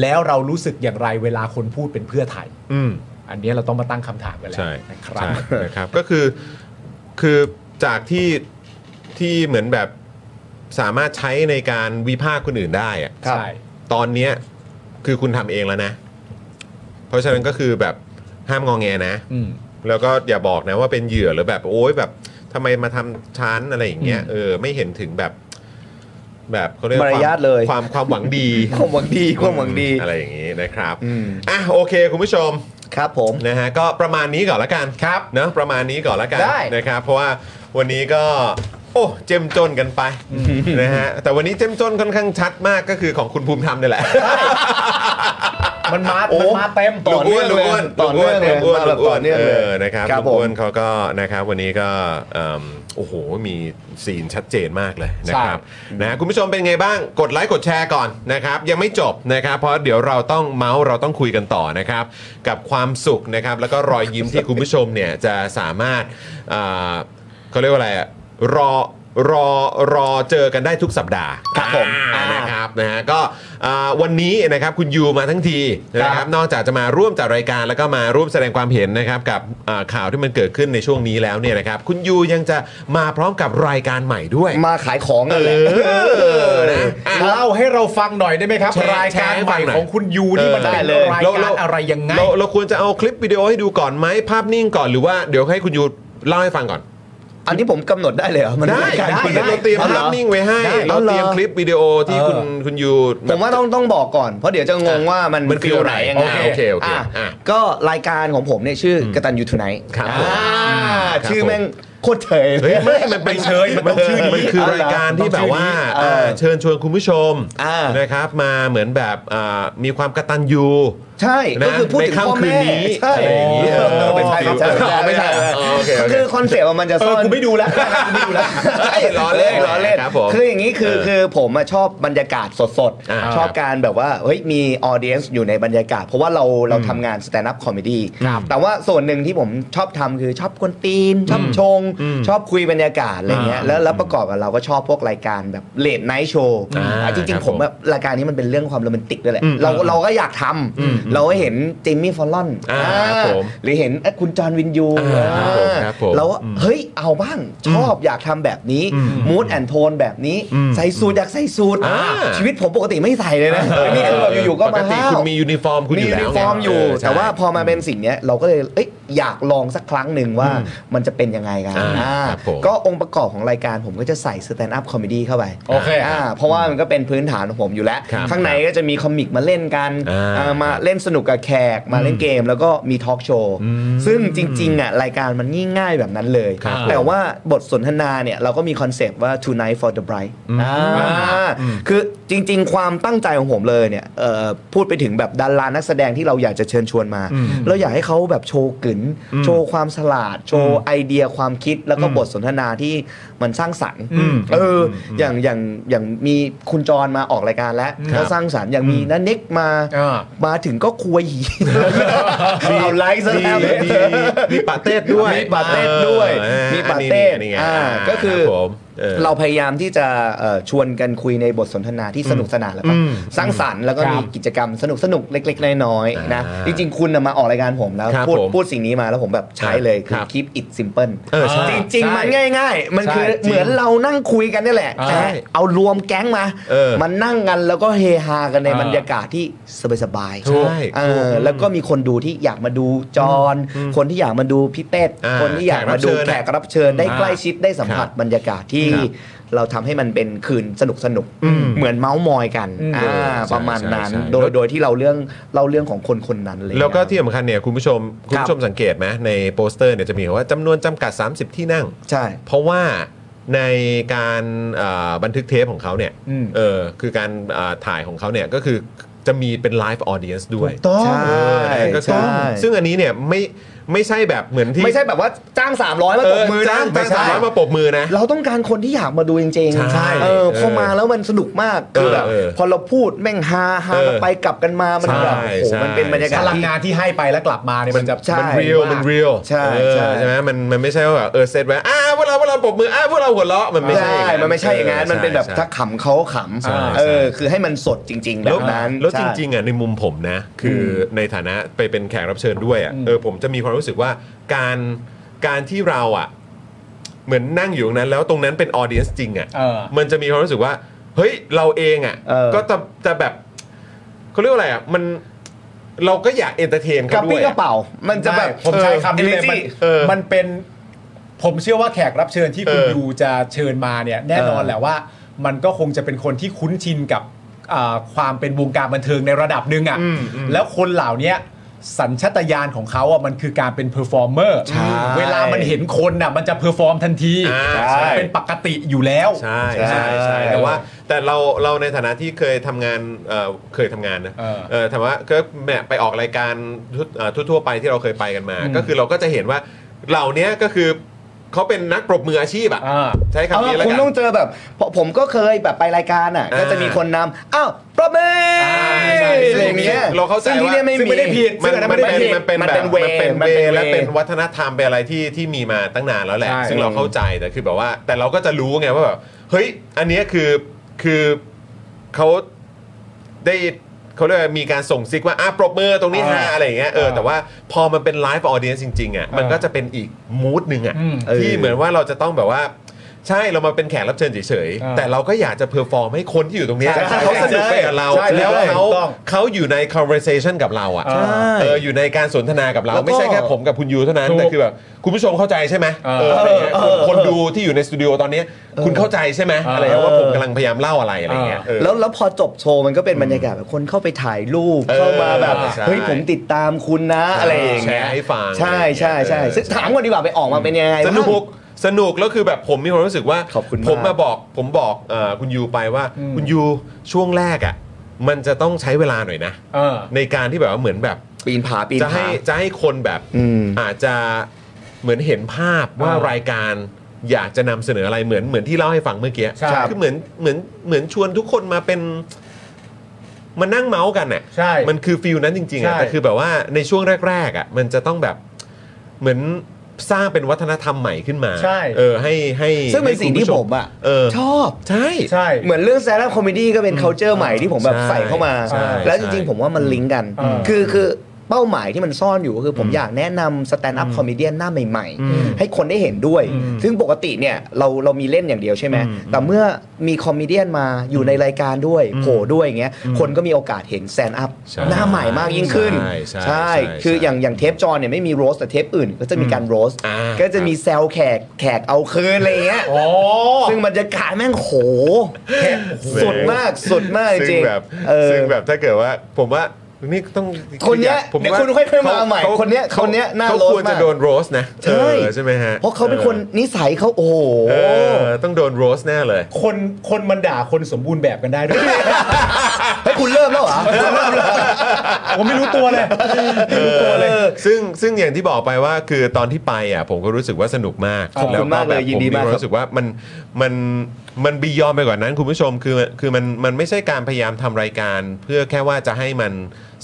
B: แล้วเรารู้สึกอย่างไรเวลาคนพูดเป็นเพื่อไทย
A: อืม
B: อันเนี้ยเราต้องมาตั้งคำถามกันแล้ว
A: ใช่
B: นะครับ
A: ใช่นะครับ ก็คือคือจากที่ที่เหมือนแบบสามารถใช้ในการวิพากษ์คนอื่นได้อะ
B: ครับใช่
A: ตอนเนี้ยคือคุณทำเองแล้วนะ เพราะฉะนั้นก็คือแบบห้ามงองแงนะ
B: อืม
A: แล้วก็อย่าบอกนะว่าเป็นเหยื่อหรือแบบโอ๊ยแบบทำไมมาทำชั้นอะไรอย่างเงี้ย
B: อืม
A: เออไม่เห็นถึงแบบ แบบเขาเรียกว่
E: มารยาทเลย
A: ความความหวังดี
E: ความหวังดีความหวังดี
A: อะไรอย่างงี้นะครับ
E: อืม
A: อ่ะโอเค คุณผู้ชม
E: ครับผม
A: นะฮะก็ประมาณนี้ก่อนละกันครับเนอะประมาณนี้ก่อนละกัน
B: ได้
A: นะครับ เพราะว่าวันนี้ก็ โอ้เจ้มจนกันไปนะฮะแต่วันนี้เจ้มจนค่อนข้างชัดมากก็คือของคุณภูมิธรรมนี่แหละ
B: มันมา
E: โอ้
B: มันมาเต็ม
E: ต่อเนื่อง
A: ลุงอ้วนลุงอ้วน
E: เล
A: ลุ
E: ย
A: งอ้วน
E: ต่อเนื่องเลยมาแบบ
A: ลุง
E: ต่อเนื่องเลย
A: อนะครับ
E: ครับ
A: ลุงอ้วน
E: ผม
A: เขาก็นะครับวันนี้ก็เอิ่มโอ้โหมีซีนชัดเจนมากเลยนะครับนะฮะคุณผู้ชมเป็นไงบ้างกดไลค์กดแชร์ก่อนนะครับยังไม่จบนะครับ เพราะเดี๋ยวเราต้องเมาส์เราต้องคุยกันต่อนะครับ กับความสุขนะครับแล้วก็รอยยิ้มที่คุณผู้ชมเนี่ยจะสามารถอ่า เขาเรียกว่าอะไรอะรอรอรอเจอกันได้ทุกสัปดาห์
E: ครับผม
A: อ่านะครับนะฮะก็อ่าวันนี้นะครับคุณยูมาทั้งทีนะครับนอกจากจะมาร่วมจัดรายการแล้วก็มาร่วมแสดงความเห็นนะครับกับอ่าข่าวที่มันเกิดขึ้นในช่วงนี้แล้วเนี่ยนะครับคุณยูยังจะมาพร้อมกับรายการใหม่ด้วย
E: มาขายของกันแหละ
A: เออนะอ่ะ
B: เล่าให้เราฟังหน่อยได้ไหมครับ
A: แชร์
B: รายการ
A: แชร์ให้
B: ให
A: ฟั
B: ม่
A: งหน่อย
B: ของคุณยูนี่มันเป็นราย
A: เ
B: การอะไรยังไง
A: เราเราควรจะเอาคลิปวิดีโอให้ดูก่อนไหมภาพนิ่งก่อนหรือว่าเดี๋ยวให้คุณยูเล่าให้ฟังก่อน
E: อันนี้ผมกำหนดได้เลยเหรอมัน
A: ได้
E: เป็นการ
A: ได้
E: คุณ
A: ได้เราเตรียมภาพนิ่งไว้ให้
E: ได้
A: เราเตรียม
E: เอาเหรอ
A: คลิปวิดีโอที่คุณ
B: เออ
A: คุณยู
E: ผมว่าต้องต้องบอกก่อน เพราะเดี๋ยวจะงงว่ามัน
A: มันคือ
E: ฟีล
A: อะไร
E: ยังไง
A: อ่ะโอเคโอเค
E: อ่ะ
A: อ่ะ
E: ก็รายการของผมเนี่ยชื่อกตันยูทูไนท์
A: ครับผม
E: ชื่อแม่งโคตรเฉยเล
A: เฮ้ย
E: ย
A: ไม่มันเป็น
B: ไม่เชิญมันต้องชื่อนี้
A: มันคือ
E: เอาเหรอ
A: รายการที่แบบว่า
E: เออ
A: เอ่อเชิญชวนคุณผู้ชม
E: อ่าน
A: นะครับมาเหมือนแบบอ่ามีความกระตันยู
E: ใช่
A: นะ
E: ก็คือพูดถึงพ่
A: ใน
E: อ
A: ค่ำคืน
E: แม่
A: นี้
E: ใช่
A: อะไรอย่างงี้
E: เออ
A: เออเป็น
E: ใช่
A: ฟิล
E: ใช่
A: อ๋อไม่
E: ไม่
A: ใช่
E: ใช่
A: อ๋อโอเคโอเค
E: คือคอนเซปต์อะมันจะ
B: เอ
E: ซ่
B: อ
E: อน
B: กูไม่ดูแล้ว
E: กูไม่ดูแล้ว
A: ใช่ล้อเล่น
E: ล้อเล่น
A: ครับผม
E: คืออย่างนี้คือ
A: เออ
E: คือผมอะชอบบรรยากาศสด
A: อ่า
E: ชอบการแบบว่าเฮ้ยมีออเดียนส์อยู่ในบรรยากาศ เพราะว่าเราเราทำงานสแตนด์อัพคอมเมดี้แต่ว่าส่วนหนึ่งที่ผมชอบทำคือชอบกวนตีน ชอบชง
A: อืม
E: ชอบคุยบรรยากาศอะไรเงี้ย
A: อ่า
E: แล้วแล้วประกอบกับเราก็ชอบพวกรายการแบบเลดไนท์โชว์
A: อ่า
E: จริ
A: ค
E: ง
A: รับ
E: ๆ
A: ผ
E: ผม มแบบ รายการนี้มันเป็นเรื่องความโรแมนติกด้วยแหละ
A: อืม
E: เรา
A: อืม
E: เราก็อยากทำ
A: อืม
E: เราก็เห็นจิมมี่ฟอลลอน
A: อ่าครับผม
E: หรือเห็นเอ้ยคุณจอห์นวินยู
A: อ่าครับผมครับผม
E: เราก็
A: อืม
E: เฮ้ยเอาบ้างชอบอยากทำแบบนี้มูดแอนโทนแบบนี้
A: อืม
E: ใส่สูทอยากใส่สูท
A: อ่า
E: ชีวิตผมปกติไม่ใส่เลยนะนี่คือแบบอยู่ๆก็
A: ป
E: มาก
A: ติ
E: ห้าว
A: คุณมียูนิฟอร์มคุณ
E: มี
A: อยู่
E: ยู
A: แล้ว
E: นิฟอร์มอยู่
A: เใช่
E: แต่ว่าพอมาเป็นสิ่งเนี้ยเราก็เลยเอ้ยอยากลองสักครั้งหนึ่งว่ามันจะเป็นยังไงกัน
A: อ่า
E: อ่า
A: ครับผม
E: ก็องค์ประกอบของรายการผมก็จะใส่สแตนด์อัพคอมเมดี้เข้าไป
B: โอเค
E: อ่าเพราะว่ามันก็เป็นพื้นฐานของผมอยู่แล้ว
A: ครับ
E: ข้างในก็จะมีคอมิกมาเล่นกัน
A: อ่า
E: อ่ามาเล่นสนุกกับแขก มาเล่นเกมแล้วก็มีทอล์กโชว์ ซึ่งจริงๆอ่ะรายการมันง่ายๆแบบนั้นเลย
A: ครับ
E: แต่ว่าบทสนทนาเนี่ยเราก็มีคอนเซปต์ว่า tonight for the bright อ่าคือจริงๆ ความตั้งใจของผมเลยเนี่ยเอ่อพูดไปถึงแบบดารานักแสดงที่เราอยากจะเชิญชวนมา เราอยากให้เขาแบบโชว์กลืนโชว์ความฉลาด โชว์ไอเดียความคิดแล้วก็บทสนทนาที่มันสร้างสรรค์
A: อืม
E: เออออย่างอย่างอย่างมีคุณจรมาออกรายการแล้ว
A: ครับ
E: ก็สร้างสรรค์อย่างมีนันเน็กมา
B: อ่า
E: มาถึงก็ควยเอาไลฟ์ซะ
A: มี
E: แล้ว
A: มีมีปาเต้ด้วย
E: มีปาเต้ด้วย
A: เออ
E: มีปาเต้
A: อันนี้ไง
E: อ่า
A: อ่า
E: ก็คือ
A: ครับผมเออ
E: เราพยายามที่จะเอ่อชวนกันคุยในบทสนทนาที่สนุกสนานแล้วก็สร้างสรรค์แล้วก็มีกิจกรรมสนุกสนุกๆเล็ก ๆ น้อยๆนะ
A: อ่า
E: จริง ๆ คุณน่ะมาออกรายการผมแล้ว
A: ครับ
E: พูด
A: ผม
E: พูดสิ่งนี้มาแล้วผมแบบใช้เลยคื
A: ค
E: อ
A: รับ
E: keep it simple
A: เออใช่
E: จริงๆ มันง่ายๆ มัน
B: ใช่
E: คือ
B: จริง
E: เหมือนเรานั่งคุยกันนี่แหละ
B: ใช่
E: แต่เอารวมแก๊งมา
A: เออ
E: มันนั่งกันแล้วก็เฮฮากันใน
B: อ่า
E: บรรยากาศที่สบายๆ
A: ใช่
E: เออแล้วก็มีคนดูที่อยากมาดูจอนคนที่อยากมาดูพี่เป็ด
A: อ่า
E: คนที่อยากมาดู
A: แข
E: แข
A: ก
E: ก
A: รั
E: รั
A: บบ เชิญ
E: เชิญได้
B: อ่า
E: ใกล้ชิดได้สัมผัสบรรยากาศที่
A: ครับ
E: เราทำให้มันเป็นคืนสนุกสนุกๆเหมือนเมาส์มอยกันอ่า
A: เออใช่
E: ประมาณนั้น
A: ใช่ใช่
E: โดยโดยที่เราเรื่องเล่าเรื่องของคนคนนั้นเลย
A: แล้วก็ที่สำคัญเนี่ยคุณผู้ชมคุณผู้ชมสังเกตไหมในโปสเตอร์เนี่ยจะมีว่าจำนวนจำกัด 30 ที่นั่ง
E: ใช่
A: เพราะว่าในการเอ่อบันทึกเทปของเขาเนี่ย
E: อืม
A: เออคือการเอ่อถ่ายของเขาเนี่ยก็คือจะมีเป็นไลฟ์ออเดียนซ์ด้วย
E: ใช่
A: เออนะครับก็คือซึ่งอันนี้เนี่ยไม่ไม่ใช่แบบเหมือนที่
E: ไม่ใช่แบบว่าจ้าง 300 มา
A: เอ
E: ตบ
A: อ
E: มือนะ
A: จ้าง
E: ไม่
A: จ้าง
E: ใช่
A: สามร้อยมาปรบมือนะ
E: เราต้องการคนที่อยากมาดูจริงๆ
A: ใช่
E: เออ
A: เออ
E: พอมาแล้วมันสนุกมากคือแบบ
A: เออเออ
E: พอเราพูดแม่งฮาฮา
A: เออ
E: กันไปกลับกันมามันแบบ
A: ใช่
E: โอ้โห
A: ใช่
E: มันเป็นบรรยากาศ
B: พลัง
E: ที่
B: งานที่ให้ไปแล้วกลับมาเนี่ยมันจะ
E: ใช่
A: มันเรียลมันเรียล
E: ใช่ใช่
A: ใช่ไหมมันมันไม่ใช่ว่าแบบเออเซตไว้อ้าวพวกเราพวกเราปรบมืออ้าวพวกเราหัวเราะมันไม่
E: ใช่
A: ใช่อย่าง
E: มันไม่ใช่อย่างนั้นมันเป็นแบบ
A: ใช่
E: ถ้าขำเขาก็
A: ใช่
E: ขำ
A: ใช่
E: เออคือให้มันสดจริง ๆ แบ
A: แล้ว
E: บนั้น
A: แล้วจ
E: ใช่
A: ริงๆอ่ะในมุมผมนะ คืออในฐานะไปเป็นแขกรับเชิญด้วยอ่ะเออผมจะมีความรู้สึกว่าการการที่เราอ่ะ เหมือนนั่งอยู่ตรงนั้น แล้วตรงนั้นเป็นออเดียนจริงอ่ะ
B: เออ
A: มันจะมีความรู้สึกว่า เฮ้ยเราเองอ่ะ
E: เออ
A: ก็จะจะแบบเขาเรียกว่าอะไรอ่ะมันเราก็อยากเอนเตอร์เทน
E: กระ
A: เขาด้
E: ปี้
A: วย
E: กระ
A: อ่ะ
E: เป๋ามันจะแบบ
B: ไม่ผมใช้คำนี้เลย
E: ออ
B: มัน
E: energy
A: เออ
B: มันเป็นผมเชื่อว่าแขกรับเชิญที่คุณ
A: เออ
B: ยูจะเชิญมาเนี่ยแน่นอน
E: เออ
B: แหละว่า มันก็คงจะเป็นคนที่คุ้นชินกับอ่าความเป็นวงการบันเทิงในระดับหนึ่งอะ่ะแล้วคนเหล่าเนี้ยสัญชาตญาณของเขาอ่ะมันคือการเป็นเพอร์ฟอร์เมอร์เวลามันเห็นคนอ่ะมันจะเพอร์ฟอร์มทันที
A: อ่า
B: มันเป็นปกติอยู่แล้ว
A: ใช่ใช่
E: ใช่
A: ใช่แต่ว่าแต่เราเราในฐานะที่เคยทำงานเอ่อเคยทำงานนะ
B: เออ
A: เออถามว่าก็แหมไปออกรายการทุเอ่อทั่วๆไปที่เราเคยไปกันมา ก็คือเราก็จะเห็นว่าเหล่าเนี้ยก็คือเขาเป็นนักปรบมืออาชีพอ่ะ
B: อ่า
A: ใช้คำนี้
E: เออ
A: แล้ว
E: คุณ
A: กัน
E: ต้องเจอแบบเพราะผมก็เคยแบบไปรายการอ่ะ
A: อ่า
E: ก็จะมีคนนำอ้าวปรบมืออา
A: ใช่
E: อะไรอย่างเงี้ย
A: เราเข้าใจ
E: ซึ่งที่
A: ว่า
E: เนี่ยไม่
B: ซึ่งไม่ได้ผิด
A: มันมันเป็น
E: ผิด
A: มันเป็น
E: มัน
A: แบบ
E: เป็นเว
A: มันเป็น
E: มัน
A: เว
E: เป็น
A: และเป็นวัฒนธรรมเป็นอะไรที่ที่มีมาตั้งนานแล้วแหละ
B: ใช่
A: ซึ่งเราเข้าใจแต่คือแบบว่า แต่เราก็จะรู้ไงว่าแบบเฮ้ยอันเนี้ยคือคือเขาได้เขาเรียกว่ามีการส่งซิกว่าอ่ะปรบมือตรงนี้ฮะ
B: อ่า
A: อะไรอย่างเงี้ยเออแต่ว่าพอมันเป็นไลฟ์ออเดียนจริงๆอ่ะมันก็จะเป็นอีกมูดหนึ่งอ่ะ
B: อืม
A: ที่
E: เออ
A: เหมือนว่าเราจะต้องแบบว่า ใช่เรามาเป็นแขกรับเชิญเฉย
B: อ่า
A: ๆแต่เราก็อยากจะเพอร์ฟอร์มให้คนที่อยู่ตรงเนี้ย
B: ใช่ใช่
A: เขาสนุกไปกับเรา
B: ใช่
A: แล้ว
B: ใช่
A: เขา
B: ถูกต้อง
A: เขาอยู่ใน conversation กับเราอ่ะ
B: ใช่
A: เอออยู่ในการสนทนากับเรา
E: แล้วก็
A: ไม่ใช่แค่ผมกับคุณยูเท่านั้น
B: ถูก
A: แต่คือแบบคุณผู้ชมเข้าใจใช่ไหม
B: เออ
A: เอออะไรเงี้ยคนคนดูที่อยู่ในสตูดิโอตอนเนี้ยคุณเข้าใจใช่ไหม
B: เอออ
A: อะไรเงี้ยว่าผมกำลังพยายามเล่าอะไรอะไรเงี้ย
B: เออ
A: เออ
E: แล้วแล้วพอจบโชว์มันก็เป็นบรรยากาศแบบคนเข้าไปถ่ายรูป
A: เออ
E: เข้ามาแบบ
A: ใช่
E: เฮ้ยผมติดตามคุณนะ
A: ใช่
E: อะไรอย่างเงี้ย
A: แชร์ให้ฟัง
E: ใช่ใช่ใช่
A: เออ
E: ซึ่งถามก่อนดีกว่าไปออกมาเป็นยังไง
A: สนุ
E: บ้าง
A: กสนุกแล้วคือแบบผมมีความรู้สึกว่า
E: ขอบคุณมาก
A: ผมมาบอกผมบอกเอ่อคุณยูไปว่า คุณยูช่วงแรกอ่ะ มันจะต้องใช้เวลาหน่อยนะ
B: เออ
A: ในการที่แบบว่าเหมือนแบบ
E: ปีนผาปีน
A: จะให้
E: ผา
A: จะให้คนแบบ
E: อืม
A: อาจจะเหมือนเห็นภาพว่า
B: อ่าร
A: รายการอยากจะนำเสนออะไรเหมือนเหมือนที่เล่าให้ฟังเมื่อกี้
B: ใช่
A: คือเหมือนเหมือนเหมือนชวนทุกคนมาเป็นมานั่งเมาส์กันน่ะ
B: ใช่
A: มันคือฟิลนั้นจริงๆอ่ะ
B: ใช่
A: แต่คือแบบว่าในช่วงแรกๆอ่ะมันจะต้องแบบเหมือนสร้างเป็นวัฒนธรรมใหม่ขึ้นมา
B: ใช่
A: เออให้ให้
E: ซึ่งเป็น
A: ให้
E: สิ่ง
A: คุณ
E: ที่
A: ช
E: ผมอ่ะ
A: เออ
E: ชอบ
A: ใช่
B: ใช่
E: เหมือนเรื่องแซนด์คอมเมดี้ก็เป็น c u เจอร์ใหม่ที่ผมแบบ
A: ใช่
E: ใส่เข้ามา
A: ใช่
E: แล้ว
A: ใช่
E: จริงๆ ผมว่ามันลิงก์กัน
B: อืม
E: คือคือเป้าหมายที่มันซ่อนอยู่ก็คือผมอยากแนะนำสแตนด์อัพคอมเมดี้หน้าใหม่
B: อืม
E: ๆ ให้คนได้เห็นด้วย
B: อืม
E: ซึ่งปกติเนี่ยเราเรามีเล่นอย่างเดียวใช่ไหม
A: อืม
E: แต่เมื่อมีคอมเมดี้มาอยู่ในรายการด้วย
A: อืม
E: โผล่ด้วยอย่างเงี้ย คนก็มีโอกาสเห็นแซนด์อัพ
A: ใช่
E: หน้าใหม่มากยิ่งขึ้น
A: ใช่ใช่
E: ใช่
A: ใช่
E: คือ
A: ใช่
E: อย่างอย่างเทปจอเนี่ยไม่มีโรสแต่เทปอื่น ก็จะมีการโรส
A: อ่า
E: ก็จะมีแซวแขกแขกเอาคืนอะไรอย่างเงี้ย
B: อ๋อ
E: ซึ่งบรรยากาศแม่งโหสุดมากสุดมากจ
A: ซึ่ง
E: ริง
A: แบบ
E: เออ
A: ซึ่งแบบถ้าเกิดว่าผมว่านี่ต้อง
E: คนเนี้ย
A: ผม
E: เดี๋ยว
A: ว่า
E: คุณค่อยๆมาใหม่
A: เข
E: คนเนี้ยคนเนี้ยน่า
A: เขา
E: โร
A: คว
E: ส
A: รจะ
E: มาก
A: โดนโรสนะ
E: ใช่
A: เออใช่ไหมฮะ
E: เพราะเขาเป็นคนนิสัยเขาโอ้โห
A: เออต้องโดนโรสแน่เลย
B: คนคนมันด่าคนสมบูรณ์แบบกันได้ด้วย
E: เฮ้ยคุณเริ่มแล้วเหรอ
B: ผมไม่รู้ตัวเลย
A: เออซึ่งซึ่งอย่างที่บอกไปว่าคือตอนที่ไปอ่ะผมก็รู้สึกว่าสนุกมาก
E: ขอบคุณ
A: แล้ว
E: มากเลย
A: แบบ
E: ยินดีมาก
A: ผ
E: ครับ
A: รู้สึกว่ามันมันมันบียอนไปกว่านั้นคุณผู้ชมคือคือมันมันไม่ใช่การพยายามทำรายการ เพื่อแค่ว่าจะให้มัน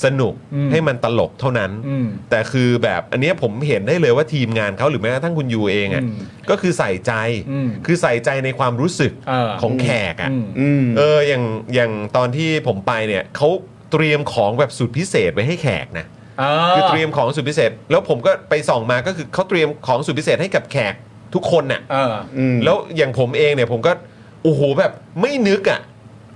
A: สนุก
B: อืม
A: ให้มันตลกเท่านั้น
B: อืม
A: แต่คือแบบอันเนี้ยผมเห็นได้เลยว่าทีมงานเขาหรือแม้กระทั่งคุณยูเองอ่ะ
B: อืม
A: ก็คือใส่ใจ
B: อืม
A: คือใส่ใจในความรู้สึก
B: เออ
A: ของแขกอ่ะ
B: อืม
E: อืม
A: เอออย่างอย่างตอนที่ผมไปเนี่ยเขาเตรียมของแบบสุดพิเศษไว้ให้แขกนะ คือเตรียมของสุดพิเศษ แล้วผมก็ไปส่องมาก็คือเขาเตรียมของสุดพิเศษให้กับแขกทุกคนน่ะ
B: เออ
E: อืม
A: แล้วอย่างผมเองเนี่ยผมก็โอ้โหแบบไม่นึกอ่ะ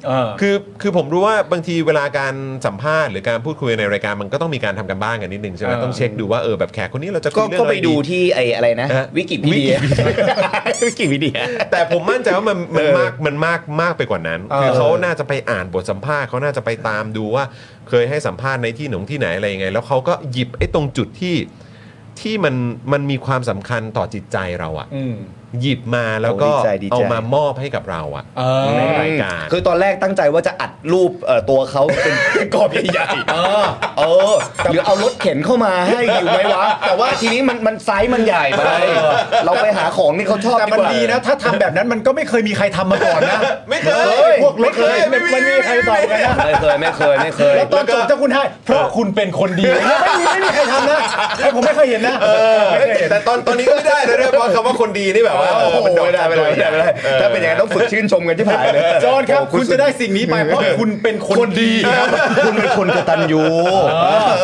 B: เออ
A: คือคือผมรู้ว่าบางทีเวลาการสัมภาษณ์หรือการพูดคุยในรายการมันก็ต้องมีการทำกันบ้างกันนิดนึงใช่ไหม
B: เออ
A: ต้องเช็คดูว่าเออแบบแขกคนนี้เราจะคุ
E: ก็
A: ยเรื่อง
E: ก็
A: อะ
E: ไป
A: ไร
E: ดูที่ไออะไรนะ
A: ฮะ
E: วิกิพีเดียวิกิพีเดีย
A: แต่ผมมั่นใจว่ามันมัน
E: เออ
A: มากมันมากมากไปกว่านั้น
B: เออ
A: คือเขาน่าจะไปอ่านบทสัมภาษณ์เขาน่าจะไปตามดูว่าเคยให้สัมภาษณ์ในที่หนงที่ไหนอะไรยังไง แล้วเขาก็หยิบไอ้ตรงจุดที่ที่มันมันมีความสำคัญต่อจิตใจเราอะ
B: อืม
A: หยิบมาแล้วก็
E: โอ้ดีใจดีใจ
A: เอามามอบให้กับเราอะ
B: เอ
A: ใน
B: อ
A: รายการ
E: คือตอนแรกตั้งใจว่าจะอัดรูปเอ่อตัวเขา เป็นเป็นกรอบใหญ่ๆ
B: เออ
E: เออหรือเอารถเข็นเข้ามาให้อยู่ไหมวะ แต่ว่าทีนี้มันมันไซส์มันใหญ่ไป เราไปหาของที่เขาชอบ
B: แต่
E: ดี
B: มัน
E: กว่า
B: ดีนะ ถ้าทำแบบนั้นมันก็ไม่เคยมีใครทำมาก่อนนะ
A: ไม่เคย
E: เฮ้ย
B: พวกรถเลย
A: ไม่
B: มัน
A: เคย
B: ไม่มีใครตอบกันนะ
E: ไม่เคยไม่เคยไม่เคย
B: แล้วตอนจบเจ้าคุณให้ เพราะคุณเป็นคนดีไม่มีไม่มีใครทำนะไอ้ผมไม่เคยเห็นนะไม่เคยเห็น
A: แต่ตอนตอนนี้ก็ไม่ได้นะเนี่ยเพราะคำว่าคนดีนี่แบบว่าเอ
E: โอ้
A: อ
E: โห
A: มันโดน
E: ไม่ได้ไม่ได้ไม่ได้ไม่ได้
A: ออ
E: ถ้าเป็นอย่างนั้นต้องฝึกชื่นชมกันที่ผ่านเลย
B: จอห์นครับ
E: โโห
B: คุณจะได้สิ่งนี้ไปเพราะคุณเป็นคนดีครับ
E: คุณเป็นคนกตัญญู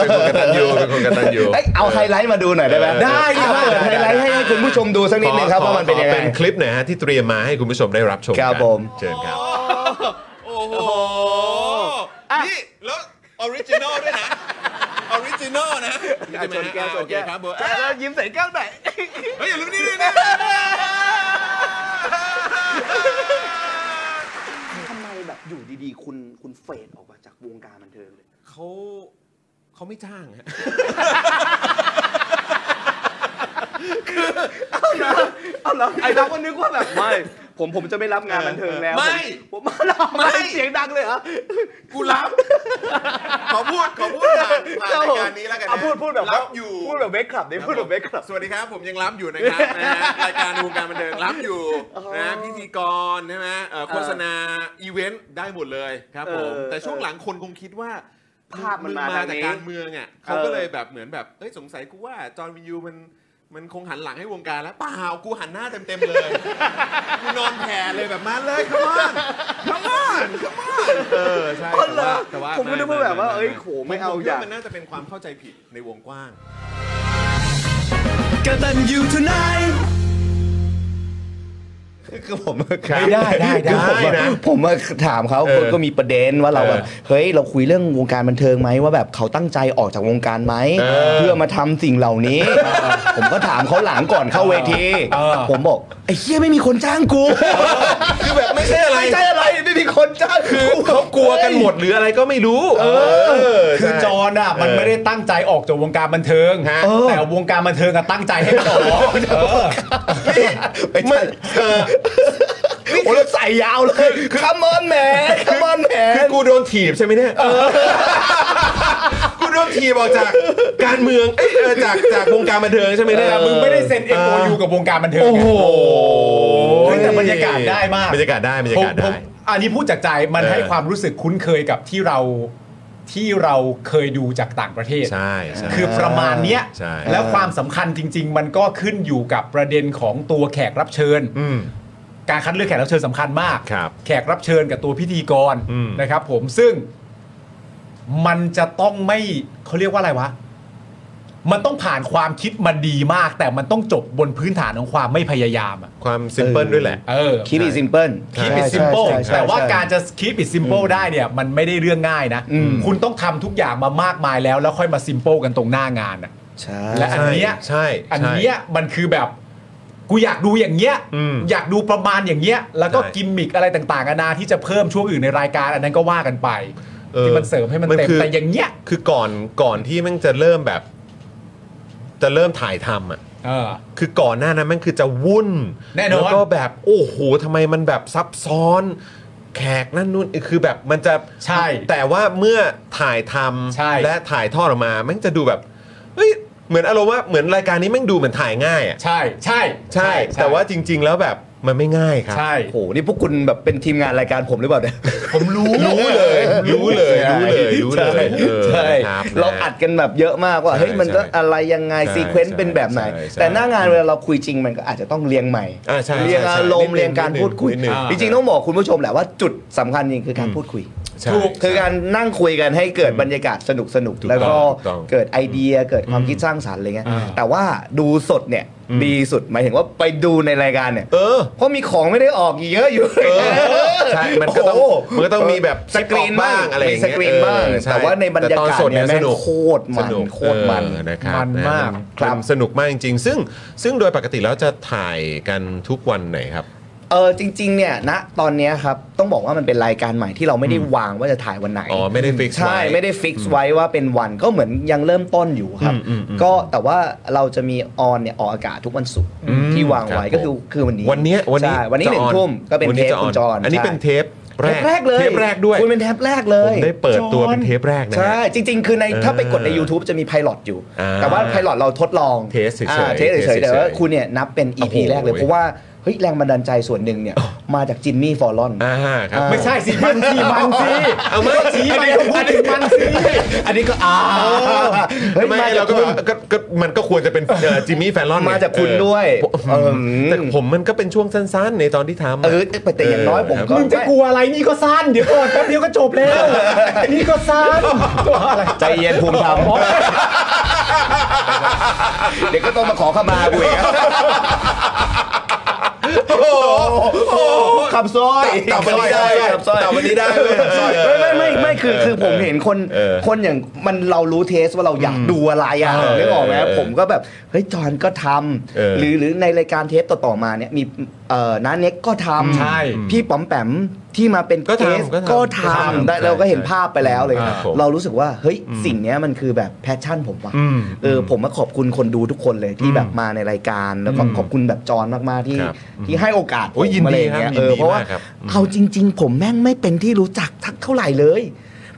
A: เป็นคนกตัญญูเป็นคนกตัญญู
E: เอ้ยเอาไฮไลท์มาดูหน่อยได้ไหม
A: เออ
E: ได้ดิ
B: ได้
E: เปิดไฮไลท์ให้คุณผู้ชมดูสักนิดนึงครับว่ามันเป็นยัง
A: ขอ
E: ไง
A: เป็นคลิปหน่อยฮะที่เตรียมมาให้คุณผู้ชมได้รับชม
E: ครับ
A: กัน
E: ผม
A: เชิญครับ โอ้โห นี่แล้วออริจินอลด้วยนะ ออริจินอลนะชนแก้วชนแก้วครับผม
E: แล้วยิ้มใส่แก้วหน่อย
A: เฮ้ยอย่าลืมนี่ด้วยนะ
F: ทำไมแบบอยู่ดีๆ คุณคุณเฟดออกมาจากวงการบันเทิงเลย
A: เขาเขาไม่จ้างฮะ
F: เอาเหรอไอ้เราก็นึกว่าแบบไม่ ผมผมจะไม่รับงานบันเทิงแล้ว
A: ไม่
F: ผมผมเรา
A: ไม่
F: ไม่เสียงดังเลยเหรอ
A: กูรับ ขอพูด ขอพูดผ่านผ่านรายการนี้แล้วกันนะ
F: เอาพูดพูดแบบ
A: รับอยู่
F: พูดแบบเวกขับดิพูดแบบเวกขับ
A: สวัสดีครับ ผมยังรับอยู่ นะครับนะฮะรายการวงการบันเทิงรับอยู่นะฮะพิธีกรใช่ไหมเอ่อโฆษณาอีเวนต์ได้หมดเลยครับผม
F: เออ
A: แต่ช่วงหลังคนคงคิดว่า
F: ภาพมันมา
A: มา
F: ทางนี้
A: จากการเมืองอ่ะเขาก็เลยแบบเหมือนแบบเฮ้ยสงสัยกูว่าจอร์นวินยูมันมันคงหันหลังให้วงการแล้วเปล่ากูหันหน้าเต็มๆเลย กูนอนแผ่เลยแบบมาเลย come on come on come on เออใช่
F: อ๋อเหรอ
A: แต่ว่า
F: ผมก็นึกว่าแบบว่าเอ้ยโหไม่เอา
A: ผคิดว่
F: อย่าง
A: มันน่าจะเป็นความเข้าใจผิดในวงกว้าง
E: คือผม
B: ไม่ได้ได้ได้
E: คือผมอะ
B: นะ
E: ผมมาถามเขา
A: เออ
E: คนก็มีประเด็นว่าเราแบบ
A: เออ
E: เฮ้ยเราคุยเรื่องวงการบันเทิงไหมว่าแบบเขาตั้งใจออกจากวงการไหม
A: เออ
E: เพื่อมาทำสิ่งเหล่านี้ ผมก็ถามเขาหลังก่อนเข้าเวที
B: เออ
E: ผมบอกไอ้เฮียไม่มีคนจ้างกู
A: คือแบบไม่ใช่อะไร
E: ไม่ใช่อะไรไม่มีคนจ้าง
A: คือเขากลัวกันหมดหรืออะไรก็ไม่รู้ เออ
B: คื
A: คือ อ
B: จ
A: จ
B: อ
A: อ
B: ห์นอ่ะมันไม่ได้ตั้งใจออกจากวงการบันเทิง
A: ฮะ
B: แต่วงการบันเทิงอะตั้งใจให้มันออกเออ
E: ไม่ใช่
A: เออ
E: โอ้แล้วใส่ยาวเลยคัมมอนแหมคัมมอนแหม
A: คือกู โดนถีบใช่ไหมเนี่ยกูโดนถีบออกจากการเมืองเอ้ยเออจากจากวงการบันเทิงใช่ไหมเนี่ย
B: มึงไม่ได้เซ็น
A: อ
B: M O U กับวงการบันเทิง
A: โอ้
B: ไง
A: โห
B: เฮ้ยแต่บรรยากาศได้มาก
A: บรรยากาศได้บรรยา
B: ผม
A: กาศ
B: ผ
A: ได้
B: มอันนี้พูดจากใจมัน
A: เออ
B: ให้ความรู้สึกคุ้นเคยกับที่เราที่เราเคยดูจากต่างประเทศ
A: ใช่ใช่
B: คือประมาณเนี้ย
A: ใช่
B: แล้วความสำคัญจริง ๆ มันก็ขึ้นอยู่กับประเด็นของตัวแขกรับเชิญ
A: อืม
B: การคัดเลือกแขกรับเชิญสำคัญมาก
A: ครับ
B: แขกรับเชิญกับตัวพิธีกร
A: อืม
B: นะครับผมซึ่งมันจะต้องไม่เขาเรียกว่าอะไรวะ มันต้องผ่านความคิดมันดีมาก แต่มันต้องจบบนพื้นฐานของความไม่พยายามอะ
A: ความซิมเพิลด้วยแหละ
B: เออ
E: คิดอีซิมเปิล
B: คีบ it
E: ใช่
B: simple
E: ใช่ใช่ใช่
B: แต่ว่า
E: ใช่
B: การจะคีบ it simple ได้เนี่ย มันไม่ได้เรื่องง่ายนะ
E: อืม
B: คุณต้องทำทุกอย่างมามากมายแล้ว แล้วค่อยมา simple กันตรงหน้างานน่ะ
E: ใช่
B: และอันเนี้ย
A: ใช่ใช่
B: อันเนี้ยมันคือแบบ กูอยากดูอย่างเงี้ย
A: อืม
B: อยากดูประมาณอย่างเงี้ย แล้วก็
A: ใช่
B: กิมมิกอะไรต่างๆนานาที่จะเพิ่มช่วงอื่นในรายการ อันนั้นก็ว่ากันไป
A: ออ
B: ที่มันเสริมให้มันเต็ม
A: คือ
B: แต่อย่างเงี้ย
A: คือก่อนก่อนที่แมันจะเริ่มแบบ จะเริ่มถ่ายทำอ่ะ
B: เออ
A: คือก่อนหน้านั้นมันคือจะวุ่น
B: แน่นอน
A: ล้วก็แบบโอ้โหทำไมมันแบบซับซ้อน แขกนั่นนู่นคือแบบมันจะ
B: ใช่
A: แต่ว่าเมื่อถ่ายท
B: ใช่
A: ำและถ่ายทอดออกมามันจะดูแบบเฮ้ยเหมือนอารมณ์ว่าเหมือนรายการนี้แม่งดูเหมือนถ่ายง่ายอ่ะ
B: ใช่ใช่
A: ใช่ แต่ว่าจริง ๆ แล้วแบบมันไม่ง่ายครับ
B: ใช่
E: โอ้โหนี่พวกคุณแบบเป็นทีมงานรายการผมหรือเปล่าเนี่ย
B: ผมรู้
A: รู้เลยรู้เลยรู้เลยรู้เลย
E: ใช่
A: เอ
E: ใช่
A: อครับ
E: เราอัดกันแบบเยอะมากว่า
A: ใช่
E: เฮ้ยมันต้องอะไรยังไง
A: ใช่
E: ซีเควนต์เป็นแบบไหน
A: ใช่ใช่
E: แต่หน้างานเวลาเราคุยจริงมันก็อาจจะต้องเรียงใหม่
A: อ่าใช่
E: เรียงอารม
A: ใช่
E: ณ์
A: ใช่
E: เรียงการพูดคุย
A: นิดนึงนิดนึง
E: จริงๆต้องบอกคุณผู้ชมแหละว่าจุดสำคัญจริงคือการพูดคุย
A: ใช่
B: ถูก
E: คือการนั่งคุยกันให้เกิดบรรยากาศสนุกสนุก
A: ถูก
E: แล้วก็
A: ต้องถูกต้อง
E: เกิดไอเดียเกิดความคิดสร้างสรรค์อะไรเงี้ย
B: อ่า
E: แต่ว่าดูสดเนี่ย
A: อืม
E: ดีสุดหมายถึงว่าไปดูในรายการเนี่ย
A: เออ
E: เพราะมีของไม่ได้ออกเยอะอยู่
A: เออใช่มันก็ต้อง
E: โโห
A: มันก็ต้องมีแบบ
E: สกรีนบ้าง
A: อะไรอย่างเงี้
E: มี
A: ย
E: สกรีนบ้าง
A: เออใช่
E: แต่ว่าในบรรยา
A: แต่ตอน
E: กาศ
A: สดเนี่
E: เนี่ยยแม่
A: ส
E: ง
A: นุก
E: โคตรมัน
A: สนุก
E: โคตรมัน
A: เออนะครับ
B: มันมาก
E: ครับ
A: เป็นสนุกมากจริง ๆ ซึ่งซึ่งโดยปกติแล้วจะถ่ายกันทุกวันไหนครับ
E: เออจริง ๆ เนี่ยณตอนเนี้ยครับต้องบอกว่ามันเป็นรายการใหม่ที่เราไม่ได้วางว่าจะถ่ายวันไหน
A: อ๋อไม่ได้ fix
E: ใช่
A: ไว้
E: ไม่ได้ฟิกซ์ไว้ว่าเป็นวันก็เหมือนยังเริ่มต้นอยู่ครับ
A: อืมอืมอืม
E: ก็แต่ว่าเราจะมีออนเนี่ยออกอากาศทุกวันศุกร์
A: อืม
E: ที่วางไว้
A: ครับผม
E: ก็คือคือวันนี้
A: วันเนี้ยวันนี้
E: ใช่วันนี้
A: จะ
E: หนึ่
A: องอ
E: ทุ่มก็เป็น
A: วั
E: เทป
A: จะ
E: คุณจอน
A: อันนี้เป็นเทปแรก
E: แรกเลย
A: เทปแรกด้วย
E: คุณเป็นเทปแรกเล
A: ผ
E: ย
A: มได้เปิดตัวเป็นเทปแรกนะฮะ
E: ใช่ จริง ๆ คือใน
A: เออ
E: ถ้าไปกดใน YouTube จะมีไพลอตอยู่
A: อ่า
E: แต่ว่าไพลอตเราทดลอง
A: เทสเฉยๆ
E: อ่าเทส
A: เทสเฉ
E: เฉ
A: ย
E: ย
A: ๆ
E: ๆแต่ว่าคุณเนี่ยนับเป็น
A: โอ้
E: EP
A: โห
E: แรกเลย เพราะว่าเฮ้ยแรงบันดาลใจส่วนหนึ่งเนี่ย มาจากจินนี่ฟอร์ลอน
A: อ่าครับ
B: ไม่ใช่สิมันสิมันสิ
A: เอาไม่
B: สีมันก็พูดถึงมันสิอันนี้ก็อ้าว
E: เฮ้ย
A: ไม่
E: มา
A: เรา
E: จาก
A: ก็
E: คุณ
A: ก็ก็มันก็ควรจะเป็นเอ่อจิมมี่แฟนรอนไง
E: มาจากคุณด้วย
A: เออ
E: เออ
A: แต่ผมมันก็เป็นช่วงสั้นๆ ในตอนที่ทำะ
E: เออแต่อย่างน้อยผมก็
B: มึงจะกลัวอะไรนี่ก็สั้นเดี๋ยวก่อนแป๊บเดียวก็จบแล้วนี่ก็สั้นตัวอะไร
E: ใจเย็นภูมิธรรมเดี๋ยวก็ต้องมาขอขมากูอีกอะโอ้โหขับซอย
A: ตับวันนี้ได้
E: ขับซอย
A: ตับวันนี้ได้เว้ยขับซอย
E: ไม่ไม่ไม่ไม่คือคือผมเห็นคน
A: เออ
E: คนอย่างมันเรารู้เทสว่าเราอยากดูอะไรอ่ะ
A: เออ
E: นึกออกไหม
A: เออ
E: ผมก็แบบเฮ้ยจอนก็ทำ
A: เออ
E: หรือหรือในรายการเทปต่อๆมาเนี่ยมีเอ่อน้าเน็กก็ทำ
B: ใช่
E: พี่ป๋อมแปมที่มาเป็น
A: ก็ทำ
E: เทส
A: ก็ทำ
E: ก็
A: ก็ทำ
E: ทำได้เราก็เห็นภาพไปแล้วเลย
A: ครับผม
E: เรารู้สึกว่าเฮ้ยสิ่งเนี้ยมันคือแบบแพชชั่นผมว่ะ
A: อืม
E: เออผมมาขอบคุณคนดูทุกคนเลยที่แบบมาในรายการแล้วก็ขอบคุณแบบจอนมากๆที่
A: ครับ
E: ที่ให้โอกาสผ
A: โอ้ยยินดี
E: มอะไรอย่างเงี้ย
A: ครับยิ
E: เอน
A: ดี
E: อเพราะว่า
A: มากครับ
E: เอาจริง ๆ ผมแม่งไม่เป็นที่รู้จักทักเท่าไหร่เลย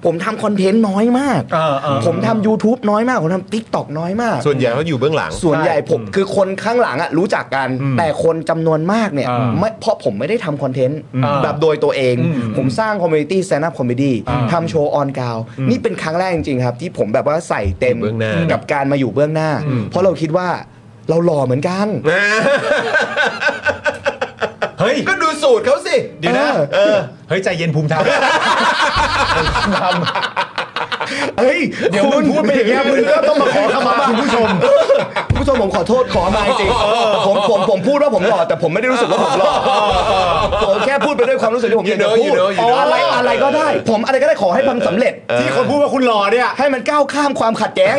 E: ผมทำคอนเทนต์น้อยมาก
B: เออเออ
E: ผมทำ YouTube น้อยมาก ผมทำ TikTok น้อยมาก
A: ส่วนใหญ่เขาอยู่เบื้องหลัง
E: ส่วนใหญ่ผมคือคนข้างหลังอะรู้จักกัน แต่คนจำนวนมากเนี่ย
B: อ่า
E: ไม่เพราะผมไม่ได้ทำคอนเทนต์
B: อ่า
E: แบบโดยตัวเอง
B: อืม
E: ผมสร้างคอมมูนิตี้ t a น d ์อัพคอมเมดี้
B: อ่า
E: ทำโชว์ออนกราวด์นี่เป็นครั้งแรกจริงๆครับ ที่ผมแบบว่าใส่เต็ม
A: อยู่เบื้องหน้า
E: กับการมาอยู่เบื้องหน้า เพราะเราคิดว่าเราหล่อเหมือนกัน
A: นะ
B: เฮ้ย
A: ก็ดูสูตรเขาสิ
B: เดี๋ยวนะ
A: เออ
B: เฮ้ยใจเย็นภูมิธรรม
E: เฮ้ย
B: เดี๋ยวมึงพูดไปอย่างเงี้ยมึงก็ต้องมาขอขมาคุณผู้ชม
E: คุณผู้ชมผมขอโทษขอมาจริงผมผมผมพูดว่าผมหล่อแต่ผมไม่ได้รู้สึกว่าผมหล่อผมแค่พูดไปด้วยความรู้สึกที่ผมอยากจะ
A: You know,
E: พูด
A: you know, you know.
E: อะไรอะไรก็ได้ ผมอะไรก็ได้ขอให้มันสำเร็จ
B: ที่คนพูดว่าคุณหล่อเนี่ย
E: ให้มันก้าวข้ามความขัดแย้ง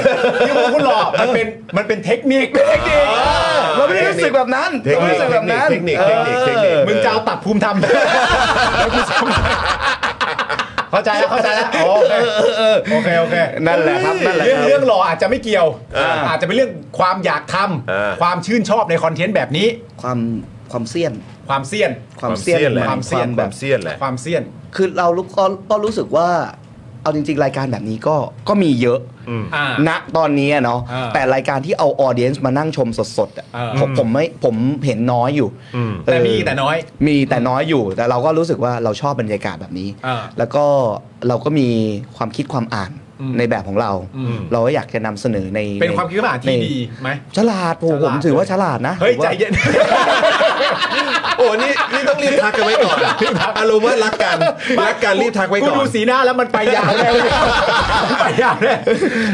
B: ที่คนพูดว่าคุณหล่อมันเป็นมันเป็นเทคนิค
E: เทคนิคเราไม่ได้รู้สึกแบบนั้น
A: เทค
E: เราไม่
A: นิค
E: ได้รู้สึกแบบนั้น
A: เทคนิคเทคนิคเทคนิค
B: มึงจะเอาตัดภูมิธรรมแล้วกูจะเข้าใจแล้วเข้าใจแล้วโอเคโอเคโอเค
E: นั่นแหละครับนั่นแหละ
B: เรื่อง
E: ครับ
B: เรื่องหล่ออาจจะไม่เกี่ยว
A: อ่า
B: อาจจะเป็นเรื่องความอยากทำ
A: อ่า
B: ความชื่นชอบในคอนเทนต์แบบนี้
E: ความความเสี่ยน
B: ความเสี่ยน
E: ความเสี้ยน
A: แหละ
B: ความเสี่ยน
A: ค
B: แบ
A: วา
B: บ
A: มเสี่ยนแหละ
B: ความเสี่ยน
E: คือเรารู้ก็ก็รู้สึกว่า เอาจริง ๆ รายการแบบนี้ก็ก็มีเยอะ
B: อ่า
E: ณตอนนี้อะเนาะ
B: อ่า
E: แต่รายการที่เอาออเดียนส์มานั่งชมสดๆอะ
B: อ่า
E: ผมผมไม่ผมเห็นน้อยอยู่เออ
B: แต่มีแต่น้อย
E: มีแต่น้อยอยู่ แต่เราก็รู้สึกว่าเราชอบบรรยากาศแบบนี้
B: อ่า
E: แล้วก็เราก็มีความคิดความอ่าน
B: อืม
E: ในแบบของเรา
B: อืม
E: เราก็อยากจะนำเสนอใน
B: เป็นความคิดว่าที่ดีไหม
E: ฉลาดผม
B: ฉลาด
E: ผมถือว่าฉลาดนะ
B: เฮ้ย
E: ผม
B: ใจ
E: ว่า
B: เย็น
A: โอ้นี่นี่ต้องรีบทักกันไว้ก่อนอารมณ์ว่ารักกันรักกันรีบทักไว้ก่อน
B: ดูสีหน้าแล้วมันไปยาวแน่เลยไปยาวแน่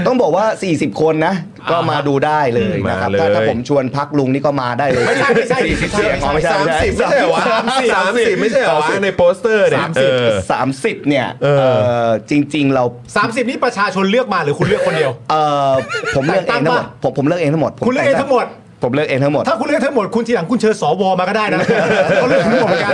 E: ต้องบอกว่า 40 คนนะ ก็มาดูได้เลย
A: มา
E: นะครับ
A: เลย
E: ถ้าถ้าผมชวนพักลุงนี่ก็มาได้เลย
B: ไม่ใช่ไม่ใช่
E: 40
B: ไม่ใช่
E: เสียงอ๋อไม่ใช่
A: สาม
E: ไม่
A: สิ
E: ใช่
A: บไม่ใช่เหรอวะสามสิบไม่ใช่เหรอวะในโปสเตอร์เนี่ย
E: สามสิบ
A: เออ
E: สามสิบเนี่ย
A: เออ
E: เอ่อจริง ๆ เรา
B: สามสิบนี่ประชาชนเลือกมาหรือคุณเลือกคนเดียว
E: เอ่อผมเลือก
B: แต่
E: เอง
B: งตั้
E: ทั้ง
B: ง
E: หมด
B: ปะ
E: ผมผมเลือกเองทั้งหมดผ
B: คุณเลือกเองทั้งหมด
E: ผมเลือกเองทั้งหมด
B: ถ้าคุณเลือกทั้งหมดคุณทีหลังคุณเชิญสวมาก็ได้นะเขาเลือกทั้งหมดเหมือนกัน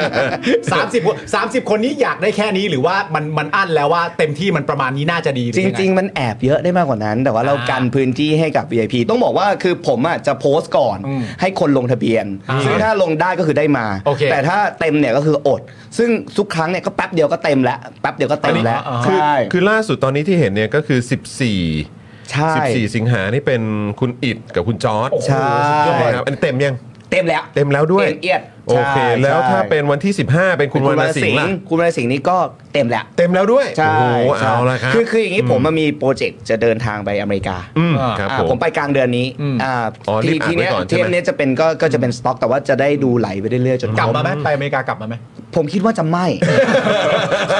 B: สามสิบสามสิบคนนี้อยากได้แค่นี้หรือว่ามันมันอั้นแล้วว่าเต็มที่มันประมาณนี้น่าจะดีหอ
E: จ
B: ยัไ
E: ริง ๆ มันแอบเยอะได้มากกว่านั้น แต่ว่าเรา
B: อ่ากั
E: กันพื้นที่ให้กับ VIP ต้องบอกว่าคือผมอ่ะจะโพสต์ก่อน
B: อืม
E: ให้คนลงทะเบียน
B: อ่า
E: ซึ่งถ้าลงได้ก็คือได้มา
B: โอเค
E: แต่ถ้าเต็มเนี่ยก็คืออด ซึ่งทุกครั้งเนี่ยก็แป๊บเดียวก็เต็มแล้วแป๊บเดียวก็เต็มแล้ว
B: อันนี้
A: คือ
E: ใช่
A: คือล่าสุดตอนนี้ที่เห็นเนี่ยก็คือ 14
E: ใช่
A: 14 สิงหานี่เป็นคุณอิดกับคุณจอร์ด
E: ใช่
A: ยอดครับอันเต็มยัง
E: เต็มแล้ว
A: เต็มแล้วด้วย
E: เต็มเอียด
A: โอเค
E: ใช่
A: แล้วถ้า
E: ใช่
A: เป็นวันที่ 15 เป็นคุณวรรณสิงห์ล่ะ
E: คุณวรรณสิงห์นี่ก็เต็มแล้ว
A: เต็มแล้วด้วย
E: ใช่
A: โอ้โห
E: ใช่
A: เอาละครับ
E: คือคืออย่างนี้ผมมันมีโปรเจกต์จะเดินทางไปอเมริกา
A: อืมครับ
E: อ่า
A: ผ
E: ผม มไปกลางเดือนนี้
B: อืม
E: อ่า
A: อ๋อรี
E: ที
A: บอ่าน
E: ทีเนี้ย
A: ไว้ก่อนใช่
E: เท
A: ไหม
E: ปเนี้ยจะเป็นก็ก็จะเป็นสต็อกแต่ว่าจะได้ดูไหลไปเรื่อยๆจน
B: กลับ
E: คร
B: มาไหมไปอเมริกากลับมาไหม
E: ผมคิดว่าจะไม่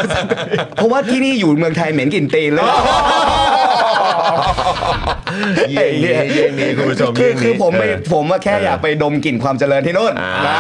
E: เพราะว่าที่นี่อยู่เมืองไทยเหม็นกลิ่นตีนเลย
A: เย่เย่เย่เย่คุณผู้ชม
E: คือ
A: เย่
E: คือผมไม่
A: เ
E: ผมว่าแค่
A: เออ
E: อ
A: อ
E: ยากไปดมกลิ่นความเจริญที่โน่น
A: อ่า
E: อ่า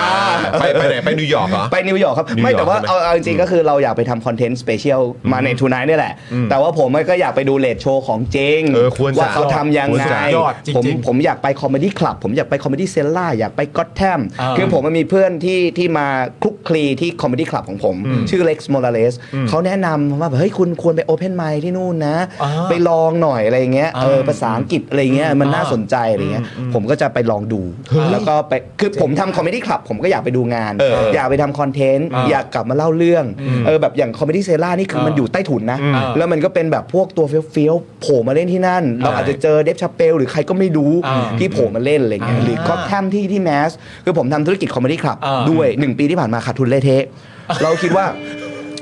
A: ไปไปไหน ไปนิวยอร์กเหรอ
E: ไปนิวยอร์กครับ
A: นิวยอร์ก
E: ไม่แต่ว่า
A: ใช่ไหม
E: เอาเอาจริงๆก็คือเราอยากไปทำคอนเทนต์สเปเชียลมาในทูนายนี่แหละ แต่ว่าผมก็อยากไปดูเลดโชว์ของจริง
A: เออควรจะ
E: ว่าเขาทำยัง
A: ควร
E: ไง
A: จะ
B: ยอดจริงๆ
E: ผมผมอยากไปคอมเมดี้คลับผมอยากไปคอมเมดี้เซลล่าอยากไปก็อตแทม
B: อ่า
E: คือผมมันมีเพื่อนที่ที่มาคลุกคลีที่คอมเมดี้คลับของผม ชื่อเล็กซ์โมราเลสเขาแนะนำว่าแบบเฮ้ยคุณควรไปโอเพนไมค์ที่นู่นนะ ไปลองหน่อยอะไรอย่างเงี้ยเออภาษาอังกฤษอะไรเงี้ยมันน่าสนใจอะไรเงี้ยผมก็จะไปลองดู แล้วก็ไปคือผมทำคอมเมดี้คลับผมก็อยากไปดูงาน
A: เออ
E: อยากไปทำคอนเทนต์
B: อ่า
E: อยากกลับมาเล่าเรื่องเออแบบอย่างคอมเมดี้เซล่านี่คือมันอยู่ใต้ถุนนะ
B: อืม
E: แล้วมันก็เป็นแบบพวกตัวเฟี้ยวๆโผล่มาเล่นที่นั่น เราอาจจะเจอเดฟชาเปลหรือใครก็ไม่รู้
B: อ่า
E: ที่โผล่มาเล่นอะไรเงี้ย
B: อ่า
E: หรือก็แทมที่ที่แมสคือผมทำธุรกิจคอมเมดี้คลับ
B: อ่า
E: ด้วยหนึ่งปีที่ผ่านมาขาดทุนเละเทะเราคิดว่า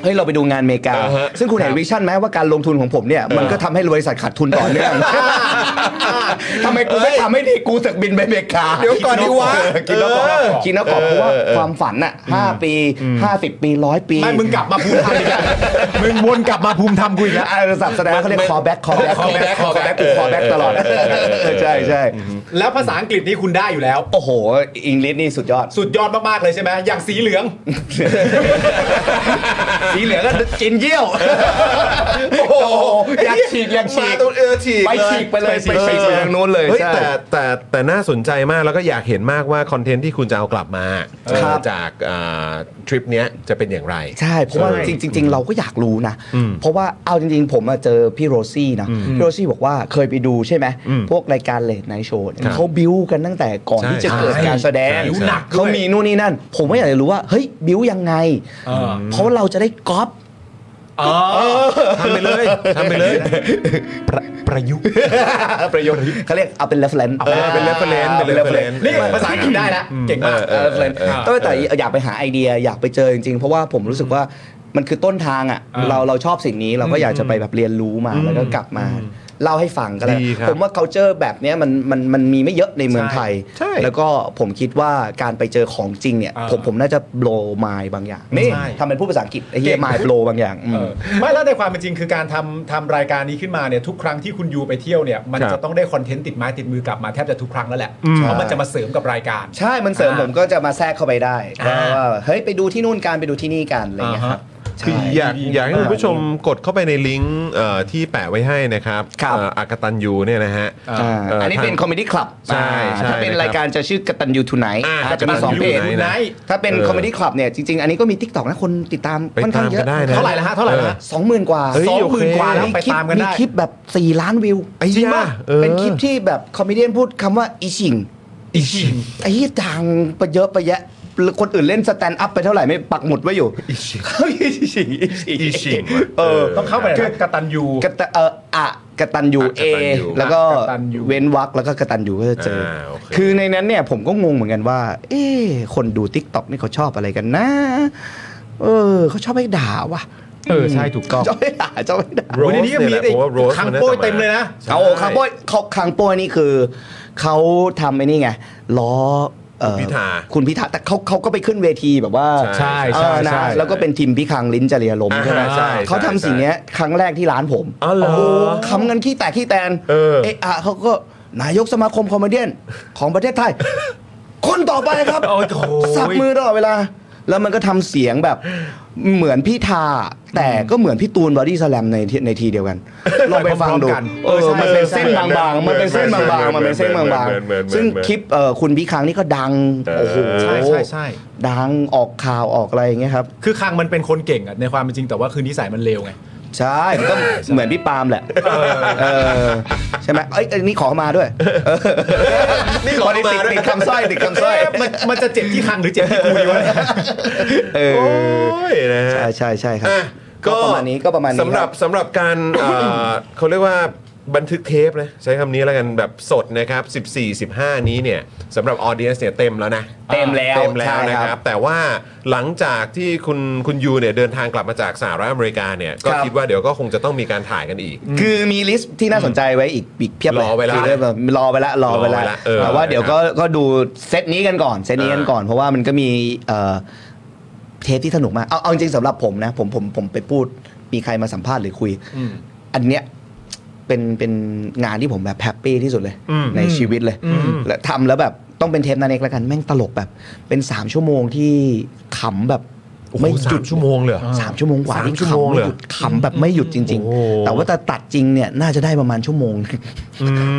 E: เฮ้ยเราไปดูงานอเมริกา
A: อ่าฮะ
E: ซึ่งคุณเห็นวิชั่นไหมว่าการลงทุนของผมเนี่ย มันก็ทำให้บริษัทขาดทุนต่อเนื่อง ทำไมกูไม่ทำให้ดีกูสึกบินไปอเมริกา
A: เดี๋ยวก่อนดิวะ
E: กินนอกกรอบ
A: เออ
E: กินนอกกรอบ
A: เออ
E: เพราะว่า
A: เออเออ
E: ความฝันอะห้าปีห้าสิบปีร้อยปี
B: ไม่มึงกลับมาภูมิธรรมอีกแล้วมึงวนกลับมาภูมิธรรมกูอีกแล้ว
E: อ่าสับแสดงเขาเรียก call back call back call back call back กู call back ตลอดใช่ใช่
B: แล้วภาษาอังกฤษนี่คุณได้อยู่แล้ว
E: โอ้โหอังกฤษนี่สุดยอด
B: สุดยอดมาก ๆ เลยใช่ไหมอย่างสีเหลือง
E: สีเหลืองก็กินเยี่ยวโอ้โหอยากฉีกอยากฉี
A: มาก ตรงเออฉีก
E: ไปฉีกไปเลยไปฉีกไปทางนู้นเลย
A: ฮ้
E: ใช่
A: แต่แต่แต่น่าสนใจมากแล้วก็อยากเห็นมากว่าคอนเทนต์ที่คุณจะเอากลับมาเออ
E: ครับ
A: จากอ่าทริปเนี้ยจะเป็นอย่างไร
E: ใช่ เพราะว่าจริงๆจริงๆ เราก็อยากรู้นะ
A: อืม
E: เพราะว่าเอาจริง ๆ ผมมาเจอพี่โรซี่นะพี่โรซี่บอกว่าเคยไปดูใช่ไหม
A: อืม
E: พวกรายการเลดไนโชว์
A: ครับ
E: เขาบิวกันตั้งแต่ก่อนที่จะ
A: ใช่
E: เกิดการแสดง
A: ใช่ใช่บิ้วหนักด้วย
E: เขามีนู่นนี่นั่น ผมก็อยากจะรู้ว่า เฮ้ย บิวยังไง
B: เออ
E: เพราะเราจะได้ก๊อป
B: อ๋อ
A: ทำไปเลยทำไปเลย
B: ประยุกต์
E: ประโยชน์เขาเรียกเอาเป็น reference
A: เออเป็น reference เป็น reference
B: นี่ภาษาอังกฤษได้ละเก่งมาก
A: เออ reference
E: เออตั้งแต่อยากไปหาไอเดียอยากไปเจอจริงๆ เพราะว่าผมรู้สึกว่ามันคือต้นทางอ่ะ
B: อ่า
E: เราเราชอบสิ่งนี้เราก็อยากจะไปแบบเรียนรู้มาแล้วก็กลับมาเล่าให้ฟังก็แล้ว
A: ดีครับ
E: ผมว่า culture แบบเนี้ยมันมันมันมีไม่เยอะในเมืองไทย
A: ใช่
E: แล้วก็ผมคิดว่าการไปเจอของจริงเนี่ย
B: อ่า
E: ผมผมน่าจะ blow mind บางอย่างนี่
B: ใช่
E: ทำเป็นพูดภาษาอังกฤษไอ้เหี้ย
B: เก่ง
E: mind blow บางอย่างอืม
B: เออไม่แล้วในความเป็นจริงคือการทำทำรายการนี้ขึ้นมาเนี่ยทุกครั้งที่คุณยูไปเที่ยวเนี่ยมัน
A: ครับ
B: จะต้องได้คอนเทนต์ติดไม้ติดมือกลับมาแทบจะทุกครั้งแล้วแหละเพราะมันจะมาเสริมกับรายการ
E: ใช่ มันเสริม
B: อ่า
E: ผมก็จะมาแทรกเข้าไปได้
B: อ่า
E: ว่าเฮ้ยไปดูที่นู่นกันไปดูที่นี่กันอะไรอย่างเงี้ยครับ
B: อ่า
A: คือ
E: ใช่
A: อยาก
B: ดี
A: อยากให้
B: มาก
A: คุณผู้ชมกดเข้าไปในลิงก์เอ่อที่แปะไว้ให้นะครับ
E: ครับ
A: เอ่ออากตันยูเนี่ยนะฮะ
E: อ่า
A: เอ่ออั
E: อันนี้เป็น
A: ทาง
E: คอมเมดี้คลับ
A: ใช่ใช่
E: ถ้าเป็นรายการจะชื่อกตันยูทูไนท์
A: อ่า
E: จะมีสองเพจ
A: Katan You Tonight
E: ถ้าเป็น
A: เออ
E: คอมเมดี้คลับเนี่ยจริง ๆ อันนี้ก็มีทิกตอกนะคนติดตาม
A: ไป
E: ค่อนข้างเย
A: ตามกั
E: อะ
A: นได้น
B: เท่าไหร่ละฮะเท่าไหร่ละฮะ
E: สองหมื่นกว่า
A: เฮ้ย
B: สองหมื่น
A: โเค
B: กว่าแล้วไป
E: คลิป
B: ตามกัน
E: มี
B: ได้
E: คลิปแบบ 4 ล้านวิว
A: ไอ้ย่า
E: จริงป่ะ
A: เออ
E: เป็นคลิปที่แบบคอมเมดี้พูดคำว่าอีชิง
B: อีชิง
E: ไอ้เหี้ยดังไปเยอะไปแยะ คนอื่นเล่นสแตนด์อัพไปเท่าไหร่ไม่ปักหมุดไว้อยู่เขาอีชิงอีชิง
A: อีชิงวะ
E: เออ
B: ต้องเข้าไป
E: คือ
B: กระตันยู
E: กตะเอออะกตันยู
A: อะ
E: เอก
A: ตัญญู
E: แล้วก็
B: กตัญญู
E: เว้นวักแล้วก็กตันยูก็จะเจออา
A: โอเค
E: คือในนั้นเนี่ยผมก็งงเหมือนกันว่า เอ๊ะคนดูทิกตอกนี่เขาชอบอะไรกันนะ เออเขาชอบให้ด่าว่ะ
B: เออใช่ถูกต้อง
E: ชอบให้ด่าชอบให้ด่า
A: โรส
B: วันนี้ก็
A: เนี่ย
B: มี
A: แหละ
B: ไอ้
A: ผมว่าโรส
B: ขัง
A: มันน่าจะ
B: โป้ย
A: มา
B: เต็มเลยนะ
A: ใช่
E: เขาคางโป้ยเขาคางโป้ยนี่คือ เขาทำไอ้นี่ไงล้อเอ่อ
A: คุณพิธา
E: คุณพิธาแต่เขาเขาก็ไปขึ้นเวทีแบบว่า
A: ใช่
B: ใช่
E: เออนะ
B: ใช่
E: แล้วก็เป็นทีมพิคังลิ้นจริยลมณ์
A: อ่า
E: ใช่ไหม
A: ใช่ใช่
E: เขาทำสิ่งเนี้ยครั้งแรกที่ร้านผม
A: อ๋อเหรอ
E: โโหคำเงินขี้แตกขี้แตน
A: เออ
E: ะอะเขาก็นายกสมาคมคอมเมเดี้ของประเทศไทย คนต่อไปครับ
B: โอ้โห
E: สับมือตลอดเวลา แล้วมันก็ทำเสียงแบบเหมือนพี่ทาแต่ก็เหมือนพี่ตูนบอดี้สแลมในทีในทีเดียวกันลองไปฟังดู
B: พร้อมๆกัน
E: เออ
B: เออใช่
E: มันเป็นเส้นบางๆมันเป็นเส้นบางๆมันเป็นเส้นบาง
A: เหมือนๆ
E: ๆซึ่งคลิปเอ่อคุณพี่คังนี่ก็ดัง
A: เออ
E: โอ้โห
B: ใช่ใช่ใช่
E: ดังออกข่าวออกอะไรอย่างเงี้ยครับ
B: คือคังมันเป็นคนเก่งอะในความเป็นจริงแต่ว่าคือนิสัยมันเลวไง
E: ใช่มันก็เหมือนพี่ปาล์มแหละเออใช่ไหมเอ้ยอันนี้ขอเข้ามาด้วยเออ
A: นี่ขอมา
E: ติด
A: ด้วย
E: ติดคำสร้อยติดคำสร้อย
B: เอ๊ะมันมันจะเจ็บที่คังหรือเจ็บที่กูดีวะเนี่ย
E: เอ
A: โอ้
E: อ
A: ยนะฮะ
E: ใช่ใช่ใช่ครับ
A: อ่ะ
E: ก็ประมาณนี้ก็ประมาณนี้
A: สำหรับ
E: ครับ
A: สำหรับการ เอ่อ เขาเรียกว่าบันทึกเทปนะใช้คำนี้แล้วกันแบบสดนะครับ 14 15 นี้เนี่ยสำหรับออเดียนเนี่ยเต็มแล้วนะ
E: เต็มแล้ว
A: เต็มแล้วนะ
E: ใช่
A: ค
E: ครั
A: รับบ แต่ว่าหลังจากที่คุณคุณยูเนี่ยเดินทางกลับมาจากสหรัฐอเมริกาเนี่ยก็
E: ครับ
A: คิดว่าเดี๋ยวก็คงจะต้องมีการถ่ายกันอีก
E: คือมีลิสต์ที่น่าสนใจไว้อีกอีกเพียบเลย
A: รอไว้ละ
E: คือเรียกรอไว้ละรอไว้ละ
A: รอไว้ละเออ
E: แต่ว่าเดี๋ยวก็
A: นะครับ
E: ก็ดูเซตนี้กันก่อนเซตนี้กันก่อนเพราะว่ามันก็มีเอ่อเทปที่สนุกมากเอาเอาจริงๆสำหรับผมนะ ผมผมผมไปพูดมีใครมาสัมภาษณ์หรือคุย อันเนี้ยเป็นเป็นงานที่ผมแบบแฮปปี้ที่สุดเลย
A: อืม
E: ในชีวิตเลยและทำแล้วแบบต้องเป็นเทปนาเน็กแล้วกันแม่งตลกแบบ เป็นสามชั่วโมงที่ขำแบบ
A: โอ้โห
E: ไม่หยุ
A: สา
E: ด
A: มชั่วโมงเลยเหรอ
E: สามชั่วโมงกว่า
A: สาม
E: ที่
A: ชั่วโมง
E: ขำ
A: เลยเห
E: ไม่
A: รอ
E: หยุดขำแบบไม่หยุดจริง
A: โอ้
E: ๆ แต่ว่าถ้าตัดจริงเนี่ยน่าจะได้ประมาณชั่วโมง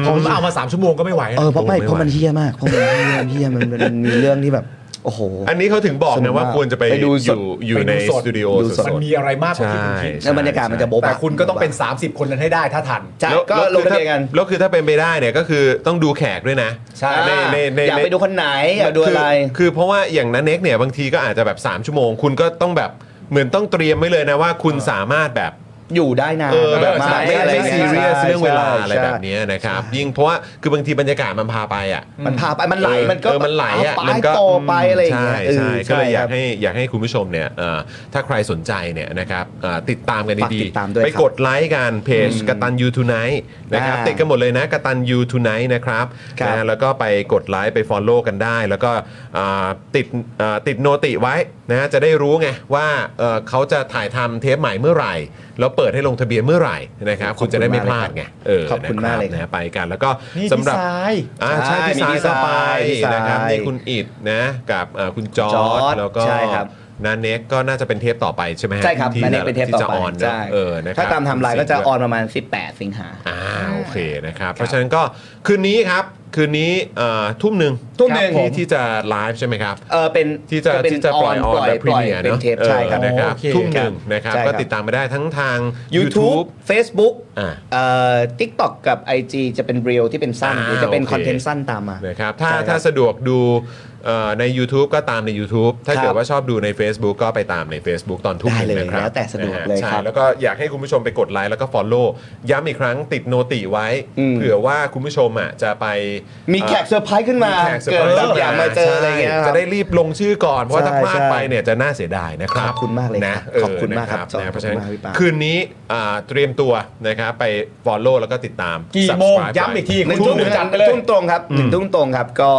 B: ผมเอามา 3 ชั่วโมงก็ไม่ไหวนะ
E: เออเพราะไม่
A: โอ้ไม่ไหว
E: เพราะมันเฮี้ยมากเพราะมันเฮี้ยเฮี้ยมันมันมันมีเรื่องที่แบบ โอ้โห
A: อันนี้เขาถึงบอก
E: สนุ
A: นะว่า
E: กาก
A: ควรจะไป
E: ไปดู
A: อ
E: สด
A: ยู่อยู่
B: ไปดู
A: ในส
B: สด
A: ตูดิโอ
E: ดู
A: ส
E: สด
A: ด
B: มันมีอะไรมากกว่าที่คุณคิด
E: แล้วบรรยากาศมันจะโบ๊ะ
B: แต่
E: บะ
B: คุณก็ต้องเป็น 30 คนนั้นให้ได้ถ้าทัน
E: ใช่
A: แล้ว
E: ก็ล
A: แวคื
E: ง
A: อ
E: ทะ
A: ถ้า
E: เบียนกัน
A: แล้วคือถ้าเป็นไปได้เนี่ยก็คือต้องดูแขกด้วยนะ
B: ใช่
A: ในในใน
E: อยากไปดูคนไหนอยากดูอะไร
A: คือคือเพราะว่าอย่างนั้นเน็กเนี่ยบางทีก็อาจจะแบบ 3 ชั่วโมง คุณก็ต้องแบบเหมือนต้องเตรียมไว้เลยนะว่าคุณสามารถแบบ
E: อยู่ได้นาน
A: เออแบบ
E: มา
A: ไม่
E: ก
A: ไม่
E: อะร
A: ไม่
E: งี้
A: ซีเรียส
E: ใช่
A: เรื่องเวลาอะไร
E: ใช่
A: แบบเนี้ยนะครับ ยิ่งเพราะว่าคือบางทีบรรยากาศมันพาไปอ่ะ
E: มันพาไปมันไหลมันก็
A: เออมันไหลอ่ะ
E: เา
A: มั
E: ไป
A: นก็
E: โตไปอะไรอย่างเงี้ย
A: ใช่ใช่
E: เออ
A: ก็เลยอยาก
E: ใช่ครับ
A: ให้อยากให้คุณผู้ชมเนี่ยเอ่อถ้าใครสนใจเนี่ยนะครับเอ่อติดตามกัน
E: ฝาก
A: ดี
E: ติดตามด้วย
A: ไป
E: ครับ
A: กดไลค์กันเพจกตันยูทูไนท์นะครับ
E: อ่า
A: ติดกันหมดเลยนะกตันยูทูไนท์นะครับ
E: ครับ
A: นะ แล้วก็ไปกดไลค์ไป Follow กันได้ แล้วก็อ่าติดอ่าติดโนติไว้นะฮะจะได้รู้ไงว่าเอ่อเขาจะถ่ายทำเทปใหม่เมื่อไหร่ แล้วเปิดให้ลงทะเบียนเมื่อไหร่นะครับ
E: ขอบคุ
A: คุณ
E: ณ
A: จะได้ไม่พลาดไงเออ
E: ขอบคุณ
A: นะรั
E: มากเลย
A: นะไปกัน แล้วก็
B: นี่
A: สำหรับ
B: พี่สาย
A: อ่าใช่
E: ใช่
A: พี่สา
E: มี
A: ย
E: พี่
A: ก็ไป
E: สาย
A: นะครับนี่คุณอิดนะกับเอ่อคุณจอ
E: จอร์
A: ร์ด
E: จ
A: แล้วก็
E: ใช่ครับ
A: นาเน็กก็น่าจะเป็นเทปต่อไปใช่ไหมฮะ
E: ใช่ครับ
A: ที่
E: นั่นเองเป็นเทปต่อ
A: ที่จะ
E: ไป
A: ออนเนอะ
E: ใช่
A: เออนะครับ
E: ถ้าตามไทำลายก็จะออนประมาณ 18 สิงหา
A: อ่าโอเคนะครับ เพราะฉะนั้นก็คืนนี้ครับ คืนนี้เอ่อทุ่มหนึ่ง
E: ทุ่มหนึ่ง
A: ที่ที่จะไลฟ์ใช่ไหมครับ
E: เออเป็น
A: ที่จะ
E: เป็น
A: ที่จะปล่อยออนแบบพรี
E: ปล่อย
A: เมียร์
E: เป็น
A: เนาะ
E: เทปใช่ครับ
A: เออนะครับ
B: โอเค
A: ทุ่มหนึ่งนะครับ
E: ใช่ครับ
A: ก็ติดตามมาได้ทั้งทาง
E: YouTube Facebook
A: อ่า
E: เอ่อ TikTok กับ IG จะเป็นเรียลที่เป็นสั้น
A: อ่า
E: หรือจะเป็น
A: โอเค
E: คอนเทนต์สั้นตามมา
A: นะครับถ้า
E: ใช่ครับ
A: ถ้าสะดวกดูเอ่อใน YouTube ก็ตามใน YouTube ถ้า
E: ครับ
A: เกิดว่าชอบดูใน Facebook ก็ไปตามใน Facebook ตอนทุ่มหนึ่ง
E: ได้เลย
A: นะครับ
E: แล้วแต่สะดวกเลย
A: นะฮะใช่
E: ครับ
A: แล้วก็อยากให้คุณผู้ชมไปกดไลค์แล้วก็ Follow ย้ำอีกครั้งติดโนติไว้
E: อืม
A: เผื่อว่าคุณผู้ชมอ่ะจะไป
E: มีแขกเซอร์ไพรส์ขึ้นมา
A: แขกเซอร์
E: เกิ
A: ไพ
E: ด
A: รส์
E: แบบอยากมาเจออะไรเงี้ย
A: ใช่จะ
E: ครับ
A: ได้รีบลงชื่อก่อน เพราะว่าถ้าพลาด
E: ใช่
A: ไปเนี่ยจะน่าเสียดายนะครับ
E: ขอบคุณมากเลย
A: นะครับ เออ
E: ขอบคุณมากครับ
A: นะ
E: จอห์น
A: เพราะฉะนั้น
E: ขอบคุณมากพี่ปาล์ม
A: คืนนี้อ่าเตรียมตัวนะครับไป follow แล้วก็ติดตาม
B: กี่โมง
A: subscribe
B: ย้ำอีกที
A: ไป
E: หนึ่ง
B: คุณ
E: ทุ่ม
B: หนึ่งจัดไปเลย
E: ทุ่มตรงครับหนึ่งทุ่มตรงครับ ก็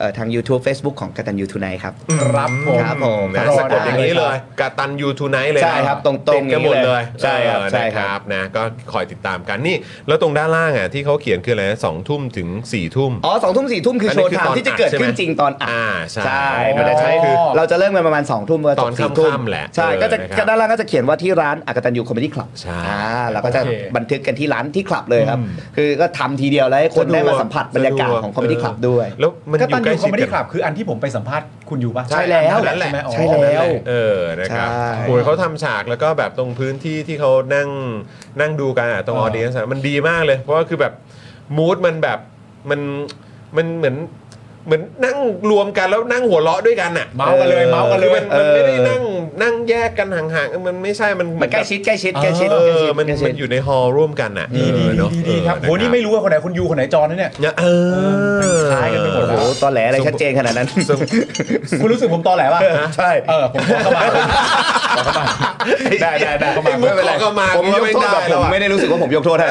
E: เอ่อทาง YouTube Facebook ของกตันยูทูไนครับ
B: ครับผม
E: ครับผม
A: นะ
E: รอ
A: สะกด
E: ได้
A: อย่างนี้เลยกาตันยูทูไนท์เลยนะ
E: ใช่ครับตรงๆ
A: ติดกันหมดเลย
E: ใช่ครับ
A: เออ
E: ใช่
A: นะค
E: ครับ
A: รับนะก็คอยติดตามกันนี่ แล้วตรงด้านล่างอ่ะที่เขาเขียนคืออะไรนะสองทุ่มถึงสี่ทุ่ม
E: อ๋อสองทุ่มสี่ทุ่มคือโชว์ไทม์ที่จะเกิดขึ้นจริงตอนอัด
A: อ่าใช่
E: ใช่มันจะใช้
B: อ๋อ
E: คือเราจะเริ่มกันประมาณ2องทุ่ม
A: ตอน
E: จบสี่ทุ่ม
A: ค่ำๆแหละ
E: ใช่
A: เออ
E: ก็จะ
A: นะครับ
E: ก็ด้านล่างก็จะเขียนว่าที่ร้านอากตันยูคอมเมดี้คลับ
A: ใช่
E: อ่าเราก็จะ
B: โอเค
E: บันทึกกันที่ร้านที่คลับเลยครับ คือก็ทำทีเดียวแล้วให้คนได้มาสัมผัสบรรยากาศของคอมเมดี้คลับด้วย
A: แล้วมัน
B: ก็
A: อ
B: ตั
A: ยู่
B: น
A: ใกล้
B: ยูคอ
A: ชิ
B: ม
A: ดกั
B: เมดี้
A: น
B: คลับคืออันที่ผมไปสัมภาษณ์คุณอยู่ปะ
E: ใช่แล้ว
B: อันนั้นแหละ
E: ใช่แล้ว
B: อ๋อ
A: เออนะครับ
E: ใช่
A: โอ้ยเขาทำฉากแล้วก็แบบตรงพื้นที่ที่เขานั่งนั่งดูกันอะตรงอ
B: อ่า
A: อเดียนส์มันดีมากเลย เพราะว่าคือแบบมูดมันแบบมันมันเหมือน เหมือนนั่งรวมกันแล้วนั่งหัวเราะด้วยกันอ่ะ
B: เมากันเลยเมากันเล
A: คื
B: ย
A: อมันมันไม่ได้นั่งนั่งแยกกันห่างๆเออมันไม่ใช่มันเหมื
E: มั
A: อ
E: น
A: น
E: ใก
A: กั
E: ล้
A: บ
E: ชิดใกล้ชิดใกล้ชิด
A: เอ
E: ใกล้
A: อ
E: ชิด
A: มัน
E: ใกล้
A: มั
E: ชิ
A: น
E: ด
A: อยู่ในฮอลล์ร่วมกันอ่ะ
B: ดีดี
A: เออเนอะ
B: ดีดีครับ
A: เอ
B: โห
A: อะ
B: นี่ไม่รู้ว่าคนไหนคนยูคนไหนจอนะเนี่ย
A: เนี่ยเออ
B: คล้ายกันไปหมดแล้
E: โอ้
B: ว
E: โหตอนแหลอะไรชัดเจนขนาดนั้น
A: ซึ่ง
B: คุณรู้สึกผมตอแหลป่ะ
E: ใช่
B: เออผมขอเข้ามาขอเข้ามา
E: ได้ได้ได้
A: ไอ้มุกขอเข้ามา
E: ผมยกโทษแบบ
A: ไม่ได้แล้ว
E: ผม
A: อะ
E: ไม่ได้รู้สึกว่าผมยกโทษให้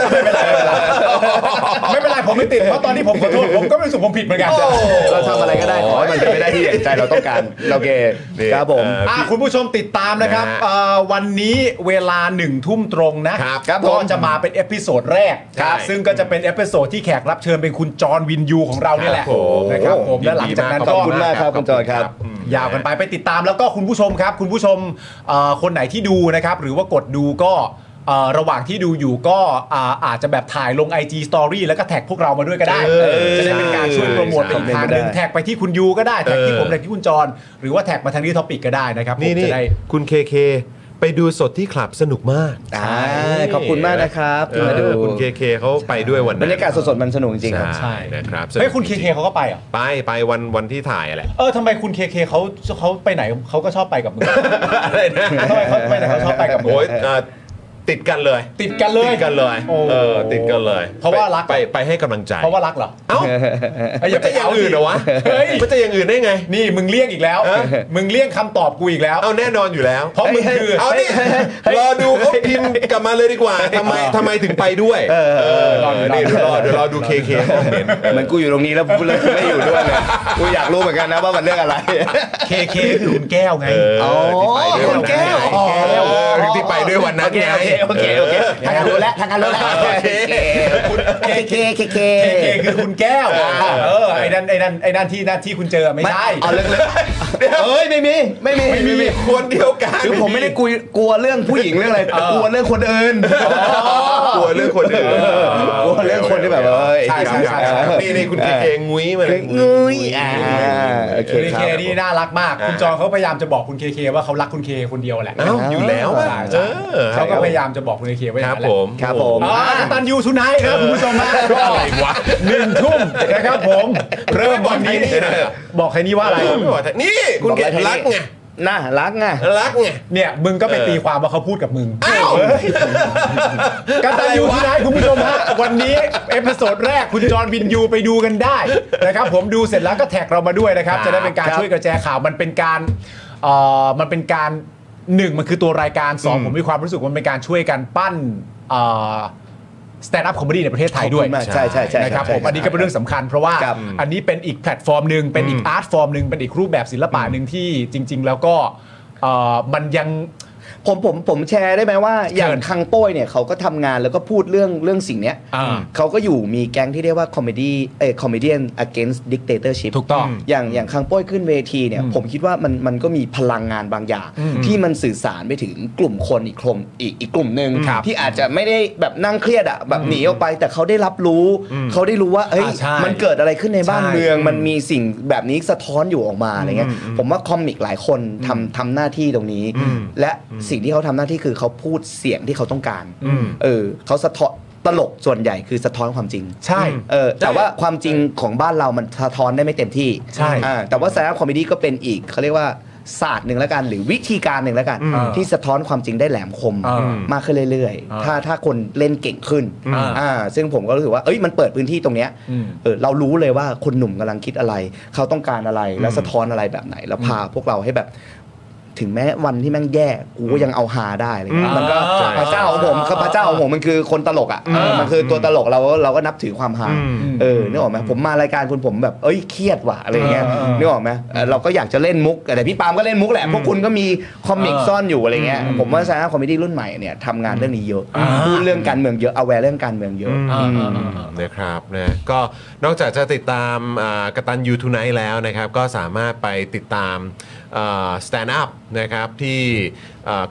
B: ไม่เป็นไรผมไม่ติดเพราะตอนที่ผมขอโทษผมก็ไม่รู้สึกผมผิดเหมือนกัน
E: เราทำอะไรก็ได้ขอให้มันเป็นไปได้ที่อย่างใจเราต้องการโอเค
A: นี่
E: ครับผม
A: เอ่อ
B: อ่ะคุณผู้ชมติดตามนะครับ
A: นะฮะ
B: เอ่อวันนี้เวลาหนึ่งทุ่มตรงนะครับ
E: ครับผม
B: ก็จะมาเป็นเอพิโซดแรก
A: ครับ
B: ซึ่งก็จะเป็นเอพิโซดที่แขกรับเชิญเป็นคุณจอห์นวินยูของเราเนี่ยแหละ
A: ครับผม
B: นะครับผม
A: ยินดี
B: และหลังจากนั้น
A: มาก
B: ก็
A: ขอบคุณมากครับ
E: คุณจอยครับ
A: อืม
B: ยาวกันไปไปติดตามแล้วก็คุณผู้ชมครับ คุณผู้ชมเอ่อคนไหนที่ดูนะครับหรือว่ากดดูก็เอ่อระหว่างที่ดูอยู่ก็อ่าอาจจะแบบถ่ายลง IG Story แล้วก็แท็กพวกเรามาด้วยก็ได้
A: เออ
B: จะได้เป็นการช่วยโปรโมทเป็นอีกทางหนึงแท็กไปที่คุณยูก็ได้แท็กที่ผม
A: เออ
B: ที่คุณจร หรือว่าแท็กมาทางนี้ท็อปิกก็ได้นะครับ
A: นี่
B: ผม
A: นี่
B: จะได้
A: คุณเคเคไปดูสดที่คลับสนุกมาก
E: อ่าขอบคุณมากนะครับที่มาดู
A: เออคุณเคเคเขาไปด้วยวันนั้น
E: บรรยากาศสดๆมันสนุกจริงๆครับ
A: ใช่นะครับ
B: เฮ้ย คุณเคเคเขาก็ไปเหรอ่ะ
A: ไปไปวันวันที่ถ่ายแหละ
B: เออทำไมคุณเคเคเขาเขาไปไหนเขาก็ชอบไปกับมึง
A: อะไรนะ
B: ทำไมเขาไปไหนเขาชอบไปกับมึง
A: โอ้ยเอ่อติดกันเลย
B: ติดกันเลย
A: ติดกันเลย
B: โอ้
A: เออติดกันเลย
B: เพราะว่ารัก
A: ไปไปให้กำลังใจ
B: เพราะว่ารักเหรอ
A: เอ้า
B: เอ้ยอ
A: มัน
B: ย่าไป
A: จะอย่าง
B: เอาสิ
A: อื่นเหรอวะ
B: เฮ้ย
A: มันจะอย่างอื่นได้ไง
B: นี่มึงเลี่ยงอีกแล้ว
A: เออ
B: มึงเลี่ยงคำตอบกูอีกแล้ว
A: เอาแน่นอนอยู่แล้ว
B: เพราะมึงคือ
A: เอาดิรอดูเขาพิมพ์กลับมาเลยดีกว่าทำไมทำไมถึงไปด้วยเออ
B: รอดู
A: นี่เดี๋ยวรอเดี๋ยวรอดูเคเคคอมเมนต์
E: เหมือนกูอยู่ตรงนี้แล้วกูเลยไม่อยู่ด้วยเลยกูอยากรู้เหมือนกันนะว่ามันเรื่องอะไร
B: เคเคคือคุณแก้วไง
A: เออที่ไปด้วยวัน
E: คนแก้
A: นั้นไงเออที่ไปด้วย
E: ว
A: วันนั้นไง
E: โอเคโอเคทางการรู้แล้วทางการรู้แล้ว
A: โอเค
E: เคเคเคเค
B: เคเคคือคุณแก้วเออไอ้นั่นไอ้นั่นไอ้นั่นที่หน้าที่คุณเจอไม่
E: ไม่
B: ใช่
E: เอาเรื่องๆเอ้ยไม่มีไม่มี
A: ไม่มีคนเดียวกัน
E: คือผมไม่ได้กลัวกลัวเรื่องผู้หญิงเรื่องอะไรกลัวเรื่องคนอื่น
A: กลัวเรื่องคนอื่น
E: กลัวเรื่องคนที่แบบว่าเอ้ย
A: ใช่ใช่ใช่
E: ใช่
A: นี่นี่คุณเคเคงุ้ยมาเลย
E: งุ้ยอ่าโอเค
B: คุณเค
E: ค
B: เครับ นี่น่ารักมาก คุณจองเขาพยายามจะบอกคุณเคเคว่าเขารักคุณเคคนเดียวแหละ
A: เอ้าอยู่แล้วอะเออ
B: เขาก็พยายามจะบอกคุณเคเคไว้อ
A: ค
B: ย่า
A: รับ
B: งนั้นแหละ
A: ผม
E: ครับผม
B: อ๋อตันยูทุนไนท์ครับคุณผู้ชมนะก็
A: อะไรวะ
B: หนึ่งทุ่มนะครับผม เริ่มวันนี้ บอกใครนี่ว่า
A: อะ
B: อะไร ไร
A: ไม่บอกนี่คุณเครักไง
E: น่ารักไง
A: รักไง
B: เนี่ยมึงก็ไป
A: เออ
B: ตีความว่าเขาพูดกับมึง
A: อ้าว
B: กันตันยูทุนไนท์คุณผู้ชมฮะวันนี้เอพิโซดแรกคุณจอห์นวินยูไปดูกันได้นะครับผมดูเสร็จแล้วก็แท็กเรามาด้วยนะครับ จะได้เป็นการช่วยกระจายข่าวมันเป็นการเอ่อมันเป็นการหนึ่งมันคือตัวรายการสองผมมีความรู้สึกว่ามันเป็นการช่วยกันปั้นสแตนด์อัพคอมเมดี้ในประเทศไทยด้วย
E: ใช่ใช่ใช่
B: นะครับ
E: ใช่
B: ผมอันนี้ก็เป็นเรื่องสำคัญเพราะว่า
E: ครับ
B: อันนี้เป็นอีกแพลตฟอร์มหนึ่งเป็นอีกอาร์ตฟอร์มหนึ่งเป็นอีกรูปแบบศิลปะหนึ่งที่จริง ๆ แล้วก็เอ่อมันยัง
E: ผมผมผมแชร์ได้ไหมว่า อย่าง
B: เชิญ
E: คังโป้ยเนี่ยเขาก็ทำงานแล้วก็พูดเรื่องเรื่องสิ่งเนี้ย
B: อ่า
E: เขาก็อยู่มีแก๊งที่เรียกว่าคอมเมดี้เอ่อคอมเมดี้ against dictatorship
B: ถูกต้อง
E: อย่างอย่างคังโป้ยขึ้นเวทีเนี่ย ผมคิดว่ามันมันก็มีพลังงานบางอย่าง ที่มันสื่อสารไปถึงกลุ่มคนอีกกลุ่มอีกอีกกลุ่มหนึ่ง
B: ครับ
E: ที่อาจจะไม่ได้แบบนั่งเครียดอะแบบหนีออกไป แต่เขาได้รับรู้ เขาได้รู้ว่าเอ้ย
B: อ่าใช่
E: มันเกิดอะไรขึ้นในบ้าน
B: ใช่
E: เมือง มันมีสิ่งแบบนี้สะท้อนอยู่ออกมาอะไรเงี้ยผมว่าคอมิกหลายคนทำทำหน้าที่ตรงนี้ และสิ่งที่เขาทำหน้าที่คือเขาพูดเสียงที่เขาต้องการเออเขาสะท้อนตลกส่วนใหญ่คือสะท้อนความจริง
B: ใช่
E: เออแต่ว่าความจริงของบ้านเรามันสะท้อนได้ไม่เต็มที่
B: ใช่
E: อ่าแต่ว่าสแตนด์อัพคอมเมดี้ก็เป็นอีกเขาเรียกว่าศาสตร์หนึ่งแล้วกัน หรือวิธีการหนึ่งแล้วกัน
B: อืม
E: ที่สะท้อนความจริงได้แหลมคม
B: อืม
E: มากขึ้นเรื่อย
B: อ่า
E: ๆ ถ้าถ้าคนเล่นเก่งขึ้น
B: อ่า
E: อ่าซึ่งผมก็รู้สึกว่าเอ้ยมันเปิดพื้นที่ตรงเนี้ย
B: อืม
E: เออเรารู้เลยว่าคนหนุ่มกำลังคิดอะไร เขาต้องการอะไรแล้วสะท้อนอะไรแบบไหน แล้วพาพวกเราให้แบบ ถึงแม้วันที่แม่งแย่กูก็ยังเอาหาได้อะไรเลย
B: อืม
E: มันก็
B: อ่า
E: พระเจ้าของผม
B: อ่า
E: คือพระเจ้าของผมมันคือคนตลกอ่ะเออมันคือตัวตลกเราเราก็นับถือความหาเออนึกออกไหมผมมารายการคุณผมแบบเอ้ยเครียดว่ะอะไรเงี้ย
B: อ่า
E: นึกออกไหมเออเราก็อยากจะเล่นมุกแต่พี่ปาล์มก็เล่นมุกแหละพวกคุณก็มีคอมิก
B: อ่า
E: ซ่อนอยู่อะไรเงี้ย
B: อืม
E: ผมว่าสายคอมเมดี้รุ่นใหม่เนี่ยทำงานเรื่องนี้เยอะ
B: อ่า
E: พูดเรื่องการเมืองเยอะเอาแวร์เรื่องการเมืองเยอะ
B: อ่าอ่าอ่า
A: นะครับนะก็นอกจากจะติดตามอ่ากตันยูทูไนท์แล้วนะครับ ก็สามารถไปติดตามสแตนด์อัพนะครับที่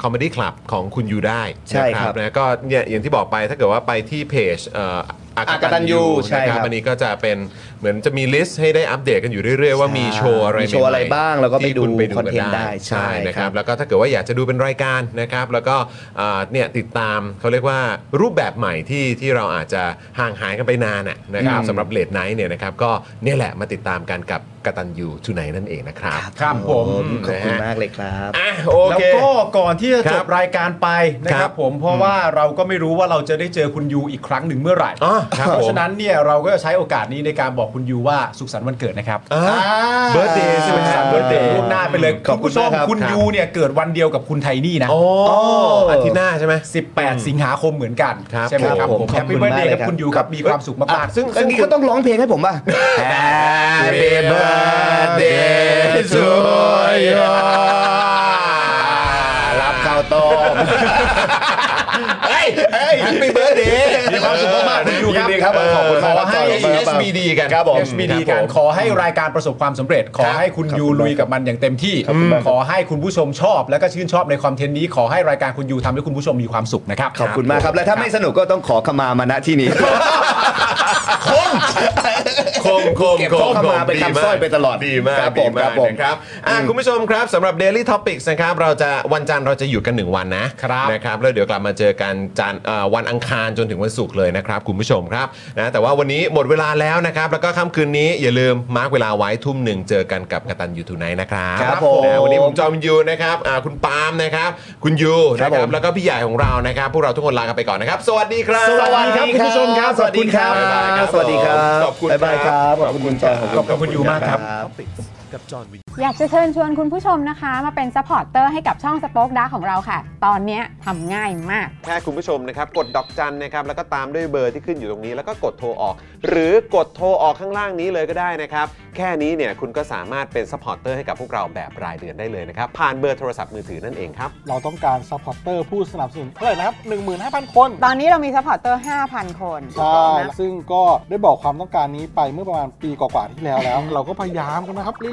A: คอมเมดี้คลับของคุณยูได้
E: ใช่
A: นะครับ นะก็เนี่ยอย่างที่บอกไปถ้าเกิดว่าไปที่เพจเอ่ออา
E: อากตันยูใช่
A: นะค
E: ครั
A: รับบ อันนี้ก็จะเป็นเหมือนจะมีลิสต์ให้ได้อัปเดตกันอยู่เรื่อยๆ ว่ามีโชว์อะไร
E: มีโชว์อะไร
A: ใหม่ๆ
E: บ้างแล้วก็ไป
A: ที่คุณ
E: ดู
A: กั
E: คอนเทนต์ได้ใช่
A: ใช่นะค
E: ครั
A: รับ
E: บ
A: แล้วก็ถ้าเกิดว่าอยากจะดูเป็นรายการนะครับ แล้วก็อ่าเนี่ยติดตามเขาเรียกว่ารูปแบบใหม่ที่ที่เราอาจจะห่างหายกันไปนานน่ะนะครับสำหรับเลดไนท์เนี่ยนะครับ ก็เนี่ยแหละมาติดตามกันกับ กตัญญูทุไหนนั่นเองนะครับ
B: ครับผม
E: ขอบคุณ
A: นะฮะ
E: มากเลยครับ
A: อ่ะโอ
B: แล้ว
A: เค
B: ก็ก่อนที่จะ
A: ค
B: จ
A: รับบ
B: รายการไปนะค
A: ครั
B: รับบ ผมเพราะว่าเราก็ไม่รู้ว่าเราจะได้เจอคุณยูอีกครั้งหนึ่งเมื่อไหร่
A: อ๋อครับ
B: เพ
A: ผ
B: ราะ
A: ม
B: ฉะนั้นเนี่ยเราก็จะใช้โอกาสนี้ในการบอกคุณยูว่าสุขสันต์วันเกิดนะครับ
A: อ่า birthday ใช่ไหมครับ
B: เบิร์ดเดย์ล่วงหน้าไปเลย
E: ขอบคุณ
B: ณผู้ชม
E: มากครับ
B: คุณยูเนี่ยเกิดวันเดียวกับคุณไทนี่นะ
A: โอ้อาทิตย์หน้าใช่ไหม
B: 18 สิงหาคมเหมือนกัน
A: ครับ
B: ใช่ไหมครับ
A: ผม
B: ผม
E: ข
B: แฮ
E: อ
B: ป
E: บคุ
B: ปี้
E: ณ
B: เบิร์ดเดย์
E: มากเลย
B: กับคุณ
E: ครับ
B: ยูครับมีความสุข
A: อ่ะ
B: มากๆ
A: ซึ่ง
E: ตอ
A: ซึ่
E: น
A: ง
E: นี้เขาต้องร้องเพลงให้ผมป่ะ
A: Happy birthday to you
E: รับข้าวต้ม
A: เฮ้ยเฮ้ย Happy birthday
B: มีความสุขมากๆคุณยูครับ
A: ยินดีครับขอบคุณมาก
B: ขอให้
A: SBD กัน
B: ครับผม
A: อื
B: SBD การขอให้รายการประสบความสำเร็จ ขอให้คุณยูลุยกับมันอย่างเต็มที่ ขอให้คุณผู้ชมชอบและก็ชื่นชอบในคอนเทนต์นี้ ขอให้รายการคุณยูทำให้คุณผู้ชมมีความสุขนะครับ
E: ขอบคุณมากครับ และถ้าไม่สนุกก็ต้องขอขมามาณที่นี้
A: คมคม
E: เก็บ
A: คม
E: ข้อ
A: ค
E: มาเป็นคำสร้อยไปตลอด
A: ดีมาก
E: ครับผ
A: ดี
E: ม
A: มา
E: ครั
A: ก
E: บผม
A: นะครับอ่ะคุณผู้ชมครับสำหรับ Daily Topics นะครับเราจะวันจันทร์เราจะหยุดกัน 1 วันนะครับ นะครับแล้วเดี๋ยวกลับมาเจอกันจันทร์เอ่อวันอังคารจนถึงวันศุกร์เลยนะครับ คุณผู้ชมครับนะแต่ว่าวันนี้หมดเวลาแล้วนะครับ แล้วก็ค่ำคืนนี้อย่าลืมมาร์กเวลาไว้ทุ่มหนึ่งเจอกันกับกตันยูทูไนนะครับ
E: ครับผม
A: นะวันนี้ผมจอมยูนะครับอ่าคุณปาล์มนะครับคุณยูนะค
E: ครั
A: รับบ
E: ผม
A: แล้วก็พี่ใหญ่ของเรานะครับพวกเราทุกคนลากันไปก่อนนะครับ สวัสดีครับ
E: สวัสดีครับคุณผู้ชมครับ
A: สวัสดีครับ
E: ขอบคุณครับ
A: บ๊ายบายครับ
E: สวั
A: ขอบคุณ
E: สดีครับบ๊ายบายครับขอบคุณคุณจอยขอบคุณ
B: ขอบคุณยูมากครับ
E: ครับ
G: อยากจะเชิญชวนคุณผู้ชมนะคะ มาเป็นซัพพอร์ตเตอร์ให้กับช่องสป็อคดาของเราค่ะ ตอนเนี้ยทำง่ายมาก
A: แค่คุณผู้ชมนะครับ กดดอกจันนะครับ แล้วก็ตามด้วยเบอร์ที่ขึ้นอยู่ตรงนี้ แล้วก็กดโทรออก หรือกดโทรออกข้างล่างนี้เลยก็ได้นะครับ แค่นี้เนี่ยคุณก็สามารถเป็นซัพพอร์ตเตอร์ให้กับพวกเราแบบรายเดือนได้เลยนะครับ ผ่านเบอร์โทรศัพท์มือถือนั่นเองครับ
D: เราต้องการซัพพอร์ตเตอร์ผู้สนับสนุนเท่าไหร่นะครับ 15,000 คน
G: ตอนนี้เรามีซัพพอร์ตเตอร์ 5,000 คน
D: ใช่
G: นะ
D: ซึ่งก็ได้บอกความต้องการนี้ไปเมื่อประมาณปีกว่าๆที่แล้วแล้ว เราก็พยายามกันนะครับ เรื่อ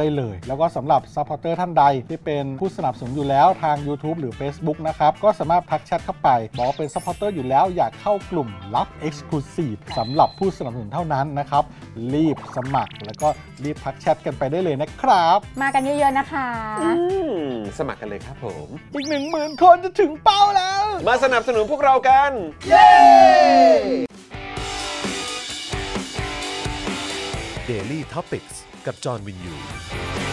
D: ได้เลย แล้วก็สำหรับ Supporter ท่านใดที่เป็นผู้สนับสนุนอยู่แล้วทาง YouTube หรือ Facebook นะครับ ก็สามารถทักแชทเข้าไป บอกเป็น Supporter อยู่แล้วอยากเข้ากลุ่มลับ Exclusive สำหรับผู้สนับสนุนเท่านั้นนะครับ รีบสมัคร แล้วก็รีบทักแชทกันไปได้เลยนะครับ
G: มากันเยอะๆนะคะ
A: สมัครกันเลยครับผม
D: อีก 1 0,000 คนจะถึงเป้าแล้ว
A: มาสนับสนุนพวกเรากัน
H: Daily t o p i c กกับจอห์นวินยู